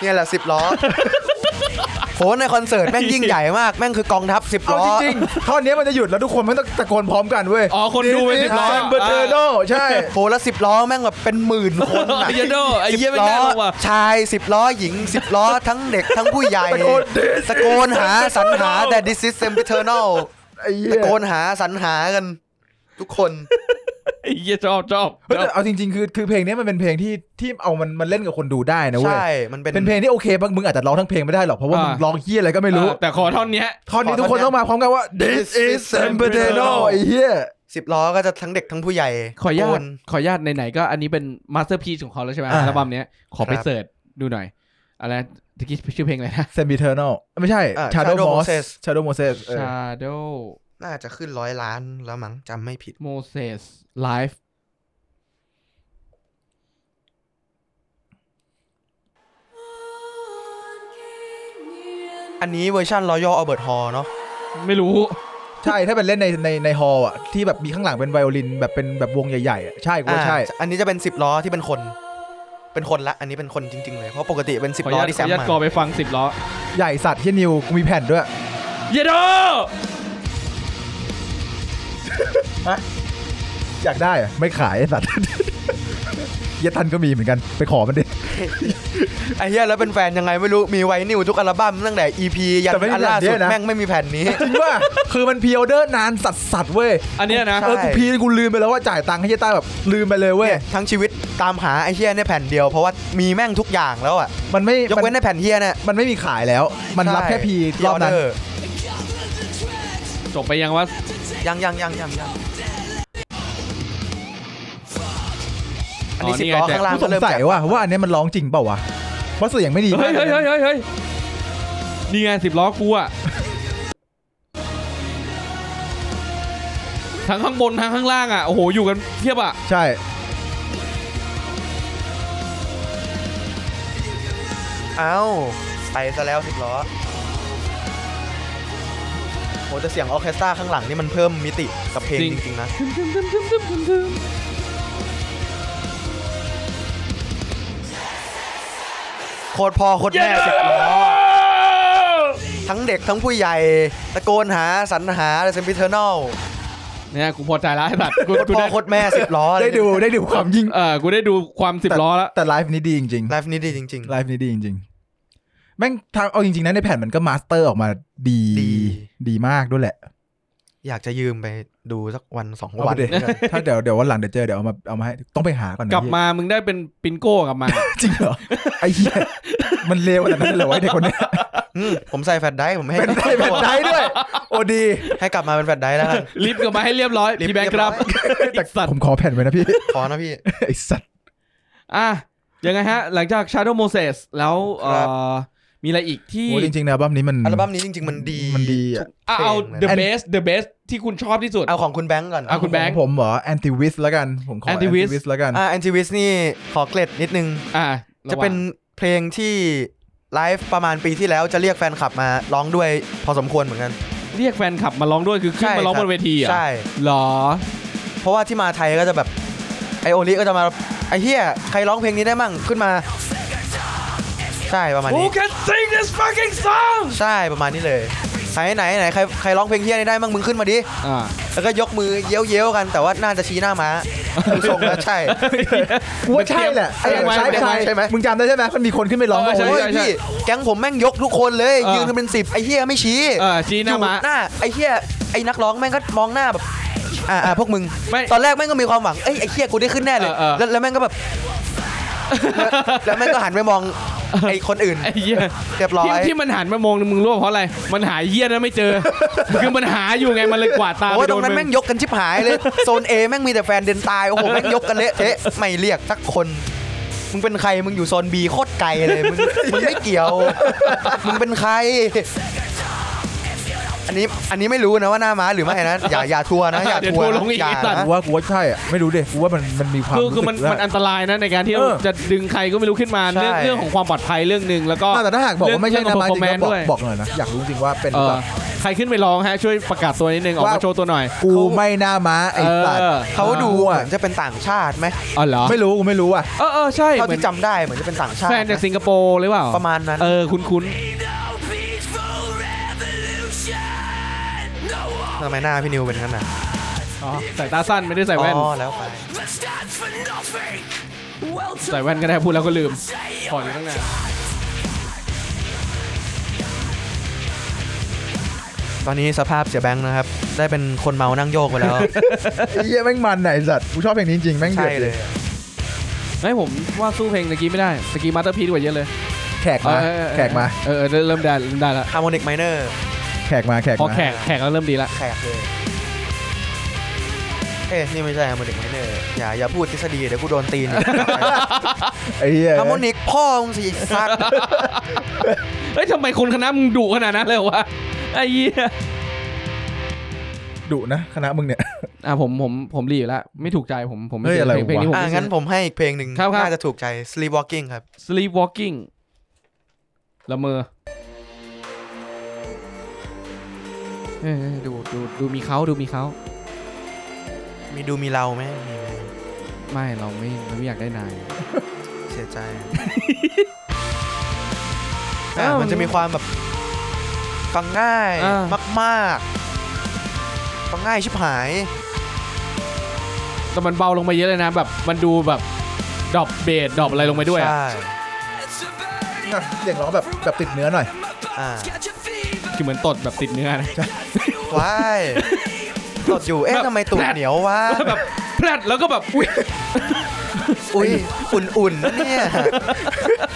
[SPEAKER 1] เนี่ยแหละสิบล้อ (laughs) โหในคอนเสิร์ตแม่งยิ่งใหญ่มากแม่งคือกองทัพสิบ
[SPEAKER 2] เอา
[SPEAKER 1] ล้อ
[SPEAKER 2] จริงๆท่อนนี้มันจะหยุดแล้วทุกคนมันต้องตะโกนพร้อมกันเว้ย
[SPEAKER 3] อ๋อคนดูไปสิบล้อ
[SPEAKER 2] เซมเบอร์เทอร์โนใช่
[SPEAKER 1] โหแล้วสิบล้อแม่งแบบเป็นหมื่นคน
[SPEAKER 3] ไอ้
[SPEAKER 1] อะ
[SPEAKER 3] เหี้ยโดไอ้เหี้ยไม่
[SPEAKER 1] ล้
[SPEAKER 3] ได้
[SPEAKER 1] อ
[SPEAKER 3] หรอกว่ะ
[SPEAKER 1] ชายสิบล้อหญิงสิบล้อทั้งเด็กทั้งผู้ใหญ่
[SPEAKER 2] ตะโกน
[SPEAKER 1] ตะโกนหาสรรหาแต่ this is eternal
[SPEAKER 2] ไอ้เหี้ย
[SPEAKER 1] ตะโกนหาสรรหากัน ทุกคน
[SPEAKER 3] ไอ้เหี้ยชอบชอบ
[SPEAKER 2] เฮ้ย
[SPEAKER 3] ชอบ
[SPEAKER 2] แต่เอาจริงๆคือคือเพลงนี้มันเป็นเพลงที่ที่เอามันมันเล่นกับคนดูได้นะเว้ย
[SPEAKER 1] ใช่ มันเป็น
[SPEAKER 2] เป็นเพลงที่โอเคบางมึงอาจจะร้องทั้งเพลงไม่ได้หรอก เพราะว่ามึงร้องเฮี้ยอะไรก็ไม่รู้
[SPEAKER 3] เออแต่ขอท่อนเนี้ย
[SPEAKER 2] ท่อนนี้ทุกคนต้องมาพร้อมกันว่า this is San Pedro ไอ้เฮี้ย
[SPEAKER 1] สิบล้อก็จะทั้งเด็กทั้งผู้ใหญ่
[SPEAKER 3] ขออนุญา
[SPEAKER 1] โก
[SPEAKER 3] ต
[SPEAKER 1] น
[SPEAKER 3] ขออนุญาตไหนๆก็อันนี้เป็นมาสเตอร์พีของเขาแล้วใช่ไหม
[SPEAKER 2] อ่า
[SPEAKER 3] อัลบั้มเนี้ยขอไป
[SPEAKER 1] ครับ
[SPEAKER 3] เสิร์ชดูหน่อย อะไรตะกี้ชื่อเพลงอะไรนะ
[SPEAKER 2] San Pedro ไม่ใช่
[SPEAKER 1] อ่ะ
[SPEAKER 2] Shadow
[SPEAKER 1] Shadow Moses
[SPEAKER 2] Moses Shadow Moses เออ
[SPEAKER 3] Shadow
[SPEAKER 1] น่าจะขึ้นร้อยล้านแล้วมั้งจำไม่ผิด
[SPEAKER 3] Moses Live
[SPEAKER 1] อันนี้เวอร์ชันรอยัลอ l b เบิร์ตฮอลเนาะ
[SPEAKER 3] ไม่รู้
[SPEAKER 2] ใช่ถ้าเป็นเล่นในในในฮอลล์อ่ะ ที่แบบมีข้างหลังเป็นไวโอลินแบบเป็นแบบวงใหญ่ๆอ่ะใช่กูว่าใช่
[SPEAKER 1] อ่าอันนี้จะเป็น 10 ล้อที่เป็นคน เป็นคนละ อันนี้เป็นคนจริง ๆ เลย เพราะปกติเป็น
[SPEAKER 3] ข
[SPEAKER 1] 10
[SPEAKER 3] ออนุ
[SPEAKER 1] ล้อ
[SPEAKER 3] ญาต
[SPEAKER 1] ที่
[SPEAKER 3] ขอ
[SPEAKER 1] แซ
[SPEAKER 3] อ
[SPEAKER 1] ม
[SPEAKER 3] นุญาต
[SPEAKER 1] มา
[SPEAKER 3] ก่อไปฟังสิบล้อ
[SPEAKER 2] ใหญ่สัตว์เฮียนิวกูมีแผ่นด้วย
[SPEAKER 3] เยโด
[SPEAKER 2] อยากได้อ่ะไม่ขายไอ้สัตว์ (laughs) เฮียทันก็มีเหมือนกันไปขอมันดิ
[SPEAKER 1] ไอ้เหี้ยแล้วเป็นแฟนยังไงไม่รู้ มีไวนิวทุกอัลบั้มตั้งแต่ EP ยัน
[SPEAKER 2] แต่ไม่มี
[SPEAKER 1] อันล่า
[SPEAKER 2] แผ่นเดี
[SPEAKER 1] สุ
[SPEAKER 2] ย
[SPEAKER 1] ด
[SPEAKER 2] วนะ
[SPEAKER 1] แม่งไม่มีแผ่น
[SPEAKER 2] (laughs)
[SPEAKER 1] นี้
[SPEAKER 2] จริงว่าคือมันพีออเดอร์นานสัตว์สัตว์ๆเว้ย
[SPEAKER 3] อันเนี้ยนะ
[SPEAKER 1] ใช่
[SPEAKER 2] เออกูพีกูลืมไปแล้วว่าจ่ายตังค์ให้เฮียต้าแบบลืมไปเลยเว้ย
[SPEAKER 1] เนี่ยทั้งชีวิตตามหาไอ้เหี้ยเนี่ยแผ่นเดียว เพราะว่ามีแม่งทุกอย่างแล้วอ่ะ
[SPEAKER 2] มันไม่
[SPEAKER 1] ยกเว้นในแผ่นเหี้ยเนี่ย
[SPEAKER 2] มันไม่มีขายแล้ว มันรับแค่พีรอบนั้น
[SPEAKER 1] ใช่ pre-order
[SPEAKER 3] จบไปยังว่า
[SPEAKER 1] ยังยังยังยังยังอันนี้สิบ
[SPEAKER 3] ไง
[SPEAKER 1] ล้อ
[SPEAKER 3] แจก
[SPEAKER 1] ข้างล่าง
[SPEAKER 2] กูส
[SPEAKER 1] ก็
[SPEAKER 2] ง
[SPEAKER 1] เริ่ม
[SPEAKER 2] สัย
[SPEAKER 1] แจก
[SPEAKER 2] ว่าว่าอันเนี้ยมันร้องจริงเปล่าวะเพราะเสียงไม่ดี
[SPEAKER 3] เฮ้ย
[SPEAKER 2] มาก
[SPEAKER 3] เฮ้ย
[SPEAKER 2] เล
[SPEAKER 3] เฮ้
[SPEAKER 2] ยนะ
[SPEAKER 3] ยเฮ้ยเฮ้ยนี่ไงสิบล้อกูอะทั้งข้างบนทั้งข้างล่างอ่ะโอ้โหอยู่กันเทียบอ่ะ
[SPEAKER 2] ใช่
[SPEAKER 1] เอ้าไปซะแล้วสิบล้อโหแต่เสียงออร์เคสตราข้างหลังนี่มันเพิ่มมิติกับเพลงจริงๆนะโคตรพ่อโคตรแม่สิบล้อทั้งเด็กทั้งผู้ใหญ่ ตะโกนหาสรรหาเซมพิเทอร์นอล
[SPEAKER 3] เนี่ยกูพอใจแล้วไอ้สัตว์กู
[SPEAKER 1] โคตร
[SPEAKER 3] กู
[SPEAKER 1] พ่อ
[SPEAKER 3] ได้
[SPEAKER 1] โคตรแม่สิบล้อ
[SPEAKER 2] ได้ดูได้ดูความยิ่ง
[SPEAKER 3] เออกูได้ดูความสิบล้อแล้ว
[SPEAKER 2] แต่ไลฟ์นี้ดีจริง
[SPEAKER 1] ไลฟ์นี้ดีจริง
[SPEAKER 2] ๆไลฟ์นี้ดีจริงๆแม่งทางเอาจริงๆนะในแผ่นมันก็มาสเตอร์ออกมาดี
[SPEAKER 1] ดี
[SPEAKER 2] ดีมากด้วยแหละ
[SPEAKER 1] อยากจะยืมไปดูสักวันสอง
[SPEAKER 2] เอา
[SPEAKER 1] วั
[SPEAKER 2] ไป
[SPEAKER 1] น
[SPEAKER 2] ดิถ้าเดี๋ยวเดี๋ยววันหลังเดี๋ยวเจอเดี๋ยวเอามาเอามาให้ต้องไปหาก่อนนะ
[SPEAKER 3] กลับมามึงได้เป็นปินโก้กลั
[SPEAKER 1] (laughs)
[SPEAKER 3] บมา
[SPEAKER 2] พี่จริงเหรอไอ้เหี้ยมันเลวขนาดนั้นเลยเหรอวะไอ้เด็กคนเนี้ย
[SPEAKER 1] อืมผมใส่แฟลชไดรฟ์ผมให้
[SPEAKER 2] เป็นได้เป็นได้ด้วย โอ้ดี
[SPEAKER 1] ให้กลับมาเป็นแฟลชไดรฟ์แล้วกัน (laughs)
[SPEAKER 3] รีบกลับมาให้เรียบร้อย
[SPEAKER 1] รีบ
[SPEAKER 3] พี่แบงค์ครับ (laughs)
[SPEAKER 1] เรียบร้
[SPEAKER 3] แต่สัต
[SPEAKER 2] ผ
[SPEAKER 3] ว์
[SPEAKER 2] มขอแผ่นไว้นะพี่
[SPEAKER 1] ขอนะพี่
[SPEAKER 2] ไอ้สัตว์
[SPEAKER 3] อ่ะยังไงฮะ หลังจาก Shadow Moses แล้วเอ่
[SPEAKER 1] ครับ
[SPEAKER 3] อมีอะไรอีกที่
[SPEAKER 2] โอ้จริงๆนะอัลบั้มนี้มัน
[SPEAKER 1] อัลบั้มนี้จริง ๆ มันดี
[SPEAKER 2] มันดีอะ
[SPEAKER 3] อ่ะเอา
[SPEAKER 1] เพลงเลยนะ
[SPEAKER 3] The Best The Best ที่คุณชอบที่สุด
[SPEAKER 1] เอาของคุณแบงค์ก่อน
[SPEAKER 3] เอาคุณแบง
[SPEAKER 2] ข
[SPEAKER 3] ค์
[SPEAKER 2] องผมเหรอแอนติวิสแล้วกันผมขอแอนติ
[SPEAKER 3] Anti-Wiz
[SPEAKER 2] วิสแล้วกัน
[SPEAKER 1] อ่าแอนติวิสนี่ขอเกล็ดนิดนึง
[SPEAKER 3] อ่ะ
[SPEAKER 1] จะเป็นเพลงที่ไลฟ์ประมาณปีที่แล้วจะเรียกแฟนคลับมาร้องด้วยพอสมควรเหมือนกัน
[SPEAKER 3] เรียกแฟนคลับมาร้องด้วยคือขึ้นมาร้องบนเวทีเหรอ่ะ
[SPEAKER 1] ใช่
[SPEAKER 3] หรอ
[SPEAKER 1] เพราะว่าที่มาไทยก็จะแบบไอโอลิก็จะมาไอเฮียใครร้องเพลงนี้ได้มั่งขึ้นมา ใช่ประมาณ
[SPEAKER 3] Who
[SPEAKER 1] นี้
[SPEAKER 3] can sing this fucking song
[SPEAKER 1] ใช่ประมาณนี้เลยไหนไหนไหนใครใครร้องเพลงเฮียนี้ได้มั่งมึงขึ้นมาดิ
[SPEAKER 3] อ่า
[SPEAKER 1] แล้วก็ยกมือเย้ยวเย้ยวๆกันแต่ว่าน่าจะชี้หน้าม้าดูทรงแล้วใช่
[SPEAKER 2] กูว่าใช่แหละ
[SPEAKER 3] เตรียมไว้
[SPEAKER 2] ใช่
[SPEAKER 3] เตรียมไว้
[SPEAKER 2] ใช่
[SPEAKER 1] ใช่ไหม
[SPEAKER 2] มึงจำได้ใช่ไหมมันมีคนขึ้นไปร้อง
[SPEAKER 3] เออใช่
[SPEAKER 2] โอ้
[SPEAKER 1] โอ้
[SPEAKER 2] ย
[SPEAKER 1] ยพี่แก๊งผมแม่งยกทุกคนเลย
[SPEAKER 3] เออ
[SPEAKER 1] ยืนกันเป็นสิบไอเฮียไม่ชี้
[SPEAKER 3] เออชี้
[SPEAKER 1] อ
[SPEAKER 3] หน้า
[SPEAKER 1] ยู่
[SPEAKER 3] มา
[SPEAKER 1] หน้าไอเฮียไอนักร้องแม่งก็มองหน้าแบบอ่าอ่าพวกมึง
[SPEAKER 3] ไม่
[SPEAKER 1] ตอนแรกแม่งก็มีความหวังเอ้ยไอเฮียกูได้ขึ้นแน่เลย
[SPEAKER 3] เออเออ
[SPEAKER 1] แล้วแล้วแม่งก็แบบ แล้วแล้วแม่งก็หันไปมองไอคนอื่น
[SPEAKER 3] ไอ้เหี้ย
[SPEAKER 1] เรียบร้อ
[SPEAKER 3] ที่
[SPEAKER 1] ย
[SPEAKER 3] ที่มันหันมามองมึงรู้ป่ะเพราะอะไร มันหาเหี้ยนั้นไม่เจอ (laughs) คือมันหาอยู่ไง มันเลยกวาดตา
[SPEAKER 1] โอ้
[SPEAKER 3] ไป
[SPEAKER 1] ยต
[SPEAKER 3] โด
[SPEAKER 1] รง
[SPEAKER 3] น
[SPEAKER 1] นั้น
[SPEAKER 3] มึ
[SPEAKER 1] แม่
[SPEAKER 3] ง
[SPEAKER 1] งยกกันชิบหาย
[SPEAKER 3] (laughs)
[SPEAKER 1] เลย โซน A แม่งมีแต่แฟนเดินตาย โอ้โห แม่งยกกันเละเทะไม่เรียกสักคน มึงเป็นใครมึงอยู่โซน B โคตรไกลเลยมึงมึงไม่เกี่ยว มึงเป็นใคร อันนี้อันนี้ไม่รู้นะว่าหน้าม้าหรือไม่นะอย่าอย่าทัวร์นะอย่า
[SPEAKER 3] เดี๋ยว
[SPEAKER 1] ทัว
[SPEAKER 3] โทร
[SPEAKER 1] ร์
[SPEAKER 3] ล
[SPEAKER 1] นะ
[SPEAKER 3] งอีก
[SPEAKER 1] อย่า
[SPEAKER 3] ไอ้สัตว์
[SPEAKER 1] นะ
[SPEAKER 2] กูว่ากูว่าใช่อะไม่รู้ดิกูว่ามันมันมีความ
[SPEAKER 3] คือ
[SPEAKER 2] รู้
[SPEAKER 3] คื
[SPEAKER 2] สึ
[SPEAKER 3] อก มัน
[SPEAKER 2] แล้ว
[SPEAKER 3] มันอันตรายนะในการที่เรา
[SPEAKER 2] เออ
[SPEAKER 3] จะดึงใครก็ไม่รู้ขึ้นมาเรื่อง
[SPEAKER 1] ใช่
[SPEAKER 3] เรื่องของความปลอดภัยเรื่องหนึ่งแล้วก็
[SPEAKER 2] อ่ะแต่ถ้าหากบอกว่าไม่ใช่นะมาจริงก็
[SPEAKER 3] เรื่อง performance
[SPEAKER 2] บอกบอกห
[SPEAKER 3] ด้วย
[SPEAKER 2] น่อยนะอยากรู้จริงว่าเป็น
[SPEAKER 3] เออ
[SPEAKER 2] แบบ
[SPEAKER 3] ใครขึ้นไปร้องฮะ ช่วยประกาศตัวนิดนึงออกมา
[SPEAKER 2] ว่า
[SPEAKER 3] โชว์ตัวหน่อย
[SPEAKER 2] กูไม่น่าม้าไอ้สัต
[SPEAKER 3] เอ
[SPEAKER 2] ว์
[SPEAKER 3] อ
[SPEAKER 1] เขาดูเหมื
[SPEAKER 2] อ่ะ
[SPEAKER 1] อนจะเป็นต่างชาติไหม
[SPEAKER 3] อ๋อเหรอ
[SPEAKER 2] ไม่รู้กูไม่รู้อ่ะ
[SPEAKER 3] เออเออใช่
[SPEAKER 1] เท่า
[SPEAKER 3] เหมือน
[SPEAKER 1] ที่จำได้เหมือนจะเป็นต่างชาติ
[SPEAKER 3] แฟนจากสิงคโปร์หรือเปล่า
[SPEAKER 1] ประมาณนั้น
[SPEAKER 3] เออคุ้นคุ้น
[SPEAKER 4] peaceful revolution. No one
[SPEAKER 1] ทำไมหน้าพี่นิวเป็นงั้นน่ะ
[SPEAKER 3] ๆอ๋อสายตาสั้นไม่ได้ใส่
[SPEAKER 1] อ๋
[SPEAKER 3] แว่น
[SPEAKER 1] อแล้วไป
[SPEAKER 4] that stands for nothing. Well, to
[SPEAKER 3] ใส่แว่นก็ได้พูดแล้วก็ลืม
[SPEAKER 4] say
[SPEAKER 3] ถอดอยู่ตั้งนาน
[SPEAKER 1] ตอนนี้สภาพเสียแบงค์นะครับ ได้เป็นคนเมานั่งโยกไป
[SPEAKER 3] (laughs)
[SPEAKER 1] แล้ว
[SPEAKER 2] ไอ้เหี้ยแม่งมันไหนสัตว์กูชอบเพลงนี้จริงแม่งเดื
[SPEAKER 1] ใช่
[SPEAKER 2] อด
[SPEAKER 1] เล
[SPEAKER 2] ดิ
[SPEAKER 1] ย
[SPEAKER 3] ไม่ผมว่าสู้เพลงตะกี้ไม่ได้ตะกี้มาสเตอร์พีซกว่าเยอะเลย
[SPEAKER 2] แขกมา
[SPEAKER 3] เออเออเออ
[SPEAKER 2] แขกมา
[SPEAKER 3] เออเออเริ่มได้เริ่มได้แล้ว
[SPEAKER 1] ฮาร์โมนิกไมเนอร์
[SPEAKER 2] แขกมาแขก
[SPEAKER 3] พอ
[SPEAKER 2] มา
[SPEAKER 3] แขกแขกก็เริ่มดีละ
[SPEAKER 1] แขกเลย เอ๊ะนี่ไม่ใช่ฮาร์โมนิกไมเนอร์อย่าอย่าพูดทฤษฎีเดี๋ยวกูโดนตี
[SPEAKER 3] (laughs)
[SPEAKER 1] นอีก
[SPEAKER 2] ไอ้เหี้ย
[SPEAKER 1] ฮาร์โมนิกพ่อมึงสิซัก
[SPEAKER 3] เอ้ยทำไมคนคณะมึงดุขนาดนั้นเลยวะไอ้เหี้ย
[SPEAKER 2] ดุนะคณะมึงเนี่ย (laughs)
[SPEAKER 3] อ่ะผมผมผมรีอยู่แล้วไม่ถูกใจผมผม
[SPEAKER 2] เฮ้ยอะไร
[SPEAKER 3] เพลงเพลงนี้
[SPEAKER 2] วะ
[SPEAKER 3] ผม
[SPEAKER 1] อ่ะ
[SPEAKER 3] ไม่
[SPEAKER 1] งั้น
[SPEAKER 3] ซื้อ
[SPEAKER 1] ผมให้อีกเพลงหนึ่ง
[SPEAKER 3] ครับครับ
[SPEAKER 1] น่าจะถูกใจ Sleepwalking ครับ
[SPEAKER 3] sleepwalking ละเมอเออเออดูดูดูมีเขาดูมีเขา
[SPEAKER 1] มีดูมีเราไหมมีไหม
[SPEAKER 3] ไม่เราไม่เราไม่อยากได้นาย
[SPEAKER 1] เสียใจ
[SPEAKER 3] อ้าว
[SPEAKER 1] อ่ะมันจะมีความแบบ ฟังง่าย
[SPEAKER 3] อ่าม
[SPEAKER 1] มากๆ ฟังง่ายชิบหาย
[SPEAKER 3] แต่มันเบาลงไปเยอะเลยนะแบบมันดูแบบดรอปเบสดรอปอะไรลงไปด้วยอะ
[SPEAKER 1] ใช่
[SPEAKER 4] it's a burning
[SPEAKER 2] อ่ะเสียงร้องแบบแบบติดเนื้อหน่อย
[SPEAKER 4] in my bones.
[SPEAKER 1] Ah.
[SPEAKER 4] Catch a fever.
[SPEAKER 3] คือเหมือนตดแบบติดเนื้อนะ
[SPEAKER 1] ว้ายตดอยู่เอ๊ะ
[SPEAKER 3] แบบ
[SPEAKER 1] ทำไมตูดเหนียววะ
[SPEAKER 3] แบบแพลดแล้วก็แบบอุ้ย
[SPEAKER 1] อุ้ยอุ่นๆนะเนี่ย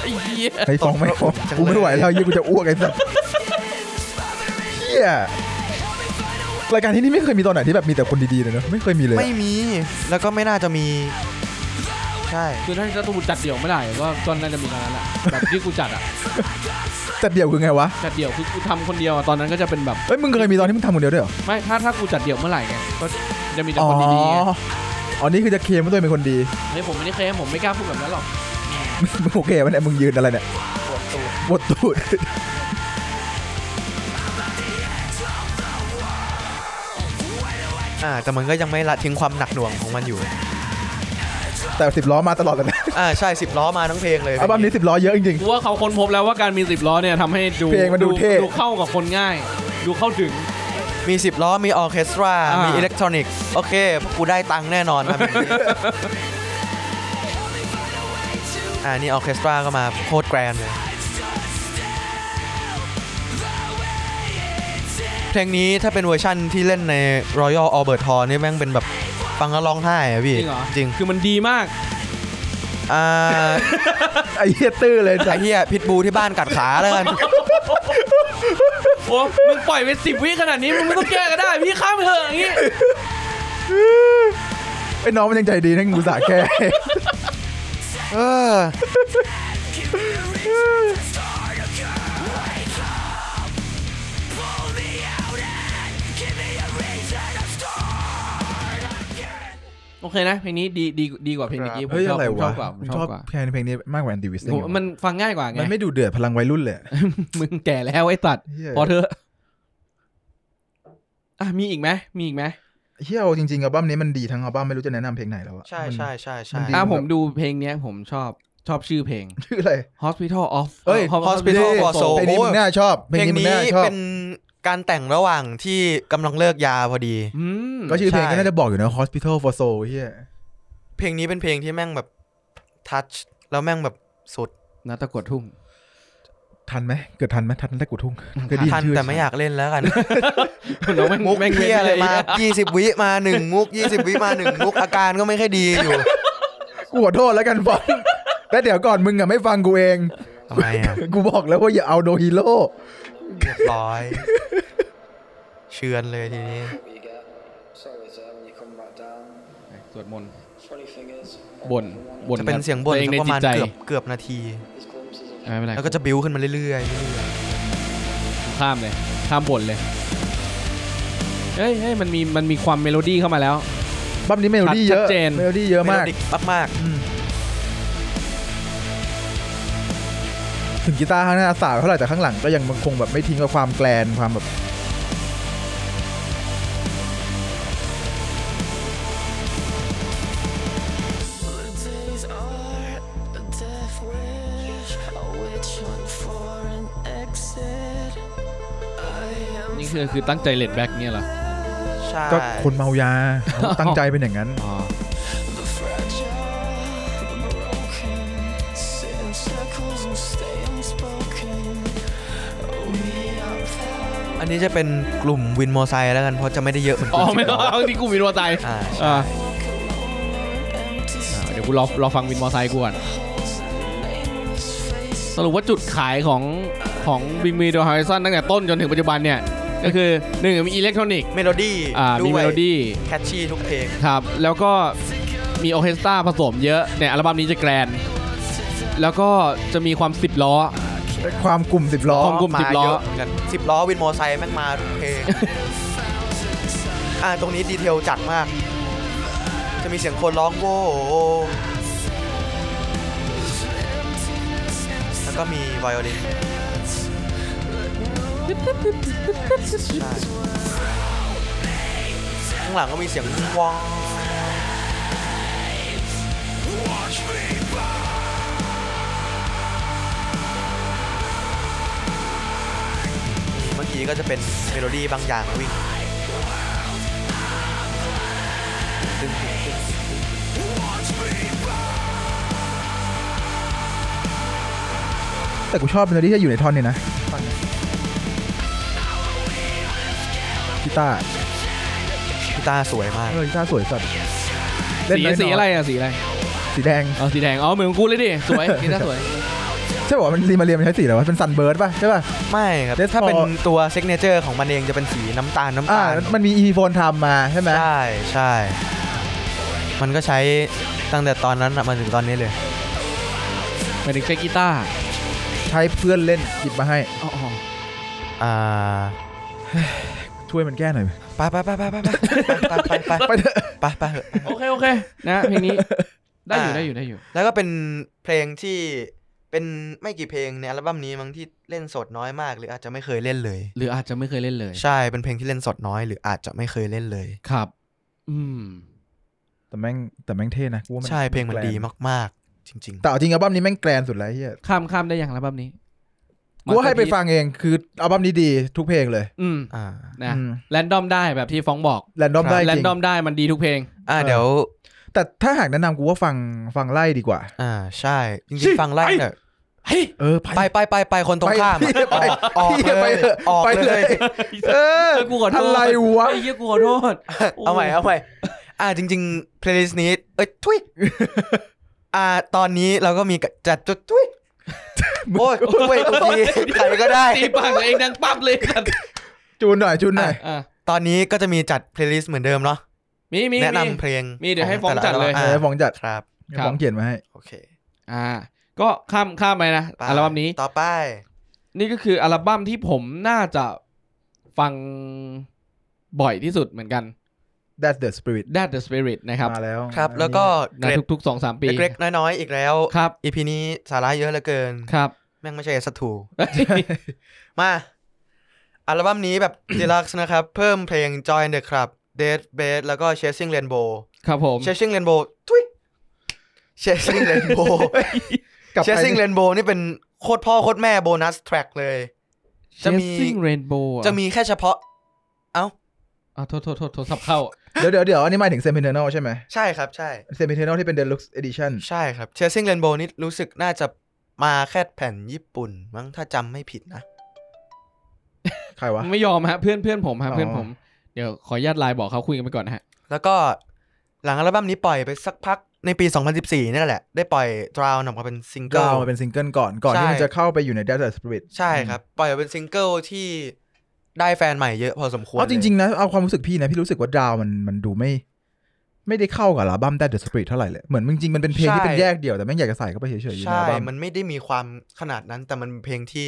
[SPEAKER 3] ไอ้เหี้ย
[SPEAKER 2] ไอ้ฟองไม่ฟอง
[SPEAKER 1] จังเลย
[SPEAKER 2] กูไม่ไหวแล้วยี่กูจะอ้วกไอ้สัตว์เหี้ยรายการที่นี่ไม่เคยมีตอนไหนที่แบบมีแต่คนดีๆเลยเนอะไม่เคยมีเลย
[SPEAKER 1] ไม่มีแล้วก็ไม่น่าจะมี ใช่
[SPEAKER 3] คือถ้าจะตูจัดเดี่ยวเมื่อไหร่ก็จนน่าจะมีตอนนั้นแหละแบบที่กูจัดอ่ะ
[SPEAKER 2] แต่เดี่ยวคือไงวะ
[SPEAKER 3] จัดเดี่ยวคือกูทำคนเดียวอะตอนนั้นก็จะเป็นแบบ
[SPEAKER 2] เอ้ยมึงเคยมีตอนที่มึงทำคนเดียวด้วยเหรอ
[SPEAKER 3] ไม่ถ้าถ้ากูจัดเดี่ยวเมื่อไหร่ไงก็จะมีแต่คนดีๆไง
[SPEAKER 2] อ๋ออ๋อนี่คือจะเคลมว่าตัวเองเป็นคนดี
[SPEAKER 3] เฮ้ยผมไม่ได้เคยผมไม่กล้าพูดแบบนั้นหรอก
[SPEAKER 2] มึงโอเคปะเนี่ยมึงยืนอะไรเนี่ยปวดตูดปวดตูด
[SPEAKER 1] อ่า แต่มันก็ยังไม่ละทิ้งความหนักหน่วงของมันอยู่
[SPEAKER 2] แต่สิบล้อมาตลอดเลยนะ
[SPEAKER 1] อ่า ใช่สิบล้อมาทั้งเพลงเลย
[SPEAKER 2] อัลบั้มนี้สิบล้อเยอะจริง
[SPEAKER 3] กูว่าเขาค้นพบแล้วว่าการมีสิบล้อเนี่ยทำให้ดู
[SPEAKER 2] เพลงมันดูเท่
[SPEAKER 3] ดูเข้ากับคนง่าย ดูเข้าถึง
[SPEAKER 1] มีสิบล้อมีออร์เคสตรา
[SPEAKER 3] อ่ามี
[SPEAKER 1] มีอิเล็กทรอนิกส์โอเคพวกกูได้ตังค์แน่นอน
[SPEAKER 2] (laughs)
[SPEAKER 1] ครับ อ่า นี่ออร์เคสตราก็มาโคตรแกรนด์เลย
[SPEAKER 4] It's
[SPEAKER 1] เพลงนี้ถ้าเป็นเวอร์ชั่นที่เล่นใน Royal Albert Hall นี่แม่งเป็นแบบฟังแล้วร้องไห้อะพี่
[SPEAKER 3] จริงเหรอ
[SPEAKER 1] จริง
[SPEAKER 3] คือมันดีมาก
[SPEAKER 1] อ่า
[SPEAKER 2] ไอ้เหี้ยตื้อเลยจ้ะ
[SPEAKER 1] ไอ้เหี้ยพิทบูที่บ้านกัดขาแล้วกัน
[SPEAKER 3] โอ้มึงปล่อยไปสิบวิขนาดนี้ มึงไม่ต้องแก้ก็ได้ พี่ข้ามไปเถอะอย่างงี้
[SPEAKER 2] ไอ้น้องมันยังใจดีนะงูสาแก
[SPEAKER 1] เออ
[SPEAKER 3] โอเคนะ เพลงนี้ดีดีดีกว่าเพลงเมื่อกี้ผม
[SPEAKER 2] เฮ้ย
[SPEAKER 3] ชอบ
[SPEAKER 2] อะไร
[SPEAKER 3] ผมช
[SPEAKER 2] วะ
[SPEAKER 3] อบกว่าผม
[SPEAKER 2] ช
[SPEAKER 3] ช
[SPEAKER 2] อ
[SPEAKER 3] อ
[SPEAKER 2] บบ
[SPEAKER 3] กว่า
[SPEAKER 2] แพนเพลงนี้มากกว่าแอนตี้วิส
[SPEAKER 3] โหมันฟังง่ายกว่าไง
[SPEAKER 2] มันไม่ดูเดือดพลังวัยรุ่นเลยอะ
[SPEAKER 3] มึงแก่แล้วไอ้ตัด
[SPEAKER 2] เหี้ย
[SPEAKER 3] พอเถอะอ่ะมีอีกไหมมีอีกไหม
[SPEAKER 2] เฮียเอาจริงๆอัลบั้มนี้มันดีทั้งอัลบั้มไม่รู้จะแนะนำเพลงไหนแล้วอะ
[SPEAKER 1] ใช่
[SPEAKER 2] มัน
[SPEAKER 1] ใช่ใช่
[SPEAKER 2] มั
[SPEAKER 1] ใช่
[SPEAKER 2] นดี
[SPEAKER 3] อ่ะผมดูเพลงเนี้ย ผมชอบชอบชื่อเพลง
[SPEAKER 2] ชื่ออะไร
[SPEAKER 3] Hospital of
[SPEAKER 2] เอ้ย
[SPEAKER 1] Hospital for Soul
[SPEAKER 2] เพลงนี้มึงน่าชอบเพ
[SPEAKER 1] เพ
[SPEAKER 2] ลง
[SPEAKER 1] ลง
[SPEAKER 2] นี้มึง
[SPEAKER 1] นี้
[SPEAKER 2] น่าชอบ
[SPEAKER 1] เป็นการแต่งระหว่างที่กำลังเลิกยาพอดี
[SPEAKER 3] อืม
[SPEAKER 2] ก็ชื่อเพลงก็
[SPEAKER 1] ใช่
[SPEAKER 2] น่าจะบอกอยู่นะ Hospital for Soul เฮีย
[SPEAKER 1] เพลงนี้เป็นเพลงที่แม่งแบบทัชแล้วแม่งแบบสุด
[SPEAKER 3] นาตะกวดทุ่ง (laughs)
[SPEAKER 2] ทันไหมเกิดทันไหมทันแต่กูทุ่งเคยได้ยิ
[SPEAKER 1] ทัน
[SPEAKER 2] ชื่อ
[SPEAKER 1] แต่ไม่อยากเล่นแล้วกัน
[SPEAKER 3] น้องแม่ง
[SPEAKER 1] มุก
[SPEAKER 3] แม่ง
[SPEAKER 1] เพี้ย
[SPEAKER 3] เว้น
[SPEAKER 1] อะไร
[SPEAKER 3] เลย
[SPEAKER 1] มา 20 วิมาหนึ่งมุก 20 วิมาหนึ่งมุกอาการก็ไม่ค่อยดีอยู่
[SPEAKER 2] กูขอโทษแล้วกันฟอนแล้วเดี๋ยวก่อนมึงอะไม่ฟังกูเอง
[SPEAKER 1] ทำไมอ่ะ
[SPEAKER 2] กูบอกแล้วว่าอย่าเอาโดฮีโร่
[SPEAKER 1] เรียบร้อย เชือนเลยทีนี้
[SPEAKER 5] what you get. So it's uh, when you come back down.
[SPEAKER 3] สวดมนต์
[SPEAKER 5] Funny thing is,
[SPEAKER 3] บ่นบ่น
[SPEAKER 1] จะเป็นเสียงบ่น
[SPEAKER 3] ตัวอง
[SPEAKER 1] สักประ
[SPEAKER 3] ในจิ
[SPEAKER 1] มาณ
[SPEAKER 3] ตใจ
[SPEAKER 1] เกือบเกือบนาที
[SPEAKER 5] these glimpses of
[SPEAKER 3] ไม่เป็นไร
[SPEAKER 1] แล้วก็จะบิ้วขึ้นมาเรื่อย
[SPEAKER 3] ข้ามเลยข้ามบ่นเลยเฮ้ยเฮ้ยมันมีมันมีความเมโลดี้เข้ามาแล้ว
[SPEAKER 2] อัลบั้มนี้เมโลดี้เยอะ
[SPEAKER 3] ชัดเจน
[SPEAKER 2] เมโลดี้เย
[SPEAKER 1] ๆ
[SPEAKER 2] อะมาก
[SPEAKER 1] เมโลดิกมากๆอืม
[SPEAKER 2] ถึงกีตาร์ข้างหน้าสาวเท่าไหร่แต่ข้างหลังก็ยังคงแบบไม่ทิ้งกับความแกลนความแบบ
[SPEAKER 6] Holidays are a death wish, a witch hunt for an exit. I am
[SPEAKER 3] นี่คือคือตั้งใจเลดแบ็กเนี่ยเหรอ
[SPEAKER 1] ใช่
[SPEAKER 2] ก็คนเมายาเขาตั้งใจเป็นอย่างนั้น
[SPEAKER 3] อ๋อ
[SPEAKER 6] the fragile, the broken. Sit in circles and stay unspoken. Oh, me, I'm found.
[SPEAKER 1] อันนี้จะเป็นกลุ่มวินมอไซค์แล้วกันเพราะจะไม่ได้เยอะเหมือนก
[SPEAKER 3] อ๋
[SPEAKER 1] ลุ่
[SPEAKER 3] อ
[SPEAKER 1] ม
[SPEAKER 3] ไม่ต้องเอาที่กูวินมอไซค์
[SPEAKER 1] อ่าใช่
[SPEAKER 3] อ่า
[SPEAKER 6] Walk alone or an empty
[SPEAKER 3] เดี๋ยวกูรอรอฟังวินมอไซค์กูก่อน
[SPEAKER 6] holes and nameless faces.
[SPEAKER 3] สรุปว่าจุดขายของของบิงมีดอฮาริสันตั้งแต่ต้นจนถึงปัจจุบันเนี่ย ก็คือหนึ่งมีอิเล็กทรอนิกส์
[SPEAKER 1] เมโลดี้
[SPEAKER 3] อ่ามี
[SPEAKER 1] ด้ว
[SPEAKER 3] เม
[SPEAKER 1] ย
[SPEAKER 3] โลดี้
[SPEAKER 1] แคชชี่ทุกเพลง
[SPEAKER 3] ครับ แล้วก็มีออร์เคสตราผสมเยอะเนี่ยอัลบั้มนี้จะแกรนด์แล้วก็จะมีความสิบล้อ
[SPEAKER 2] ความกลุ่มสิบล้อ
[SPEAKER 3] ความกลุ่ม 10ล้อ
[SPEAKER 1] เยะเหมืนกันสิบล้อวินมอไซค์แม่งมาทุกเพลง อ่าตรงนี้ดีเทลจัดมาก จะมีเสียงคนร้องโว้แล้วก็มีไวโอลินใช่ข้างหลังก็มีเสียงว่องเมื่อกี้ก็จะเป็นเมโลดี้บางอย่างวิ่งตึ้งตึ้งตึ้ง
[SPEAKER 2] แต่กูชอบเมโลดี้ที่อยู่ในท่อนเนี่ยนะกีตาร์
[SPEAKER 1] กีตาร์สวยมาก
[SPEAKER 2] เออกีตาร์สวยสัตว์
[SPEAKER 3] สี
[SPEAKER 2] น้ยๆ
[SPEAKER 3] สีอะไรอ่ะสีอะไร
[SPEAKER 2] สีแดง
[SPEAKER 3] อ๋อสีแดงอ๋อเหมือนของกูเลยดิ สวยนี่น่าสวย
[SPEAKER 2] ใช่ป่ะมันรีมาเรียมมันใช้สีอะไรวะเป็นซันเบิร์ดป่ะใช่ป่ะ
[SPEAKER 1] ไม่ครับ
[SPEAKER 2] Death
[SPEAKER 1] ถ้าเป็น
[SPEAKER 2] Fall
[SPEAKER 1] ตัวเซ็กเนเจอร์ของมันเองจะเป็นสีน้ำตาลน้ำ
[SPEAKER 2] อ่า
[SPEAKER 1] ตาล
[SPEAKER 2] มันมีอีโฟนทำมาใช่ไหม
[SPEAKER 1] ใช่ใช่ มันก็ใช้ตั้งแต่ตอนนั้นน่ะมาถึงตอนนี้เลย
[SPEAKER 3] หมายถึงใช้กีตาร์
[SPEAKER 2] ใช้เพื่อนเล่นหยิบมาให้
[SPEAKER 3] อ๋ออ๋อ
[SPEAKER 1] อ่า
[SPEAKER 2] ช่วยมันแก้หน่อย
[SPEAKER 1] ไปไปไปไปไปไปไปไปไป
[SPEAKER 2] ไปเถอะ
[SPEAKER 1] ไปไปเถอะ
[SPEAKER 3] โอเคโอเคนะเพลงนี้ได้อยู่
[SPEAKER 1] อ่า
[SPEAKER 3] ได้อยู่ได้อยู่
[SPEAKER 1] แล้วก็เป็นเพลงที่เป็นไม่กี่เพลงในอัลบั้มนี้มั้งที่เล่นสดน้อยมาก หรืออาจจะไม่เคยเล่นเลย
[SPEAKER 3] หรืออาจจะไม่เคยเล่นเลย
[SPEAKER 1] ใช่เป็นเพลงที่เล่นสดน้อย หรืออาจจะไม่เคยเล่นเลย
[SPEAKER 3] ครับ อืม
[SPEAKER 2] แต่แม่งแต่แม่งเท่นะกูว่ามัน
[SPEAKER 1] ใช่เพลงมันดี
[SPEAKER 2] แกร่
[SPEAKER 1] มากๆ จริง
[SPEAKER 2] แต่เอาจริงอัลบั้มนี้แม่งแกรนสุดแล้วเฮีย
[SPEAKER 3] ข้ามข้ามได้อย่างอัลบั้มนี้
[SPEAKER 2] กูว่าให้ไปฟังเองคืออัลบั้มนี้ดีทุกเพลงเลย
[SPEAKER 3] อืม
[SPEAKER 1] ๆ อ่า
[SPEAKER 3] นะ
[SPEAKER 2] อืม
[SPEAKER 3] แรนดอมได้แบบที่ฟ้องบอก
[SPEAKER 2] แรนดอมได้จ
[SPEAKER 3] แรน
[SPEAKER 2] ริง
[SPEAKER 3] ดอมได้มันดีทุกเพลง
[SPEAKER 1] อ่า
[SPEAKER 2] เออ
[SPEAKER 1] เดี๋ยว
[SPEAKER 2] แต่ถ้าหากแนะนำกูว่าฟังฟังไล่ดีกว่า
[SPEAKER 1] อ่าใช่จ
[SPEAKER 3] ชิ
[SPEAKER 1] ริงๆฟังไล่
[SPEAKER 3] ไอ้
[SPEAKER 1] เนี่ย
[SPEAKER 3] เฮ้ย
[SPEAKER 2] เออไป
[SPEAKER 1] ไปไปไปไปคนตรงข้าม
[SPEAKER 2] พี่ไป
[SPEAKER 1] ออก
[SPEAKER 2] พี่
[SPEAKER 1] เล
[SPEAKER 2] ไป
[SPEAKER 1] ย
[SPEAKER 2] ถะ
[SPEAKER 1] ออก
[SPEAKER 2] ไป
[SPEAKER 1] เลย
[SPEAKER 2] เออ
[SPEAKER 3] เออกูขอโทษ
[SPEAKER 2] อะไรวะ
[SPEAKER 3] ไอ้เหี้ยกูขอโทษ
[SPEAKER 1] เอาใหม่เอาใหม่อ่าจริงๆ playlist นี้ เอ้ยทุย (laughs) อ่าตอนนี้เราก็มีกะจัดจุดทุ
[SPEAKER 3] (laughs)
[SPEAKER 1] ยโอ้ยทุยกูทีใครก็ได้
[SPEAKER 3] ตีปากตัวเองดังปั๊บเลย (laughs) กัน
[SPEAKER 2] จูนหน่อยจูนหน่อย
[SPEAKER 3] อ่ะ
[SPEAKER 1] ตอนนี้ก็จะมีจัด playlist เหมือนเดิมเนาะ
[SPEAKER 3] มีมี
[SPEAKER 1] แนะนำ
[SPEAKER 3] มี
[SPEAKER 1] เพลง
[SPEAKER 3] มีเดี๋ยวให้
[SPEAKER 1] ข
[SPEAKER 3] ฟ้องจัดเลย
[SPEAKER 2] เอ
[SPEAKER 1] แต่ะ
[SPEAKER 2] อฟองจัด
[SPEAKER 1] ครับ
[SPEAKER 3] ครับ
[SPEAKER 2] ฟองเขียนมาให้
[SPEAKER 1] โอเค
[SPEAKER 3] อ่า ก็ข้ามข้ามไปนะ
[SPEAKER 1] ไป
[SPEAKER 3] อัลบั้มนี้
[SPEAKER 1] ต่อไป
[SPEAKER 3] นี่ก็คืออัลบั้มที่ผมน่าจะฟังบ่อยที่สุดเหมือนกัน
[SPEAKER 2] That's the spirit
[SPEAKER 3] That the Spirit นะครับ
[SPEAKER 2] มาแล้ว
[SPEAKER 1] ครับ แล้วก็เก
[SPEAKER 3] ใน
[SPEAKER 1] ร็ด
[SPEAKER 3] ทุกๆสองสามปี
[SPEAKER 1] เล็กๆน้อยๆอีกแล้ว
[SPEAKER 3] ครับ
[SPEAKER 1] อีพีนี้สาระเยอะเหลือเกิน
[SPEAKER 3] ครับ (laughs)
[SPEAKER 1] แม่งไม่ใช่สัตว์ถู
[SPEAKER 3] เฮ้ย
[SPEAKER 1] มา อัลบั้มนี้แบบ (coughs) deluxe นะครับ เพิ่มเพลง Join the Club Dead Bed แล้วก็ Chasing Rainbow
[SPEAKER 3] ครับผม
[SPEAKER 1] Chasing Rainbow ทุย Chasing Rainbow
[SPEAKER 2] (laughs) กลับไป
[SPEAKER 1] Chasing Rainbow นี่เป็นโคตรพ่อโคตรแม่โบนัสแทร็กเลย จะมี
[SPEAKER 3] Chasing Rainbow อ
[SPEAKER 1] จะมีแค่เฉพาะ เอ้า
[SPEAKER 3] อ่ะโทษโทษโทษโทรศัพท์เข้า
[SPEAKER 2] เดี๋ยวเดี๋ยวเดี๋ยวอันนี้หมายถึง Sempiternal ใช่ไหม
[SPEAKER 1] ใช่ครับ ใช่
[SPEAKER 2] Sempiternal ที่เป็น Deluxe Edition
[SPEAKER 1] ใช่ครับ Chasing Rainbow นี่รู้สึกน่าจะมาแค่แผ่นญี่ปุ่น มั้งถ้าจำไม่ผิดนะ
[SPEAKER 2] ใครวะ
[SPEAKER 3] ไม่ยอมฮะเพื่อนเพื่อนผมฮะ
[SPEAKER 2] อ๋อ
[SPEAKER 3] เพื่อนผม เดี๋ยวขออนุญาตไลน์บอกเขาคุยกันไปก่อนนะฮะ
[SPEAKER 1] แล้วก็หลังอัลบั้มนี้ปล่อยไปสักพักในปี 2014 นี่แหละ ได้ปล่อย Drown ออกมาเป็นซิง
[SPEAKER 2] ก็
[SPEAKER 1] เกิล
[SPEAKER 2] เอามาเป็นซิงเกิลก่อนก่อนที่
[SPEAKER 1] ใช่
[SPEAKER 2] มันจะเข้าไปอยู่ใน That's the spirit
[SPEAKER 1] ใช่ครับ ปล่อยมาเป็นซิงเกิลที่ได้แฟนใหม่เยอะพอสมควร
[SPEAKER 2] เอาจริง ๆ นะ เอาความรู้สึกพี่นะ พี่รู้สึกว่าดาวมันมันดูไม่ ไม่ได้เข้ากับอัลบั้ม That's the spirit เท่าไหร่เลย เหมือนจริงๆมันเป็นเพลงที่เป็นแยกเดี่ยวแต่แม่งอยากจะใส่เข้าไปเฉยๆอยู่ใน
[SPEAKER 1] ใช่
[SPEAKER 2] อัลบั้ม
[SPEAKER 1] มันไม่ได้มีความขนาดนั้น แต่มันเป็นเพลงที่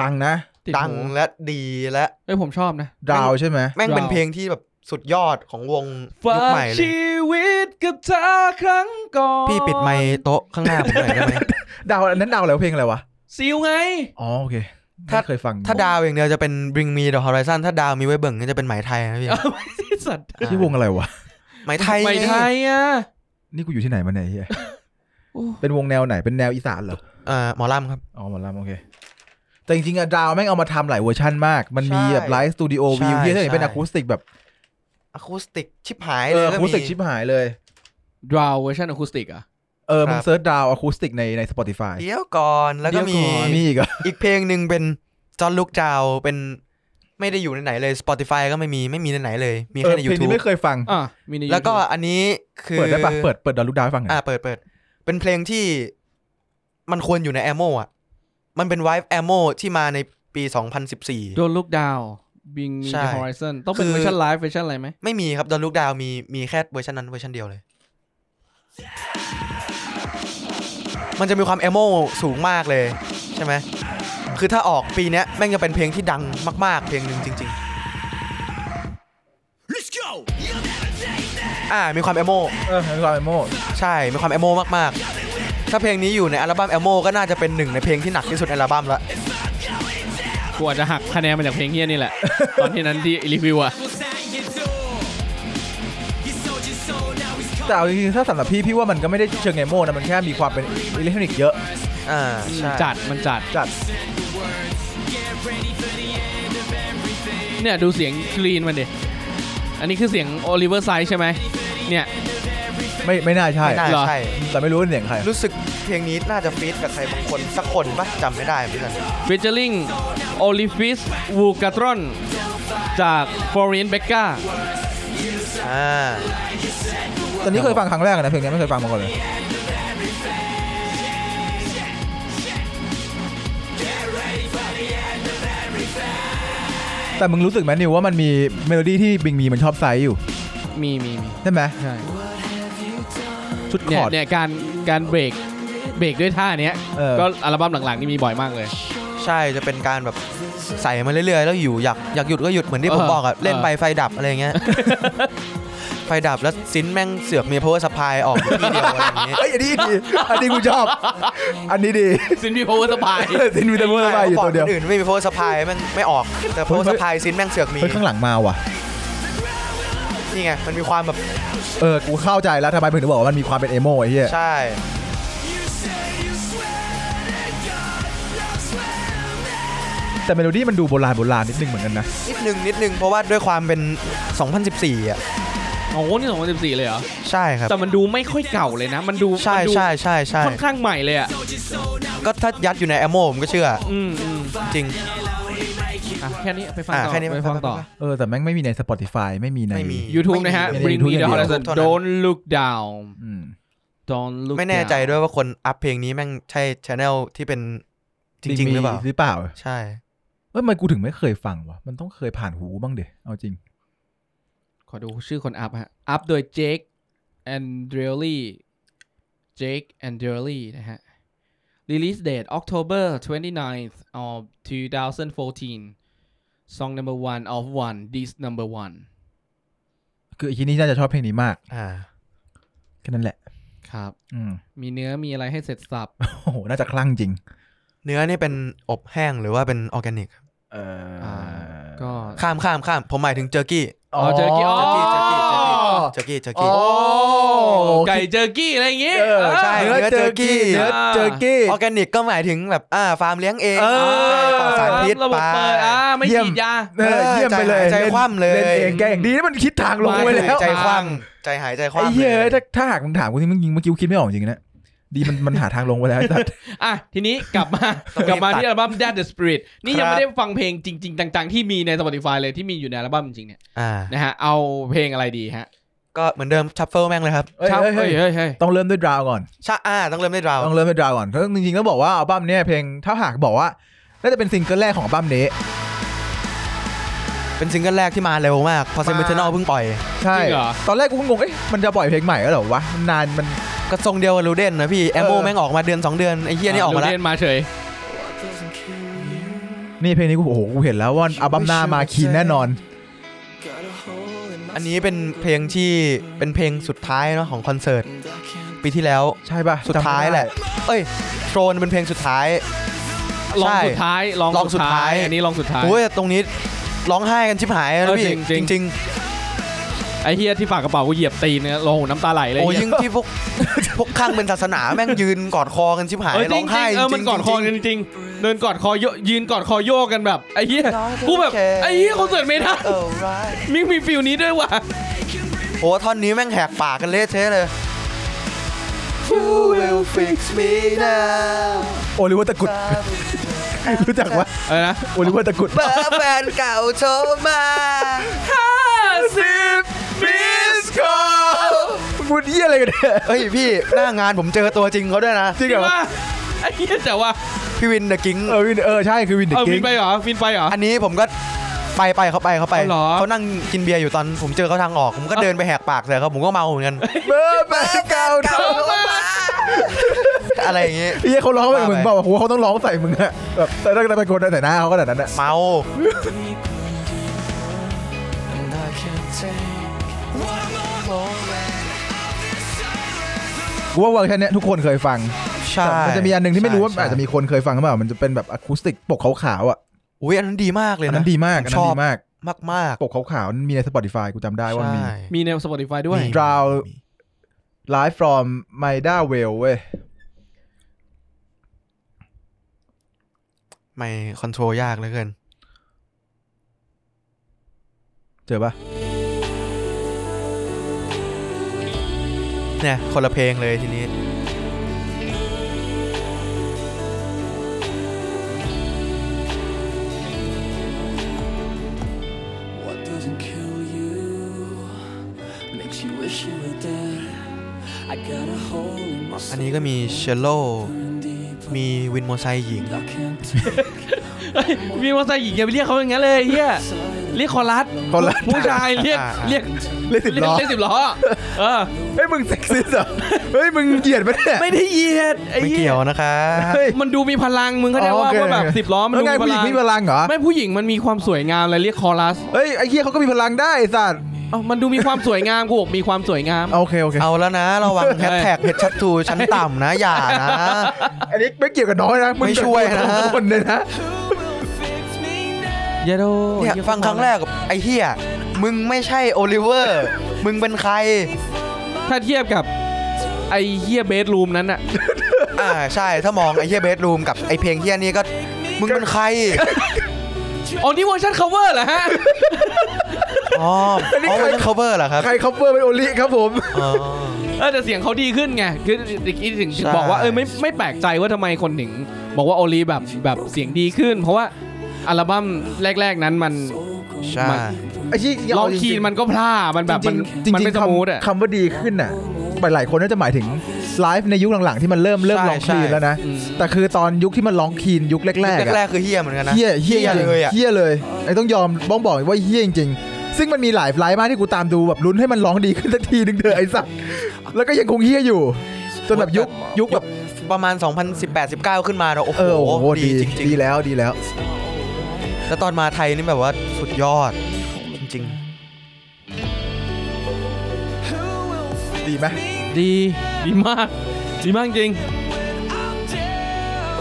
[SPEAKER 2] ดังนะ
[SPEAKER 3] ติด
[SPEAKER 1] ดัง
[SPEAKER 3] หู
[SPEAKER 1] และดีและ
[SPEAKER 3] เอ้ยผมชอบนะ
[SPEAKER 2] ดาวใช่ไหม
[SPEAKER 1] แม่งเป็น
[SPEAKER 3] Drown
[SPEAKER 1] เพลงที่แบบสุดยอดของวง
[SPEAKER 3] ฝา
[SPEAKER 1] ยุค
[SPEAKER 3] ก
[SPEAKER 1] ใหม่เลย
[SPEAKER 3] ชีวิตกับเธอครั้งก่อน
[SPEAKER 1] พี่ปิดไมค์โต๊ะข้างหน้าผมหน่อยได้ไหม
[SPEAKER 2] ดาวอันนั้นดาวแล้วเพลงอะไรวะ
[SPEAKER 3] ซิวไง
[SPEAKER 2] อ๋อโอเค
[SPEAKER 1] ถ้า
[SPEAKER 2] ไม่เคยฟัง
[SPEAKER 1] ถ้าดาวอย่างเดียวจะเป็น Bring Me the Horizon ถ้าดาวมีไว้เบิ่งก็จะเป็นไหมไทยนะพี่
[SPEAKER 3] เอาไม่ใช่สัตว์
[SPEAKER 2] ที่วงอะไรวะ
[SPEAKER 1] ไหมไทย
[SPEAKER 3] ไม่ไทยอ่ะ
[SPEAKER 2] นี่กูอยู่ที่ไหนมาเนี่ยเฮีย
[SPEAKER 3] โอ้
[SPEAKER 2] เป็นวงแนวไหน เป็นแนวอีสานเหรอ
[SPEAKER 1] เอ่อหมอลำครับ
[SPEAKER 2] อ๋อหมอลำโอเค แต่จริงๆอะดาวแม่งเอามาทำหลายเวอร์ชันมาก มันมี
[SPEAKER 1] ใช่
[SPEAKER 2] แบบไลฟ์สตูดิโอวิว
[SPEAKER 1] ใช่
[SPEAKER 2] ที่เห็นเป็น
[SPEAKER 1] ใช่
[SPEAKER 2] อะคูสติกแบบ
[SPEAKER 1] อะคูสติกชิบหาย
[SPEAKER 2] เอ
[SPEAKER 1] เลย
[SPEAKER 2] อ
[SPEAKER 1] ก็
[SPEAKER 2] คูส
[SPEAKER 1] มี
[SPEAKER 2] ติกชิบหายเลย
[SPEAKER 3] ดราวเวอร์ชันอะคูสติกอ่ะ
[SPEAKER 2] เออ
[SPEAKER 1] ค
[SPEAKER 2] มึง
[SPEAKER 1] รับ
[SPEAKER 2] เซิร์ชดาวอะคูสติกในใน Spotify
[SPEAKER 1] เดี๋ยวก่อนแล้วก็
[SPEAKER 3] เดี๋ยว
[SPEAKER 1] มี
[SPEAKER 3] ก่อน
[SPEAKER 2] มีอีกเหรอ
[SPEAKER 1] อีกเพลงหนึ่งเป็นจอนลูกจาวเป็นไม่ได้อยู่ในไหนเลย Spotify ก็ไม่มีไม่มีในไหนเลย มี
[SPEAKER 2] เอ
[SPEAKER 1] แค่
[SPEAKER 2] อ
[SPEAKER 1] ใน
[SPEAKER 2] เพลง
[SPEAKER 1] YouTube
[SPEAKER 2] นี้ไม่เคยฟัง
[SPEAKER 3] อ่ะมีใน
[SPEAKER 1] แล้วก็
[SPEAKER 3] YouTube
[SPEAKER 1] อันนี้คือ
[SPEAKER 2] เปิดได้ปะเปิดเปิดดาวลูกดาวให้ฟังหน่
[SPEAKER 1] อ่า
[SPEAKER 2] อย
[SPEAKER 1] เปิดเปิดเป็นเพลงที่มันควรอยู่ในแอมโมอ่ะ มันเป็นไวฟ์แอมโมที่มาในปี
[SPEAKER 3] โด
[SPEAKER 1] 2014
[SPEAKER 3] นลูกดาวบิงมี
[SPEAKER 1] ใช่
[SPEAKER 3] ฮอริซอนต้องเป็
[SPEAKER 1] คื
[SPEAKER 3] น
[SPEAKER 1] อ
[SPEAKER 3] เวอร์ชันไลฟ์เวอร์ชันอะไรไหม
[SPEAKER 1] ไม่มีครับดอนลูกดาวมีมีแค่เวอร์ชันนั้นเวอร์ชันเดียวเลย มันจะมีความแอมโมสูงมากเลยใช่ไหมคือถ้าออกปีเนี้ยแม่งจะเป็นเพลงที่ดังมาก ๆ เพลงหนึ่งจริง
[SPEAKER 4] Let's go!
[SPEAKER 1] ๆ อ่า มีความแอมโม
[SPEAKER 2] เออมีความเป็นโม
[SPEAKER 1] ใช่ มีความแอมโมมากๆ ถ้าเพลงนี้อยู่ในอัลบั้มแอมโมก็น่าจะเป็นหนึ่งในเพลงที่หนักที่สุดในอัลบั้มละ
[SPEAKER 3] กูอาจจะหักคะแนนมาจากเพลงเฮี้ยนี่แหละ ตอนที่นั้นที่รีวิวอ่ะ
[SPEAKER 2] แต่เอาจริงๆถ้าสำหรับพี่พี่ว่ามันก็ไม่ได้เชิงเอโมนะมันแค่มีความเป็นอิเล็กทรอนิกส์เยอะ
[SPEAKER 1] อ่าใช่
[SPEAKER 3] จัดมันจัด
[SPEAKER 2] จัด
[SPEAKER 3] เนี่ยดูเสียงกรีนมันดิ อันนี้คือเสียงโอลิเวอร์ไซด์ใช่ไหม เนี่ย
[SPEAKER 2] ไม่ไม่น่าใช่
[SPEAKER 1] ไม่น่า
[SPEAKER 3] เหรอ
[SPEAKER 1] ใช่
[SPEAKER 2] แต่ไม่รู้ว่าเสียงใคร
[SPEAKER 1] รู้สึกเพลงนี้น่าจะฟีดกับใครบางคนสักคนปะจำไม่ได้เหมือนกัน
[SPEAKER 3] ฟิชเชอร์ลิงโอลิฟิสวูกาตรอน จากฟอร์เรนเบกกา
[SPEAKER 1] อ่า
[SPEAKER 2] ตอนนี้เคยฟังครั้งแรกนะเพลงนี้ไม่เคยฟังมาก่อนเลยแต่มึงรู้สึกไหมนิวว่ามันมีเมโลดี้ที่บิงมีมันชอบไซส์อยู่
[SPEAKER 3] มีมีมี
[SPEAKER 2] ใช่ไหม
[SPEAKER 3] ใช่
[SPEAKER 2] ชุดค
[SPEAKER 3] เนี่ย
[SPEAKER 2] อร์ด
[SPEAKER 3] เนี่ยการการเบรกเบรกด้วยท่าเนี้ย
[SPEAKER 2] เออ
[SPEAKER 3] ก็อัลบั้มหลังๆนี่มีบ่อยมากเลย
[SPEAKER 1] ใช่จะเป็นการแบบใส่มาเรื่อยๆ แล้วอยู่อยากอยากหยุดก็หยุดเหมือนที่ผม
[SPEAKER 3] เออ
[SPEAKER 1] บอกอะเล่น
[SPEAKER 3] เออ
[SPEAKER 1] ไปไฟดับอะไรเงี้ย ไฟดับแล้วซินแม่งเสือกมี power supply ออกอยู่ที่เดียวอะไรอย่างเงี้ย
[SPEAKER 2] เอ้ยอันนี้ดีอันนี้กูชอบ อันนี้ดี
[SPEAKER 3] ซินพี่โพสบาย
[SPEAKER 1] (laughs)
[SPEAKER 2] ซินวิตามินอะไรอยู่
[SPEAKER 1] ก่อ
[SPEAKER 2] ตั
[SPEAKER 1] น
[SPEAKER 2] วเดียว
[SPEAKER 1] คนอื่นไม่มี power supply แม่งไม่ออก แต่
[SPEAKER 2] เฮ้ย
[SPEAKER 1] power
[SPEAKER 2] เฮ้ย
[SPEAKER 1] supply ซินแม่งเสือกมี
[SPEAKER 2] เฮ้ยข้างหลังมาว่ะ
[SPEAKER 1] นี่ไงมันมีความแบบ
[SPEAKER 2] เออกูเข้าใจแล้วทำไมมึงถึงบอกว่ามันมีความเป็นเอโมไอ้เหี้ย
[SPEAKER 1] ใช่
[SPEAKER 2] แต่เมโลดี้มันดูโบราณโบราณนิดนึงเหมือนกันนะ
[SPEAKER 1] นิดนึงนิดนึงเพราะว่าด้วยความเป็น 2014อะ
[SPEAKER 3] โอ้โหนี่สองพันสิบสี่เลยเหรอ
[SPEAKER 1] ใช่ครับ
[SPEAKER 3] แต่มันดูไม่ค่อยเก่าเลยนะ มันดู
[SPEAKER 1] ใช่
[SPEAKER 3] มันดู
[SPEAKER 1] ใช่ใช่ใช่
[SPEAKER 3] ค่อนข้างใหม่เลยอ่ะ
[SPEAKER 1] ก็ถ้ายัดอยู่ในแอมโมผมก็เชื่อ
[SPEAKER 3] อืมอืม
[SPEAKER 1] จริง
[SPEAKER 3] อ่ะแค่นี้ไปฟัง
[SPEAKER 1] อ่ะ
[SPEAKER 3] ต่อ
[SPEAKER 1] แค่นี้
[SPEAKER 3] ไปฟังต่อ
[SPEAKER 2] เออแต่แม่งไม่มีใน Spotify ไม่มีใน
[SPEAKER 1] ไม่มี
[SPEAKER 3] YouTube นะฮะ
[SPEAKER 1] ไม่มี
[SPEAKER 3] Bring Me the
[SPEAKER 2] ไม่มี
[SPEAKER 3] Horizon
[SPEAKER 1] เท่านั้น
[SPEAKER 3] Don't Look Down
[SPEAKER 2] อืม
[SPEAKER 3] Don't Look
[SPEAKER 1] ไม่แน่ใจ
[SPEAKER 3] Down
[SPEAKER 1] ด้วยว่าคนอัพเพลงนี้แม่งใช่ชแนลที่เป็นจริง ๆ หรือเปล่า
[SPEAKER 2] มีหรือเปล่า
[SPEAKER 1] ใช่
[SPEAKER 2] เอ้ยมันกูถึงไม่เคยฟังวะมันต้องเคยผ่านหูบ้างเดเอาจริง
[SPEAKER 3] ขอดูชื่อคนอัพฮะ อัพโดย Jake Andreoli Jake Andreoli นะฮะ Release date October 29th of 2014 Song number one of one this number one
[SPEAKER 2] คือไอ้ที่นี่น่าจะชอบเพลงนี้มาก
[SPEAKER 1] อ่า
[SPEAKER 2] แค่นั้นแหละ
[SPEAKER 3] ครับ
[SPEAKER 2] อืม
[SPEAKER 3] มีเนื้อมีอะไรให้เสร็จสับ
[SPEAKER 2] โอ้โหน่าจะคลั่งจริง
[SPEAKER 1] เนื้อนี่เป็นอบแห้งหรือว่าเป็นออร์แกนิกครับ
[SPEAKER 2] เออ
[SPEAKER 3] อ่าก็
[SPEAKER 1] ข้ามข้ามข้ามผมหมายถึงเจอร์กี้
[SPEAKER 3] อ๋อเจอกี้อ๋อ
[SPEAKER 1] เจอร์กี้เจอร์กี้เจอร์กี้เจอร์กี้
[SPEAKER 2] โอ้
[SPEAKER 3] ไก่เจอกี้อะไรอย่างงี้
[SPEAKER 2] เออ
[SPEAKER 1] ใช่
[SPEAKER 2] เนื้อเจอกี้เนื้อเจอกี้
[SPEAKER 1] ออร์แกนิกก็หมายถึงแบบอ่าฟาร์มเลี้ยงเอง
[SPEAKER 3] เออ
[SPEAKER 1] ปลอดสารพิษ
[SPEAKER 3] ระบบ
[SPEAKER 1] ป
[SPEAKER 3] เปิดอ่าไม่
[SPEAKER 2] เยี่ยม
[SPEAKER 3] ฉีดยา
[SPEAKER 2] เออเยี่ยมไปเลย
[SPEAKER 1] ใจหาใจคว่ำเลย
[SPEAKER 2] เล่นเองแกอย่างดีนะมันคิดทางลง
[SPEAKER 3] มา
[SPEAKER 2] ไว้
[SPEAKER 1] ไม่
[SPEAKER 2] แล้
[SPEAKER 1] ถึ
[SPEAKER 2] ว
[SPEAKER 1] งใจคว่ำใจหายใจค
[SPEAKER 2] ไอ้
[SPEAKER 1] ว่ำ
[SPEAKER 2] เหี้ย
[SPEAKER 1] ล
[SPEAKER 2] ถ้าถ้าหากมึงถามกูนี่มึงยิงเมื่อกี้กูคิดไม่ออกจริงๆนะดีมันมันหาทางลงไว้แล้วไอ้สัส
[SPEAKER 3] อ่ะ ทีนี้กลับมา กลับมาที่อัลบั้ม Dead the Spirit นี่ยัง
[SPEAKER 1] ครับ
[SPEAKER 3] ไม่ได้ฟังเพลงจริง ๆ ต่าง ๆ ที่มีใน Spotify เลยที่มีอยู่ในอัลบั้มจริงๆเนี่ย
[SPEAKER 1] อ่า
[SPEAKER 3] นะฮะ เอาเพลงอะไรดีฮะ
[SPEAKER 1] ก็เหมือนเดิมชัฟเฟิลแม่งเลยครับ
[SPEAKER 2] เอ้ย
[SPEAKER 3] ครับ
[SPEAKER 2] เอ้ย
[SPEAKER 3] เฮ้
[SPEAKER 2] เฮ้
[SPEAKER 3] ย
[SPEAKER 2] ย
[SPEAKER 3] เฮ้ยเฮ้ย
[SPEAKER 2] ต้องเริ่มด้วยดราวก่อน
[SPEAKER 1] ชะอ่าต้องเริ่มด้วยเรา
[SPEAKER 2] ต้องเริ่มด้วยดราวก่อนเพราะจริงๆแล้วบอกว่าอัลบั้มเนี้ยเพลงถ้าหากบอกว่าน่าจะเป็นซิงเกิลแรกของอัลบั้มนี้
[SPEAKER 1] เป็นซิงเกิลแรกที่มาเร็วมาก พอเซมิเทนอลเพิ่งปล่อย
[SPEAKER 2] ใช่ ตอนแรกกูก็งง เอ๊ะมันจะปล่อยเพลงใหม่แล้วเหรอวะมันนานมัน
[SPEAKER 1] ก็ทรงเดียวกับลูเดนนะพี่ แอมโม
[SPEAKER 2] เออ
[SPEAKER 1] แม่งออกมาเดือน 2 เดือน ไอ้เฮียนี่ออกมาแล้ว
[SPEAKER 3] เรียนมาเฉย
[SPEAKER 2] นี่เพลงนี้กูโอ้โหกูเห็นแล้วว่าอัลบั้มหน้ามาคีนแน่นอน
[SPEAKER 1] อันนี้เป็นเพลงที่เป็นเพลงสุดท้ายเนาะของคอนเสิร์ต ปีที่แล้ว
[SPEAKER 2] ใช่ป่ะ
[SPEAKER 1] สุดท้ายแหละ เอ้ยโทรนเป็นเพลงสุดท้าย
[SPEAKER 3] ลอง
[SPEAKER 1] ใช่
[SPEAKER 3] สุดท้าย ลอง
[SPEAKER 1] ลองสุ
[SPEAKER 3] สุด
[SPEAKER 1] ด
[SPEAKER 3] ท้า
[SPEAKER 1] ท้าย ย
[SPEAKER 3] อันนี้ลองสุดท้าย
[SPEAKER 1] โอ้ยตรงนี้ร้องไห้กันชิบหาย
[SPEAKER 3] เอ
[SPEAKER 1] นะ
[SPEAKER 3] อ
[SPEAKER 1] พี่
[SPEAKER 3] จริ
[SPEAKER 1] จ
[SPEAKER 3] งๆ
[SPEAKER 1] ริง
[SPEAKER 3] ไอ้เฮียที่ฝากกระเป๋ากูเหยียบตีนเนี่ยโอ้โหน้ำตาไหล
[SPEAKER 1] ๆ
[SPEAKER 3] เลย
[SPEAKER 1] โอ้ย
[SPEAKER 3] เหี้
[SPEAKER 1] ยิ่งที่พวก (laughs) พวกข้างเป็นศาสนาแม่งยืนกอดคอกันชิบหาย
[SPEAKER 3] เออจ
[SPEAKER 1] ร้
[SPEAKER 3] ริ
[SPEAKER 1] อง ง
[SPEAKER 3] จริ
[SPEAKER 1] ไห้
[SPEAKER 3] งเออมันกอดคอกันจริงๆเดินกอดคอโยยืนกอดคอโยกกันแบบไอ้เฮียกูแบบไอ้เฮียคอนเสิร์ตเมทัล
[SPEAKER 1] เออ right
[SPEAKER 3] มิงมีฟิลนี้ด้วยว่ะ
[SPEAKER 1] โอ้ท่อนนี้แม่งแหกปากกันเละเทะเลย You will fix me now
[SPEAKER 2] โอลิเวอร์ตะกุด รู้จักวะ
[SPEAKER 3] อะไรนะ
[SPEAKER 2] โอลิเวอร์ตะกุด
[SPEAKER 1] เบอร์แฟนเก่าโทรมา
[SPEAKER 2] มิสคอพูดเยี่ยอะไรกันเนี่ย
[SPEAKER 1] เฮ้ยพี่หน้างานผมเจอตัวจริงเขาด้วยนะ
[SPEAKER 2] จริงเหรอ
[SPEAKER 3] ว่าไอ้เฮียแต่ว่า
[SPEAKER 1] พี่วินเดอะกิ้ง
[SPEAKER 2] เออวินเออใช่คือวินเด
[SPEAKER 3] เอ
[SPEAKER 2] อะ
[SPEAKER 3] อ
[SPEAKER 2] กิ
[SPEAKER 3] ฟิ
[SPEAKER 2] ง
[SPEAKER 3] นไปเหรอฟินไปเหรอ
[SPEAKER 1] อันนี้ผมก็ไปไปเขาไปเขาไป
[SPEAKER 3] เอาเหรอ
[SPEAKER 1] เขานั่งกินเบียร์อยู่ตอนผมเจอเขาทางออก ผมก็เดินไปแหกปากใส่เขาผมก็เมาเหมือนกัน
[SPEAKER 2] เบอร์แปดเก้าเท่า
[SPEAKER 1] อะไรอย่างงี้
[SPEAKER 2] เฮียเขาร้องแบบมึงเปล่าวะโหเขาต้องร้องใส่มึงอะแบบแต่ถ้าเป็นคนแต่หน้าเขาขนาดนั้นอะ
[SPEAKER 1] เมา
[SPEAKER 2] กูว่าเวอร์ชันเนี้ยทุกคนเคยฟัง
[SPEAKER 1] ใช่
[SPEAKER 2] แต่มันจะมีอันหนึ่งที่ไม่รู้ว่า
[SPEAKER 1] ใช่
[SPEAKER 2] อาจจะมีคนเคยฟังหรือเปล่ามันจะเป็นแบบอะคูสติกปกขาวๆอ่ะ
[SPEAKER 1] อุ้ยอันนั้นดีมากเลย
[SPEAKER 2] อัน
[SPEAKER 1] นะ
[SPEAKER 2] นั้นดีมากอัน
[SPEAKER 1] ช
[SPEAKER 2] นั้น
[SPEAKER 1] อบ
[SPEAKER 2] ดีมาก
[SPEAKER 1] มากมาก
[SPEAKER 2] ปกขาวๆนั้นมีใน Spotify กูจำได้ว่ามี
[SPEAKER 3] มีใน Spotify ด้วย
[SPEAKER 2] มี Drow Live from Maida Vale เว้ย
[SPEAKER 1] ไม่คอนโทรลยากเหลือเกิน
[SPEAKER 2] เจอปะ
[SPEAKER 1] เนี่ย คนละเพลงเลยทีนี้
[SPEAKER 6] What doesn't kill you makes you wish you were dead. I got a hole in my
[SPEAKER 1] อัน
[SPEAKER 6] soul
[SPEAKER 1] นี้ก็มีเชลโล
[SPEAKER 6] and deep.
[SPEAKER 1] มีวินโมอไซค์หญิง
[SPEAKER 6] I can't take
[SPEAKER 3] มีว่าใส่หญิงอย่าไปเรียกเขาอย่างนั้นเลยเฮียเรียกคอรัส
[SPEAKER 2] คนละ
[SPEAKER 3] ผู้ชายเรียก
[SPEAKER 1] อ่า
[SPEAKER 3] เรียก
[SPEAKER 2] เลขสิบ
[SPEAKER 3] เรียก
[SPEAKER 2] ล้อ
[SPEAKER 3] เรียกสิบล้อเออ
[SPEAKER 2] เฮ้ยมึงเซ็กซี่เหรอ (laughs) เฮ้ยมึงเหยียดปะเนี่ย
[SPEAKER 3] ไม่ได้เหยียดไอ้
[SPEAKER 1] ไม่
[SPEAKER 3] เหี้
[SPEAKER 1] เกี่
[SPEAKER 3] ย
[SPEAKER 1] ยวนะคะ
[SPEAKER 2] เฮ้ย
[SPEAKER 3] มันดูมีพลังมึงเข้าใจว่า
[SPEAKER 2] อ๋อโอค
[SPEAKER 3] ว่าแบบสิบล้อมัน
[SPEAKER 2] แล้ว
[SPEAKER 3] ดู
[SPEAKER 2] ไง
[SPEAKER 3] มีพ
[SPEAKER 2] ผู้หญิง
[SPEAKER 3] ลัง
[SPEAKER 2] มีพลังเหรอ
[SPEAKER 3] ไม่ผู้หญิงมันมีความสวยงามเลยเรียกคอรัส
[SPEAKER 2] เฮ้ยไอ้เหี้ยเขาก็มีพลังได้ไอ้สัตว์
[SPEAKER 3] เอ้ามันดูมีความสวยงามกู (laughs) บอกมีความสวยงาม
[SPEAKER 2] โอเคโอเค
[SPEAKER 1] (laughs) เอาแล้วนะ ระ
[SPEAKER 2] (laughs)
[SPEAKER 1] วังแฮชแท็กเพชรชัดทูชั้นต่ำนะ (laughs) อย่านะ
[SPEAKER 2] อันนี้ไม่เกี่ยวกับน้อยนะง
[SPEAKER 1] ไม่ช่วยนะ
[SPEAKER 2] คนเลยนะ
[SPEAKER 3] เยโด
[SPEAKER 1] เนี่ยฟังครั้งแรกกับไอ้เฮียมึงไม่ใช่โอลิเวอร์ มึงเป็นใคร
[SPEAKER 3] ถ้าเทียบกับไอ้เฮียเบดรูมนั้นอะ
[SPEAKER 1] อ่าใช่ถ้ามองไอ้เฮียเบดรูมกับไอ้เพลงเฮียนี้ก็ มึงเป็นใคร
[SPEAKER 3] อ๋อนี่เวอร์ชัน cover เหรอฮะ
[SPEAKER 1] อ๋ออ๋อมันเป็น cover เหรอครับ
[SPEAKER 2] ใครคัฟเวอร์เป็นโอลิครับผม
[SPEAKER 1] อ๋อ
[SPEAKER 3] เออแต่เสียงเขาดีขึ้นไงคือเมื่อกี้ถึงถึง
[SPEAKER 1] ใช่
[SPEAKER 3] บอกว่าเออไม่ไม่แปลกใจว่าทำไมคนถึงบอกว่าโอลีแบบแบบเสียงดีขึ้น เพราะว่าอัลบั้มแรก ๆนั้นมัน
[SPEAKER 1] ใช่
[SPEAKER 2] ไอ้ที่จริงๆ
[SPEAKER 3] ลอ
[SPEAKER 2] เอา
[SPEAKER 3] ง
[SPEAKER 2] จริงๆ
[SPEAKER 3] คีย์มันก็พลาดมันแบบมัน
[SPEAKER 2] จริงๆ
[SPEAKER 3] มันไม่
[SPEAKER 2] จ
[SPEAKER 3] ส
[SPEAKER 2] ริงๆ
[SPEAKER 3] มูทอ่ะ
[SPEAKER 2] คำคำว่าดีขึ้นน่ะหลายๆคนน่าจะหมายถึงไลฟ์ในยุคหลังๆที่มันเริ่มเริ่มร้องคลีนแล้วนะ
[SPEAKER 3] ใช่ใช่
[SPEAKER 2] แต่คือตอนยุคที่มันร้องคลีนยุคแรกๆอะ
[SPEAKER 1] แรกๆคือเฮี้ยเหมือนกันนะ
[SPEAKER 2] เฮียเฮีย
[SPEAKER 1] เล
[SPEAKER 2] เลย ย
[SPEAKER 1] อ่ะ
[SPEAKER 2] เฮียเลยไอ้ต้องยอมบ้องบอกว่าเฮียจริงๆ ซึ่งมันมีหลายไลฟ์มากที่กูตามดูแบบลุ้นให้มันร้องดีขึ้นสักทีนึงเถอะไอ้สัตว์แล้วก็ยังคงเฮียอยู่ จนแบบยุคยุคแบบ
[SPEAKER 1] ประมาณ 2018-19 ขึ้นมาเราโอ้โห
[SPEAKER 2] เออโอ้โห
[SPEAKER 1] ดี
[SPEAKER 2] ดี
[SPEAKER 1] จริง
[SPEAKER 2] ดีแล้วดีแล้ว
[SPEAKER 1] ๆแล้วตอนมาไทยนี่แบบว่าสุดยอด จริง
[SPEAKER 2] ดีไหม
[SPEAKER 3] ดีดีมาก ดีมากจริง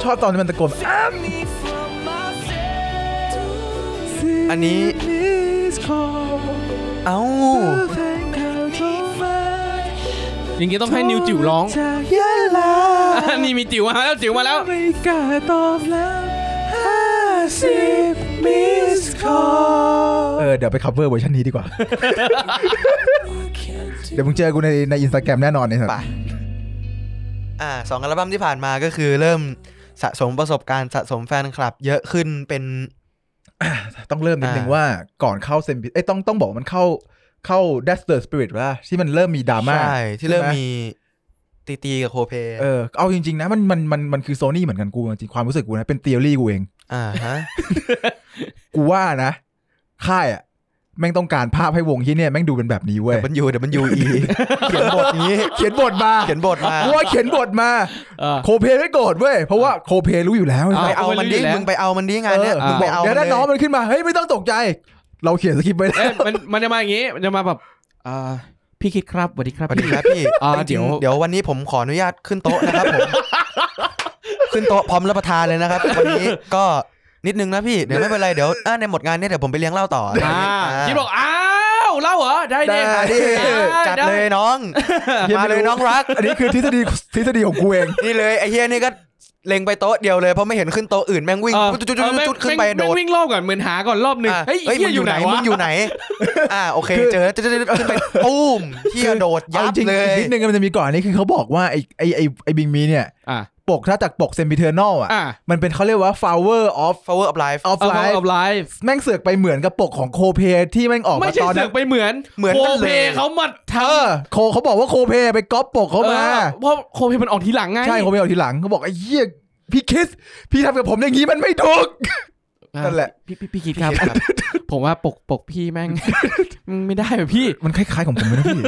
[SPEAKER 2] ชอบตอนที่มันตะโกนอ้าม
[SPEAKER 1] ๆ อันนี้เอ้า
[SPEAKER 3] อย่างงี้ต้องให้นิวจิ๋วร้อง (laughs) นี่มีจิ๋วมาแล้วจิ๋วมาแล้ว
[SPEAKER 2] เออเดี๋ยวไป cover เวอร์ชันนี้ดีกว่า เดี๋ยวมึงเจอกูในในอินสตาแกรมแน่นอนไอ้สัต
[SPEAKER 1] ไป
[SPEAKER 2] ว์
[SPEAKER 1] อ่าสองอัลบั้มที่ผ่านมาก็คือเริ่มสะสมประสบการณ์สะสมแฟนคลับ เยอะขึ้นเป็น
[SPEAKER 2] ต้องเริ่มนิดนึงว่าก่อนเข้าเซมบิเอ้ยต้องต้องบอกว่ามันเข้าเข้า Desperate Spirit ว่าที่มันเริ่มมีดราม่า
[SPEAKER 1] ใช่ ที่เริ่มมีตีตีๆกับโคเพ
[SPEAKER 2] เออ เอาจริง ๆ นะ มัน มัน มัน มันคือโซนี่เหมือนกันกูจริงๆความรู้สึกกูนะ เป็นเตียรี่กูเอง
[SPEAKER 1] อ่าฮะ
[SPEAKER 2] กูว่านะ ค่ายอะแม่งต้องการภาพให้วงที่เนี่ย แม่งดูเป็นแบบนี้เว้ย
[SPEAKER 1] มันอยู่เดี๋ยวมันยูอีเขียนบทนี้
[SPEAKER 2] เขียนบทมา
[SPEAKER 1] เขียนบทมา
[SPEAKER 2] กูว่าเขียนบทมา
[SPEAKER 3] เออ
[SPEAKER 2] โคเพไม่โกรธเว้ย เพราะว่าโคเพรู้อยู่แล้ว
[SPEAKER 3] เา
[SPEAKER 1] ไปเอามันดิ
[SPEAKER 3] เอาไปเลย
[SPEAKER 1] มึงไปเอามันดิงานเนี้ย
[SPEAKER 2] เออ
[SPEAKER 1] มึงไปเอา
[SPEAKER 2] เดี๋
[SPEAKER 1] มั
[SPEAKER 2] ยวน
[SPEAKER 1] เล
[SPEAKER 2] ถ้าย น้องมันขึ้นมา เฮ้ย ไม่ต้องตกใจ เราเขียนสคริปต์ไว้แล้ว
[SPEAKER 3] เอ๊ะมันมันจะมาอย่างงี้ มันจะมาแบบอ่าพี่คิดครับสวัสดีครับ
[SPEAKER 1] สวัสดี
[SPEAKER 3] พี่
[SPEAKER 1] ครับพี่
[SPEAKER 3] อ่า
[SPEAKER 1] จริงๆ
[SPEAKER 3] เดี๋ยว
[SPEAKER 1] เดี๋ยววันนี้ผมขออนุญาตขึ้นโต๊ะนะครับผม ขึ้นโต๊ะพร้อมรับประทานเลยนะครับ วันนี้ก็นิดนึงนะพี่เดี๋ยวไม่เป็นไรเดี๋ยวอ่าในหมดงานเนี่ยเดี๋ยวผมไปเลี้ยงเหล้าต่อ
[SPEAKER 3] อ่า
[SPEAKER 1] อ่า
[SPEAKER 3] คิดบอกอ้าวเล่าเหรอได้
[SPEAKER 2] ได้
[SPEAKER 3] เนี่ย
[SPEAKER 1] จัดเลยน้อง มาเลยน้องรัก
[SPEAKER 2] อันนี้คือทฤษฎีทฤษฎีของกูเอง
[SPEAKER 1] นี่เลยไอ้เฮียนี่ก็เล็งไปโต๊ะเดียวเลยเพราะไม่เห็นขึ้นโต๊ะอื่นแม่งวิ่งจุดจุดจุดจุดขึ้นไปโดด
[SPEAKER 3] วิ่งรอบก่อนเหมือนหาก่อนรอบหนึ่ง
[SPEAKER 1] อ่ะ
[SPEAKER 3] เฮ้ยเฮียอยู่ไหน
[SPEAKER 1] มึ
[SPEAKER 3] วะ
[SPEAKER 1] งอยู่ไหน อ่าโอเค
[SPEAKER 2] คือ
[SPEAKER 1] เจอแล้วจะจะจะขึ้นไปปุ้มเที่ยโดดยับ
[SPEAKER 2] อาจริง
[SPEAKER 1] เลย
[SPEAKER 2] อีกนิดนึงมันจะมีก่อนอันนี้คือเขาบอกว่าไอ้ไอ้ไอ้ไอ้บิงมีเนี่ย
[SPEAKER 3] อ่ะ
[SPEAKER 2] ปกถ้าจากปกเซมบิเทอร์นอลอ่ะ
[SPEAKER 3] อ่ะ
[SPEAKER 2] มันเป็นเขาเรียกว่า flower of
[SPEAKER 1] power up life
[SPEAKER 2] of
[SPEAKER 3] เอา
[SPEAKER 2] life
[SPEAKER 3] เอาไลฟ์
[SPEAKER 2] แม่งเสือกไปเหมือนกับปกของโคเพที่แม่งออก
[SPEAKER 3] ไม่
[SPEAKER 2] มา
[SPEAKER 3] ใช่
[SPEAKER 2] ตอน
[SPEAKER 3] เสื
[SPEAKER 2] นั้
[SPEAKER 3] อน กไปเหมือน
[SPEAKER 1] เหมือน
[SPEAKER 3] โค
[SPEAKER 1] กันเลย
[SPEAKER 3] เพเขามาท
[SPEAKER 2] เออโคเขาบอกว่าโคเพไปก๊อปปก
[SPEAKER 3] ำ
[SPEAKER 2] เขามา
[SPEAKER 3] ออเพราะโคเพมันออกทีหลังไง
[SPEAKER 2] ใช่โคเพเอาทีหลังเขาบอกไอ้เหี้ยพี่คิส พี่ทำกับผมอย่างนี้มันไม่ถูก
[SPEAKER 3] อ่
[SPEAKER 2] นั่นแหละ
[SPEAKER 3] พี่พี่พี่คิดครับ ผมว่าปกปกพี่แม่ง (laughs) ไม่ได้แบบพี่
[SPEAKER 2] มันคล้ายๆของผมเลยนะพี่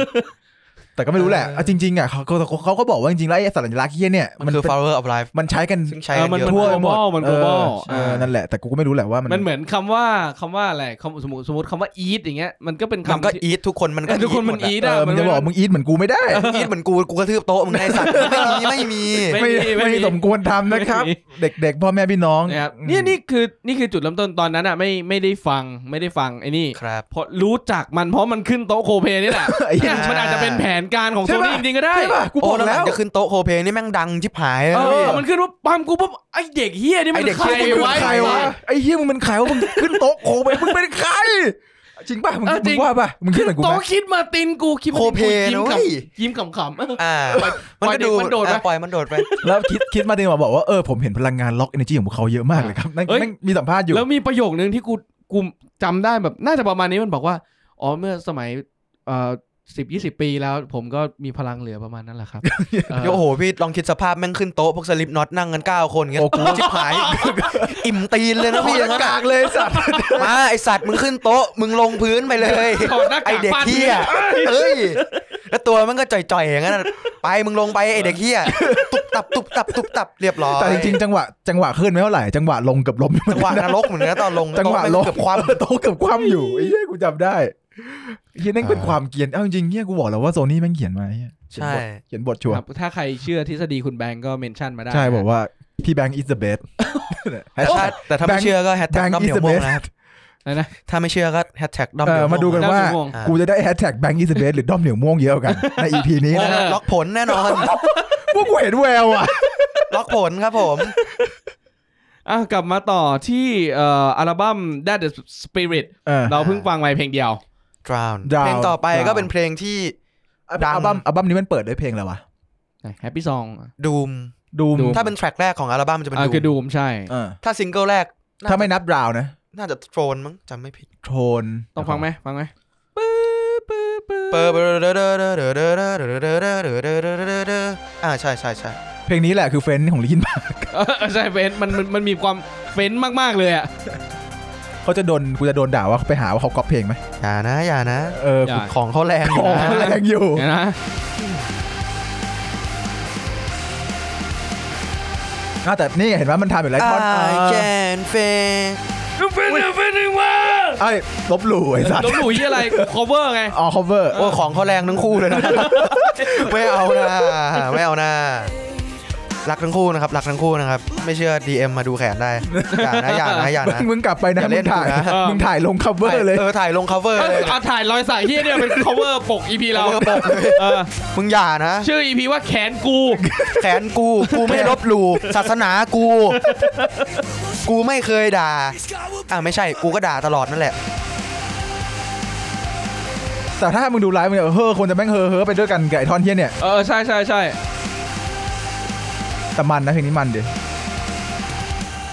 [SPEAKER 2] แต่ก็ไม่รู้แหละเอาจริงๆอ่ะเขาเขาเขาก็บอกว่าจริงๆแล้วไอ้สัญลักษณ์เหี้ยเนี่ย
[SPEAKER 1] มันคือ
[SPEAKER 2] เป็
[SPEAKER 1] power up life
[SPEAKER 2] มันใช้กัน
[SPEAKER 1] ซึ่งใช้
[SPEAKER 3] เอ
[SPEAKER 1] กั
[SPEAKER 3] อมัน น
[SPEAKER 1] เยอะ
[SPEAKER 3] มัน
[SPEAKER 1] มาก
[SPEAKER 3] global มัน global
[SPEAKER 2] เออเออนั่นแหละแต่กูก็ไม่รู้แหละว่ามัน
[SPEAKER 3] มันเหมือนคำว่าคำว่าอะไรคำสมมติสมมติคำว่า eat อย่างเงี้ยมันก็เป็น
[SPEAKER 1] มัน
[SPEAKER 3] คำ
[SPEAKER 1] ก็
[SPEAKER 3] ที่
[SPEAKER 1] อีททุกคนมัน
[SPEAKER 3] เอ
[SPEAKER 1] ก็
[SPEAKER 3] อทุกคนมัน
[SPEAKER 1] อีท
[SPEAKER 3] eat
[SPEAKER 2] เอ
[SPEAKER 3] อะ
[SPEAKER 2] อมันจะบอกมึงอีทเหมือนกูไม่ได้
[SPEAKER 1] หมดะอีทเหมือนกูกูกระทืบโต๊ะมึงไงสัตว์ไม่มีไม่มี
[SPEAKER 2] ไม่
[SPEAKER 3] ไม่มีไม่มี
[SPEAKER 2] ไม่สมควรทำนะครับ เด็กๆพ่อแม่พี่น้อง
[SPEAKER 3] นะครับ
[SPEAKER 2] อืม
[SPEAKER 3] เนี่ยนี่คือนี่คือจุดเริ่มต้นตอนนั้นอ่ะไม่ไม่ได้ฟังไม่ได้ฟังไอ้นี่
[SPEAKER 1] ครับ
[SPEAKER 3] เพราะรู้จักมันเพราะมันขึ้นโต๊ะโคเพนี่แหละ
[SPEAKER 2] ไอ้เหี้ย
[SPEAKER 3] มันอาจจะเป็นแผนการของโซ
[SPEAKER 2] ใช่ปะ
[SPEAKER 3] นี่จริงๆก็ได้
[SPEAKER 2] ใช่ปะกูบ
[SPEAKER 1] โอ้
[SPEAKER 2] อก
[SPEAKER 1] แล้วห
[SPEAKER 2] แล้
[SPEAKER 1] ลัง
[SPEAKER 2] ว
[SPEAKER 1] จะขึ้นโต๊ะโคเพนี่แม่งดังชิบหายเลย
[SPEAKER 3] เอ
[SPEAKER 1] นะพี่
[SPEAKER 3] อมันขึ้นว่าปั๊มกูปั๊บไอเด็กเฮียนี่
[SPEAKER 1] ไอ้
[SPEAKER 3] มัน
[SPEAKER 1] เด็ก
[SPEAKER 3] ใค
[SPEAKER 1] เหี้ย
[SPEAKER 3] ร
[SPEAKER 1] นี่มัน
[SPEAKER 3] วะ
[SPEAKER 2] ใครวะไอ้เฮียมึงเป็นใครวะมึงขึ้นโต๊ะโคไปมึงเป็นใครจริงป่ะมึง
[SPEAKER 3] เออจ
[SPEAKER 2] มึ
[SPEAKER 3] ริ
[SPEAKER 2] ง
[SPEAKER 3] ง
[SPEAKER 2] ว่าป่ะมึงคิดเหมือนกูไหม
[SPEAKER 3] โต๊ะคิดมาตินกูคิดมาติน
[SPEAKER 1] โคเพ
[SPEAKER 3] กูยิ้ม
[SPEAKER 1] นะเว้
[SPEAKER 3] ข
[SPEAKER 1] ย
[SPEAKER 3] ำยิ้มขำๆเออ
[SPEAKER 1] อ่ามันก็ดู
[SPEAKER 3] ปล่อยเด็กมันโดดไป
[SPEAKER 1] อ่ะปล่อยมันโดดไป
[SPEAKER 2] แล้วคิดคิดมาเดนมาบอกว่าเออผมเห็นพลังงานล็อกเอเนจีของพวกเขาเยอะมากเลยครับนั่น
[SPEAKER 3] เอ้ย
[SPEAKER 2] นั่นมีสัมภาษณ์อยู่
[SPEAKER 3] แล้วมีประโยคนึงที่กูกูจำได้แบบน่าจะประมาณนี้มันบอกว่า อ๋อเมื่อสมัยเอ่อสิบยี่สิบปีแล้ว ผมก็มีพลังเหลือประมาณนั้นแหละครับเออ
[SPEAKER 1] โอ้โหพี่ลองคิดสภาพแม่งขึ้นโต๊ะพวกสลิปน็อตนั่งกันเก้าคนเงี้ย
[SPEAKER 2] โอ้กู
[SPEAKER 1] ชิบหาย อิ่มตีนเลยนะพี่อย่างนั้น
[SPEAKER 2] กา
[SPEAKER 1] อะ
[SPEAKER 2] กเลยสัตว์
[SPEAKER 1] มาไอสัตว์มึงขึ้นโต๊ะ มึงลงพื้นไปเลย
[SPEAKER 3] ถอดหน้ากาก
[SPEAKER 1] ไอเด็ก
[SPEAKER 3] ฟาด
[SPEAKER 1] เฮีย
[SPEAKER 3] พื้น
[SPEAKER 1] เอ้ย แล้วตัวมันก็จ่อยๆอย่างนั้นน่ะไปมึงลงไปไอเด็กเฮียตุบตับตุบตับตุบตับเรียบร้อย
[SPEAKER 2] แต่จริงๆจังหวะจังหวะขึ้นไม่เท่าไหร่จังหวะลงเกือบล้มอยู่เหมื
[SPEAKER 1] จั
[SPEAKER 2] อง น
[SPEAKER 1] หวะ
[SPEAKER 2] กัน
[SPEAKER 1] น
[SPEAKER 2] นะ
[SPEAKER 1] รกเหมือนกันตอนลง
[SPEAKER 2] จังหวะ
[SPEAKER 1] โต๊ะแม่
[SPEAKER 2] ลง
[SPEAKER 1] เกือบความ
[SPEAKER 2] โต๊ะเกือบคว่ำอยู่ไอ้เหี้ยกูจำได้ไอ้เหี้ยนั่นเป็นความเกรียนเอ้าจริงๆเหี้ยกูบอกแล้วว่าโซนี่แม่งเขียนมาไอ้เหี้ย
[SPEAKER 1] ใช่
[SPEAKER 2] เขียนบทชัวร์
[SPEAKER 3] ครับถ้าใครเชื่อทฤษฎีคุณแบงก์ก็เมนชั่นมาได้
[SPEAKER 2] ใช่
[SPEAKER 3] นะ
[SPEAKER 2] บอกว่าพี่แบงค์ is the best
[SPEAKER 1] แต่ถ้าแต่ถ้าไม่เชื่อก็แฮช
[SPEAKER 2] แบ
[SPEAKER 1] แท็ก
[SPEAKER 2] งค์
[SPEAKER 1] ด้อมเหนี
[SPEAKER 2] is
[SPEAKER 1] ยว
[SPEAKER 2] the
[SPEAKER 1] ม่วง
[SPEAKER 2] best
[SPEAKER 1] นะครับ
[SPEAKER 3] อะไรนะ
[SPEAKER 1] ถ้าไม่เชื่อก็แฮชแท็กด้อมเหนี
[SPEAKER 2] เออ
[SPEAKER 1] ยวม่วง
[SPEAKER 2] มาดูกันว่า
[SPEAKER 3] ด้อมเหนียวม่วง
[SPEAKER 2] กูจะได้แฮชแท็กแบงค์ is the best หรือด้อมเหนียวม่วงเยอะกว่ากัน ใน EP นี้
[SPEAKER 1] โอ้
[SPEAKER 2] นะ
[SPEAKER 1] ล็อกผลแน่นอน
[SPEAKER 2] พวกกูเห็นแววอ่ะ
[SPEAKER 1] ล็อกผลครับผม
[SPEAKER 3] อ่ะกลับมาต่อที่เอ่ออัลบั้ม That the Spirit
[SPEAKER 2] เออ
[SPEAKER 3] เราเพิ่งฟังไปเพลงเดียว
[SPEAKER 1] drown
[SPEAKER 2] Drown
[SPEAKER 1] เพลงต่อไป
[SPEAKER 2] Drown
[SPEAKER 1] ก็เป็นเพลงที่
[SPEAKER 2] อั
[SPEAKER 1] ดัง
[SPEAKER 2] ลบั้มอัลบั้มนี้มันเปิดด้วยเพลงอะไรวะ
[SPEAKER 3] แฮปปี้ซอง
[SPEAKER 1] ดูม
[SPEAKER 2] ดูม
[SPEAKER 3] Doom
[SPEAKER 1] ถ้าเป็นแทร็กแรกของอัลบั้มจะเป็น
[SPEAKER 3] อ่าคือ
[SPEAKER 1] ดู
[SPEAKER 3] ดู
[SPEAKER 1] ม
[SPEAKER 3] มใช่
[SPEAKER 2] เออ
[SPEAKER 1] ถ้าซิงเกิลแรก
[SPEAKER 2] ถ้าไม่นับดาวนะ
[SPEAKER 1] น่าจะโทรนมั้งจำไม่ผิด
[SPEAKER 2] โทน
[SPEAKER 3] ต้องฟังไหมฟังไหม
[SPEAKER 1] เปอร์เปอร์เดอเดอเดอเดอเดอเดอเดอเดอเดอเดอเดอเดอเดอเดออ่าใช่ใช่ใช่
[SPEAKER 2] เพลงนี้แหละคือเฟรนด์ของลิน (laughs)
[SPEAKER 3] เออใช่เฟ้นมันมันมันมีความเฟ้นมากๆเลยอ่ะ
[SPEAKER 2] เขาจะโดนกูจะโดนด่าว่าไปหาว่าเขาก๊อปเพลงไหม
[SPEAKER 1] อย่านะอย่านะ
[SPEAKER 2] เออ
[SPEAKER 3] ได้
[SPEAKER 2] กู
[SPEAKER 1] ของเขาแรงอยู่
[SPEAKER 2] ของ
[SPEAKER 1] นะ
[SPEAKER 2] มันแรงอยู่
[SPEAKER 3] เดี๋ยวนะ
[SPEAKER 2] อ่ะแต่นี่ไงเห็นไหมมันทำอยู่แล้วท่อน
[SPEAKER 1] ไอแกนเฟ
[SPEAKER 2] ไอ้ยลบหลู่ไอ้สัตว์
[SPEAKER 3] แล้วหนูยี่อะไร cover ไง
[SPEAKER 2] อ๋อ cover
[SPEAKER 1] โอ้ยของเขาแรงทั้งคู่เลยนะ ไม่เอานะไม่เอานะรักทั้งคู่นะครับรักทั้งคู่นะครับ ไม่เชื่อ DM มาดูแขนได้อย่านะอย่านะอย่า
[SPEAKER 2] มึ
[SPEAKER 1] นะ
[SPEAKER 2] งมึงกลับไปนะ
[SPEAKER 1] อย่าเล่
[SPEAKER 2] มึ
[SPEAKER 1] น
[SPEAKER 2] งถ่าย
[SPEAKER 1] กูนะ
[SPEAKER 2] มึงถ่ายลง cover เลย
[SPEAKER 1] เออถ่ายลง cover
[SPEAKER 3] เอ
[SPEAKER 1] เล
[SPEAKER 3] อย เอาถ่ายรอยสักเฮียเนี่ยเป็น cover ปก EP เรา
[SPEAKER 1] cover ปกเลย
[SPEAKER 3] เออ
[SPEAKER 1] มึงอย่านะ
[SPEAKER 3] ชื่อ EP ว่าแขนกู
[SPEAKER 1] แขนกู กูไม่ลบหลู่ศาสนากู กูไม่เคยด่า อ่าไม่ใช่ กูก็ด่าตลอดนั่นแหละ
[SPEAKER 2] แต่ถ้ามึงดูไลฟ์มึงจะเฮ้อคนจะแม่งเฮ้อเฮ้อไปด้วยกันกับไอ้ท่อนเที่ยเนี่ย
[SPEAKER 3] เออ ใช่ใช่ใช่
[SPEAKER 2] แต่มันนะเพลงนี้มันดิ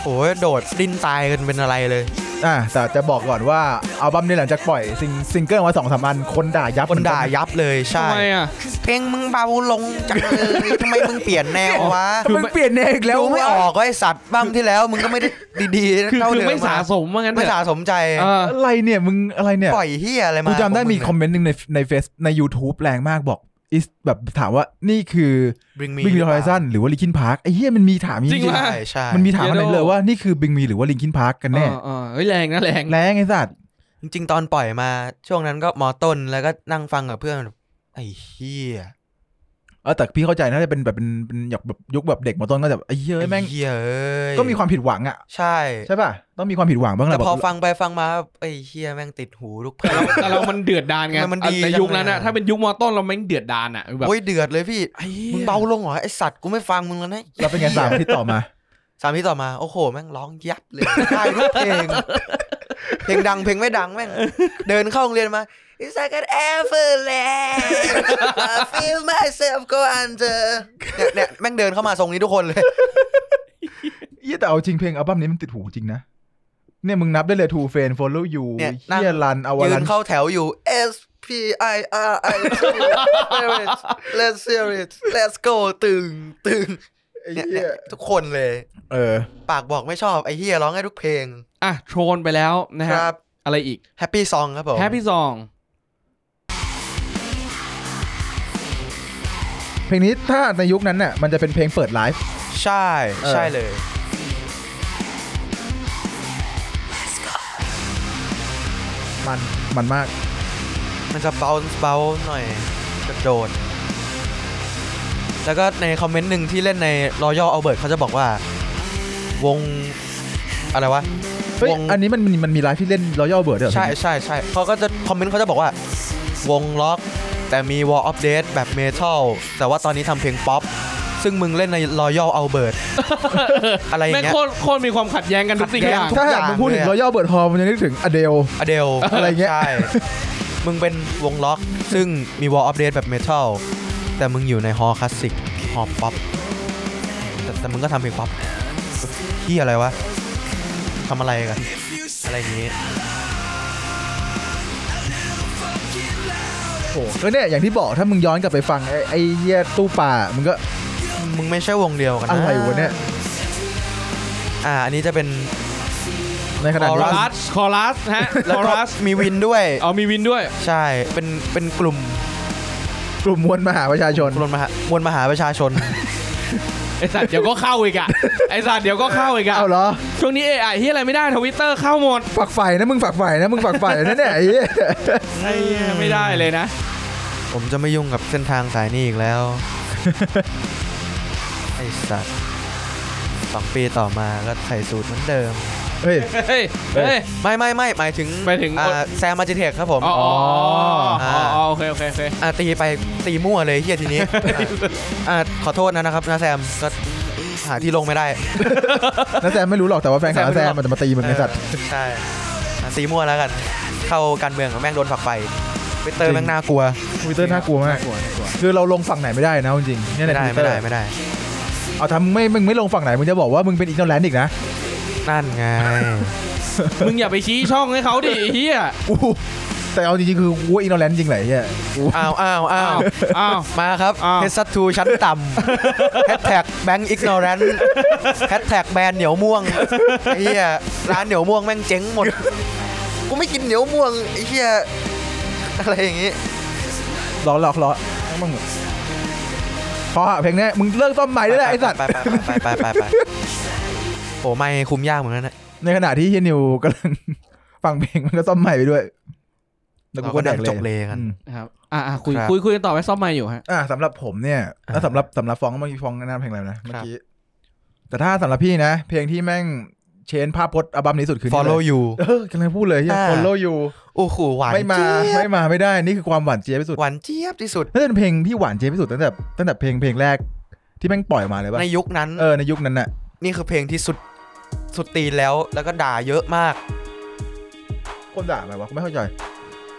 [SPEAKER 1] โอ้ยโดดดิ้นตายกันเป็นอะไรเลย
[SPEAKER 2] อ่ะแต่จะบอกก่อนว่าอัลบั้มนี้หลังจากปล่อยซิงซิงเกิลมาสองสามอันคนด่ายับ
[SPEAKER 1] คนด่ายับเลย
[SPEAKER 3] ทำ
[SPEAKER 1] ใช่
[SPEAKER 3] ไมอ่ะ
[SPEAKER 1] เพลงมึงเบาลงจังเลยทำไมมึงเปลี่ยนแนววะ
[SPEAKER 2] เหมือนกันนะมึงเปลี่ยนเองแล้
[SPEAKER 1] แล้ว
[SPEAKER 2] ว
[SPEAKER 1] ไม่ออกก็ไอสัตว์บ้ามที่แล้ว มึงก็ไม่ได้ดี
[SPEAKER 3] คื
[SPEAKER 1] ๆ
[SPEAKER 3] อ
[SPEAKER 1] เท่า
[SPEAKER 3] คือ
[SPEAKER 1] เดิม
[SPEAKER 3] ไม่
[SPEAKER 1] อะ
[SPEAKER 3] สะสมว่างั้นเถ
[SPEAKER 1] ไม่สะ
[SPEAKER 3] อะ
[SPEAKER 1] สมใจ
[SPEAKER 3] เออ
[SPEAKER 2] อะไรเนี่ยมึงอะไรเนี่ย
[SPEAKER 1] ปล่อยเฮียอะไรมา
[SPEAKER 2] กูจำได้มี
[SPEAKER 1] ข
[SPEAKER 2] ค
[SPEAKER 1] อ
[SPEAKER 2] องมเมนต์หนึ่งในในเฟซใน YouTube แรงมากบอกอิสแบบถามว่านี่คือ
[SPEAKER 1] บิงมี
[SPEAKER 2] บิงมีฮอริซอนหรือว่าลิคินพาร์คไอ้เหี้ยมันมีถามจ
[SPEAKER 3] จริ
[SPEAKER 2] ริ
[SPEAKER 3] ง
[SPEAKER 2] งๆ
[SPEAKER 3] วะ
[SPEAKER 1] ใช่ใช่
[SPEAKER 2] มันมีถามอะไรเลย
[SPEAKER 3] เยอะ
[SPEAKER 2] ว่านี่คือบิงมีหรือว่าลิคินพาร์คกันแน่
[SPEAKER 3] เออเออเฮ้ยแรงนะแรง
[SPEAKER 2] แรงไอ้สัตว์
[SPEAKER 1] จริงๆ ตอนปล่อยมาช่วงนั้นก็มอต้นแล้วก็นั่งฟังกับเพื่อนแบบไอ้เฮีย
[SPEAKER 2] เออแต่พี่เข้าใจนะจะเป็นแบบเป็นเป็นอยากแบบยุคแบบเด็กมาต้นก็จะแบบไอ้เหี้ย
[SPEAKER 1] ไอ้
[SPEAKER 2] แม่ง
[SPEAKER 1] เฮียเอ้ย
[SPEAKER 2] ก็มีความผิดหวังอ่ะ
[SPEAKER 1] ใช่
[SPEAKER 2] ใช่ป่ะต้องมีความผิดหวังบ้างแห
[SPEAKER 1] แต่
[SPEAKER 2] ละแบ
[SPEAKER 1] พอบ ฟังไปฟังมาไอ้เฮียแม่งติดหูลูกเพล
[SPEAKER 3] แต่
[SPEAKER 1] ง
[SPEAKER 2] (laughs)
[SPEAKER 3] เราแต่เรามันเดือดดานไง
[SPEAKER 1] ทำไมมันดี
[SPEAKER 3] ใน
[SPEAKER 1] จัง
[SPEAKER 3] ยุคนั้น
[SPEAKER 1] เลย
[SPEAKER 3] อะ
[SPEAKER 1] อะ
[SPEAKER 3] ถ้าเป็นยุคมอต้นเราแม่งเดือดดานอะแบบ
[SPEAKER 1] โอ้ยเดือดเลยพี่
[SPEAKER 2] ไอ้หี้ย
[SPEAKER 1] มึงเบาลงเหรอไอสัตว์กูไม่ฟังมึงแล้วนะ
[SPEAKER 2] แล้วเป็นไงสามอาที่ต่อมา
[SPEAKER 1] สามที่ต่อมาโอ้โหแม่งร้องยับเลยได้ทุกเพลง
[SPEAKER 2] (laughs)
[SPEAKER 1] เพลงดังเพลงไม่ดังแม่งเดินเข้าโรงเรียนมา It's like an everland I feel myself go under เนี่ยเนี่ยแม่งเดินเข้ามาทรงนี้ทุกคนเลย
[SPEAKER 2] เหี้ยแต่เอาจริงเพลงอัลบั้มนี้มันติดหูจริงนะเนี่ยมึงนับได้เลยทูเฟนโฟลยู
[SPEAKER 1] เนี่ยนั่ง
[SPEAKER 2] เฮียรันอวา
[SPEAKER 1] ยื
[SPEAKER 2] รั
[SPEAKER 1] น
[SPEAKER 2] น
[SPEAKER 1] เข้าแถวอยู่ S P I R I T Spirit Let's Spirit Let's go ตึงตึงเนี่ยเนี่ยทุกคนเลย
[SPEAKER 2] เออ
[SPEAKER 1] ปากบอกไม่ชอบไอ้เฮียร้องให้ทุกเพลง
[SPEAKER 3] อ่ะโทรนไปแล้วนะฮะ
[SPEAKER 1] ครับ
[SPEAKER 3] อะไรอีก
[SPEAKER 1] Happy Song ครับผม
[SPEAKER 3] แฮปปี้ซอง
[SPEAKER 2] เพลงนี้ถ้าในยุคนั้นน่ะมันจะเป็นเพลงเปิดไลฟ์
[SPEAKER 1] ใช่
[SPEAKER 2] เออ
[SPEAKER 1] ใช่เลย
[SPEAKER 2] มันมันมาก
[SPEAKER 1] มันจะเบาเบาหน่อยกระโดด แล้วก็ในคอมเมนต์หนึ่งที่เล่นในรอยัลเอาเบิร์เขาจะบอกว่า วง อะไรวะ
[SPEAKER 2] เฮ้ยว
[SPEAKER 1] ง
[SPEAKER 2] อันนี้มันมันมันมีไลฟ์ที่เล่นรอยัลเบิร์ดด้วยเหรอ
[SPEAKER 1] ใช่ใช่ใช่เขาก็จะคอมเมนต์เขาจะบอกว่า วงล็อก แต่มีวอลอัปเดตแบบเมทัลแต่ว่าตอนนี้ทำเพลงป๊อป ซึ่งมึงเล่นในรอยัลเอาเบิร์
[SPEAKER 2] (laughs)
[SPEAKER 1] อะไรอย่าง
[SPEAKER 3] แม่ง
[SPEAKER 1] เงี้ย
[SPEAKER 3] โคตรโคตรมีความขัดแย้งกันทุกสิ่ง
[SPEAKER 1] ขัด
[SPEAKER 3] อ
[SPEAKER 1] แย้ง
[SPEAKER 3] ย่าง
[SPEAKER 1] ทุก
[SPEAKER 2] ถ้าหากมึงพูดถึงรอยัลเบิร์ดฮอมันจะนึกถึงอเดล
[SPEAKER 1] อเดล
[SPEAKER 2] อะไรเงี้ย
[SPEAKER 1] ใช่ มึงเป็นวงล็อก ซึ่งมีวอลอัปเดตแบบเมทัลแต่มึงอยู่ในฮอลล์คลาสสิกฮอลล์ป๊อปแต่แต่มึงก็ทำเพลงป๊อปที่อะไรวะทำอะไรกันอะไรอย่างงี้
[SPEAKER 2] โอ้โหก็เนี่ยอย่างที่บอกถ้ามึงย้อนกลับไปฟังไอ้ไอ้เหี้ยตู้ป่ามึงก็
[SPEAKER 1] มึงไม่ใช่วงเดียวกันน
[SPEAKER 2] อะไรวะเนี่ย
[SPEAKER 1] อ่า อันนี้จะเป็น
[SPEAKER 2] ในขณะ
[SPEAKER 3] คอ
[SPEAKER 2] ที่
[SPEAKER 3] รัสคอรัสฮะ
[SPEAKER 1] แล้ว
[SPEAKER 3] คอ
[SPEAKER 1] ก็
[SPEAKER 3] รัส
[SPEAKER 1] มีวินด้วย
[SPEAKER 3] เอามีวินด้วย
[SPEAKER 1] ใช่ เป็น เป็นกลุ่ม
[SPEAKER 2] กลุ่มมวลมหาประชาชน
[SPEAKER 1] กลุ่มมหามวลมหาประชา
[SPEAKER 2] (laughs)
[SPEAKER 1] ชน
[SPEAKER 3] ไอสัต
[SPEAKER 1] (laughs)
[SPEAKER 3] ว์เดี๋ยวก็เข้าอีกอ่ะ ไอสัตว์เดี๋ยวก็เข้าอีกอ่ะ
[SPEAKER 2] เอาเหรอ
[SPEAKER 3] ช่วงนี้เอไอที่อะไรไม่ได้ทวิตเตอร์เข้าหมด
[SPEAKER 2] ฝักใฝ่นะมึงฝักใฝ่นะมึงฝักใฝ่นะเนี่ยไอ้เหี้ย
[SPEAKER 3] ไอ้เหี้ยไม่ได้เลยนะ
[SPEAKER 1] ผมจะไม่ยุ่งกับเส้นทางสายนี้อีกแล้ว ไอ้สัตว์สองปีต่อมาก็ใส่สูตรเหมือนเดิม
[SPEAKER 2] เฮ้ย
[SPEAKER 3] เฮ้ย เฮ้ย
[SPEAKER 1] ไม่ไม่ไม่หมายถึง
[SPEAKER 3] หมายถึง
[SPEAKER 1] อ่าแซมมาจิเทคครับผม
[SPEAKER 3] อ๋ออ๋ออ๋อ
[SPEAKER 1] อ่า
[SPEAKER 3] อ๋อโอเคโอเคโอเค
[SPEAKER 1] อ่าตีไปตีมั่วเลยเฮียที
[SPEAKER 3] (laughs)
[SPEAKER 1] นี้ อ่าขอโทษนะนะครับนะแซมก็หาที่ลงไม่ได้
[SPEAKER 2] นะแซมไม่รู้หรอกแต่ว่าแฟนคลับน้าแซมมันจะมาตีมึงไอ้สัตว์
[SPEAKER 1] เออใช่นะแซ ตีมั่วแล้วกัน เข้าการเมืองแม่งโดนฝักไฟไปเตอ
[SPEAKER 2] จ
[SPEAKER 1] ร์
[SPEAKER 2] ริง
[SPEAKER 1] แม่งน่ากลัว
[SPEAKER 2] ทวิตเตอร์น่ากลัวมาก คือเราลงฝั่งไหนไม่ได้นะจริงๆเนี่ยใน
[SPEAKER 1] ไม่ได้ไม่
[SPEAKER 2] Twitter
[SPEAKER 1] ได้ไม่ได้
[SPEAKER 2] เอาทำไม่มึงไม่ลงฝั่งไหนมึงจะบอกว่ามึงเป็นอินโนแลนด์อีกนะ
[SPEAKER 1] นั่นไง
[SPEAKER 3] มึงอย่าไปชี้ช่องให้เขาดิไอ้เฮีย
[SPEAKER 2] กูแต่เอาจริงๆคือกูว่าอินโนแลนด์จริงไหนเฮียกู
[SPEAKER 1] อ้าวอ้าวอ้า
[SPEAKER 3] อ้าว วอ้าว
[SPEAKER 1] มาครับ
[SPEAKER 3] อ้าว
[SPEAKER 1] เฮสัตทูชั้นต่ำแฮชแท็กแบงก์อิกโนแรนแฮชแท็กแบรนด์เหนียวม่วงไอ้เหี้ยร้านเหนียวม่วงแม่งเจ๊งหมด กูไม่กินเหนียวม่วงไอ้เหี้ยอะไรอย่างงี้
[SPEAKER 2] หลอกหลอกหลอกมึงพออะเพลงเนี้ยมึงเลิกต้นไม้ได้แล้วไอ้สัตว์
[SPEAKER 1] ไปไปไปไปไปไปโอ้ไม่คุมยากเหมือนกันนะ
[SPEAKER 2] ในขณะที่เฮียนิวกำลังฟังเพลงมันก็ต้มใหม่ไปด้วยแล้วกูก็แดก
[SPEAKER 1] เราจบ
[SPEAKER 2] เลย
[SPEAKER 1] เลยกัน
[SPEAKER 2] อืม
[SPEAKER 3] ครับอ่าคุย
[SPEAKER 1] ครับ
[SPEAKER 3] คุยคุยกันต่อไปซ่อมไมาอยู่ฮะ
[SPEAKER 2] อ่ะสำหรับผมเนี่ย
[SPEAKER 1] อ่า
[SPEAKER 2] แล้วสำหรับสำหรับฟองก็เมื่อกี้ฟองแนะนำเพลงอะไรนะเมื่อ
[SPEAKER 1] ครับ
[SPEAKER 2] กี้แต่ถ้าสำหรับพี่นะ เพลงที่แม่งเชนภาพพจน์อัลบั้มนี้สุดคือนี่เลย
[SPEAKER 1] follow you
[SPEAKER 2] เออกำลังพูดเลยเฮีย
[SPEAKER 1] อ่า
[SPEAKER 2] follow you
[SPEAKER 1] โอ้โหหวาน
[SPEAKER 2] ไม่มา
[SPEAKER 1] เจี๊ยบ
[SPEAKER 2] ไม่มาไม่ได้นี่คือความหวานเจี๊ยบที่สุด
[SPEAKER 1] หวานเจี๊ยบที่สุด
[SPEAKER 2] นั่นเป็นเพลงที่หวานเจี๊ยบที่สุดตั้งแต่ตั้งแต่เพลงเพลงแรกที่แม่งปล่อยมาเลยป่ะ
[SPEAKER 1] ในยุคนั้น
[SPEAKER 2] เออในยุคนั้นน่ะ
[SPEAKER 1] นี่คือเพลงที่สุดสุดตีนแล้วแล้วก็ด่าเยอะมาก
[SPEAKER 2] คนด่าอะไรวะกูไม่เข้าใจ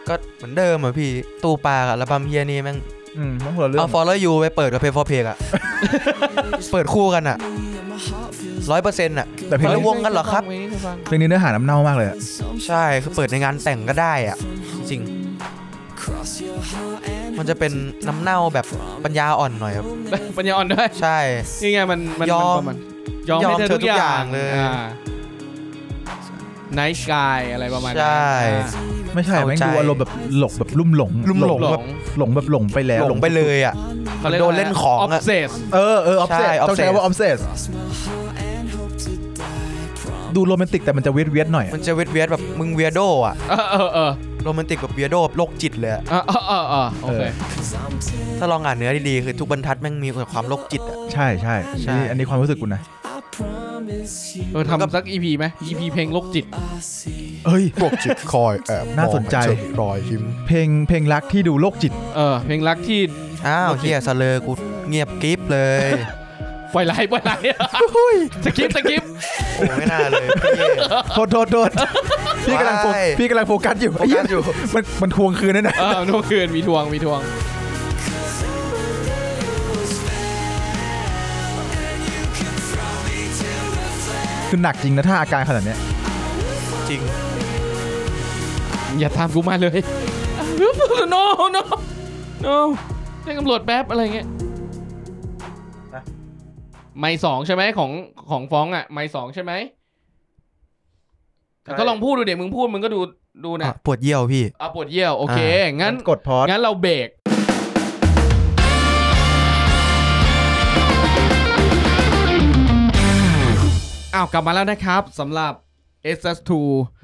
[SPEAKER 1] ก็เหมือนเดิมอ่ะพี่ตูปลากับระบำเฮียนี่แม่ง
[SPEAKER 2] อืมมันคนละเรื่อ
[SPEAKER 1] เอา
[SPEAKER 2] ง
[SPEAKER 1] follow you ไปเปิดกับ pay for pay อะ เปิดคู่กันอะ
[SPEAKER 6] and my heart feels
[SPEAKER 1] ร้อยเปอร์เซ็นต์อะ
[SPEAKER 2] แต่เพลง
[SPEAKER 1] เปิด
[SPEAKER 2] นี้
[SPEAKER 1] วงกันเหรอครับ
[SPEAKER 2] เพลงนี้เนื้อหาน้ำเน่ามากเลยอะ
[SPEAKER 1] ใช่คือเปิดในงานแต่งก็ได้อะจริง
[SPEAKER 6] cross your heart and
[SPEAKER 1] มันจะเป็นน้ำเน่าแบบปัญญาอ่อนหน่อยครับ
[SPEAKER 3] ปัญญาอ่อนด้วย
[SPEAKER 1] ใช่
[SPEAKER 3] นี่ไงมันมัน
[SPEAKER 1] ยอม
[SPEAKER 3] นประาณยอมให้เธอทุกอย่าง
[SPEAKER 1] เลย
[SPEAKER 3] ไนท์กายอะไรประมาณนั้น
[SPEAKER 1] ใช่
[SPEAKER 3] อ่า
[SPEAKER 2] ไม่ใช่
[SPEAKER 1] เข้า
[SPEAKER 2] แม่ง
[SPEAKER 1] ใจ
[SPEAKER 2] ดูอารมณ์แบบหลงแบบลุ่มหลง
[SPEAKER 1] ลุ่มหลง
[SPEAKER 3] หล
[SPEAKER 1] แบบ
[SPEAKER 3] ง
[SPEAKER 2] หลงแบบหลงไปแล้ว
[SPEAKER 1] หลงไปเลยอะ
[SPEAKER 3] ขารียก
[SPEAKER 1] โดนเล่นของ
[SPEAKER 3] อ
[SPEAKER 1] อะ
[SPEAKER 3] อฟเซส
[SPEAKER 2] เออเออออฟเซ
[SPEAKER 1] ใช่
[SPEAKER 2] ส
[SPEAKER 1] obsessed
[SPEAKER 2] ต้องใช้คำว่าออฟเซส
[SPEAKER 6] cross my heart and hope to die from
[SPEAKER 2] ดูโรแมนติกแต่มันจะเวียดเวียดๆหน่อยอะ
[SPEAKER 1] มันจะเวทเวียดแบบมึงเวียโดอะ
[SPEAKER 3] เออเออเออ
[SPEAKER 1] โรแมนติกแบบเวียโดโรคจิตเลยอะ
[SPEAKER 3] เออเออเออเออโอเค
[SPEAKER 6] cause I'm ten
[SPEAKER 1] ถ้าลองอ่านเนื้อดีๆ คือทุกบรรทัดแม่งมีแต่ความโรคจิตอะ
[SPEAKER 2] ใช่ใช่
[SPEAKER 1] ใช่
[SPEAKER 2] นี่อันนี้ความรู้สึกกูนะ
[SPEAKER 6] I promise you
[SPEAKER 3] เออทำสักอีพีไหมอีพีเพลงโรคจิต
[SPEAKER 6] I see
[SPEAKER 2] เอ้ย
[SPEAKER 7] โรคจิตคอยแอบ
[SPEAKER 2] น่าสนใจ
[SPEAKER 7] มองเฉยรอยยิ้ม
[SPEAKER 2] เพลงเพลงรักที่ดูโรคจิต
[SPEAKER 3] เออเพลงรักที่
[SPEAKER 1] อ้าวเฮียสะเลอกูเงียบกริฟเลย
[SPEAKER 3] ปล่อยไหลปล่อยไหล (laughs) สกิปสกิป
[SPEAKER 1] โอ้ไม่น่าเลยพี่
[SPEAKER 2] โทษโทษโทษพี่กำลังโฟก
[SPEAKER 1] ไม่
[SPEAKER 2] พี่กำลังโฟกัสอยู่
[SPEAKER 1] โฟกัสอยู่
[SPEAKER 2] มันมันทวงคืนนั่นนะ
[SPEAKER 3] เออ (laughs) โนคืนมีทวงมีทวง
[SPEAKER 2] คือหนักจริงนะถ้าอาการขนาดเนี้ย
[SPEAKER 1] จริง
[SPEAKER 3] อย่าตามกูมาเลย (laughs) no no no เรียกตำรวจแป๊บอะไรเงี้ยไม่สองใช่ไหมของของฟ้องอ่ะ ไม่สองใช่ไหมแต่ก็ลองพูดดูเดี๋ยวมึงพูดมึงก็ดูดูนะ
[SPEAKER 1] อ่ะปวดเยี่ยวพี่
[SPEAKER 3] อ่ะปวดเยี่ยวโอเค งั้น
[SPEAKER 2] กดพอด
[SPEAKER 3] งั้นเราเบรกอ้าวกลับมาแล้วนะครับสำหรับ SS2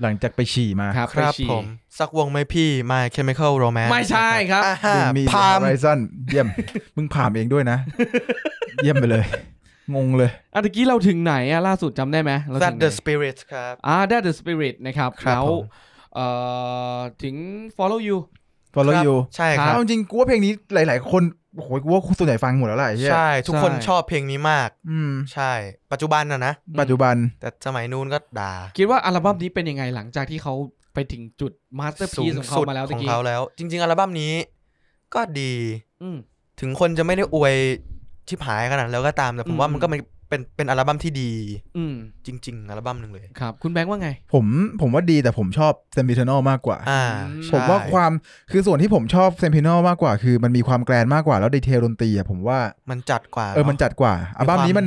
[SPEAKER 2] หลังจากไปฉี่มา
[SPEAKER 3] ครับ
[SPEAKER 1] ครับ
[SPEAKER 3] ไปฉี่
[SPEAKER 1] ผม สักวงไหมพี่ My Chemical Romance
[SPEAKER 3] ไม่ใช่ครับ
[SPEAKER 1] อ่าฮะ
[SPEAKER 2] มี
[SPEAKER 1] พาม
[SPEAKER 2] ไรซันเยี่ยม
[SPEAKER 1] (laughs)
[SPEAKER 2] มึงผ่ามเองด้วยนะ เยี่ยมไปเลย งงเลย
[SPEAKER 3] อ่ะตะกี้เราถึงไหนอ่ะล่าสุดจำได้ไหมเรา
[SPEAKER 1] That
[SPEAKER 3] ถึงไห
[SPEAKER 1] the
[SPEAKER 3] น
[SPEAKER 1] Spirit ครับ
[SPEAKER 3] อ่า That the Spirit นะครับ
[SPEAKER 1] ครับ
[SPEAKER 3] แล้ว
[SPEAKER 1] ผม
[SPEAKER 3] เอ่อถึง follow you
[SPEAKER 2] follow you
[SPEAKER 1] ใช่ครับ
[SPEAKER 2] เอาจริงกูว่าเพลงนี้หลาย ๆ คนโอ้ยกูว่าส่วนใหญ่ฟังหมดแล้วแหละไอ้เหี้ย
[SPEAKER 1] ใช่ ทุกคน
[SPEAKER 3] ใช่
[SPEAKER 1] ชอบเพลงนี้มาก
[SPEAKER 2] อืม
[SPEAKER 1] ใช่ ปัจจุบันนะนะ
[SPEAKER 2] ปัจจุบัน
[SPEAKER 1] แต่สมัยนู้นก็ด่า
[SPEAKER 3] คิดว่าอัลบั้มนี้เป็นยังไงหลังจากที่เขาไปถึงจุด masterpiece ของเขามาแล้ว
[SPEAKER 1] ข
[SPEAKER 3] ตะ
[SPEAKER 1] อง
[SPEAKER 3] กี้
[SPEAKER 1] เขาแล้ว จริง ๆ อัลบั้มนี้ ก็ดี
[SPEAKER 3] อืม
[SPEAKER 1] ถึงคนจะไม่ได้อวยชิบหายขนาดนั้นแล้วก็ตาม แต่ผ
[SPEAKER 3] อื
[SPEAKER 1] ม
[SPEAKER 3] ม
[SPEAKER 1] ว่ามันก็เป็นเป็นเป็นอัลบั้มที่ดี
[SPEAKER 3] อืม
[SPEAKER 1] จริง ๆ อัลบั้มหนึ่งเลย
[SPEAKER 3] ครับ คุณแบงค์ว่าไง
[SPEAKER 2] ผมผมว่าดีแต่ผมชอบเซมิเทนอลมากกว่า
[SPEAKER 1] อ่า
[SPEAKER 3] ใช่
[SPEAKER 2] ผมว่าความคือส่วนที่ผมชอบเซมิเทนอลมากกว่า คือมันมีความแกรนมากกว่าแล้วดีเทลดนตรีอะผมว่า
[SPEAKER 1] มันจัดกว่า
[SPEAKER 2] เออ มันจัดกว่า อัลบั้มนี้มัน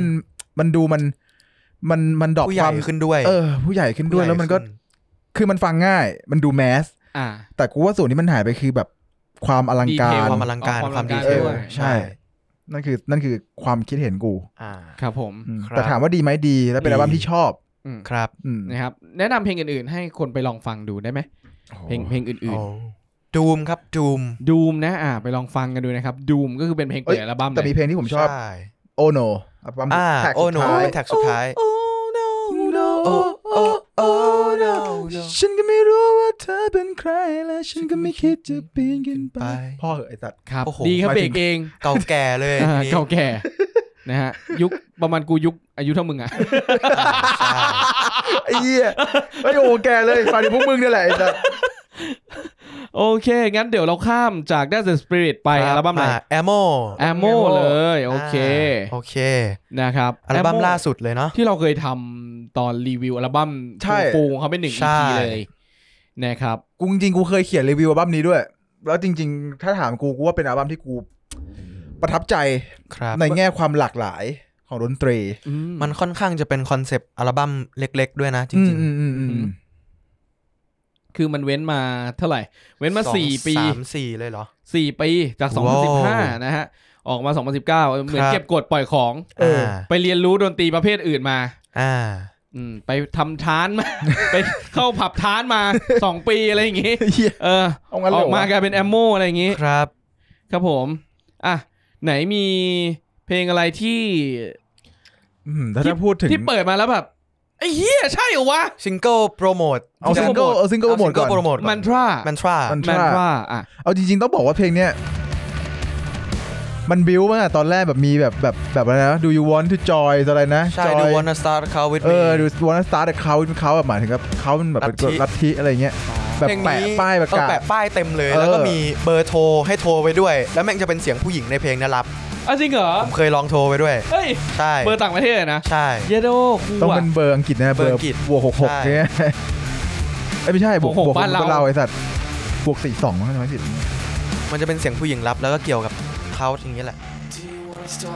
[SPEAKER 2] มันดูมันมันมันดรอป
[SPEAKER 1] ผู้ให
[SPEAKER 2] ค
[SPEAKER 1] ญ่
[SPEAKER 2] วาม
[SPEAKER 1] ขึ้นด้วย
[SPEAKER 2] เออ ผู้ใหญ่ขึ้นด้วย
[SPEAKER 1] ผู้ใหญ่
[SPEAKER 2] แล้วมันก็
[SPEAKER 1] ขึ้
[SPEAKER 2] คือมันฟังง่าย มันดูแมส
[SPEAKER 3] อ่า
[SPEAKER 2] แต่กูว่าส่วนที่มันหายไปคือแบบความอลัง
[SPEAKER 3] ดี
[SPEAKER 2] กา
[SPEAKER 3] เท
[SPEAKER 2] ร
[SPEAKER 1] ค
[SPEAKER 3] ล
[SPEAKER 1] วามอลังการ
[SPEAKER 3] ความอ
[SPEAKER 1] ค
[SPEAKER 3] ลัง
[SPEAKER 1] วามดี
[SPEAKER 3] การ
[SPEAKER 1] เทล
[SPEAKER 3] ด้วย
[SPEAKER 2] ใช่ นั่นคือนั่นคือความคิดเห็นกู
[SPEAKER 1] อ่า
[SPEAKER 3] ครับผม
[SPEAKER 2] อืม
[SPEAKER 1] ครับ
[SPEAKER 2] แต่ถามว่าดีไหมดีแล้วเป็น
[SPEAKER 1] ดี
[SPEAKER 2] อัลบั้มที่ชอบ
[SPEAKER 3] อืม
[SPEAKER 1] ครับ
[SPEAKER 2] อืม
[SPEAKER 3] นะครับ แนะนำเพลงอื่นๆ ให้คนไปลองฟังดูได้ไหมเพลงเพลงอื่น
[SPEAKER 1] ดูมครับดูม
[SPEAKER 3] ๆดูมนะอ่าไปลองฟังกันดูนะครับดูมก็คือเป็นเพลงเปิดอัลบั้ม
[SPEAKER 2] แต่มีเพลงที่ผมชอบ
[SPEAKER 1] ใช่
[SPEAKER 2] โอโนอัลบั้ม
[SPEAKER 1] อ่า
[SPEAKER 2] แท็ก
[SPEAKER 1] โอ้
[SPEAKER 2] สุด
[SPEAKER 1] โน
[SPEAKER 2] ท้าย
[SPEAKER 1] แท็กสุดท้าย
[SPEAKER 2] โอ้โน
[SPEAKER 1] โอ้โอ้โอ้โน
[SPEAKER 2] ฉันก็ไม่รู้ว่าเธอเป็นใครและฉันก็ไม่คิดจะปีนขึ้นไปพ่อเหอะไอ้สัตว์
[SPEAKER 3] ครับ
[SPEAKER 1] โอ้โห
[SPEAKER 3] ดีครับ
[SPEAKER 2] หมาย
[SPEAKER 3] เบร
[SPEAKER 2] ถึ
[SPEAKER 3] ก
[SPEAKER 2] ง
[SPEAKER 3] เอง
[SPEAKER 1] เก่าแก่เลย
[SPEAKER 3] อ่า
[SPEAKER 1] นี่
[SPEAKER 3] เก่าแก่ นะฮะยุค ประมาณกูยุคอายุเท่ามึงอะ
[SPEAKER 2] ไอ้เหี้ยไอ้โอแกเลยฟังดิพวกมึงนี่แหละไอ้สัส
[SPEAKER 3] โอเค งั้นเดี๋ยวเราข้ามจาก Death and Spirit ไปอัลบั้มไหน
[SPEAKER 1] แอมโม
[SPEAKER 3] Ammo เลยโอเค
[SPEAKER 1] โอเค
[SPEAKER 3] นะครับ
[SPEAKER 1] อัลบั้ม
[SPEAKER 3] Ammo
[SPEAKER 1] ล่าสุดเลยเนาะ
[SPEAKER 3] ที่เราเคยทำตอนรีวิวอัลบั้ม
[SPEAKER 2] ใช่
[SPEAKER 3] ฟูงๆเขาเป็นหนึ่ง
[SPEAKER 1] ใช่
[SPEAKER 3] EP เลยนะครับ
[SPEAKER 2] กูจริงๆกูเคยเขียนรีวิวอัลบั้มนี้ด้วย แล้วจริง ๆ ถ้าถามกูกูว่าเป็นอัลบั้มที่กูประทับใจ
[SPEAKER 1] ครับ
[SPEAKER 2] ในแง่ความหลากหลายของดนตรี
[SPEAKER 1] มันค่อนข้างจะเป็นคอนเซปต์อัลบั้มเล็ก ๆ ด้วยนะ จริง
[SPEAKER 2] อืมอืมอืมอืม
[SPEAKER 3] คือมันเว้นมาเท่าไหร่ เว้นมา
[SPEAKER 1] อง
[SPEAKER 3] สี่ปี
[SPEAKER 1] สามสี่เลยเหรอ
[SPEAKER 3] สี่ปีจาก
[SPEAKER 1] ว้าว
[SPEAKER 3] 2015 นะฮะ ออกมา 2019 เออเหมือน
[SPEAKER 1] ครับ
[SPEAKER 3] เก็บกดปล่อยของ
[SPEAKER 1] เออ
[SPEAKER 3] ไปเรียนรู้ดนตรีประเภทอื่นมา
[SPEAKER 1] อ่า
[SPEAKER 3] อืมไปทำทานมา (laughs) ไปเข้าผับทานมา สองปีอะไรอย่างงี้
[SPEAKER 2] เหี้ย
[SPEAKER 3] เออ
[SPEAKER 2] เอางั้น
[SPEAKER 3] อ
[SPEAKER 2] เลยเหร
[SPEAKER 3] อกมาว
[SPEAKER 2] อะ
[SPEAKER 3] กลายเป็นแอมโมอะไรอย่างงี้
[SPEAKER 1] ครับ
[SPEAKER 3] ครับผม อ่ะ ไหนมีเพลงอะไรที่
[SPEAKER 2] อืมถ้าถ้าพูดถึง
[SPEAKER 3] ที่เปิดมาแล้วแบบไอ้เหี้ยใช่เหรอวะ
[SPEAKER 1] ซิงเกิลโปรโมท
[SPEAKER 2] เอาซิงเกิลเอาซิงเกิลโปรโมทก่อน
[SPEAKER 3] มันทรา
[SPEAKER 1] มันทรา
[SPEAKER 2] มัน
[SPEAKER 3] มันทราอ่ะ
[SPEAKER 2] เอาจริงๆ ต้องบอกว่าเพลงเนี้ยมันบิวมาตอนแรกแบบมีแบบแบบแบบอะไรนะ Do you want to joy อะไรนะ
[SPEAKER 1] ใช่
[SPEAKER 2] Joy
[SPEAKER 1] Do you wanna start a car with
[SPEAKER 2] เอ
[SPEAKER 1] me
[SPEAKER 2] อ Do you wanna start a cult เขาแบบหมายถึงแบบเขามันแบบเป็น
[SPEAKER 1] ลัทธิ
[SPEAKER 2] ลัทธิอะไรเงี้ย แบบ
[SPEAKER 1] เพลง
[SPEAKER 2] แปะ
[SPEAKER 1] นี้
[SPEAKER 2] ป้ายประกา
[SPEAKER 1] เออ
[SPEAKER 2] ศ
[SPEAKER 1] แปะป้ายเต็มเลย
[SPEAKER 2] เออ
[SPEAKER 1] แล้วก็มีเบอร์โทรให้โทรไปด้วย แล้วแม่งจะเป็นเสียงผู้หญิงในเพลงนะรับ
[SPEAKER 3] อ่ะจริงเหรอ
[SPEAKER 1] ผมเคยลองโทรไปด้วย
[SPEAKER 3] เฮ้ย
[SPEAKER 1] ใช่
[SPEAKER 3] เบอร์ต่างประเทศนะ
[SPEAKER 1] ใช่
[SPEAKER 3] เยโดคู
[SPEAKER 2] ต้อง
[SPEAKER 3] อ่ะ
[SPEAKER 2] เป็นเบอร์อังกฤษนะ
[SPEAKER 1] เบ
[SPEAKER 2] เบอ
[SPEAKER 1] อร์อั
[SPEAKER 2] ร์
[SPEAKER 1] งกฤษ
[SPEAKER 2] บวกหกหก
[SPEAKER 1] ใช่
[SPEAKER 2] เนี่ยเอ้ยไม่ใช่บวก
[SPEAKER 3] บว
[SPEAKER 2] บ
[SPEAKER 3] กห
[SPEAKER 2] ว
[SPEAKER 3] ก
[SPEAKER 2] ก
[SPEAKER 3] บ้านเรา
[SPEAKER 2] เราไอ้สัตว์บวกสี่สองนะไม่ผิด
[SPEAKER 1] มันจะเป็นเสียงผู้หญิงรับแล้วก็เกี่ยวกับเขาอย่างนี้แหละ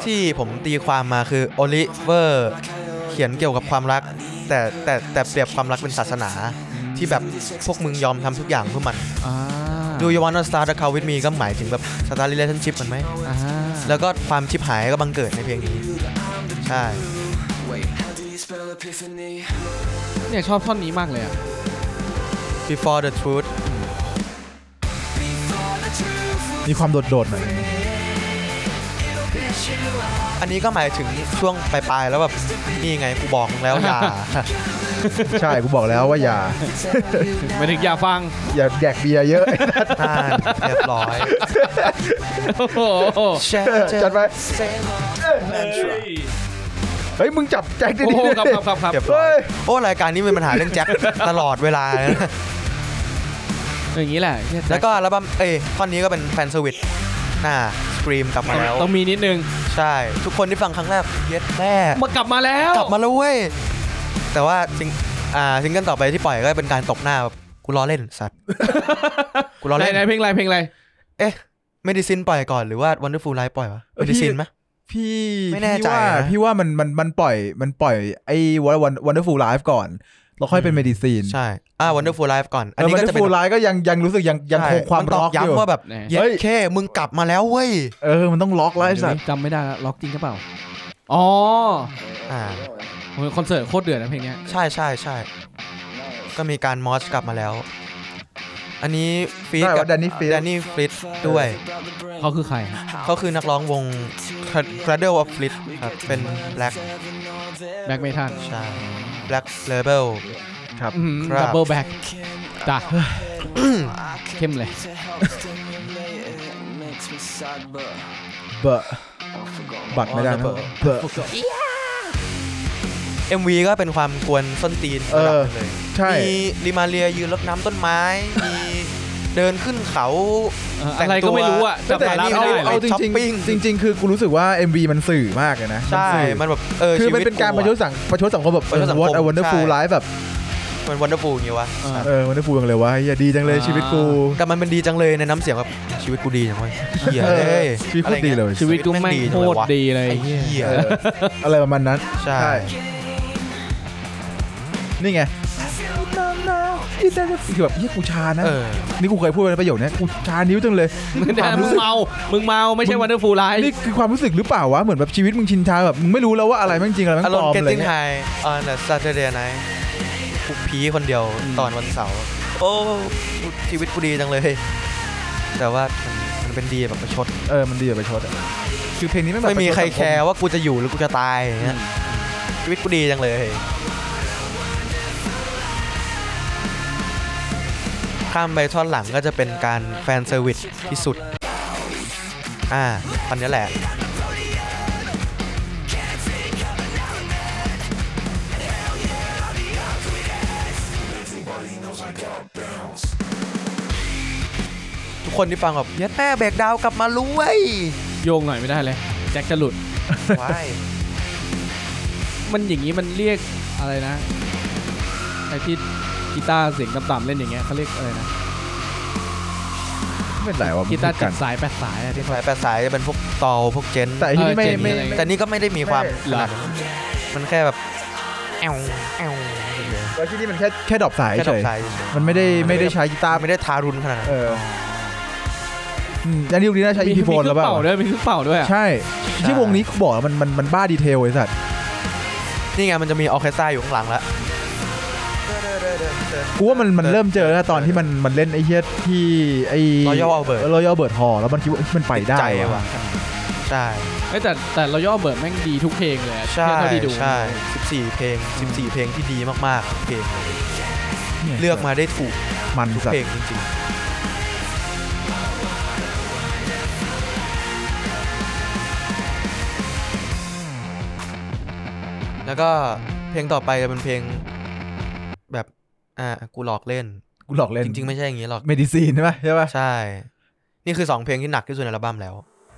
[SPEAKER 1] ที่ผมตีความมาคือโอลิเวอร์เขียนเกี่ยวกับความรัก แต่แต่แต่เปรียบความรักเป็นศาสนา ที่แบบพวกมึงยอมทำทุกอย่างเพื่อมัน
[SPEAKER 3] อ่า
[SPEAKER 1] Do you wanna start a car with me ก็หมายถึงแบบ start relationship กันไหม
[SPEAKER 3] อ่า
[SPEAKER 1] แล้วก็ความชิบหายก็บังเกิดในเพลงนี้ ใช่
[SPEAKER 3] เนี่ยชอบท่อนนี้มากเลยอ่ะ
[SPEAKER 1] Before the truth
[SPEAKER 2] มีความโดดๆหน่อย
[SPEAKER 1] อันนี้ก็หมายถึงช่วงปลายๆแล้วแบบนี่ไงกูบอกมึงแล้ว
[SPEAKER 3] (laughs)
[SPEAKER 1] อย่า
[SPEAKER 2] ใช่กูบอกแล้วว่าอย่า
[SPEAKER 3] หมายถึงอย่าฟัง
[SPEAKER 2] อย่าแดกเบียร์เยอะ
[SPEAKER 1] ท่านเรียบร้อย
[SPEAKER 3] โอ้โห
[SPEAKER 2] (laughs) จัดไป เฮ้ย มึงจับใจดี
[SPEAKER 3] โอ้โห
[SPEAKER 2] ๆ
[SPEAKER 3] ครับครับครับครับ
[SPEAKER 1] เรียบร้อ
[SPEAKER 2] เฮ้
[SPEAKER 1] ย
[SPEAKER 2] ย
[SPEAKER 1] โอ้รายการนี้มีปัญหาเรื่องแจ็ค (laughs) ตลอดเวลาเลยนะ
[SPEAKER 3] อย่างนี้แหละ
[SPEAKER 1] แล้วก็อัลบั้มเอ้ยท่อนนี้ก็เป็นแฟนเซอร์วิสน่าสกรีมกลับมาแล้ว
[SPEAKER 3] ต้องมีนิดนึง
[SPEAKER 1] ใช่ ทุกคนที่ฟังครั้งแรกเย็ดแม่
[SPEAKER 3] มากลับมาแล้ว
[SPEAKER 1] กลับมาแล้วเว้ย แต่ว่าซิงอ่าซิงเกิลต่อไปที่ปล่อยก็เป็นการตบหน้าแบบกูล้อเล่นสัต
[SPEAKER 3] (laughs)
[SPEAKER 1] ว์ กูล้อ
[SPEAKER 3] ไหน
[SPEAKER 1] เล่น
[SPEAKER 3] ไหนเพลงอะไรเพลงอะไร
[SPEAKER 1] เอ๊ะเมดิซินปล่อยก่อนหรือว่าวันเดอร์ฟูลไลฟ์ปล่อยวะเมดิซินไหม
[SPEAKER 2] พี่
[SPEAKER 1] ไม่แน่
[SPEAKER 2] พี่
[SPEAKER 1] ใจ
[SPEAKER 2] ว่า
[SPEAKER 1] นะ
[SPEAKER 2] พี่ว่ามันมันมันปล่อยมันปล่อยไอ้วันวันวันเดอร์ฟูลไลฟ์ก่อน แล้วค่อยเป็น
[SPEAKER 1] อืม
[SPEAKER 2] เมดิซีน
[SPEAKER 1] ใช่ อ่าวันเดอร์ฟูลไลฟ์ก่อน อั
[SPEAKER 2] อัน
[SPEAKER 1] น
[SPEAKER 2] นี้
[SPEAKER 1] นี้
[SPEAKER 2] วัน
[SPEAKER 1] ก็
[SPEAKER 2] เดอ
[SPEAKER 1] จะ
[SPEAKER 2] ร์
[SPEAKER 1] เป็น
[SPEAKER 2] ฟูลไลฟ์ก็ยังยังรู้สึกยังยัง
[SPEAKER 1] ใช่
[SPEAKER 2] คงความ
[SPEAKER 1] นต
[SPEAKER 2] ร็
[SPEAKER 1] อ
[SPEAKER 2] อก
[SPEAKER 1] ก
[SPEAKER 2] อยู่
[SPEAKER 1] ย้ำว่าแบบ
[SPEAKER 3] แหน่
[SPEAKER 1] เย็
[SPEAKER 2] เฮ้
[SPEAKER 1] ด
[SPEAKER 2] ย
[SPEAKER 1] แค่มึงกลับมาแล้วเว้ย
[SPEAKER 2] เออ มันต้องล็อกไลฟ์สัตว์
[SPEAKER 3] จำไม่ได้ละล็อกจริงหรือเปล่า อ๋อ
[SPEAKER 1] อ่า
[SPEAKER 3] โหคอนเสิร์ตโคตรเดือดนะเพลงเนี้ย
[SPEAKER 1] ใช่ใช่ใช่ ก็มีการมอสกลับมาแล้ว อันนี้ฟีด
[SPEAKER 2] ได้
[SPEAKER 1] กับ
[SPEAKER 2] ว่าแดนนี่ฟิล
[SPEAKER 1] แดนนี่ฟลิตด้วย
[SPEAKER 3] เขาคือใครฮะ
[SPEAKER 1] เขาคือนักร้องวง Cradle of Flit ครับเป็น Black
[SPEAKER 3] แบ็กเมทัล
[SPEAKER 1] ใช่ Black Label
[SPEAKER 2] ครับ
[SPEAKER 1] ครับ
[SPEAKER 3] ดับเบิลแบ็กจ้ะเข้มเลย
[SPEAKER 2] เบอร์บักไม่ได้นะเบอร์
[SPEAKER 1] MV ก็เป็นความกวนส้นตีน
[SPEAKER 2] เอ
[SPEAKER 1] ระดับ
[SPEAKER 2] อ
[SPEAKER 1] หนึ่งเลย
[SPEAKER 2] ใช่
[SPEAKER 1] มีริมาเรียยืนรดน้ำต้นไม้ (laughs) มีเดินขึ้นเขา
[SPEAKER 3] เออ
[SPEAKER 1] แต่ง
[SPEAKER 3] อะไรก็
[SPEAKER 1] ตัว
[SPEAKER 3] ไม่รู้อะจำ
[SPEAKER 1] แต่
[SPEAKER 3] สาระ
[SPEAKER 1] นี่
[SPEAKER 3] ไม่
[SPEAKER 1] เอา
[SPEAKER 3] ได้
[SPEAKER 1] เอา
[SPEAKER 3] เลย
[SPEAKER 1] จ
[SPEAKER 2] จริ
[SPEAKER 1] ริ
[SPEAKER 2] ง
[SPEAKER 1] ง
[SPEAKER 2] ๆจริง ๆ คือกูรู้สึกว่า MV มันสื่อมากเลยนะ
[SPEAKER 1] ใช่มั
[SPEAKER 2] มันสื่อ
[SPEAKER 1] นแบบเออ
[SPEAKER 2] คือมัน
[SPEAKER 1] ชีวิต
[SPEAKER 2] เป็นการ
[SPEAKER 1] กู
[SPEAKER 2] ป
[SPEAKER 1] อะ
[SPEAKER 2] ระชดสังประชดสังคมแบบ
[SPEAKER 1] ประชดสังคม
[SPEAKER 2] วัดวันเดอร์ฟูล
[SPEAKER 1] ใช่
[SPEAKER 2] ไลฟ์แบบ
[SPEAKER 1] มันวันเดอร์ฟูลอย่างงี้วะ
[SPEAKER 3] เออ
[SPEAKER 2] เออวันเดอร์ฟูลอย่างเลยวะอย่าดีจังเลย
[SPEAKER 3] อ่า
[SPEAKER 2] ชีวิตกู
[SPEAKER 1] แต่มันเป็นดีจังเลยในน้ำเสียงแบบชีวิตกูดีจังเว้ยเหี้ย
[SPEAKER 2] เออ
[SPEAKER 1] เอ้ย
[SPEAKER 2] ชีวิตกูดีเลย
[SPEAKER 3] ชีวิตกูแม่งโคตรดีเลย
[SPEAKER 1] ไอ้เหี้ย
[SPEAKER 2] เอออะไรประมาณนั้น
[SPEAKER 1] ใช่
[SPEAKER 2] ใช่ นี่ไงคือแบบเฮียกูชานะ
[SPEAKER 1] เออ
[SPEAKER 2] นี่กูเคยพูดไปในประโยคเนี้ยกูชานิ้วจังเลย
[SPEAKER 3] มึง
[SPEAKER 1] (laughs)
[SPEAKER 2] นี่คือความรู้สึก
[SPEAKER 3] เมา มึงเมา ไม่ใช่วันเดอร์ฟูลไล
[SPEAKER 2] นี่คือความรู้สึกหรือเปล่าวะ เหมือนแบบชีวิตมึงชินชาแบบมึงไม่รู้แล้วว่าอะไรแม่งจริงอะไรแม่ง
[SPEAKER 1] อารม
[SPEAKER 2] ปลอ
[SPEAKER 1] ณ์
[SPEAKER 2] มอะไร
[SPEAKER 1] Getting
[SPEAKER 2] เงี้ย
[SPEAKER 1] High on a Saturday night ผูกผีคนเดียวตอนวันเสาร์โอ้ชีวิตกูดีจังเลย แต่ว่ามันมันเป็นดีแบบประชด
[SPEAKER 2] เออมันดีแบบประชดอะคือเพลงนี้แม่งแบบ
[SPEAKER 1] ไม่มีใคร
[SPEAKER 2] ประชดสัง
[SPEAKER 1] แคร์ว่ากูจะอยู่หรือกูจะตายอย่างเงี้ยชีวิตกูดีจังเลย ข้ามไปท่อนหลังก็จะเป็นการแฟนเซอร์วิสที่สุด อ่าตอนนี้แหละ คนที่ฟังแบบเย็ดแม่เบรกดาวน์กลับมาลุ้ย (laughs)
[SPEAKER 3] โยงหน่อยไม่ได้เลยแจ็คจะหลุด
[SPEAKER 1] ว้าย
[SPEAKER 3] มันอย่างนี้มันเรียกอะไรนะไอที่กีตาร์เสียงต่ำๆเล่นอย่างเงี้ยเขาเรียกอะไรนะ
[SPEAKER 2] ไม่เป็นไรว่า
[SPEAKER 3] กีตาร์
[SPEAKER 2] กั
[SPEAKER 3] เจ็ดสายแปดสายอะที่เขา
[SPEAKER 1] สายแปดสายจะเป็นพวกตอลพวกเจน
[SPEAKER 2] แต่ที่นี่ไม่
[SPEAKER 3] เออเจ๋ง
[SPEAKER 2] ไม่
[SPEAKER 3] อะไร
[SPEAKER 2] ไม่
[SPEAKER 1] แต่นี่ก็ไม่ได้มีความข
[SPEAKER 3] เหรอ
[SPEAKER 1] นาดนั้นมันแค่แบบแอวแอว
[SPEAKER 2] ว่าที่นี่มันแค่แค่ดรอปสาย
[SPEAKER 1] แค่ด
[SPEAKER 2] เฉ
[SPEAKER 1] อก
[SPEAKER 2] ย
[SPEAKER 1] สายเฉย
[SPEAKER 2] มันไม่ได้ไม่ได้ใช้กีตาร์
[SPEAKER 1] ไม่ได้ทารุณขนาดนั้น
[SPEAKER 2] เอออืมอันนี้ยุคนี้น่าใช้อีพีโฟน
[SPEAKER 3] เค
[SPEAKER 2] แล้ว
[SPEAKER 3] รื่
[SPEAKER 2] เป
[SPEAKER 3] เป่า
[SPEAKER 2] ล่า
[SPEAKER 3] ด้วยมีเครื่องเป่าด้วยอะ
[SPEAKER 2] ใช่ที่วงนี้บอกว่ามันมันมันบ้าดีเทลไอ้สัตว์
[SPEAKER 1] นี่ไงมันจะมีออร์เคสตราอยู่ข้างหลังแล้ว
[SPEAKER 2] กูว่ามันมันเริ่มเจอนะตอนที่มันมันเล่นไอ้เฮียที่ไอ้
[SPEAKER 1] Royal Albert
[SPEAKER 2] รอยัลเบิร์ดฮอแล้วมันคิดว่ามันไปได้
[SPEAKER 1] ใจว่ะใช่
[SPEAKER 3] เอ้ยแต่แต่เราย่อเบิร์ดแม่งดีทุกเพลงเลยอะ
[SPEAKER 1] ใช่
[SPEAKER 3] เทียบเท่าที่ดู
[SPEAKER 1] ใช่14 เพลง 14 เพลงที่ดีมากๆเพลง
[SPEAKER 2] นี่ย
[SPEAKER 1] เลือกมาได้ถูก
[SPEAKER 2] มัน
[SPEAKER 1] ทุก
[SPEAKER 2] สัต
[SPEAKER 1] เพล
[SPEAKER 2] ว์
[SPEAKER 1] งจริงๆ แล้วก็เพลงต่อไปจะเป็นเพลงแบบอ่ากูหลอกเล่น
[SPEAKER 2] กูหลอกเล่น
[SPEAKER 1] จริงๆ ไม่ใช่อย่างนี้หรอก
[SPEAKER 2] เมดิซีนใช่ปะใช่ปะ
[SPEAKER 1] ใช่ นี่คือ 2 เพลงที่หนักที่สุดในอัลบั้มแล้ว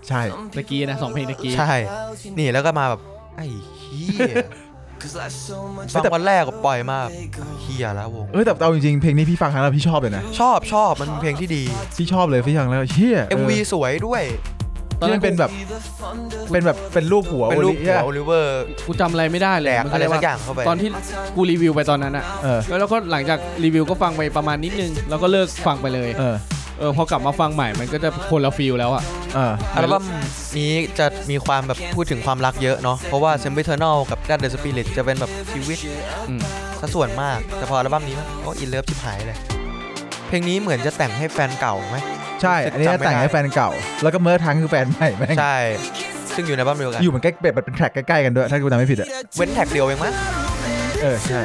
[SPEAKER 2] ใช่
[SPEAKER 3] ตะกี้นะสองเพลงตะกี้
[SPEAKER 1] ใช่ นี่แล้วก็มาแบบ ไอ้เฮีย
[SPEAKER 4] Cause life's so much
[SPEAKER 1] ฟังวันแรกก็ปล่อยมาเฮียแล้ววง
[SPEAKER 2] เออแต่เอาจริงๆเพลงนี้พี่ฟังครั้งแรกพี่ชอบเลยนะ
[SPEAKER 1] ชอบชอบมันเป็นเพลงที่ดี
[SPEAKER 2] พี่ชอบเลยพี่ฟังแล้วเชี่ย
[SPEAKER 1] MV สวยด้วย
[SPEAKER 2] ที่มันเป็นแบบ เป็นแบบเป็นรูปหัว
[SPEAKER 1] เป็นรูป
[SPEAKER 2] โอ
[SPEAKER 1] หั
[SPEAKER 2] ลิ
[SPEAKER 1] ว
[SPEAKER 2] อะ
[SPEAKER 1] โอลิเวอร์
[SPEAKER 3] กูจำอะไรไม่ได้เลย
[SPEAKER 1] แหลก
[SPEAKER 3] มัน
[SPEAKER 1] อะไรสั
[SPEAKER 3] เรียกว่าก
[SPEAKER 1] อย่างเข้าไป
[SPEAKER 3] ตอนที่กูรีวิวไปตอนนั้นอะ
[SPEAKER 2] เออ
[SPEAKER 3] แล้วแล้วก็หลังจากรีวิวก็ฟังไปประมาณนิดนึง แล้วก็เลิกฟังไปเลย
[SPEAKER 2] เออ
[SPEAKER 3] เออพอกลับมาฟังใหม่มันก็จะคนละฟิลแล้วอะ
[SPEAKER 2] เออ
[SPEAKER 1] อัลบั้มนี้จะมีความแบบพูดถึงความรักเยอะเนาะ เพราะว่า s e m b i t e r n a l กับ d a d the Spirit จะเป็นแบบชีวิต
[SPEAKER 3] อืม
[SPEAKER 1] ซะส่วนมาก แต่พออัลบั้มนี้มันก็อินเลิฟชิบหายเลย เพลงนี้เหมือนจะแต่งให้แฟนเก่าไหม
[SPEAKER 2] ใช่ อันนี้
[SPEAKER 1] จำไม่ได้
[SPEAKER 2] แต่งให้แฟนเก่า แล้วก็เมื่อทั้งคือแฟนใหม่แม่ง
[SPEAKER 1] ใช่ ซึ่งอยู่ในอัลบั้มเดียวกัน
[SPEAKER 2] อยู่เหมือนใกล้แบบเป็นแทร็กใกล้ๆกันด้วย ถ้ากูจำไม่ผิดอ่ะ
[SPEAKER 1] เว้นแท็กเดียวเองมั้ง
[SPEAKER 2] เออ ใช่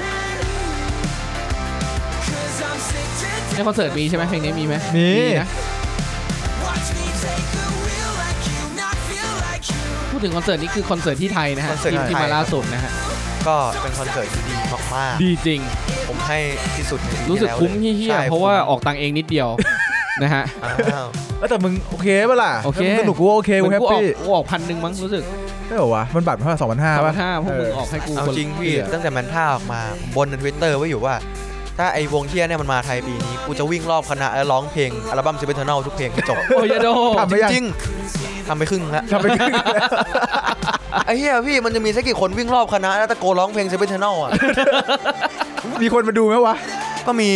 [SPEAKER 3] ในคอนเสิร์ตมีใช่ไหมเพลงนี้มีไหม
[SPEAKER 2] มี
[SPEAKER 3] นะพูดถึงคอนเสิร์ตนี้คือคอนเสิร์ตที่ไทยนะฮะ
[SPEAKER 1] คอนเสิร์ต
[SPEAKER 3] ที่
[SPEAKER 1] ที่
[SPEAKER 3] ที่
[SPEAKER 1] ไท
[SPEAKER 3] มาย ล่าสุดนะฮะ
[SPEAKER 1] ก็เป็นคอนเสิร์ตที่ดีมาก
[SPEAKER 3] ดีจริง
[SPEAKER 1] ๆ ผมให้ที่สุดในปี
[SPEAKER 3] รู้สึ
[SPEAKER 1] ที่
[SPEAKER 3] ก
[SPEAKER 1] แล้ว
[SPEAKER 3] คุ้ม
[SPEAKER 1] ล
[SPEAKER 3] เฮี้ย
[SPEAKER 1] ใช่
[SPEAKER 3] ๆเพราะว่าออกตังค์เองนิดเดียว นะฮะ
[SPEAKER 1] คุ้มอ้าว
[SPEAKER 2] แล้วแต่มึงโอเคปะล่ะ
[SPEAKER 3] โอเค
[SPEAKER 2] ถ้ามึงสนุกกูโอเค
[SPEAKER 3] เห
[SPEAKER 2] กู
[SPEAKER 3] มือน
[SPEAKER 2] แฮป
[SPEAKER 3] กูออก
[SPEAKER 2] ปี้
[SPEAKER 3] กูออกพันหนึ่งมั้งรู้สึก
[SPEAKER 2] ไม่เหรอวะ มันบัตรเท่าไหร่สองพันห้า
[SPEAKER 3] สาม
[SPEAKER 2] ป่ะ
[SPEAKER 3] ห้าพวกมึงออกให้กู
[SPEAKER 1] เอาจริงพี่ตั้งแต่แมนท่าออกมาผมบนในทวิตเตอร์ไว้อยู่ว่า ถ้าไอ้วงเที่ยเนี่ยมันมาไทยปีนี้ กูจะวิ่งรอบคณะแล้วร้องเพลง อัลบั้มเซเ e นเทอร์นลทุกเพลงให้จบ
[SPEAKER 3] โอ้ยอยาโด
[SPEAKER 2] ทำไปยัง
[SPEAKER 1] จริงๆทำไปครึ่งละ
[SPEAKER 2] ทำไป (laughs) ยัง
[SPEAKER 1] ไอ้เหี้ยพี่มันจะมีสักกี่คนวิ่งรอบคณะ แล้วตะโกนร้องเพลงเซเ e นเทอร์นลอ่ะ
[SPEAKER 2] มีคนมาดูไหมวะ
[SPEAKER 1] ก็มี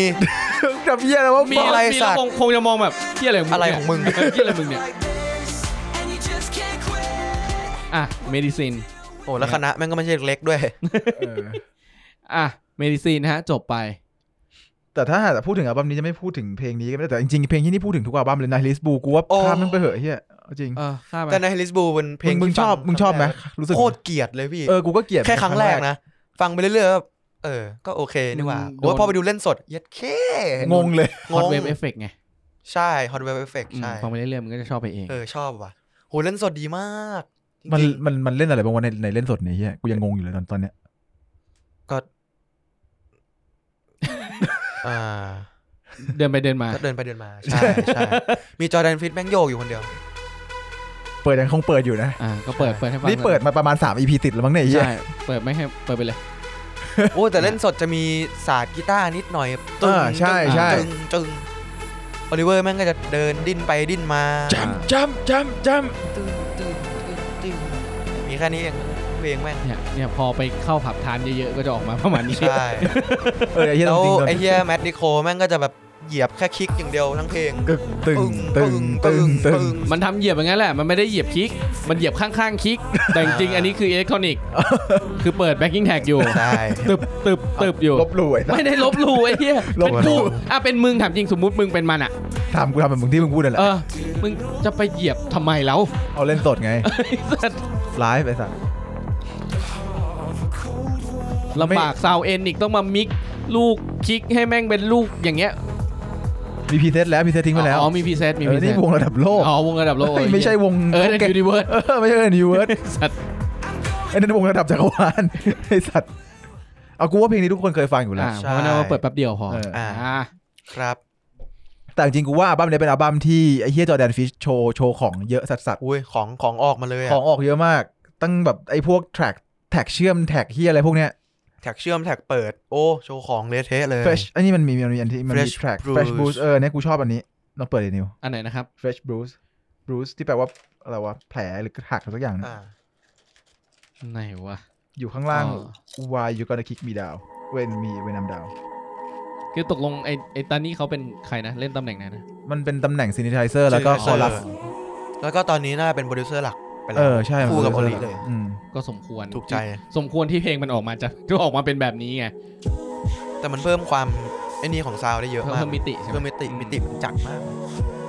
[SPEAKER 2] จำเยี่ยแล้วว่า
[SPEAKER 3] มี
[SPEAKER 1] บอกอะไร
[SPEAKER 3] มี
[SPEAKER 1] สั
[SPEAKER 3] แล้
[SPEAKER 1] ต
[SPEAKER 3] ว
[SPEAKER 1] ว์
[SPEAKER 3] คงคงจะมองแบบเที่ยอะไร
[SPEAKER 1] อะไรของมึง
[SPEAKER 3] เนี่ยเที่ยอะไรมึงเนี่ยอ่ะเมดิซิน
[SPEAKER 1] โอ้แล้วคณะแม่งก็ไม่ใช่เล็กด้วย
[SPEAKER 2] เออ
[SPEAKER 3] อ่ะเมดิซินฮะ จบไป
[SPEAKER 2] แต่ถ้าหากพูดถึงอัลบั้มนี้จะไม่พูดถึงเพลงนี้ก็ไม่ได้แต่จริงๆเพลงที่นี่พูดถึงทุกอัลบั้มเลยนะลิสบูกูว่า
[SPEAKER 1] โอ้
[SPEAKER 2] ข้ามมันไปเหอะเฮียเอาจริง
[SPEAKER 3] เออข้ามไป
[SPEAKER 1] แต่ในลิสบูเป็นเพลง
[SPEAKER 2] มึง
[SPEAKER 1] ที่
[SPEAKER 2] ช
[SPEAKER 1] ฟั
[SPEAKER 2] อบมึงชอบไหมรู้สึก
[SPEAKER 1] โคตรเกลียดเลยพี่
[SPEAKER 2] เออกูก็เกลียด
[SPEAKER 1] แค่ครั้งแรกนะ ฟังไปเรื่อยๆแล้วเออ ก็โอเคนี่หว่าโอ้ยพอไปดูเล่นสดเยัดเค
[SPEAKER 2] งงเลย
[SPEAKER 3] ฮอตเวฟเอฟเฟกไง
[SPEAKER 1] ใช่ฮอตเวฟเอฟเฟก
[SPEAKER 3] อืม
[SPEAKER 1] ใช่
[SPEAKER 3] ฟังไปเรื่อยๆมึงก็จะชอบไปเอง
[SPEAKER 1] เออชอบว่ะโหเล่นสดดีมาก
[SPEAKER 2] มัน
[SPEAKER 1] จริง
[SPEAKER 2] มันมันเล่นอะไรบ้างวะในในเล่นสดเนี่ยเฮียกูยังงงอยู่เลยตอนตอนเนี้ย
[SPEAKER 1] ๆก็อ่า
[SPEAKER 3] เดินไปเดินมา
[SPEAKER 1] ก็เดินไปเดินมา ใช่ใช่มีจอร์แดนฟิตแม่งโยกอยู่คนเดียว
[SPEAKER 2] เปิดยังคงเปิดอยู่นะ
[SPEAKER 3] อ่าก็เปิดเปิดให้ฟัง
[SPEAKER 2] นี่เปิดมาประมาณ 3 EP ติดแล้วมั้งเนี่ยไอ้เฮีย
[SPEAKER 3] ใช่ เปิดไม่ให้เปิดไปเลย
[SPEAKER 1] โอ้แต่เล่นสดจะมีศาสตร์กีตาร์นิดหน่อย
[SPEAKER 2] เออใช่ใช่
[SPEAKER 1] จึงจึงโอลิเวอร์แม่งก็จะเดินดิ้นไปดิ้นมา
[SPEAKER 2] จำจำจำจ
[SPEAKER 1] มีแค่นี้เองเพลงแม่ง
[SPEAKER 3] เนี่ยเนี่ยพอไปเข้าผับทานเยอะๆ ก็จะออกมาประมาณนี้
[SPEAKER 1] ใช่
[SPEAKER 2] ำเออไอ้เฮีย
[SPEAKER 1] แล้
[SPEAKER 2] ต้อ
[SPEAKER 1] ว
[SPEAKER 2] งจริงตอน
[SPEAKER 1] ไอ้
[SPEAKER 2] นี้
[SPEAKER 1] เฮียแมดดิโคแม่งก็จะแบบเหยียบแค่คลิกอย่างเดียวทั้งเพลง
[SPEAKER 2] กึกตึงตึงตึงตึง
[SPEAKER 3] มันทำเหยียบอย่างนั้นแหละ มันไม่ได้เหยียบคลิก มันเหยียบข้างๆคลิก แต่จริงๆอันนี้คืออิเล็กทรอนิกส์ คือเปิดแบ็กกิ้งแท็กอยู่
[SPEAKER 1] ใช่
[SPEAKER 3] ตึบตึบตึบอยู่
[SPEAKER 2] ลบหลู่ไอ้สัส
[SPEAKER 3] ไม่ได้ลบหลู่ไอ้เหี้ย
[SPEAKER 2] ลบ
[SPEAKER 3] เป็น
[SPEAKER 2] หลู่
[SPEAKER 3] กูอ่ะเป็นมึงถามจริงสมมุติมึงเป็นมันอ่ะ
[SPEAKER 2] ถามกูทำแบบมึงที่มึงพูดนั่นแหละ
[SPEAKER 3] เออ มึงจะไปเหยียบทำไมแล้ว
[SPEAKER 2] เอาเล่นสดไง
[SPEAKER 3] ไอ้สัส
[SPEAKER 2] ไลฟ์ไอ้สัส
[SPEAKER 3] ลำบากซาวเอ็นอีกต้องมามิกลูกคลิกให้แม่งเป็นลูกอย่างเงี้ย
[SPEAKER 2] มีพรีเซตแล้วพรีเซตทิ้งไปแล้ว
[SPEAKER 3] อ๋อมีพรีเซตมี
[SPEAKER 2] เอ
[SPEAKER 3] พ
[SPEAKER 2] อ
[SPEAKER 3] รีเซ
[SPEAKER 2] นี่
[SPEAKER 3] ต
[SPEAKER 2] วงระดับโลก
[SPEAKER 3] อ๋อวงระดับโลก
[SPEAKER 2] เฮ้ยไม่ใช่วง
[SPEAKER 3] เออใน
[SPEAKER 2] เก่ง
[SPEAKER 3] ยูนิเวิร์ส
[SPEAKER 2] เออไม่ใช่เอ็นยูเวิร์ส
[SPEAKER 3] สัตว์
[SPEAKER 2] ไอ้นั่นวงระดับจักรวาลไอ้สัตว์เอากูว่าเพลงนี้ทุกคนเคยฟังอยู่แล้ว
[SPEAKER 3] อ่าเพราะฉะนั้นว่าเปิดแป๊บเดียวพอ
[SPEAKER 2] เอออ่
[SPEAKER 3] อ่า
[SPEAKER 1] ครับ
[SPEAKER 2] แต่จริงๆกูว่าอัลบั้มเนี้ยเป็นอัลบั้มที่ไอ้เฮียจอแดนฟิชโชว์โชว์ของเยอะสัสๆ
[SPEAKER 1] อุ้ยของของออกมาเลย
[SPEAKER 2] ข
[SPEAKER 1] อะ
[SPEAKER 2] องออกเยอะมาก ตั้งแบบไอ้พวกแทร็กแท็กเชื่อมแท็กที่อะไรพวกเนี้ย
[SPEAKER 1] แท็กเชื่อมแท็กเปิด โอ้โชว์ของเละเทะเลย
[SPEAKER 2] เฟชอันนี้มันมีมันมีอันที่มันมี
[SPEAKER 1] Fresh
[SPEAKER 2] แทร็ก
[SPEAKER 1] Bruce
[SPEAKER 2] เฟชบูสเออเนี่ยกูชอบอันนี้ลองเปิดเลยนิว
[SPEAKER 3] อันไหนนะครับ
[SPEAKER 2] เฟชบูสบูสที่แปลว่าอะไรวะแผลหรือหักหรือสักอย่างนะ
[SPEAKER 1] อ่า
[SPEAKER 3] ไหนวะ
[SPEAKER 2] อยู่ข้างล่าง
[SPEAKER 3] อ๋อ
[SPEAKER 2] why you gonna kick me down when me when I'm down
[SPEAKER 3] คือตกลงไอ้ไอ้ตานี่เขาเป็นใครนะ เล่นตำแหน่งไหนนะ
[SPEAKER 2] มันเป็นตำแหน่งซินิทเซอร์แล้วก็คอรัส
[SPEAKER 1] แล้วก็ตอนนี้น่าเป็นโปรดิวเซอร์หลักไปแล้
[SPEAKER 2] เอ
[SPEAKER 1] ว
[SPEAKER 2] อใช่
[SPEAKER 1] คู่กับโอ
[SPEAKER 2] มัน
[SPEAKER 1] ลิ
[SPEAKER 2] ป็น
[SPEAKER 1] เลย
[SPEAKER 2] อืม
[SPEAKER 3] ก็สมควร
[SPEAKER 1] ถูกใจ
[SPEAKER 3] สมควรที่เพลงมันออกมาจะ (laughs) จะออกมาเป็นแบบนี้ไง
[SPEAKER 1] แต่มันเพิ่มความไอ้นี่ของซาวด์ได้เยอะมาก
[SPEAKER 3] เพิ่มมิติใช่ไหม
[SPEAKER 1] เพิ่มมิติมิติมันจัดมาก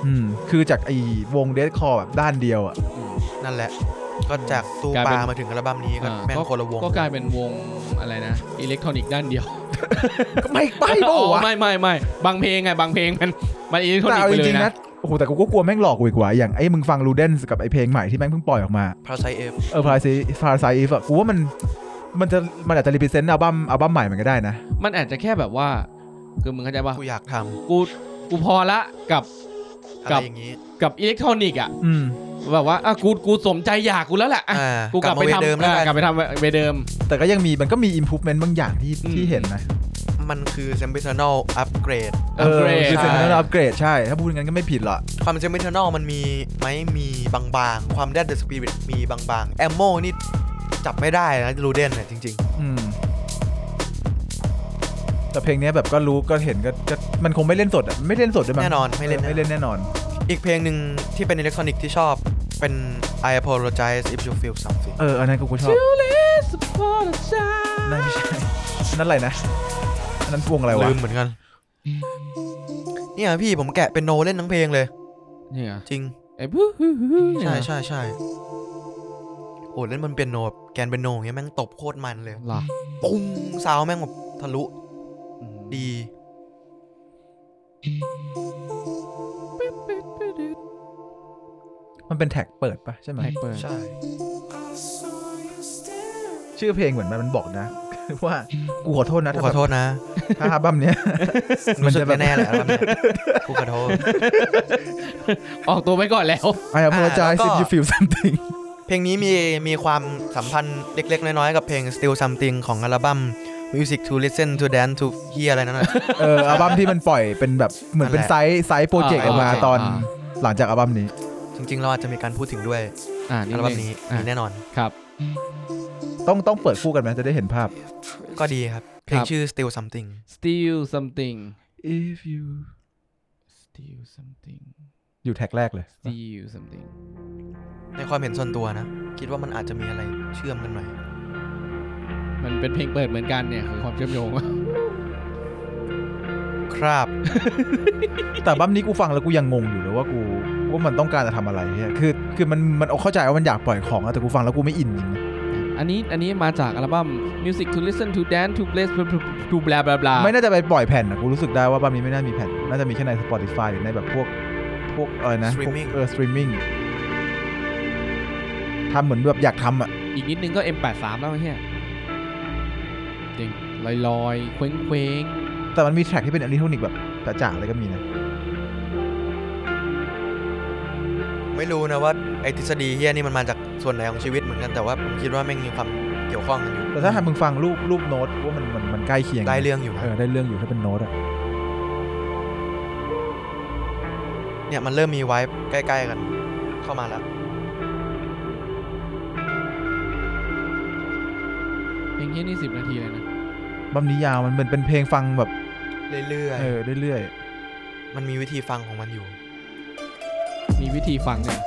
[SPEAKER 2] อืมคือจากไอ้วงเดดคอแบบด้านเดียวอ่ะ
[SPEAKER 1] นั่นแหละ ก็จากตู้
[SPEAKER 3] กลาย
[SPEAKER 1] ป
[SPEAKER 3] เป็น
[SPEAKER 1] ลามาถึงอัลบั้มนี้ก็
[SPEAKER 3] อ่า
[SPEAKER 1] แม่งคนละวง
[SPEAKER 3] ก็กลายเป็นวงอะไรนะอิเล็กทรอนิกส์ด้านเดียว
[SPEAKER 2] ก็ไม่ไปเปล่า
[SPEAKER 3] อ๋อ
[SPEAKER 2] วะ
[SPEAKER 3] ไม่ไม่ไม่บางเพลงไงบางเพลงมันมันอิเล็กทรอ
[SPEAKER 2] แต่
[SPEAKER 3] นิก
[SPEAKER 2] เอา
[SPEAKER 3] ส์ไป
[SPEAKER 2] จ
[SPEAKER 3] เล
[SPEAKER 2] ริ
[SPEAKER 3] ย
[SPEAKER 2] งๆ
[SPEAKER 3] นะ
[SPEAKER 2] นะโอ้โหแต่กูก็กลัวแม่งหลอกกูอีกว่าอย่างไอ้มึงฟังลูเดนกับไอ้เพลงใหม่ที่แม่งเพิ่งปล่อยออกมา
[SPEAKER 1] พาไซเอฟ
[SPEAKER 2] เออพาราไซพาราไซอีฟอะกูว่ามันมันจะมันอาจจะรีเพซเซนต์อัลบั้มอัลบั้มใหม่มันก็ได้นะ
[SPEAKER 3] มันอาจจะแค่แบบว่า คือมึงเข้าใจป่ะ
[SPEAKER 1] กูอยากท
[SPEAKER 3] กูกูพอละกับ
[SPEAKER 1] ำ
[SPEAKER 3] กั
[SPEAKER 1] อะไร
[SPEAKER 3] บ
[SPEAKER 1] อย่างนี้
[SPEAKER 3] กับอิเล็กทรอนิกส์อ่ะ
[SPEAKER 2] อืม
[SPEAKER 3] แบบว่าอ่ะกูกูสมใจอยากกูแล้วแหละอ่ะ
[SPEAKER 1] อ่า
[SPEAKER 3] กูกลับไป
[SPEAKER 1] เว
[SPEAKER 3] ทำ
[SPEAKER 1] เดิมแล้ว
[SPEAKER 3] อ่ะก
[SPEAKER 1] กัน
[SPEAKER 3] ลับไปทำเวเดิม
[SPEAKER 2] แต่ก็ยังมีมันก็มี improvement บางอย่างที่
[SPEAKER 3] อืม
[SPEAKER 2] ที่เห็นนะ
[SPEAKER 1] มันคือเซมบิเทอร์นอลอัปเกรด
[SPEAKER 3] upgrade
[SPEAKER 2] คือ
[SPEAKER 1] ใช่
[SPEAKER 2] เซนเตอร์อัปเกรดใช่ ถ้าพูดงั้นก็ไม่ผิดหรอก
[SPEAKER 1] ความเซมบิเทอร์นอลมันมีไหมมีบางๆ ความแดดเดอะสปิริตมีบางๆแอมโมนี่จับไม่ได้นะรูเดนเนี่ยจริง
[SPEAKER 2] อืม แต่เพลงเนี้ยแบบก็รู้ก็เห็นก็ก็มันคงไม่เล่นสดอะไม่เล่นสดด้วยมั้ง
[SPEAKER 1] แน่นอนไม่เล่น
[SPEAKER 2] ออไม่เล่นแน่นอน
[SPEAKER 1] ๆ อีกเพลงหนึ่งที่เป็นอิเล็กทรอนิกที่ชอบเป็น I apologize if you feel something
[SPEAKER 2] เอออันนั้นกูก็ชอบนั่นไม่ใช่อันนั่นอะไรนะอันนั้นวงอะไรวะ
[SPEAKER 1] ลืมเหมือนกัน เนี่ยพี่ผมแกะเป็นโนเล่นทั้งเพลงเลย
[SPEAKER 3] เนี่ย
[SPEAKER 1] จริง
[SPEAKER 3] ไอ้บู๊ฮู้ฮู้เนี่ย
[SPEAKER 1] ใช่ใช่ใช่โอ้เล่นมันเปียโนแบบแกนเปียโนอย่างเงี้ยแม่งตบโคตรมันเลย
[SPEAKER 3] เหรอ
[SPEAKER 1] ปุ้งซาวด์แม่งแบบทะลุ
[SPEAKER 3] อืม
[SPEAKER 1] ดี
[SPEAKER 2] มันเป็นแท็กเปิดปะใช่ไหม
[SPEAKER 3] Blackbird
[SPEAKER 1] ใช่
[SPEAKER 2] ชื่อเพลงเหมือนมันบอกนะ ว่ากูขอโทษนะ
[SPEAKER 1] กูข
[SPEAKER 2] ถ้าแบ
[SPEAKER 1] อบ โทษนะ
[SPEAKER 2] ถ้าอัลบั้มเนี้ย มั
[SPEAKER 1] รู้
[SPEAKER 2] น
[SPEAKER 1] สึ
[SPEAKER 2] จะ
[SPEAKER 1] ก
[SPEAKER 2] แบบ
[SPEAKER 1] แน่ๆแหละครับเนี่ยกูขอโทษ
[SPEAKER 3] ออกตัวไว้ก่อนแล้ว
[SPEAKER 2] ไอ้พอใจ
[SPEAKER 1] แล้วก็
[SPEAKER 2] สิ you feel something
[SPEAKER 1] เพลงนี้มีมีความสัมพันธ์เล็กๆ น้อยๆ กับเพลง Still Something ของอัลบั้ม Music to Listen to Dance to เฮียอะไรนั่นแหละ (laughs)
[SPEAKER 2] เอออัลบั้มที่มันปล่อยเป็นแบบเหมือนเป็น
[SPEAKER 1] นั่นแห
[SPEAKER 2] ไซ
[SPEAKER 1] ละ
[SPEAKER 2] ส์ไซส์โปรเจกต์อ
[SPEAKER 3] อ่า
[SPEAKER 2] อกมา
[SPEAKER 3] โอเค
[SPEAKER 2] ตอน
[SPEAKER 3] อ่า
[SPEAKER 2] หลังจากอัลบั้มนี้
[SPEAKER 1] จริงๆ เราอาจจะมีการพูดถึงด้วย
[SPEAKER 3] อ่า
[SPEAKER 1] อัลบั้มนี้
[SPEAKER 3] อ่ะ
[SPEAKER 1] มีแน่นอน
[SPEAKER 3] ครับ
[SPEAKER 2] ต้องต้องเปิดคู่กันไหมจะได้เห็นภาพ
[SPEAKER 1] ก็ดีครับ เพลงชื่อ Still Something
[SPEAKER 3] steal something
[SPEAKER 2] if you
[SPEAKER 3] steal something
[SPEAKER 2] อยู่แท็กแรกเลย
[SPEAKER 3] steal something
[SPEAKER 1] ในความเห็นส่วนตัวนะ คิดว่ามันอาจจะมีอะไรเชื่อมกันหน่อย
[SPEAKER 3] มันเป็นเพลงเปิดเหมือนกันเนี่ยคือความเชื่อมโยง
[SPEAKER 1] ครับ (laughs)
[SPEAKER 2] แต่อัลบั้มนี้กูฟังแล้วกูยังงงอยู่เลยว่ากูว่ามันต้องการจะทำอะไรเนี่ยคือคือมันมันเข้าใจว่ามันอยากปล่อยของอะแต่กูฟังแล้วกูไม่อินจริงนะ
[SPEAKER 3] อันนี้อันนี้มาจากอัลบั้ม music to listen to dance to play to blah blah blah
[SPEAKER 2] ไม่น่าจะไปปล่อยแผ่นอะกูรู้สึกได้ว่าอัลบั้มนี้ไม่น่ามีแผ่นน่าจะมีแค่ใน Spotify หรือในแบบพวกพวกอะไรนะพวก
[SPEAKER 1] Streaming
[SPEAKER 2] เออ streaming ทำเหมือนแบบอยากทำอะ
[SPEAKER 3] อีกนิดนึงก็ M83 แล้วไอ้เฮียจริงลอยลอยๆเคว้งเคว้ง
[SPEAKER 2] แต่มันมีแทร็กที่เป็นอิเล็กทรอนิกส์แบบจ๋าๆเลยก็มีนะ
[SPEAKER 1] ไม่รู้นะว่าไอทฤษฎีเฮียนี่มันมาจากส่วนไหนของชีวิตเหมือนกันแต่ว่าผมคิดว่าแม่งมีความเกี่ยวข้องกันอยู่
[SPEAKER 2] แต่ถ้าหากมึงฟังรูปรูปโน้ตว่ามันมันมันใกล้เคียง
[SPEAKER 1] ได้เรื่องอยู่นะ
[SPEAKER 2] เออได้เรื่องอยู่ถ้าเป็นโน้ตอะ
[SPEAKER 1] เนี่ยมันเริ่มมีไว้ใกล้ ๆ กัน เข้ามาแล้ว
[SPEAKER 3] เพลงเฮียนี่ 10 นาทีเลยนะ
[SPEAKER 2] บัมนี้ยาวมันเหมือนเป็นเพลงฟังแบบ
[SPEAKER 1] เรื่อย
[SPEAKER 2] เออเรื่อย
[SPEAKER 1] ๆมันมีวิธีฟังของมันอยู่ (laughs)
[SPEAKER 3] มีวิธีฟังเนี่ย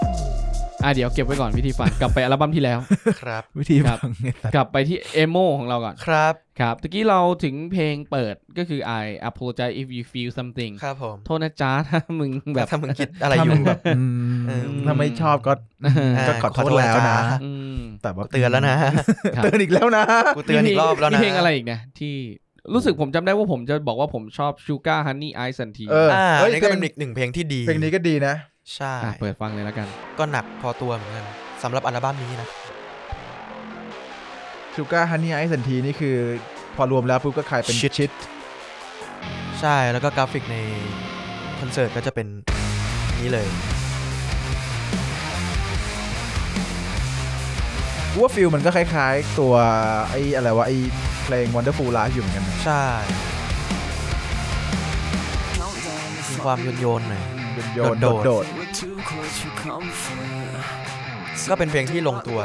[SPEAKER 3] อ่ะเดี๋ยวเก็บไว้ก่อนวิธีฟัง (laughs) กลับไปอัลบั้มที่
[SPEAKER 1] (laughs)
[SPEAKER 3] แล้ว
[SPEAKER 1] ครับ
[SPEAKER 2] ๆวิธี
[SPEAKER 3] ครับ
[SPEAKER 2] ฟังเนี่ย
[SPEAKER 3] กลับไปที่เอโมของเราก่อน
[SPEAKER 1] ครับ
[SPEAKER 3] ครับตะกี้เราถึงเพลงเปิดก็คือ I apologize if you feel something
[SPEAKER 1] ครับผม
[SPEAKER 3] โทษนะจ๊ะ (laughs) ถ้ามึงแบบ
[SPEAKER 1] ถ้ามึงคิดอะไรอ
[SPEAKER 2] ถ้า
[SPEAKER 1] ยู่
[SPEAKER 2] มึง
[SPEAKER 1] แบ
[SPEAKER 2] (laughs) แบบ บอืม
[SPEAKER 1] เออ
[SPEAKER 2] ถ้าไม่ชอบก็
[SPEAKER 1] อ่า
[SPEAKER 2] ก็ขอ
[SPEAKER 1] ขอ
[SPEAKER 2] โท
[SPEAKER 1] โท
[SPEAKER 2] ษ
[SPEAKER 1] ษ
[SPEAKER 2] แล้วนะ
[SPEAKER 1] จ้า
[SPEAKER 3] อืม
[SPEAKER 2] แต่ว่า
[SPEAKER 1] เตือนแล้วนะ
[SPEAKER 3] ครับ
[SPEAKER 2] เตือนอีกแล้วนะ
[SPEAKER 1] กูเตือนอีกรอบแล้วนะ
[SPEAKER 3] มีเพลงอะไรอีกนะที่รู้สึกผมจำได้ว่าผมจะบอกว่าผมชอบ Sugar Honey Ice and Tea
[SPEAKER 2] เออ
[SPEAKER 1] อ่า
[SPEAKER 2] เฮ้ย
[SPEAKER 1] นี่ก็เป็น
[SPEAKER 2] เพลง
[SPEAKER 1] อีกหนึ่งเพลงที่ดี
[SPEAKER 2] เพลงนี้ก็ดีนะ
[SPEAKER 1] ใช่
[SPEAKER 3] อ่ะเปิดฟังเลยแล้วกัน
[SPEAKER 1] ก็หนักพอตัวเหมือนกันสำหรับอัลบั้มนี้นะ
[SPEAKER 2] s u g a r Honey Ice and Tea นี่คือ พอรวมแล้วปุ๊บก็กลายเป็น
[SPEAKER 1] Shit
[SPEAKER 2] ชิด
[SPEAKER 1] ใช่แล้วก็กราฟิกใน คอนเสิร์ตก็จะเป็นนี้เลย
[SPEAKER 2] กูว่าฟิลมันก็คล้ายๆ ตัวไอ้อะไรวะไอ้เพลง Wonderful Life อยู่เหมือนกันนะ
[SPEAKER 1] ใช่ มีความโยนโยนๆหน่อย
[SPEAKER 2] โยน
[SPEAKER 1] โดดๆ
[SPEAKER 2] โดดโดด
[SPEAKER 6] We're too close for comfort.
[SPEAKER 1] ก็เป็นเพลงที่ลงตัว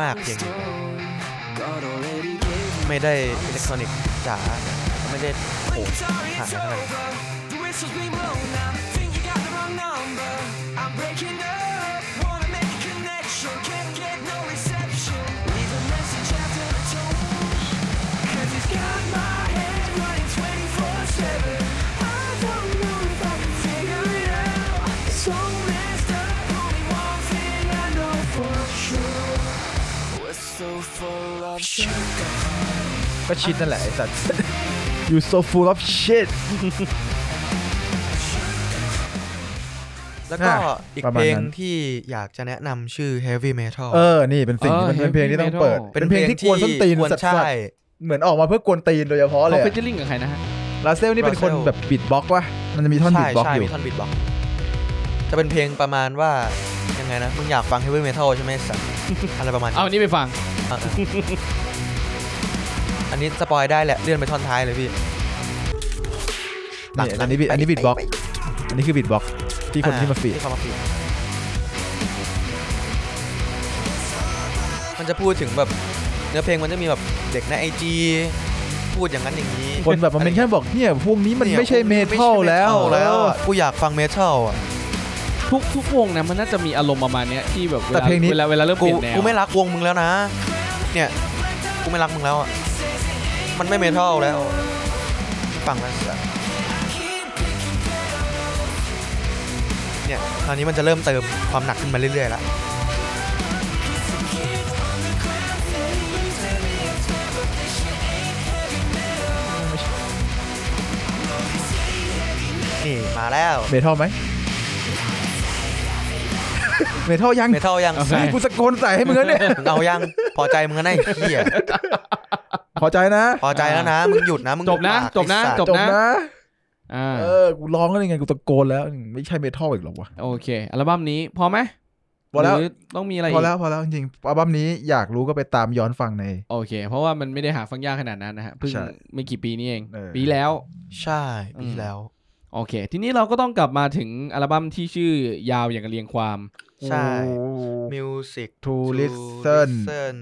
[SPEAKER 1] มาก ๆ เพลงหนึง
[SPEAKER 6] God already gave
[SPEAKER 1] ไม่ได้อิเล็กทรอนิกส์จ๋าไม่ได้โหดหายขนาดนั้น
[SPEAKER 6] The whistle's been blown now. Think you got the wrong number. I'm breaking up. Wanna make a connection. Can't get no reception. Leave a message after the tone. Cause he's got my head running 24-7. I don't know if I can figure it out. So messed up. Only one thing I know for sure. We're so full of shit.
[SPEAKER 2] ก็ชิดนั่นแหละไอ้
[SPEAKER 1] (laughs)
[SPEAKER 2] สัตว์ You so full of shit
[SPEAKER 1] แล้วก็
[SPEAKER 2] อ่ะ
[SPEAKER 1] อีก
[SPEAKER 2] ประ
[SPEAKER 1] เพ
[SPEAKER 2] มาณ
[SPEAKER 1] ลง
[SPEAKER 2] นั้น
[SPEAKER 1] ที่อยากจะแนะนำชื่อ heavy metal
[SPEAKER 2] เออ นี่เป็นสิ่งที่มัน
[SPEAKER 3] เออ
[SPEAKER 2] เป็นเพลงที่ต้อง
[SPEAKER 3] Heavy Metal
[SPEAKER 2] เปิด เป็นเพลงที่กวนส้นตีน
[SPEAKER 1] กวน
[SPEAKER 2] สัตว์
[SPEAKER 1] ใช่
[SPEAKER 2] เหมือนออกมาเพื่อกวนตีนโดยเฉพาะเล
[SPEAKER 3] เขา
[SPEAKER 2] ย
[SPEAKER 3] เฟเจอริ่งกับใครนะฮะ
[SPEAKER 2] ลาเซลนี่เป็นคนแบบบิดบ็อกซ์วะมันจะมีท่อนบิ
[SPEAKER 1] ใช่
[SPEAKER 2] ดบ็อกซ์
[SPEAKER 1] ใช่
[SPEAKER 2] อยู่
[SPEAKER 1] มีท่อนบิดบ็อกซ์จะเป็นเพลงประมาณว่า ยังไงนะ มึงอยากฟัง heavy metal ใช่ไหมสัตว์ อะไรประมาณนี้
[SPEAKER 3] เอาอันนี้ไปฟัง
[SPEAKER 1] เออเอออันนี้สปอยได้แหละ เลื่อนไปท่อนท้ายเลยพี่
[SPEAKER 2] นี่อันนี้บิดอันนี้บิดบ็อกซ์อันนี้คือบิดบ็อกซ์ที่คนที่มาฟีด
[SPEAKER 1] ที่เขามาฟีดมันจะพูดถึงแบบ เนื้อเพลงมันจะมีแบบเด็กในไอจีพูดอย่างนั้นอย่างนี้
[SPEAKER 2] คนแบบมันเป็นแค่บอกเนี่ยพวกนี้มัน
[SPEAKER 1] ย
[SPEAKER 2] ไม่ใช่เมทัลแล้ว
[SPEAKER 1] ไม่ใช่เมทัแล้วอะกูอยากฟังเมทัลอ่ะ
[SPEAKER 3] ทุกทุกวงนะมันน่าจะมีอารมณ์ประมาณเนี้ยที่แบบว
[SPEAKER 1] แต่
[SPEAKER 3] ลา
[SPEAKER 1] เพลงนี้
[SPEAKER 3] เวลาเวลาเริ่มเป
[SPEAKER 1] กู
[SPEAKER 3] ลี่ยนแนว
[SPEAKER 1] กูไม่รักวงมึงแล้วนะ เนี่ยกูไม่รักมึงแล้วอ่ะ มันไม่เมทัลแล้วฟังมันเสียเนี่ยคราวนี้มันจะเริ่มเติมความหนักขึ้นมาเรื่อยๆละนี่มาแล้ว
[SPEAKER 2] เมทัล (laughs) ไหมเมทัลยัง
[SPEAKER 1] เมทัลยังใส่
[SPEAKER 2] นี่กูสะโกนใส่ให้มึงแล้ว (laughs) เนี่ย
[SPEAKER 1] มึงเอายังพอใจมึงนะไอ้เหี้ย
[SPEAKER 2] พอใจนะ
[SPEAKER 1] พอใจแล้วนะ มึงหยุดนะมึง
[SPEAKER 3] จบนะ
[SPEAKER 1] ปาก
[SPEAKER 3] จบนะ
[SPEAKER 1] ไอ้สัตว์
[SPEAKER 3] จบ
[SPEAKER 2] จบ
[SPEAKER 3] นะ
[SPEAKER 2] นะ
[SPEAKER 3] อ่า
[SPEAKER 2] เออกูร้องแล้วยังไงกูตะโกนแล้วไม่ใช่เมทัลอีกหรอวะ
[SPEAKER 3] โอเคอัลบั้มนี้พอไหม
[SPEAKER 2] พอแล้ว
[SPEAKER 3] หรืต้องมีอะไร
[SPEAKER 2] พ
[SPEAKER 3] อี
[SPEAKER 2] อก แล้วพอแล้วจริงๆอัลบั้มนี้อยากรู้ก็ไปตามย้อนฟังใน
[SPEAKER 3] โอเค เพราะว่ามันไม่ได้หาฟังยากขนาดนั้นนะฮะเพิ่ง
[SPEAKER 2] ใช่
[SPEAKER 3] ไม่กี่ปีนี่เอง
[SPEAKER 2] เออ
[SPEAKER 3] ปีแล้ว
[SPEAKER 1] ใช่ปีที่แล้ว
[SPEAKER 3] โอเค ทีนี้เราก็ต้องกลับมาถึงอัลบั้มที่ชื่อยาวอย่างกับเรียงความ
[SPEAKER 1] ใช่
[SPEAKER 2] โอ้
[SPEAKER 1] music
[SPEAKER 2] to listen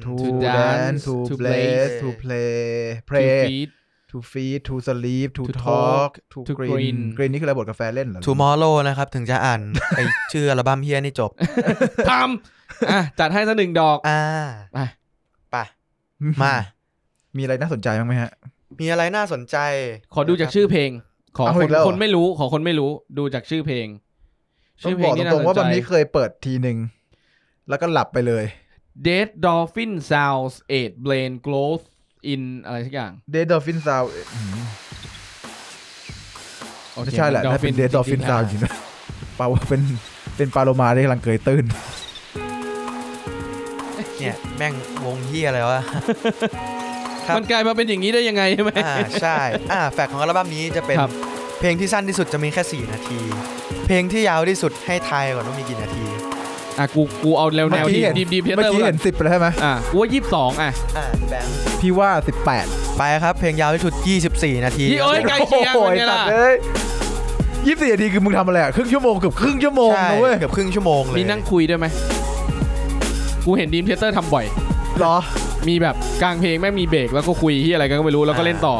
[SPEAKER 2] to
[SPEAKER 3] to
[SPEAKER 2] dance
[SPEAKER 3] dance,
[SPEAKER 2] to
[SPEAKER 3] to
[SPEAKER 2] place
[SPEAKER 1] play
[SPEAKER 2] to play
[SPEAKER 3] Two
[SPEAKER 2] pray
[SPEAKER 3] Feet
[SPEAKER 2] to feed to sleep to
[SPEAKER 3] To
[SPEAKER 2] talk
[SPEAKER 3] talk,
[SPEAKER 2] to
[SPEAKER 3] to
[SPEAKER 2] green
[SPEAKER 3] green
[SPEAKER 2] green นี่คืออะไรบทกาแฟเล่นเหรอ
[SPEAKER 1] tomorrow นะครับ ถึงจะ
[SPEAKER 3] (laughs)
[SPEAKER 1] อ่าน ไอชื่ออัลบั้มเฮียนี่จบ
[SPEAKER 3] ทำอ่ะจัดให้สักหนึ่งดอก
[SPEAKER 1] อ่า
[SPEAKER 3] อ่ะ
[SPEAKER 1] ไปมา
[SPEAKER 2] มีอะไรน่าสนใจบ้างไหมฮะ
[SPEAKER 1] มีอะไรน่าสนใจ
[SPEAKER 3] ขอดูจากชื่อเพลง ขอ
[SPEAKER 2] เอา
[SPEAKER 3] ค
[SPEAKER 2] อี
[SPEAKER 3] น
[SPEAKER 2] กแล้วเหรอ
[SPEAKER 3] คนไม่รู้ขอคนไม่รู้ดูจากชื่อเพลง
[SPEAKER 2] ต้อ
[SPEAKER 3] ชื่
[SPEAKER 2] ง
[SPEAKER 3] อเพล
[SPEAKER 2] บอ
[SPEAKER 3] ง
[SPEAKER 2] ก
[SPEAKER 3] นี่น่า
[SPEAKER 2] ต
[SPEAKER 3] ส
[SPEAKER 2] รงๆว่าวัน
[SPEAKER 3] น
[SPEAKER 2] นี้
[SPEAKER 3] ใจ
[SPEAKER 2] เคยเปิดทีหนึ่งแล้วก็หลับไปเลย
[SPEAKER 3] Dead Dolphin Sounds Eight Brain Growth in อะไรสักอย่าง
[SPEAKER 2] Dead Dolphin Sound
[SPEAKER 3] โอเค
[SPEAKER 2] ไม่ใช่แหละ
[SPEAKER 3] มั
[SPEAKER 2] ถ้าเป็น Dead Dolphin
[SPEAKER 3] Dolphin จริงๆ
[SPEAKER 2] Sound จริงนะเปล่าว่าเป็นเป็นปลาโลมาที่กำลังเกยตื้น
[SPEAKER 1] เนี่ยแม่งวงเฮียอะไร
[SPEAKER 3] (laughs)
[SPEAKER 1] วะ ครับ
[SPEAKER 3] มันกลายมาเป็นอย่างนี้ได้ยังไงใช่ไหม
[SPEAKER 1] อ่าใช่ อ่าแฟกของอัลบั้มนี้จะเป็น
[SPEAKER 3] ครับ
[SPEAKER 1] เพลงที่สั้นที่สุดจะมีแค่ 4 นาที เพลงที่ยาวที่สุดให้ทายก่อนว่ามีกี่นาที
[SPEAKER 3] อ่ะกูกูเอาแนวแน
[SPEAKER 2] เมื่อ
[SPEAKER 3] ว
[SPEAKER 2] กี้
[SPEAKER 3] ดี
[SPEAKER 2] เห็น
[SPEAKER 3] ดีดีเพเต
[SPEAKER 2] เมื่
[SPEAKER 3] อ
[SPEAKER 2] อ
[SPEAKER 3] ร์
[SPEAKER 2] กี้เห็นสิบไปแล้วใช่ไหม
[SPEAKER 3] อ่ะกูว่ายี่สิบสองอ่ะ
[SPEAKER 1] อ่าแบงค์
[SPEAKER 2] พี่ว่าสิบแปด
[SPEAKER 1] ไปครับ เพลงยาวที่สุด 24 นาที
[SPEAKER 3] ยี่เอ้ยไกลเคียงเป็นไงล่ะ
[SPEAKER 2] ยี่สิบสี่นาทีคือมึงทำอะไรอ่ะครึ่งชั่วโมงเกือบครึ่งชั่วโมง
[SPEAKER 1] ใช่
[SPEAKER 2] นะเว้ย
[SPEAKER 1] เกือบครึ่งชั่วโมงเลย
[SPEAKER 3] มีนั่งคุยด้วยไหมกูเห็นดีมเพเตอร์ทำบ่อย
[SPEAKER 2] เหรอ
[SPEAKER 3] มีแบบกลางเพลงแม่งมีเบรกแล้วก็คุยที่อะไรกันก็ไม่รู้แล้วก็เล่นต่อ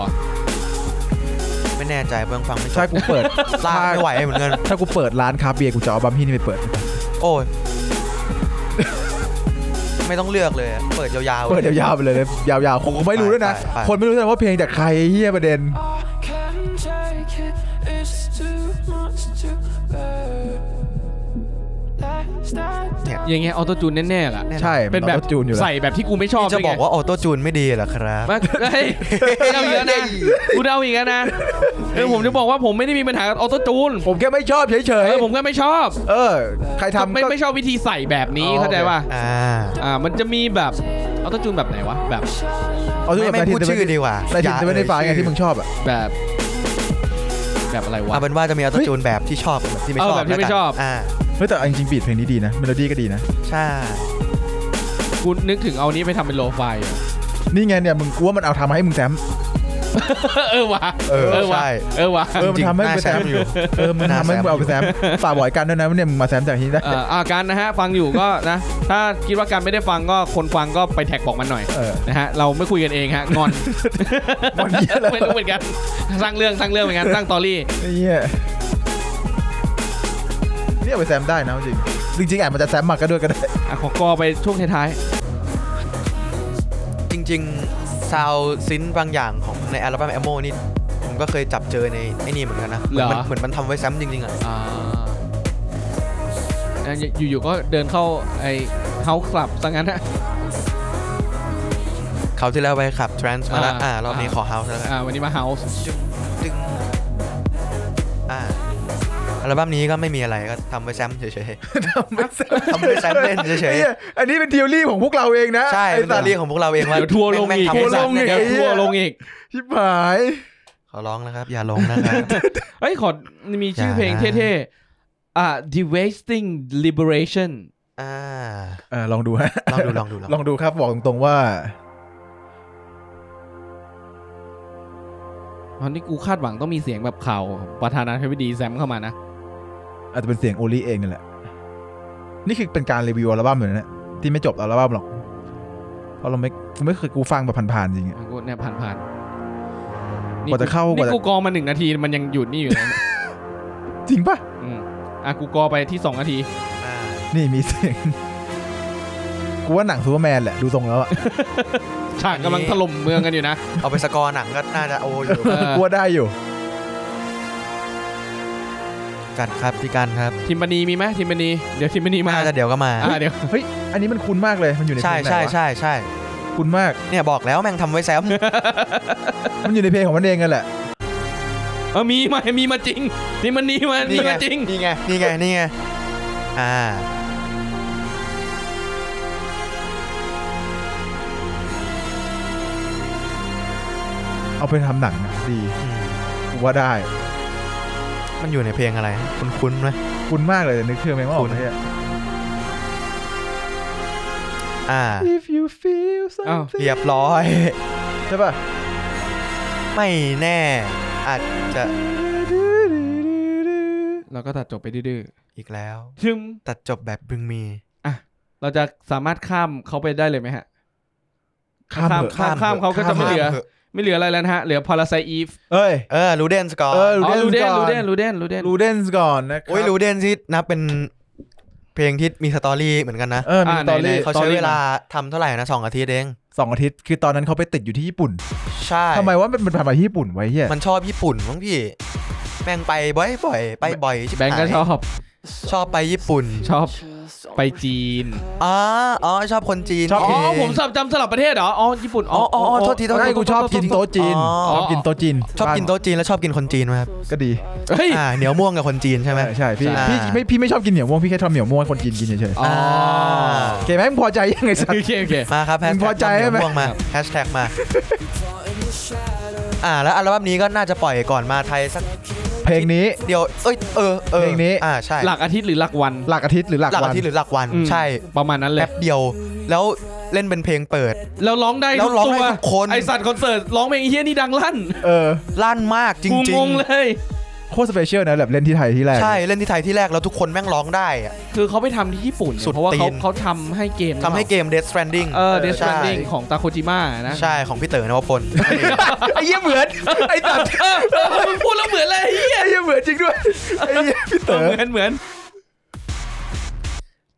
[SPEAKER 1] ไม่แน่ใจเบื้องฟังไม่จ
[SPEAKER 2] ใช่
[SPEAKER 1] บ
[SPEAKER 2] กูเปิด
[SPEAKER 1] ลากไม่ไหวเหมือนกัน
[SPEAKER 2] ถ้ากูเปิดร้านคาเบียร์กูจะเอาบัมพี่นี่ไปเปิด
[SPEAKER 1] โอ้ย ไม่ต้องเลือกเลยอะเปิดยาวๆ
[SPEAKER 2] เปิดยาวๆไปเลยนะยาวๆคงไม่รู้ด้วยนะ
[SPEAKER 1] ไปไปไป
[SPEAKER 2] คนไม่รู้ด้วยนะว่าเพลงจากใครเฮียประเด็น
[SPEAKER 6] I can't take it, it's too much to bear. Let's not
[SPEAKER 3] อย่างเงี้ยออโตจูนแน่ๆล่ะ
[SPEAKER 2] ใช่
[SPEAKER 3] เป็นแบบ
[SPEAKER 2] มัจูนอยู่แล้ว
[SPEAKER 3] ใส่แบบที่กูไม่ชอบ
[SPEAKER 1] นี่จะ
[SPEAKER 3] ด้ว
[SPEAKER 1] บ
[SPEAKER 3] ยไง
[SPEAKER 1] อกว่าออโต้จูนไม่ดีเหรอครับ
[SPEAKER 3] มาเฮ้ยกูเดาอีกแล้วนะกูเดาอีกแล้วนะเดี๋ยวผมจะบอกว่าผมไม่ได้มีปัญหากับออโตจูน
[SPEAKER 2] ผมแค่ไม่ชอบเฉย
[SPEAKER 3] เออผมก็ไม่ชอบ
[SPEAKER 2] ๆ เออ ใครทำ
[SPEAKER 3] ไม่
[SPEAKER 2] ก็
[SPEAKER 3] ไม่ชอบวิธีใส่แบบนี้
[SPEAKER 2] อ๋อ
[SPEAKER 3] เข้าใจป่ะ
[SPEAKER 1] อ่า
[SPEAKER 3] อ่ามันจะมีแบบออโตจูนแบบไหนวะแบบ
[SPEAKER 2] เอาทุก
[SPEAKER 1] ไม่
[SPEAKER 2] แบบ
[SPEAKER 1] ไม่
[SPEAKER 2] นาที
[SPEAKER 1] พูดชื่อดีกว่า
[SPEAKER 2] นาทีจะไม่ได้ฟังไงที่มึงชอบอ่ะ
[SPEAKER 3] แบบ แบบอะไรวะ
[SPEAKER 1] เอาเป็นว่าจะมีอัตจูนแบบที่ชอบกับแบบที่ไม่ชอบ
[SPEAKER 3] เอาแบบที่
[SPEAKER 1] ล้
[SPEAKER 3] ไม่
[SPEAKER 1] วกัน
[SPEAKER 3] ชอบ
[SPEAKER 1] อ่า
[SPEAKER 2] เฮ้ยแต่เอาจริงๆบีทเพลงนี้ดีนะเมโลดี้ก็ดีนะ
[SPEAKER 1] ใช่
[SPEAKER 3] กูนึกถึงเอานี้ไปทำเป็นโลไฟอะ (laughs)
[SPEAKER 2] นี่ไงเนี่ยมึงกลัวมันเอาทำมาให้มึงแซม
[SPEAKER 3] เออวะ
[SPEAKER 1] เออ
[SPEAKER 3] วะ
[SPEAKER 1] ใช่
[SPEAKER 3] เออวะ
[SPEAKER 2] เออมันทำให้
[SPEAKER 1] จริงๆน่า
[SPEAKER 2] ไป
[SPEAKER 1] แซ
[SPEAKER 2] แซม
[SPEAKER 1] มอยู่
[SPEAKER 2] เออมึงทำให้มึง
[SPEAKER 1] (laughs)
[SPEAKER 2] เอาไปแซมฝากบอยกันด้วยนะว่าเนี่ยมึงมาแซมจากที่นี่ได้
[SPEAKER 3] เอ่ออาการนะฮะ ฟังอยู่ก็นะ ถ้าคิดว่าการไม่ได้ฟังก็คนฟังก็ไปแท็กบอกมันหน่อย
[SPEAKER 2] เออ
[SPEAKER 3] นะฮะ เราไม่คุยกันเองฮะ งอน
[SPEAKER 2] งอนเหี้ยอะไรวะ
[SPEAKER 3] ไม่รู้เหมือนกัน สร้างเรื่อง สร้างเรื่องเหมือนกัน สร้างตอรี่
[SPEAKER 2] ไอ้เหี้ยนี่เอาไปแซมได้นะจริงจริงๆอาจมันจะแซมมากก็ด้วยก็ได้ (laughs)
[SPEAKER 3] อ่ะ ขอกอไปช่วงท้าย
[SPEAKER 1] จริงๆซาวซินบางอย่างของในอัลบั้มแอมโมนี่ผมก็เคยจับเจอในไอ้นี่เหมือนกันนะเหมือนมันเหมือนมันทำไว้แซมจริงๆอ่ะ
[SPEAKER 3] ๆอ่านะอยู่ๆก็เดินเข้าไอ้เฮาคลับซะงั้นนะ
[SPEAKER 1] เขาวที่แล้วไปขับ Trans มาแล้ว
[SPEAKER 3] อ่า
[SPEAKER 1] อ่ารอบนี้
[SPEAKER 3] อ่า
[SPEAKER 1] ขอ House แล้วกัน
[SPEAKER 3] อ่า วันนี้มาเฮาส์
[SPEAKER 1] ตึงอ่าอัลบั้มนี้ก็ไม่มีอะไรก็ทำไว้แซมเฉย ทำไว้แซมเล่นเฉยๆ (laughs)
[SPEAKER 2] (laughs) ไอ้หี้อันนี้เป็นทีโอรี่ของพวกเราเองนะ
[SPEAKER 1] ๆ ใช่
[SPEAKER 2] ไอ้
[SPEAKER 1] เป็น
[SPEAKER 2] สั
[SPEAKER 1] ตา
[SPEAKER 2] ตว์
[SPEAKER 1] ลีของพวกเราเองว่า
[SPEAKER 3] เดี๋ยวทัวร์ลง
[SPEAKER 1] แม่
[SPEAKER 3] อีก
[SPEAKER 1] แม่ทำ
[SPEAKER 2] ทัวร์
[SPEAKER 1] ให้แซม
[SPEAKER 2] ลงอีก
[SPEAKER 1] เนี่
[SPEAKER 3] เดี๋ย
[SPEAKER 1] ยว
[SPEAKER 3] ทัวร์ลงอีก
[SPEAKER 2] ชิบหาย
[SPEAKER 1] ขอร้องนะครับ อย่าลงนะครับ (laughs)
[SPEAKER 3] เอ้ยขอ มีชื่อเพลง
[SPEAKER 1] อย่านะ
[SPEAKER 3] เท่ๆ อ่า The Wasting Liberation
[SPEAKER 1] อ่า
[SPEAKER 2] เออลองดูฮะ
[SPEAKER 1] ลองดูลองดูลอง
[SPEAKER 2] ลองดูครับบอกตรงๆว่า
[SPEAKER 3] ตอนนี้กูคาดหวังต้องมีเสียงแบบข่าวประธานาธิบดีแซมเข้ามานะ
[SPEAKER 2] อาจจะเป็นเสียงโอลี่เองนี่แหละ นี่คือเป็นการรีวิวอัลบั้มเลยนะเนี่ยที่ไม่จบอัลบั้มหรอก เพราะเราไม่กูไม่เคยกูฟังแบบผ่านๆจริงอะ
[SPEAKER 3] กูเนี่ยผ่านผ่านๆนี่
[SPEAKER 2] กว่าจะเข้า
[SPEAKER 3] นี่
[SPEAKER 2] กว่าจะ
[SPEAKER 3] กูกอมาหนึ่งนาทีมันยังหยุดนี่อยู่นะ
[SPEAKER 2] จริงปะ
[SPEAKER 3] อืมอ่ะกูกอไปที่สองนาที
[SPEAKER 1] อ่า
[SPEAKER 2] นี่มีเสียง กูว่าหนังซูเปอร์แมนแหละดูทรงแล้วอะ
[SPEAKER 3] ฉากกำลังถล่มเมืองกันอยู่นะ
[SPEAKER 1] เอาไปสกอร์หนังก็น่าจะโออยู่
[SPEAKER 3] เออ
[SPEAKER 2] กูว่าได้อยู่
[SPEAKER 1] กันครับพี่กันครับ
[SPEAKER 3] ทิมบานีมีไหมทิมบานีเดี๋ยวทิมบานีมา
[SPEAKER 1] น่าจะเดี๋ยวก็มา
[SPEAKER 3] อ่ะเดี๋ยว
[SPEAKER 2] เฮ้ย อันนี้มันคุ้นมากเลย มันอยู่ในเพล
[SPEAKER 1] ใช่
[SPEAKER 2] งไหน
[SPEAKER 1] ใช่
[SPEAKER 2] วะ
[SPEAKER 1] ใช่ใช่
[SPEAKER 2] คุ้นมาก
[SPEAKER 1] เนี่ยบอกแล้วแม่งทำไว้แซม
[SPEAKER 2] มันอยู่ในเพลงของมันเองกันแหละ
[SPEAKER 3] เออมีมามีมาจริงทิมบานีมามี
[SPEAKER 1] นี่ไง
[SPEAKER 3] มาจริง
[SPEAKER 1] นี่ไงนี่ไงนี่ไงอ่า
[SPEAKER 2] เอาไปทำหนังนะดีกูว่าได้
[SPEAKER 1] มันอยู่ในเพลงอะไร คุ้นๆไหม
[SPEAKER 2] คุ้นมากเลยแต่นึกชื่อไม่ออก
[SPEAKER 1] คุ้น
[SPEAKER 2] เลยอะ
[SPEAKER 1] อ่า
[SPEAKER 2] If you feel
[SPEAKER 3] อ้าว
[SPEAKER 2] something
[SPEAKER 1] เรียบร้อย
[SPEAKER 2] ใช่ป่ะ
[SPEAKER 1] ไม่แน่ อาจจะ
[SPEAKER 3] เราก็ตัดจบไปดื้อ
[SPEAKER 1] อีกแล้ว
[SPEAKER 3] ๆชึม
[SPEAKER 1] ตัดจบแบบบึงมี
[SPEAKER 3] เราจะสามารถข้ามเขาไปได้เลยไหมฮะ
[SPEAKER 2] ข้าม
[SPEAKER 3] ข้าม
[SPEAKER 2] เถอะ
[SPEAKER 3] ข้ามข้ามเขาก็จะไม่เหลือ ไม่เหลืออะไรแล้วนะฮะ เหลือพาราไซอีฟ
[SPEAKER 2] เอ้ย
[SPEAKER 1] เออรูเดนสกอร์
[SPEAKER 2] เออ
[SPEAKER 3] อ๋อ
[SPEAKER 2] Ludens
[SPEAKER 3] ลูเดน
[SPEAKER 2] ก่อน
[SPEAKER 3] ลูเดนลูเดนลูเดน
[SPEAKER 2] รูเดนส์ก่อนนะค
[SPEAKER 1] โอ้ย
[SPEAKER 2] รับ
[SPEAKER 1] รูเดนที่นับเป็นเพลงที่มีสตอรี่เหมือนกันนะ
[SPEAKER 2] เออมีตอนเล่
[SPEAKER 1] เขาใช้เวลาทำเท่าไหร่นะสองอาทิตย์เอง
[SPEAKER 2] สองอาทิตย์ คือตอนนั้นเขาไปติดอยู่ที่ญี่ปุ่น
[SPEAKER 1] ใช่
[SPEAKER 2] ทำไมว่ามันผ่านมาที่ญี่ปุ่นไว้เฮีย
[SPEAKER 1] มันชอบญี่ปุ่นมั้งพี่ แม่งไปบ่อยๆไปบ่อยชิ
[SPEAKER 3] แบงก์ก็
[SPEAKER 1] หาย
[SPEAKER 3] ชอบ
[SPEAKER 1] ชอบไปญี่ปุ่น
[SPEAKER 3] ชอบไปจีน
[SPEAKER 1] อ๋ออ๋อชอบคนจีน
[SPEAKER 3] อ๋อ
[SPEAKER 1] โเค
[SPEAKER 3] ผมสับจำสลับประเทศเหรอ อ๋อ ญี่ปุ่น อ๋อ
[SPEAKER 1] อ๋ออ๋อโทษทีโทษที
[SPEAKER 2] ใช่กูชอบกินโต๊ะจีน
[SPEAKER 1] อ๋อ
[SPEAKER 2] ชอบกินโต๊ะจีน
[SPEAKER 1] ชอบกินโต๊ะจีนแล้วชอบกินคนจีนไหมครับ
[SPEAKER 2] ก็ดี
[SPEAKER 3] เฮ้ย
[SPEAKER 1] อ่าเหนียวม่วงกับคนจีนใช่ไหม
[SPEAKER 2] เออใช่พี่
[SPEAKER 1] ใช่
[SPEAKER 2] พี่ไม่พี่ไม่ชอบกินเหนียวม่วงพี่แค่ชอบเหนียวม่วงให้คนจีนกินเฉย
[SPEAKER 3] อ๋อ
[SPEAKER 2] ๆโอเคไหมมึงพอใจยังไงสัต
[SPEAKER 3] โอ
[SPEAKER 2] ว์
[SPEAKER 3] เคโอเค
[SPEAKER 1] มาครับแฮช
[SPEAKER 2] มึงพ
[SPEAKER 1] แท็
[SPEAKER 2] อก ใจ
[SPEAKER 1] เหนียว
[SPEAKER 2] ไหม
[SPEAKER 1] ม่วงมาแฮชแท็กมา อ่า แล้วอัลบั้มนี้ก็น่าจะปล่อยก่อนมาไทยสัก
[SPEAKER 2] เพลงนี้
[SPEAKER 1] เดียว เอ้ยเออเออ
[SPEAKER 2] เพลงนี้
[SPEAKER 1] อ่าใช่
[SPEAKER 3] หลักอาทิตย์หรือหลักวัน
[SPEAKER 2] หลักอาทิตย์หรือหลัก
[SPEAKER 1] หลัก
[SPEAKER 2] วั
[SPEAKER 1] อาน ทิตย์หรือหลักวัน
[SPEAKER 3] อืม
[SPEAKER 1] ใช่
[SPEAKER 3] ประมาณนั้นเลย
[SPEAKER 1] แป๊บเดียว แล้วเล่นเป็นเพลงเปิด
[SPEAKER 3] แล้วร้องได้
[SPEAKER 1] แล้ว
[SPEAKER 3] ทุก
[SPEAKER 1] ร้อง
[SPEAKER 3] ตัว
[SPEAKER 1] ได้ทุกคน
[SPEAKER 3] ไอสัตว์คอนเสิร์ตร้องเพลงไอ้เฮี้ยนี่ดังลั่น
[SPEAKER 2] เออ
[SPEAKER 1] ลั่นมากจริง
[SPEAKER 3] กู
[SPEAKER 1] จริ
[SPEAKER 3] ง
[SPEAKER 1] ง
[SPEAKER 3] งเลย
[SPEAKER 2] โคตรสเปเชียลนะแบบเล่นที่ไทยที่แรก
[SPEAKER 1] ใช่เล่นที่ไทยที่แรกแล้วทุกคนแม่งร้องได้อะ
[SPEAKER 3] คือเขาไปทำที่ญี่ปุ่นเนี่ย
[SPEAKER 1] สุด
[SPEAKER 3] เพราะว่าเขา
[SPEAKER 1] ตีน
[SPEAKER 3] เขาทำให้เกม
[SPEAKER 1] ทำให้เกม Death Stranding
[SPEAKER 3] เออเดสแตนดิ้ง
[SPEAKER 1] ใช่
[SPEAKER 3] ของตาโคจิมะนะ
[SPEAKER 1] ใช่ของพี่เต๋อนวพล
[SPEAKER 2] ไอ้เหี้ยเห
[SPEAKER 1] (laughs)
[SPEAKER 2] มือนไอ้สัตว์
[SPEAKER 3] เออเออพูดแล้วเหมือนเลยไอ้เฮีย
[SPEAKER 2] ไอ้เหี้ยเหมือนจริงด้วยไอ้เหี้ยพี่
[SPEAKER 3] เอ
[SPEAKER 2] เต๋
[SPEAKER 3] อ
[SPEAKER 2] อ
[SPEAKER 3] เหมือนเหมือน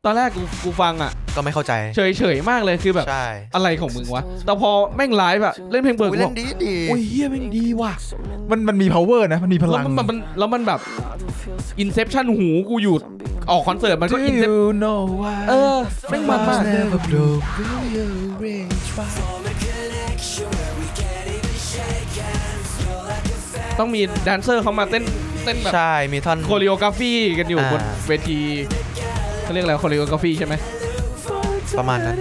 [SPEAKER 3] ตอนแรกกูกูฟังอ่ะ
[SPEAKER 1] ก็ไม่เข้าใจ
[SPEAKER 3] เฉยเฉยๆมากเลยคือแบบ
[SPEAKER 1] ใช่
[SPEAKER 3] อะไรของมึงวะ แต่พอแม่งไลฟ์อะเล่นเพลงเบิร์
[SPEAKER 1] อุ๊
[SPEAKER 3] ก
[SPEAKER 1] ย
[SPEAKER 3] กู
[SPEAKER 1] เล่
[SPEAKER 3] บอก
[SPEAKER 1] นดีดี
[SPEAKER 3] โอ้ยเฮียแม่งดีว่ะ
[SPEAKER 2] มันมันมี power นะ มันมีพ
[SPEAKER 3] แล้ว
[SPEAKER 2] ลัง
[SPEAKER 3] มันมันแล้วมันแบบอินเซพชันหูกูอยู่ออกคอนเสิร์ตมันก็อินเซพ
[SPEAKER 2] know why
[SPEAKER 3] เออแม่งมันมาก ต้องมีแดนเซอร์เขามาเต้นเต้นแบบ
[SPEAKER 1] ใช่มีท่อน
[SPEAKER 3] โคเรียกราฟีกันอยู่
[SPEAKER 1] อ่า
[SPEAKER 3] บนเวทีเขาเรียกอะไรโคเรียกราฟีใช่ไหม
[SPEAKER 1] ประมาณนั้น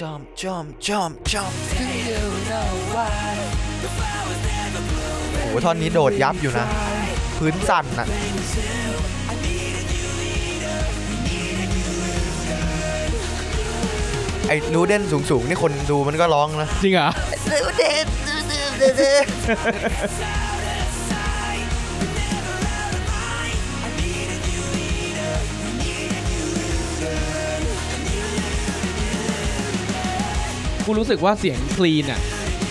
[SPEAKER 1] จอมจอมจอมจอมโอ้ หท่อนนี้โดดยับอยู่นะ พื้นสั่นนะไอ้รูเด่นสูงๆ นี่คนดูมันก็ร้องนะ
[SPEAKER 3] จริงเหรอ กูรู้สึกว่าเสียงคลีนอ่ะ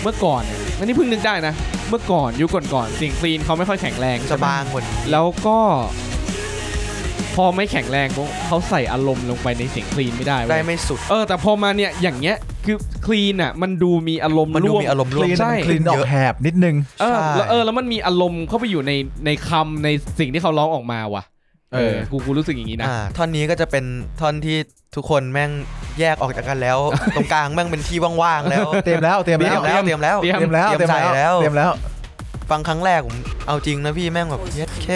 [SPEAKER 3] เมื่อก่อนเนี่ยอันนี้เพิ่งนึกได้นะ เมื่อก่อนยุคก่อนๆเสียงคลีนเขาไม่ค่อยแข็งแรง
[SPEAKER 1] จะ
[SPEAKER 3] ใช่ปะ
[SPEAKER 1] บางกว่านี้
[SPEAKER 3] แล้วก็ พอไม่แข็งแรงปุ๊บเขาใส่อารมณ์ลงไปในเสียงคลีนไม่ได้เว้ย
[SPEAKER 1] ได้ไม่สุด
[SPEAKER 3] เออแต่พอมาเนี่ยอย่างเงี้ยคือคลีนอ่ะ มันดูมีอารมณ์
[SPEAKER 1] มันดู
[SPEAKER 3] ร่วม
[SPEAKER 1] มีอารมณ์ร่วม
[SPEAKER 3] ใช่
[SPEAKER 2] คลีนออกแหบนิดนึง
[SPEAKER 3] เออแล้ว
[SPEAKER 1] ใช่
[SPEAKER 3] เออแล้วมันมีอารมณ์เข้าไปอยู่ในในคำในสิ่งที่เขาร้องออกมาว่ะเออ
[SPEAKER 2] เออ
[SPEAKER 3] กูกูรู้สึกอย่างนี้นะ
[SPEAKER 1] อ่าท่อนนี้ก็จะเป็นท่อนที่ทุกคนแม่งแยกออกจากกันแล้ว ตรงกลางแม่งเป็นที่ว่างๆแล้ว
[SPEAKER 2] เต็มแล้วเต็ม
[SPEAKER 1] เตรี
[SPEAKER 2] แล้
[SPEAKER 1] ยวมแล้วเตรียมแล้ว
[SPEAKER 2] เต็มแล้ว
[SPEAKER 1] เตรียมใส่แล้ว
[SPEAKER 2] เต็มแล้ว
[SPEAKER 1] ฟังครั้งแรกผมเอาจริงนะพี่แม่งแบบเย็ดเค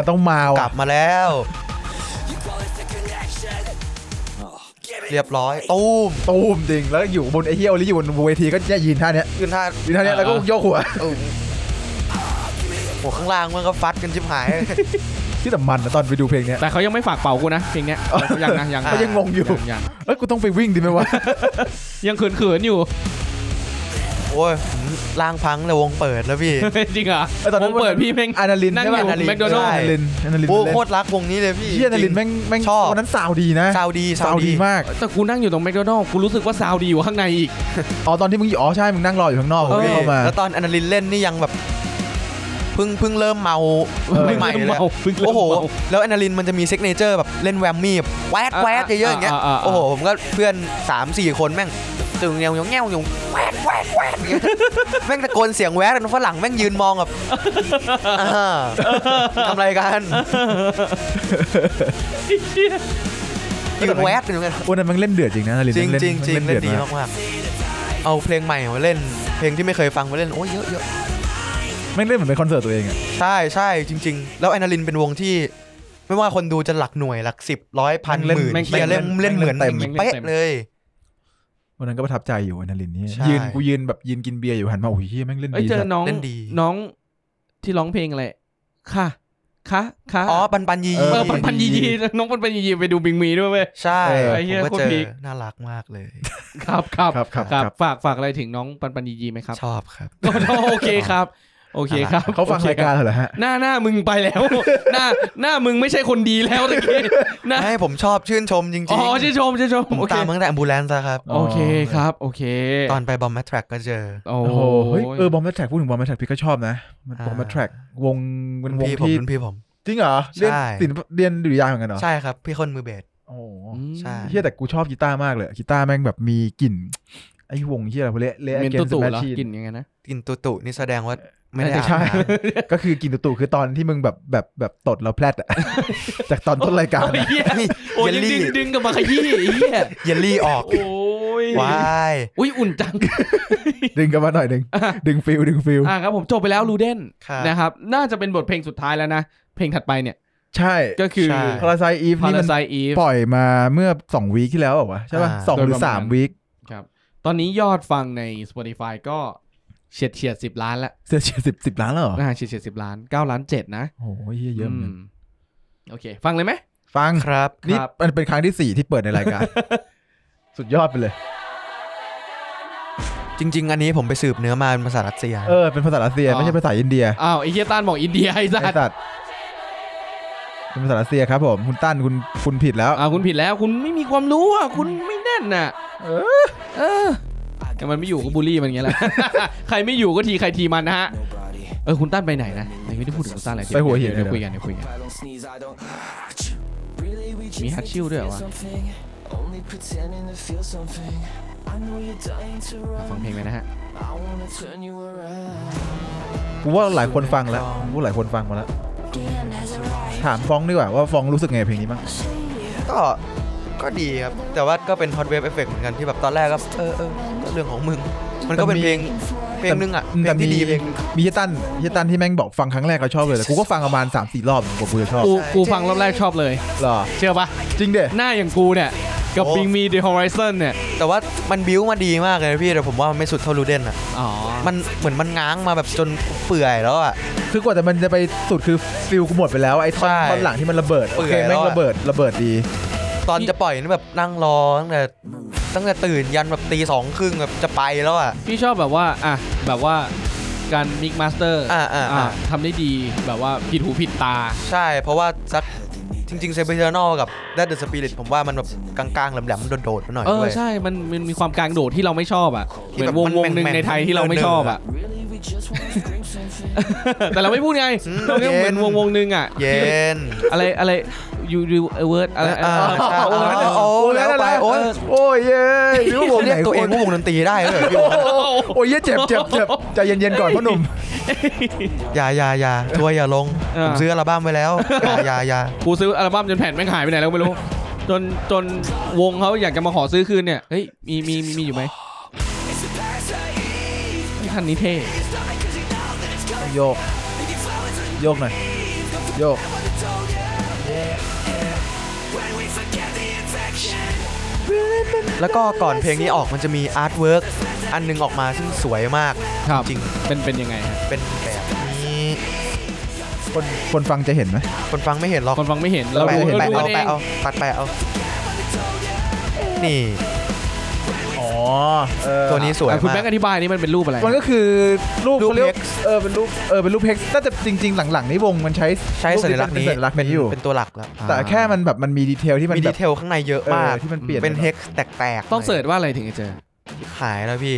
[SPEAKER 2] มันต้องมาว่ะ
[SPEAKER 1] กลับมาแล้ว เรียบร้อย ตูม
[SPEAKER 2] ตูมดิ่งแล้วอยู่บนไอ้เหี้ยโอลิอยู่บนเวทีก็จะยืนท่าเนี้ย
[SPEAKER 1] ขึ้นท่า
[SPEAKER 2] ยืนท่าเนี้ยแล้วก็โยกหัว (laughs)
[SPEAKER 1] โอ้ข้างล่างมันก็ฟัดกันชิบหาย (laughs)
[SPEAKER 2] ที่แต่มันนะตอนไปดูเพลงเนี้ย
[SPEAKER 3] แต่เขายังไม่ฝากเป่ากูนะเพลงเนี้ยยังนะยัง
[SPEAKER 2] ก็ยังงงอยู่
[SPEAKER 3] ยัง
[SPEAKER 2] เอ้ยกูต้องไปวิ่งดีไหมวะ
[SPEAKER 3] ยังเขินเขินๆอยู่ (laughs)
[SPEAKER 1] โอ้ยผมล่างพังเลยวงเปิดแล้วพี่
[SPEAKER 3] จริงเหรอ
[SPEAKER 2] เออตอนนั้น
[SPEAKER 3] วงเปิดพี่เพลง
[SPEAKER 2] อะดรีนาลิน
[SPEAKER 3] นั่ง
[SPEAKER 2] ใช่
[SPEAKER 3] อ
[SPEAKER 2] ป่ะ
[SPEAKER 3] ยู่
[SPEAKER 1] อะดรีนาลิน
[SPEAKER 3] แมคโดนัล
[SPEAKER 1] ใช่
[SPEAKER 2] อะดรีนาลินอะดรีนาลิน
[SPEAKER 1] โอ้
[SPEAKER 2] เล่น
[SPEAKER 1] โคตรรักวงนี้เลยพี่
[SPEAKER 2] เหี้ยอะดรีนาลินแม่งแม่ง
[SPEAKER 1] ชอบ
[SPEAKER 2] วันนั้นสาวดีนะ
[SPEAKER 1] ซาวดี
[SPEAKER 2] สาวดีมาก
[SPEAKER 3] แต่กูนั่งอยู่ตรงแมคโดนัลกูรู้สึกว่าซาวดีอยู่ข้างในอีก
[SPEAKER 2] อ๋อตอนที่มึงอยู่อ๋อใช่มึงนั่งรออยู่ข้างนอกผมก็
[SPEAKER 1] พี่
[SPEAKER 2] เข้ามา
[SPEAKER 1] แล้วตอนอนาลินเล่นนี่ยังแบบเพิ่งเพิ่งเริ่มเมา
[SPEAKER 2] เออ
[SPEAKER 1] ใหม่ๆเลยอะ
[SPEAKER 3] เพิ่งเริ่มเมา
[SPEAKER 1] โอ้โห แล้วอนาลินมันจะมีซิกเนเจอร์แบบเล่นแวมมี่แบบแวดแวดเยอะๆอย่างเงี้ย
[SPEAKER 3] อ่าอ่าอ่า
[SPEAKER 1] โอ้โห ผมก็เพื่อน 3 4 คนแม่งตึงเงียวเงียวเงียวเงียวแวดแวดแวดอย่างเงี้ยแม่งตะโกนเสียงแวดกันฝรั่งแม่งยืนมองแบบอ่าทำอะไรกันยืนแวดกันอยู่กัน
[SPEAKER 2] วันนั้นแม่งเล่นเดือดจริงนะอะดรีนาลิน
[SPEAKER 1] จริง
[SPEAKER 2] แม่
[SPEAKER 1] จริงจริง
[SPEAKER 2] แม่
[SPEAKER 1] เล่น
[SPEAKER 2] เดื
[SPEAKER 1] ดี
[SPEAKER 2] อดมาก
[SPEAKER 1] มากๆเอาเพลงใหม่มาเล่น เพลงที่ไม่เคยฟังมาเล่นโอ้ยเยอะเยอะ
[SPEAKER 2] ไม่งเล่นเหมือนไปคอนเสิร์ตตัวเองอะ
[SPEAKER 1] ใช่ใช่จริง ๆ แล้วแอนาลินเป็นวงที่ ไม่ว่าคนดูจะหลักหน่วยหลักสิบร้อยพันหมื่น
[SPEAKER 3] แม่งเล่
[SPEAKER 1] เฮีย
[SPEAKER 3] น
[SPEAKER 1] เล่นเล่นเหมือน
[SPEAKER 3] เต็มแม่งเล่น
[SPEAKER 1] เป๊ะ
[SPEAKER 3] เต็ม
[SPEAKER 1] เลย
[SPEAKER 2] วันนั้นก็ประทับใจอยู่อะดรีนาลินนี่
[SPEAKER 1] ใช่
[SPEAKER 2] ยืนกูยืนแบบยืนกินเบียร์อยู่หันมาโอ้ยเหี้ยแม่งเล่น
[SPEAKER 3] เอ้ย
[SPEAKER 2] ดี
[SPEAKER 3] เจอ
[SPEAKER 2] จัด
[SPEAKER 3] น้อง
[SPEAKER 1] เล่นดี
[SPEAKER 3] น้องที่ร้องเพลงอะไร ค่ะ ค่ะค่ะ
[SPEAKER 1] อ๋อปันปันยี
[SPEAKER 3] เอ
[SPEAKER 1] ยี
[SPEAKER 3] อปันปันยียีน้องปันปันยียีไปดูบิงมีด้วยเว้ย
[SPEAKER 1] ใช่
[SPEAKER 3] เออไอ้เหี้
[SPEAKER 1] ผม
[SPEAKER 3] ย
[SPEAKER 1] ก็
[SPEAKER 3] โคตร
[SPEAKER 1] เจอ
[SPEAKER 3] พีค
[SPEAKER 1] น่ารักมากเลย
[SPEAKER 3] ครับครับ
[SPEAKER 2] ครับครับครับ
[SPEAKER 3] ฝากฝากอะไรถึงน้องปันปันยียีไหมครับ
[SPEAKER 1] ชอบครับ
[SPEAKER 3] ก็โอเคครับ โอเคครับ
[SPEAKER 2] เขาฟัง
[SPEAKER 3] โอค
[SPEAKER 2] รายการเหรอฮะ
[SPEAKER 3] หน้าหน้ามึงไปแล้ว หน้าหน้ามึงไม่ใช่คนดีแล้วตะกี้หนะ
[SPEAKER 1] ให้ผมชอบชื่นชมจริง
[SPEAKER 3] อ๋อ
[SPEAKER 1] ๆ
[SPEAKER 3] ชื่นชมชื่นชม
[SPEAKER 1] ผม
[SPEAKER 3] โอเค
[SPEAKER 1] ตามมาตั้งแต่ Ambulance อะครับ
[SPEAKER 3] โอเคครับ โอเค
[SPEAKER 1] ตอนไปบอมแมทแทร็กก็เจอ
[SPEAKER 3] โอ้
[SPEAKER 2] โอ้
[SPEAKER 3] โห
[SPEAKER 2] โหเฮ้ยเออบอมแมทแทร็กพูดถึงบอมแมทแทร็กพี่ก็ชอบนะ
[SPEAKER 1] อ่า
[SPEAKER 2] บอมแมทแทร็กวงเป็นวง
[SPEAKER 1] พี่ผม
[SPEAKER 2] ที่
[SPEAKER 1] รุ่นพี่ผม
[SPEAKER 2] จริงเหรอเรียน
[SPEAKER 1] ใช่
[SPEAKER 2] ศิลปเรียนดุริยางค์เหมือนกันเหรอ
[SPEAKER 1] ใช่ครับ พี่คนมือเบส
[SPEAKER 2] โอ้โห
[SPEAKER 3] อืม
[SPEAKER 1] ใช่
[SPEAKER 2] เฮียแต่กูชอบกีตาร์มากเลยกีตาร์แม่งแบบมีกลิ่นไอ้วงเฮียอะไรพวกเละเละ
[SPEAKER 3] เมน
[SPEAKER 2] เกม
[SPEAKER 3] ตุ
[SPEAKER 2] ส
[SPEAKER 3] ตู่
[SPEAKER 2] แมช
[SPEAKER 3] เหรอ
[SPEAKER 2] ชี
[SPEAKER 3] กิน
[SPEAKER 2] น
[SPEAKER 3] ยังไงนะ
[SPEAKER 1] กินตุตุนี่แสดงว่าไม่ได้
[SPEAKER 2] ไม่
[SPEAKER 1] อา
[SPEAKER 2] ใช่
[SPEAKER 1] บน้ำ
[SPEAKER 2] ก็คือกลิ่นตุ่ๆคือตอนที่มึงแบบแบบแบบตดแล้วแพลดอะ จากตอนต้นรายการ
[SPEAKER 3] โอ้ย
[SPEAKER 2] อะ
[SPEAKER 3] เหี้ยโอ้ย
[SPEAKER 1] เยลลี่
[SPEAKER 3] ดึงดึงกลับมาขยี้ไอ้เหี้ย
[SPEAKER 1] เยลลี่อ
[SPEAKER 3] (laughs)
[SPEAKER 1] อก
[SPEAKER 3] โอ้ย
[SPEAKER 1] วาย
[SPEAKER 3] อุ้ยอุ่นจัง
[SPEAKER 2] ดึงกันมาหน่อยดึง
[SPEAKER 3] อ่ะ
[SPEAKER 2] ดึงฟิลดึงฟิล
[SPEAKER 3] อ่ะครับผมจบไปแล้วรูเดน
[SPEAKER 1] ครับ
[SPEAKER 3] นะครับ น่าจะเป็นบทเพลงสุดท้ายแล้วนะ เพลงถัดไปเนี่ย
[SPEAKER 2] ใช่
[SPEAKER 3] ก็คือ
[SPEAKER 1] ใช่
[SPEAKER 2] พาราไซอีฟ
[SPEAKER 3] พา
[SPEAKER 2] นี่
[SPEAKER 3] รา
[SPEAKER 2] มัน
[SPEAKER 3] ไซอีฟ
[SPEAKER 2] ปล่อยมาเมื่อสองวีคที่แล้วเหรอวะใช่ป่ะ
[SPEAKER 1] อ่า
[SPEAKER 2] สองหรือสาม
[SPEAKER 3] โดยประมาณ
[SPEAKER 2] วีค
[SPEAKER 3] ครับ ตอนนี้ยอดฟังใน Spotify ก็เฉียดเฉียดสิบล้านละ
[SPEAKER 2] เสียเฉียดสิบสิบล้านแล้วเหรอ
[SPEAKER 3] นะเฉียดเฉียดสิบล้านเก้าล้านเจ็ดนะ
[SPEAKER 2] โอ้โหเหี้ยเยอะเหมือนกัน
[SPEAKER 3] มโอเค ฟังเลยไหม
[SPEAKER 2] ฟัง
[SPEAKER 1] ครับ
[SPEAKER 2] นี่
[SPEAKER 3] ครับ
[SPEAKER 2] มันเป็นครั้งที่สี่ที่เปิดในราย
[SPEAKER 1] (laughs)
[SPEAKER 2] การ สุดยอดไปเลย
[SPEAKER 1] จริง ๆ อันนี้ผมไปสืบเนื้อมาเป็นภาษารัสเซีย
[SPEAKER 2] เออ เป็นภาษารัสเซีย
[SPEAKER 3] อ๋อ
[SPEAKER 2] ไม่ใช่ภาษาอินเดีย
[SPEAKER 3] อ้าวไอ้เฮียตานบอกอินเดียไอ้สั
[SPEAKER 2] ไอ้
[SPEAKER 3] ตว์
[SPEAKER 2] สัตว์เป็นภาษารัสเซียครับผม คุณตั้นคุณคุณผิดแล้ว
[SPEAKER 3] อ้าวคุณผิดแล้วคุณไม่มีความรู้อ่ะคุณไม่แน่นน่ะ
[SPEAKER 2] เอ
[SPEAKER 3] เออแต่มันไม่อยู่ก็บูลลี่มันอย่างเงี้ยแหละ (laughs) ใครไม่อยู่ก็ทีใครทีมันนะฮะ
[SPEAKER 4] Nobody.
[SPEAKER 3] เออคุณตั้นไปไหนนะยังไม่ได้พูดถึงคุณตั้นเลย
[SPEAKER 2] ไปหัวหิน
[SPEAKER 3] เดี๋ยวคุยกันเดี๋ยวคุยกัน
[SPEAKER 4] If I don't sneeze, I don't. Really, we just
[SPEAKER 3] Mi
[SPEAKER 4] need
[SPEAKER 3] Hachiu
[SPEAKER 4] to
[SPEAKER 3] ด้วยเหรอวะ?
[SPEAKER 4] feel something. Only pretending to feel something. I know you're dying to
[SPEAKER 3] ฟังเพ
[SPEAKER 4] run.
[SPEAKER 3] ลงไปนะฮะ
[SPEAKER 4] I wanna turn you around.
[SPEAKER 2] กูว่าหลายคนฟังแล้วกูว่าหลายคนฟังมาแล้ว ถามฟองดีกว่าว่าฟองรู้สึกไงกับเพลงนี้มั้าง
[SPEAKER 1] ก็ ก็ดีครับ แต่ว่าก็เป็นฮอตเวฟเอฟเฟกเหมือนกันที่แบบตอนแรกก็เออเออก็เรื่องของมึง มันก็เป็นเพลง เพลงนึงอ่ะ เพล
[SPEAKER 2] แต่
[SPEAKER 1] ง
[SPEAKER 2] มี
[SPEAKER 1] ที่ดีเพลง
[SPEAKER 2] มีเฮียตั้นเฮียตั้นที่แม่งบอกฟังครั้งแรกเขาชอบเลยแต่กูก็ฟังประมาณ3-4มสี่รอบกว่ากูจะชอบ
[SPEAKER 3] กูกูฟังรอบแรกชอบเลย
[SPEAKER 2] หรอ
[SPEAKER 3] เชื่อปะ
[SPEAKER 2] จริงเด้
[SPEAKER 3] หน้าอย่างกูเนี่ย กับ
[SPEAKER 1] โอ้
[SPEAKER 3] บิงมีเดอะฮอ i ิซอนเนี่ย
[SPEAKER 1] แต่ว่ามันบิ้วมาดีมากเลยนะพี่แต่ผมว่ามันไม่สุดเท่ารูเดนอ่ะ
[SPEAKER 3] อ๋อ
[SPEAKER 1] มันเหมือนมันง้างมาแบบจนเปื่อยแล้วอ่ะ
[SPEAKER 2] คือกว่าแต่มันจะไปสุดคือฟิลกูหมดไปแล้วไอ้ท่อน
[SPEAKER 1] ใช่
[SPEAKER 2] ท่อนหลังที่มันระเบิดโอ
[SPEAKER 1] เปื่
[SPEAKER 2] เค
[SPEAKER 1] อยแล้ว
[SPEAKER 2] แม่ง
[SPEAKER 1] อะ
[SPEAKER 2] ระเบิดระเบิดดี
[SPEAKER 1] ตอนจะปล่อยนี่แบบนั่งรอตั้งแต่ตั้งแต่ตื่นยันแบบตีสองครึ่งแบบจะไปแล้วอ่ะ
[SPEAKER 3] พี่ชอบแบบว่า อ่ะ แบบว่าการมิกมาสเตอร์
[SPEAKER 1] อ่าอ่าอ่า
[SPEAKER 3] ทำได้ดีแบบว่าผิดหูผิดตา
[SPEAKER 1] ใช่ เพราะว่าสักจริงๆเซเบ t เ r อร์นอลกับ Dead the Spirit ผมว่ามันแบบกลางๆแหลมๆโดดๆมาหน่อย
[SPEAKER 3] เออ
[SPEAKER 1] ด้วย
[SPEAKER 3] ใช่ มันมันมีความกลางโดดที่เราไม่ชอบอ่ะ
[SPEAKER 1] ที่
[SPEAKER 3] เหมือ
[SPEAKER 1] แบ
[SPEAKER 3] น
[SPEAKER 1] บ
[SPEAKER 3] วง
[SPEAKER 1] มัน
[SPEAKER 3] วงหนึ่ง
[SPEAKER 1] แม่งๆ
[SPEAKER 3] ในไทยที่เราไม่ชอบอ่ะ
[SPEAKER 6] Really, we just wanna scream something.
[SPEAKER 3] แต่เราไม่พูดไง
[SPEAKER 1] อืม
[SPEAKER 3] เราก็เหมือน
[SPEAKER 1] เย็
[SPEAKER 3] วน งวงหนึ่งอ่ะ
[SPEAKER 1] เย็น
[SPEAKER 3] อะไรอะไรยูยูเวิร์ดอะไร
[SPEAKER 1] อ่าใช่
[SPEAKER 3] โอ้โห
[SPEAKER 1] โอ้โหแล้วไปโอ้ย
[SPEAKER 2] โอ้ยเย้ยหรือว่าผม
[SPEAKER 1] เรียกตัวเอง
[SPEAKER 2] ไหน
[SPEAKER 1] ว่าวงดนตรีได้เลยพี่
[SPEAKER 2] โอ้โหโอ้ยเย้ยเจ็บเจ็บเจ็บใจเย็นๆก่อนพ่อหนุ่ม
[SPEAKER 1] อย่าอย่าอย่าทัวร์อย่าลง ผมซื้ออัลบั้มไว้แล้ว อย่าอย่าอย่า
[SPEAKER 3] กูซื้ออัลบั้มจนแผ่นแม่งหายไปไหนแล้วก็ไม่รู้ จนจนวงเขาอยากจะมาขอซื้อคืนเนี่ย เฮ้ย มีมีมีมีอยู่ไหมไอ้คันนี้เท่
[SPEAKER 2] โยก โยกหน่อย โยก
[SPEAKER 1] (laughs) แล้วก็ก่อนเพลงนี้ออกมันจะมีอาร์ตเวิร์กอันหนึงออกมาซึ่งสวยมาก
[SPEAKER 3] ครับ
[SPEAKER 1] จริง
[SPEAKER 3] เป็นเป็นยังไงฮะ
[SPEAKER 1] เป็นแบบนี้
[SPEAKER 2] คนคนฟังจะเห็นไหม
[SPEAKER 1] คนฟังไม่เห็นหรอก
[SPEAKER 3] คนฟังไม่เห็นเรา
[SPEAKER 1] แปะ
[SPEAKER 3] ดูเรา
[SPEAKER 1] แปะเอาแปะ
[SPEAKER 3] ดูกันเอง
[SPEAKER 1] เอาตัดแปะเอา นี่
[SPEAKER 2] อ๋อ
[SPEAKER 1] ตัวนี้สวย
[SPEAKER 3] อ่ะคุณ
[SPEAKER 1] มา
[SPEAKER 3] แม่
[SPEAKER 1] ก
[SPEAKER 3] งอธิบายนี่มันเป็นรูปอะไร
[SPEAKER 2] มันก็คือรูป
[SPEAKER 1] รูป
[SPEAKER 2] เขาเรียก
[SPEAKER 1] Hex
[SPEAKER 2] เออเป็นรูปเออเป็นรูปเพ็กน่าจะจริง ๆ หลังๆนี่วงมันใช้
[SPEAKER 1] ใช้
[SPEAKER 2] รูป
[SPEAKER 1] สั
[SPEAKER 2] ที่
[SPEAKER 1] ญลักษณ์
[SPEAKER 2] เป็
[SPEAKER 1] นี้
[SPEAKER 2] สัญลักษณ์นี้อยู่
[SPEAKER 1] เป็นตัวหลักแล้ว
[SPEAKER 2] แต่แค่มันแบบมันมีดีเทลที่มัน
[SPEAKER 1] มี
[SPEAKER 2] แบ
[SPEAKER 1] ดี
[SPEAKER 2] บ
[SPEAKER 1] เทลข้างในเยอะมาก
[SPEAKER 2] เออที่มันเปลี่ยน
[SPEAKER 1] เป็นเฮกแตกๆ
[SPEAKER 3] ต้อ
[SPEAKER 1] ห
[SPEAKER 3] ง
[SPEAKER 1] น่ย
[SPEAKER 3] เสิร์ชว่าอะไรถึงจะเจอ
[SPEAKER 1] หายแล้วพี่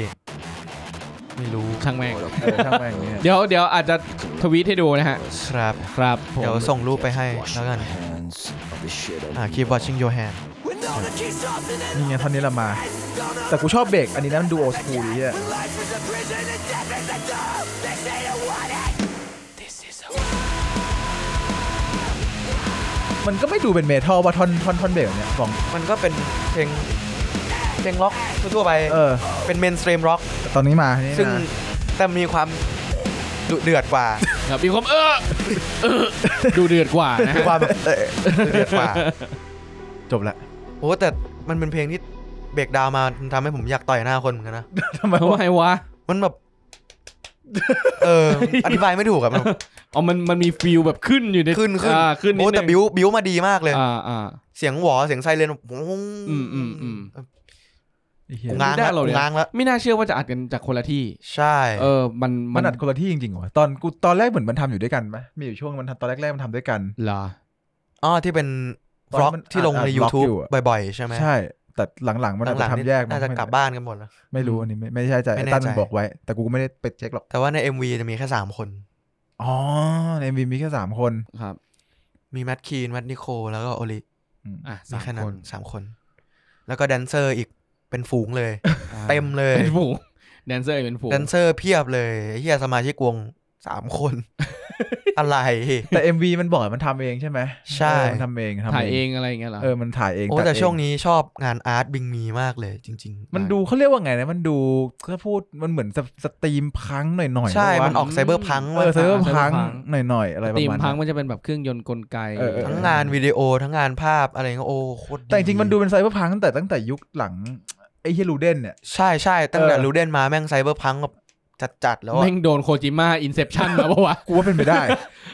[SPEAKER 1] ไม่รู้
[SPEAKER 3] ช่างแม่ง
[SPEAKER 2] เออช่างแม่งอย่างเงี้ย
[SPEAKER 3] เดี๋ยวเดี๋ยวอาจจะทวีตให้ดูนะฮะ
[SPEAKER 1] ครับ
[SPEAKER 3] ครับผม
[SPEAKER 1] เดี๋ยวส่งรูปไปให้แล้วกัน อ่า keep watching your hand
[SPEAKER 2] นี่ไงท่อนนี้ละมา แต่กูชอบเบรกอันนี้นะมันดูโอสคูลดีอ่ะ มันก็ไม่ดูเป็นเมทัลว่าท่อนท่อนท่อนเบรกเนี่ยของ
[SPEAKER 1] มันก็เป็นเพลงเพลงร็อกทั่วๆไป
[SPEAKER 2] เออ
[SPEAKER 1] เป็นเมนสตรีมร็อก
[SPEAKER 2] ตอนนี้มานี่นะ
[SPEAKER 1] ซึ่งแต่มีความดุเดือดกว่า
[SPEAKER 3] ครับมีความเออเออดูเดือดกว่านะฮะ
[SPEAKER 1] ความแบบเออดุเดือดกว่า
[SPEAKER 2] จบละ
[SPEAKER 1] โอ้แต่มันเป็นเพลงที่เบรกดาวน์มามันทำให้ผมอยากต่อยหน้าคนเหมือนกันนะ
[SPEAKER 2] ทำไม
[SPEAKER 3] ทำ
[SPEAKER 2] วะ
[SPEAKER 3] ไมวะ
[SPEAKER 1] มันแบบ เอ
[SPEAKER 3] (laughs)
[SPEAKER 1] อ อธิบายไม่ถูกอะมัน
[SPEAKER 3] อ๋อมันมันมีฟิลแบบขึ้นอยู่ใน
[SPEAKER 1] ขึ้นขึ้น
[SPEAKER 3] อ่าขึ้นนิด
[SPEAKER 1] โอ้
[SPEAKER 3] นึง
[SPEAKER 1] แต่บิวบิวมาดีมากเลย
[SPEAKER 3] อ่าอ่า
[SPEAKER 1] เสียงหวอเสียงไซเรนแบบโอ้โห
[SPEAKER 3] อืมอืมอืม
[SPEAKER 1] กูง้าง
[SPEAKER 3] ได้
[SPEAKER 1] แล้ว
[SPEAKER 3] เรา
[SPEAKER 1] กู
[SPEAKER 3] เนี่ย
[SPEAKER 1] ง้างแล้ว
[SPEAKER 3] ไม่น่าเชื่อว่าจะอัดกันจากคนละที่
[SPEAKER 1] ใช่
[SPEAKER 3] เออ มัน
[SPEAKER 2] มันอัดคนละที่จริงๆเหรอตอนกูตอนแรกเหมือนมันทำอยู่ด้วยกันไหมมีอยู่ช่วงมันทำตอนแรกๆมันทำด้วยกัน
[SPEAKER 3] เหรอ
[SPEAKER 1] อ๋อ ที่เป็นบล็อก
[SPEAKER 2] ตอนนั้นมัน
[SPEAKER 1] ที่ลงใน
[SPEAKER 2] อ่ะอ่ะ
[SPEAKER 1] YouTube
[SPEAKER 2] บล็อกอยู่อะ
[SPEAKER 1] บ่อยๆ ใช่ไหม
[SPEAKER 2] ใช่ แต่หลังๆมันอาจ
[SPEAKER 1] หลั
[SPEAKER 2] จะ
[SPEAKER 1] งๆนี่
[SPEAKER 2] ทำแยกมั้ง
[SPEAKER 1] น่าจะกลับบ้านกันหมดแล้ว
[SPEAKER 2] ไม่รู้อันนี้ไม่ไม่ใช่ใจ
[SPEAKER 1] ไม่แน่
[SPEAKER 2] ตั้น
[SPEAKER 1] ใจ
[SPEAKER 2] บอกไว้ แต่กูก็ไม่ได้ไปเช็คหรอก
[SPEAKER 1] แต่ว่าใน MV จะมีแค่ 3 คน
[SPEAKER 2] อ๋อในมีมีแค่สามคน
[SPEAKER 3] ครับ
[SPEAKER 1] มีแมทคีนแมทนิโคลแล้วก็โอลิ
[SPEAKER 3] อ่ะ
[SPEAKER 1] มี
[SPEAKER 3] สาม
[SPEAKER 1] แค่นั้
[SPEAKER 3] คน น
[SPEAKER 1] สามคน แล้วก็แดนเซอร์อีกเป็นฝูงเลย
[SPEAKER 3] อ่า
[SPEAKER 1] เต็มเลย
[SPEAKER 3] เป็นฝูงแดนเซอร์เป็นฝูง
[SPEAKER 1] แดนเซอร์เพียบเลยไอ้เฮียสมาชิกวงสามคน
[SPEAKER 2] (laughs)
[SPEAKER 1] อะไร
[SPEAKER 2] แต่ MV มันบอกมันทำเองใช่ไหม
[SPEAKER 1] ใช่
[SPEAKER 2] เออมันทำเองทำ
[SPEAKER 3] ถ่ายเองอะไรอย่างเงี้ยเหรอ
[SPEAKER 2] เออมันถ่ายเอง
[SPEAKER 1] โอ้
[SPEAKER 2] ด
[SPEAKER 1] แต่
[SPEAKER 2] เ
[SPEAKER 1] ช่วงนี้ชอบงานอาร์ตบิงมีมากเลยจริง ๆ
[SPEAKER 2] มันดูเขาเรียกว่าไงนะมันดูถ้าพูดมันเหมือนสสตรีมพังหน่อยๆ
[SPEAKER 1] ใช่
[SPEAKER 2] ปะวะ
[SPEAKER 1] มันออกไซเบอร์พัง
[SPEAKER 2] เออไซเบอร์พัง
[SPEAKER 3] พัง
[SPEAKER 2] หน่อยๆอะไรประ
[SPEAKER 3] ตีม
[SPEAKER 2] มาณ
[SPEAKER 3] พัง
[SPEAKER 2] นั้น
[SPEAKER 3] มันจะเป็นแบบเครื่องยนต์กลไก
[SPEAKER 2] เออเออ
[SPEAKER 1] ทั้งงานวิดีโอทั้งงานภาพอะไรเงี้ยโอ้โคตรดี
[SPEAKER 2] แต่จริงๆมันดูเป็นไซเบอร์พังตั้งแต่ตั้งแต่ยุคหลังไอ้เฮลูเดนเนี่ย
[SPEAKER 1] ใช่ใช่ตั้งแต่
[SPEAKER 2] เออ
[SPEAKER 1] รูเดนมาแม่งไซเบอร์พังแบบจัดๆแล้วอะ
[SPEAKER 3] แม่งโดนโคจิม a อินเซ t ชันมาปะวะ
[SPEAKER 2] กูว่าเป็นไปได้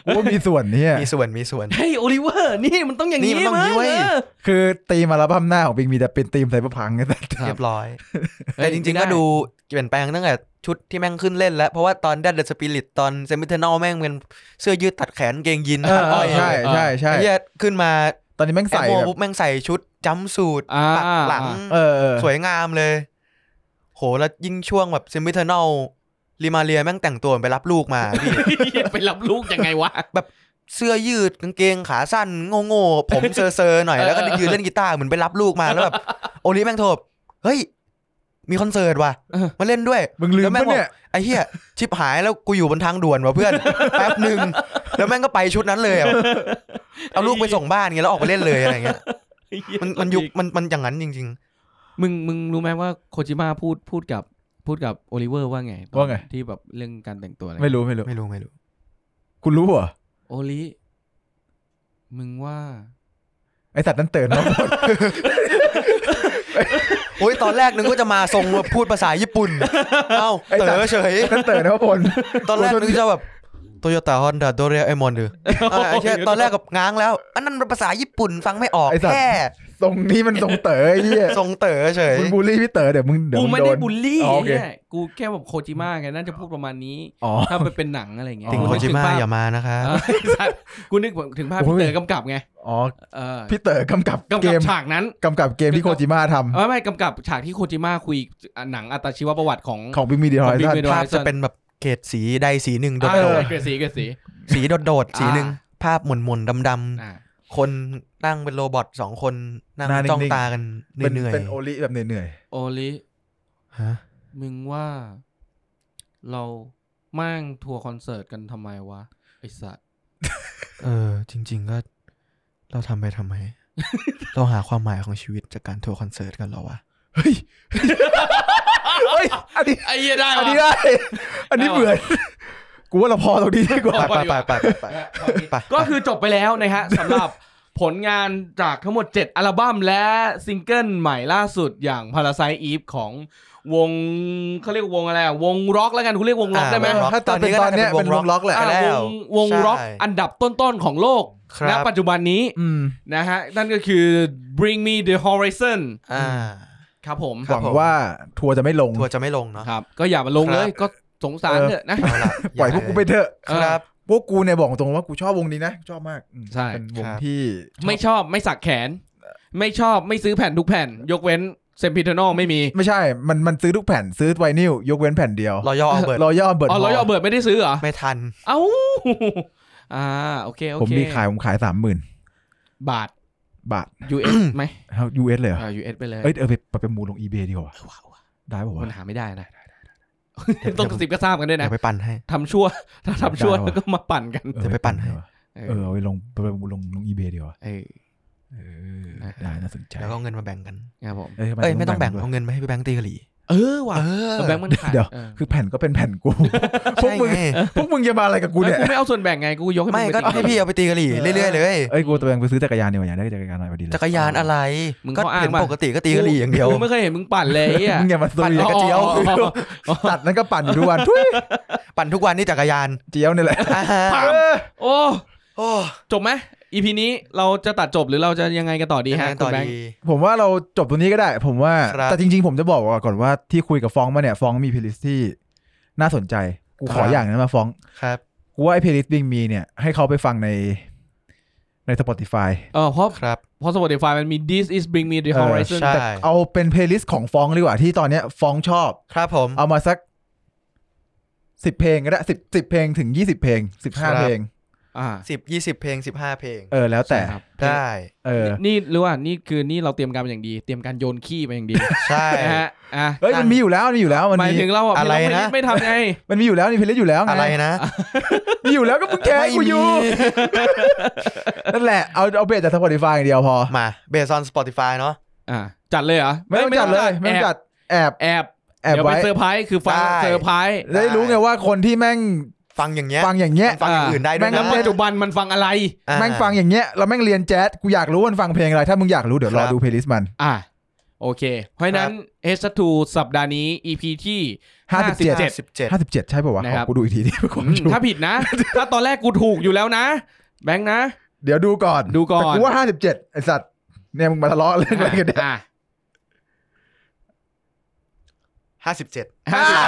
[SPEAKER 2] กูว่ามีส่วนเนี่ย
[SPEAKER 1] มีส่วนมี
[SPEAKER 2] (laughs)
[SPEAKER 1] ส่วน
[SPEAKER 3] เฮ้ยโอลิเวอร์ นี่มันต้องอย่าง
[SPEAKER 1] นี่มันต้องอย่างนี้
[SPEAKER 3] เว้ย
[SPEAKER 1] เว้ย
[SPEAKER 3] เออ
[SPEAKER 2] คือตีมาแล้วพัมหน้าของบิงมีแต่เป็นตีมไซเบอร์พังไงแต่
[SPEAKER 3] ครับ
[SPEAKER 1] เรียบร้อย
[SPEAKER 3] เฮ้
[SPEAKER 1] แต่
[SPEAKER 3] ย
[SPEAKER 1] จริงๆ
[SPEAKER 3] ไม่ไ
[SPEAKER 1] ก็ดูเปลี่ยนแปลงตั้งแต่ชุดที่แม่งขึ้นเล่นแล้ว เพราะว่าตอน Dead the Spirit ตอน s e m i t e r n a l แม่งเป็นเสื้อยืดตัดแขนเกงยีน
[SPEAKER 2] เอ
[SPEAKER 1] ตั
[SPEAKER 2] อ
[SPEAKER 1] ดอ้อย
[SPEAKER 2] ใช่ใช่ใช่
[SPEAKER 1] ไอ้เหี้ยขึ้นมา
[SPEAKER 2] ตอนนี้แม่ง
[SPEAKER 1] แอม
[SPEAKER 2] ใส่
[SPEAKER 1] โม
[SPEAKER 2] แบบ
[SPEAKER 1] ปุ๊บแม่งใส่ชุดจัมป์สูท
[SPEAKER 3] อ่า
[SPEAKER 1] ปักหลัง
[SPEAKER 2] เออเออ
[SPEAKER 1] สวยงามเลย โห แล้วยิ่งช่วงแบบ s e m i t e r n a l ริมาเรียแม่งแต่งตัวเหมือนไปรับลูก
[SPEAKER 2] (laughs)
[SPEAKER 1] มาพี่
[SPEAKER 3] (laughs) ไปรับลูกยังไงวะ
[SPEAKER 1] เสื้อยืดกางเกงขาสั้นโง่ๆ ผมเซอร์ๆหน่อยแล้วก็ยืนเล่นกีตาร์เหมือนไปรับลูกมาแล้วแบบ โอลิแม่งโทรแบบเฮ้ย มีคอนเสิร์ตว่ะ
[SPEAKER 3] เออ
[SPEAKER 1] มาเล่นด้วย
[SPEAKER 2] มึงลืม
[SPEAKER 1] แวแม่
[SPEAKER 2] ปะ
[SPEAKER 1] งบอ
[SPEAKER 2] เนี่ย
[SPEAKER 1] กไอ้เหี้ยชิบหายแล้วกูอยู่บนทางด่วนว่ะเพื่อน แป๊บหนึ่งแล้วแม่งก็ไปชุดนั้นเลยอะเอาลูกไปส่งบ้านเงี้ยแล้วออกไปเล่นเลยอะไรเงี้ยมันมันยุคมันมันอย่างนั้นจริง
[SPEAKER 3] มึงมึงรู้ไหมว่าโคจิม a พูดพูดกับพูดกับโอลิเวอร์ว่าไงตอน
[SPEAKER 2] ว่าไง
[SPEAKER 3] ที่แบบเรื่องการแต่งตัวอะไร
[SPEAKER 2] ไม่รู้ไม่รู้
[SPEAKER 1] ๆ ไม่รู้ไม่รู้
[SPEAKER 2] คุณรู้เหรอ
[SPEAKER 3] โอลิมึงว่า
[SPEAKER 2] ไอ ไอสัตว์นั้นเตือนมาหมด
[SPEAKER 1] โอ้ยตอนแรกนึกว่าจะมาทรงแบบพูดภาษาญี่ปุ่น เอ้า
[SPEAKER 2] ไอ้
[SPEAKER 1] เต๋
[SPEAKER 2] สัตว์
[SPEAKER 1] อเฉย
[SPEAKER 2] นั้นเตือนมาหมด
[SPEAKER 1] ตอนแรกนึกจะแบบโตโยต้าฮอนด้าโดเรไอมอนเดืออ่ะไอ้เหี้ย
[SPEAKER 2] (laughs)
[SPEAKER 1] ตอนแรกกับง้างแล้ว อันนั้นเป็นภาษาญี่ปุ่นฟังไม่ออก
[SPEAKER 2] ไอ้สัตว์
[SPEAKER 1] แค่
[SPEAKER 2] ทรงนี้มันทรงเต๋อไอ้เหี้ย
[SPEAKER 1] ทรงเต๋อเฉย
[SPEAKER 2] มึงบูลลี่พี่เต๋อเดี๋ยวมึงเดี๋ยว
[SPEAKER 3] กู
[SPEAKER 2] มึง
[SPEAKER 3] ไม่
[SPEAKER 2] โด
[SPEAKER 3] ได้
[SPEAKER 2] น
[SPEAKER 3] บูลลี่
[SPEAKER 2] อ๋อโอเค
[SPEAKER 3] เนี่ยกูแค่แบบโคจิมะไงน่าจะพูดประมาณนี้
[SPEAKER 2] อ๋อ
[SPEAKER 3] ถ้ามันเป็นหนังอะไรเงี้ย
[SPEAKER 1] ติง
[SPEAKER 2] อ๋อ
[SPEAKER 1] โคจิมะ
[SPEAKER 3] นึกภพ
[SPEAKER 1] อย่ามานะคะ
[SPEAKER 3] เอ (laughs) อไอ้สัตว์กูนึกถึงภาพพี่เต๋อกำกับไง
[SPEAKER 2] อ๋อ
[SPEAKER 3] เออ
[SPEAKER 2] พี่เต๋อกำกับ
[SPEAKER 3] กำ
[SPEAKER 2] เก
[SPEAKER 3] กับ
[SPEAKER 2] ม
[SPEAKER 3] ฉากนั้น
[SPEAKER 2] กำกับเกมที่โคจิมะท
[SPEAKER 3] ไม่ไม่กำกับฉากที่โคจิมะคุยหนังอัตชีวประวัติของ
[SPEAKER 2] ำของบิมีดีฮ
[SPEAKER 3] ข
[SPEAKER 2] อ
[SPEAKER 3] อง
[SPEAKER 2] ริ
[SPEAKER 3] Big
[SPEAKER 2] ซัน
[SPEAKER 3] Big
[SPEAKER 1] ภาพ
[SPEAKER 3] Horizon
[SPEAKER 1] จะเป็นแบบเกรดสีใดสีหนึ่งโดด
[SPEAKER 3] อ่า
[SPEAKER 1] โดด
[SPEAKER 3] เกรดสีเกรดสี
[SPEAKER 1] สีโดดโดดๆสีหนึ่ง
[SPEAKER 3] อ่
[SPEAKER 1] ภาพหมุนหมุนดำด
[SPEAKER 3] อ่า
[SPEAKER 1] ำคนนั่งเป็นโรบอทสองคนนั่ง
[SPEAKER 2] หน้านิ่งๆ
[SPEAKER 1] จ้องตากันเห
[SPEAKER 2] เป็น
[SPEAKER 1] นื่อย
[SPEAKER 2] เป็นโอลิแบบเหนื่อย
[SPEAKER 3] โอลิ
[SPEAKER 1] ๆฮะ
[SPEAKER 3] มึงว่า เรามั่งทัวร์คอนเสิร์ตกันทำไมวะ ไอสัตว์
[SPEAKER 1] เออ จริง ๆ ก็ เราทำไปทำไม เราหาความหมายของชีวิตจากการทัวร์คอนเสิร์ตกันเหรอวะ
[SPEAKER 2] ๆเฮ้ยเฮ้ยอันนี้
[SPEAKER 3] ไอ้เหี้ยได้
[SPEAKER 2] อันนี้
[SPEAKER 3] วะ
[SPEAKER 2] ได้อันนี้เหมือนกูว่าเราพอตรงนี้ดีกว่า
[SPEAKER 3] เอา
[SPEAKER 1] ไปไปไปไปไปไป
[SPEAKER 3] ก็คือจบไปแล้วนะฮ (laughs) ะสำหรับ ผลงานจากทั้งหมด 7 อัลบั้มและซิงเกิลใหม่ล่าสุดอย่าง Parasite Eve ของวงเขาเรียกวงอะไรอะวงร็อกแล้วกันคุณเรียกวงร็อกได้ไหม
[SPEAKER 1] อ่
[SPEAKER 2] ถ้าตอนเป็นตอนเนี้ยเป็นวงล็อกแหละ
[SPEAKER 3] อ่าวงวงร็อก
[SPEAKER 1] ใช่
[SPEAKER 3] อันดับต้นๆของโลก
[SPEAKER 1] ครับ
[SPEAKER 3] ณปัจจุบันนี้
[SPEAKER 2] อืม
[SPEAKER 3] นะฮะ นั่นก็คือ Bring Me the Horizon
[SPEAKER 1] อ่า
[SPEAKER 3] ครับผม
[SPEAKER 1] ค
[SPEAKER 2] ห
[SPEAKER 1] รับ
[SPEAKER 2] วังว่าทัวร์จะไม่ลง
[SPEAKER 1] ทัวร์จะไม่ลงเนาะ
[SPEAKER 3] ครับ ก็อย่ามาลง
[SPEAKER 1] ครับ
[SPEAKER 3] เลย ก็สงสารเถอะนะ
[SPEAKER 1] เอาละ
[SPEAKER 2] ปล่อยพวกกูไปเถอะ
[SPEAKER 3] เอ
[SPEAKER 1] ค
[SPEAKER 3] อ
[SPEAKER 1] รับ
[SPEAKER 2] พวกกูเนี่ยบอกตรงว่ากูชอบวงนี้นะ ชอบมากอืม
[SPEAKER 3] ใช่
[SPEAKER 2] เป็นวง
[SPEAKER 1] ครับ
[SPEAKER 2] ที่
[SPEAKER 3] ไม่ชอบไม่สักแขน ไม่ชอบไม่ซื้อแผ่นทุกแผ่น ยกเว้นเซมพิเทนอลไม่มี
[SPEAKER 2] ไม่ใช่ มันมันซื้อทุกแผ่นซื้อไวนิลยกเว้นแผ่นเดียว
[SPEAKER 1] รอยอเอาเบิร์ด
[SPEAKER 2] รอย่อเบิร์ด
[SPEAKER 3] อ๋อรอยอเบิร์ดไม่ได้ซื้อเหรอ
[SPEAKER 1] ไม่ทัน
[SPEAKER 3] เอ้า อ่า โอเค โอเค
[SPEAKER 2] ผมมีขายผมขายสามหมื่น
[SPEAKER 3] บาท
[SPEAKER 2] บาท
[SPEAKER 3] US (coughs) ไหม
[SPEAKER 2] เอา US เลยเหรอ
[SPEAKER 3] อ่า US ไปเลย
[SPEAKER 2] เอ้ยเออไปไปประมูลลง eBay ดีกว่าได้ป่าวะ
[SPEAKER 3] มันหาไม่ได้นะ ต้องกระสิบกระซาบกันด้วย
[SPEAKER 1] เดี๋ย
[SPEAKER 3] นะ
[SPEAKER 1] วไปปั่นให้
[SPEAKER 3] ทำชั่ว (laughs) ถ้าทำชั่ว
[SPEAKER 2] ได้ว่ะ
[SPEAKER 3] แล้วก็มาปั่นกัน
[SPEAKER 1] เดี๋ยวไปปั่นให้
[SPEAKER 3] เอ
[SPEAKER 2] เออ
[SPEAKER 3] อ
[SPEAKER 2] เอาไปลงไปประมูลลงลง eBay ดีกว่า
[SPEAKER 3] เออ
[SPEAKER 2] เออ
[SPEAKER 3] นะ
[SPEAKER 2] ได้น่าสนใจ
[SPEAKER 1] แล้วก็เอาเงินมาแบ่งกัน
[SPEAKER 3] ครับผม
[SPEAKER 2] เอ้ยทำ
[SPEAKER 1] เอ้ยไม่ต้องแบ่ง
[SPEAKER 2] ด้วย
[SPEAKER 1] เอาเงินไปให้พี่แบงค์ตีกะหรี่
[SPEAKER 3] เออว่ะ
[SPEAKER 1] เออ
[SPEAKER 3] แบงค์มันขาด
[SPEAKER 2] เดี๋ยว
[SPEAKER 3] เออ
[SPEAKER 2] คือแผ่นก็เป็นแผ่นกูพวก
[SPEAKER 1] ใช่
[SPEAKER 2] มึง
[SPEAKER 1] ไง
[SPEAKER 2] พวกมึงจะมาอะไรกับกูเนี่ย
[SPEAKER 3] เอ้ยกูไม่เอาส่วนแบ่งไง กูยกให้
[SPEAKER 1] ไม่
[SPEAKER 3] งป
[SPEAKER 1] ก็
[SPEAKER 3] ติ
[SPEAKER 1] ให้พี่เอาไปตีกะหรี่เรื่อยๆเลย
[SPEAKER 2] เอ้ยกูตะแบงไปซื้อจักรยานดีกว่าอยากได้จักรยานหน่อยพอดีเลย
[SPEAKER 1] จักรยานอะไร
[SPEAKER 3] มึง
[SPEAKER 1] ก็
[SPEAKER 3] ข้ออ้าง
[SPEAKER 1] เห็น
[SPEAKER 3] ป่ะ
[SPEAKER 1] ปกติก็ตีกะหรี่อย่างเดียว
[SPEAKER 3] กูไม่เคยเห็นมึงปั่นเลยไอ่ะ
[SPEAKER 2] มึงอย่ามาซุ
[SPEAKER 3] ปั่น
[SPEAKER 2] ย
[SPEAKER 3] แล้ว
[SPEAKER 1] ก
[SPEAKER 3] ก็
[SPEAKER 1] ระเจี
[SPEAKER 3] เจี
[SPEAKER 1] ย
[SPEAKER 3] ยว ว
[SPEAKER 2] (laughs) ตัดนั้นก็ปั่นอยู่ทุกวันทุย
[SPEAKER 1] ปั่นทุกวันนี่จักรยาน
[SPEAKER 2] เจียวนี่แหละ
[SPEAKER 1] อ่าฮะ
[SPEAKER 2] เออ
[SPEAKER 3] โอ้
[SPEAKER 1] โอ้
[SPEAKER 3] จบไหมอีพีนี้เราจะตัดจบหรือเราจะยังไงกันต่อดี
[SPEAKER 1] ยัง
[SPEAKER 3] ฮะ
[SPEAKER 1] ไง
[SPEAKER 3] คุ
[SPEAKER 1] ต่
[SPEAKER 3] ณ
[SPEAKER 1] อ
[SPEAKER 3] แบง
[SPEAKER 1] ดี
[SPEAKER 3] ค์
[SPEAKER 2] ผมว่าเราจบตรงนี้ก็ได้ ผมว่า
[SPEAKER 1] ครับ
[SPEAKER 2] แต่จริง ๆ ผมจะบอกก่อนว่าที่คุยกับฟองมาเนี่ยฟองมีเพล y l i ิสที่น่าสนใจ กูขออย่างนั้นมาฟอง
[SPEAKER 1] ครับ
[SPEAKER 2] กูว่าไอ้เพล y l i ิสบิงมีเนี่ยให้เขาไปฟังในใน Spotify
[SPEAKER 3] เออเพราะ
[SPEAKER 1] ครับ
[SPEAKER 3] เพราะ Spotify มันมี This is Bring Me the
[SPEAKER 2] เออ
[SPEAKER 3] Horizon
[SPEAKER 1] ใช่
[SPEAKER 2] เอาเป็นเพล y l i ิสของฟองดีกว่าที่ตอนเนี้ยฟองชอบ
[SPEAKER 1] ครับผม
[SPEAKER 2] เอามาสักสิบเพลงก็ได้สิบสิบเพลงถึงยี่สิบเพลงสิบ
[SPEAKER 1] ครั
[SPEAKER 2] ห้า
[SPEAKER 1] บ
[SPEAKER 2] เพลง
[SPEAKER 3] อ่า
[SPEAKER 1] สิบยี่สิบเพลงสิบห้าเพลง
[SPEAKER 2] เออ แล้วแต่
[SPEAKER 3] ครับ
[SPEAKER 1] ได้
[SPEAKER 2] เออ
[SPEAKER 3] นี่หรือว่านี่คือนี่เราเตรียมการมาอย่างดี เตรียมการโยนขี้มาอย่างดี
[SPEAKER 1] ใช่
[SPEAKER 3] นะฮะอ่ะ
[SPEAKER 2] เฮ้ยมันมีอยู่แล้วมันมีอยู่แล้วมัน
[SPEAKER 3] หมาย
[SPEAKER 2] มี
[SPEAKER 3] ถึงเราอ่ะ
[SPEAKER 1] อะไรนะ
[SPEAKER 3] ไม่ทำไง
[SPEAKER 2] มันมีอยู่แล้วนี่เพลย์ลิสอยู่แล้วง
[SPEAKER 1] อะไรนะ
[SPEAKER 2] มีอยู่แล้วก็มึงแคร์กูอยู่ นั่นแหละ เอาเอาเบสจาก Spotify อย่างเดียวพอ
[SPEAKER 1] มาเบสออน Spotify เนาะ
[SPEAKER 3] อ่าจัดเลยเหรอ
[SPEAKER 2] ไม่ต้องจัดเลย ไม่ต้องจัดแอบ
[SPEAKER 3] แอบ
[SPEAKER 2] แอบ
[SPEAKER 3] เดี๋ยวไป
[SPEAKER 2] ไว้
[SPEAKER 3] เซอร์ไพรส์คือฟัง
[SPEAKER 1] ได้
[SPEAKER 3] เซอร์ไพรส์
[SPEAKER 2] ได้รู้ไงว่าคนที่แม่ง
[SPEAKER 1] ฟังอย่างเงี้ย
[SPEAKER 2] ฟังอย่างเงี้ย
[SPEAKER 1] ฟังอย่างอื่นได้ด้วย
[SPEAKER 2] แม่
[SPEAKER 1] นะ
[SPEAKER 2] ง
[SPEAKER 3] ปัจจุบันมันฟังอะไร
[SPEAKER 1] อ่า
[SPEAKER 2] แม่งฟังอย่างเงี้ยเราแม่งเรียนแจ๊สกูอยากรู้ว่ามันฟังเพลงอะไร ถ้ามึงอยากรู้เดี๋ยวรอ
[SPEAKER 1] ครับ
[SPEAKER 2] ดูเพลย์ลิสต์มัน
[SPEAKER 3] อ่ะ โอเค เพราะฉะนั้น h 2สัปดาห์นี้ EP ที่
[SPEAKER 2] 57
[SPEAKER 1] สิบเจ็ด
[SPEAKER 2] 57 ใ57 ใช่ป่าวะ
[SPEAKER 3] นะ
[SPEAKER 2] ข
[SPEAKER 3] ครั
[SPEAKER 2] อบ กูดูอีกทีดิ (laughs) ขอ
[SPEAKER 3] อื
[SPEAKER 2] ง
[SPEAKER 3] ม
[SPEAKER 2] ชู
[SPEAKER 3] ถ้าผิด
[SPEAKER 2] (laughs)
[SPEAKER 3] นะ ถ้าตอนแรกกูถูกอยู่แล้วนะ แบงค์นะ
[SPEAKER 2] เดี๋ยวดูก่อน
[SPEAKER 3] ดูก่อน
[SPEAKER 2] แต่กูว่า 57 ไอสัตว์เนี่ยมึงมาทะเลาะเรื่องอะไรกัน
[SPEAKER 3] (laughs)
[SPEAKER 2] เนี่ย
[SPEAKER 3] อ่ะ
[SPEAKER 1] ห้าสิบเจ็ด
[SPEAKER 3] อ่ะ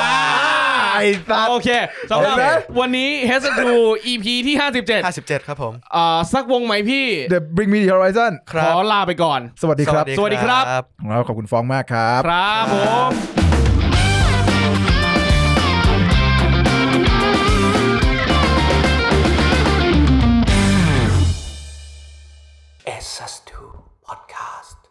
[SPEAKER 2] ไอสัตว์
[SPEAKER 3] โอเคสำหรับ
[SPEAKER 2] เห็นไหม
[SPEAKER 3] วันนี้ h 2 EP ที่
[SPEAKER 1] ห้าสิบเจ็ดครับผม
[SPEAKER 3] 57อ่าสักวงไหมพี่
[SPEAKER 2] The Bring Me The Horizon
[SPEAKER 1] ครั
[SPEAKER 3] ข
[SPEAKER 1] บ
[SPEAKER 3] อลาไปก่อน
[SPEAKER 2] สวัสดีครับ
[SPEAKER 3] สวัสดีครับ
[SPEAKER 2] ของเราขอบคุณฟองมากครับ
[SPEAKER 3] ครับผม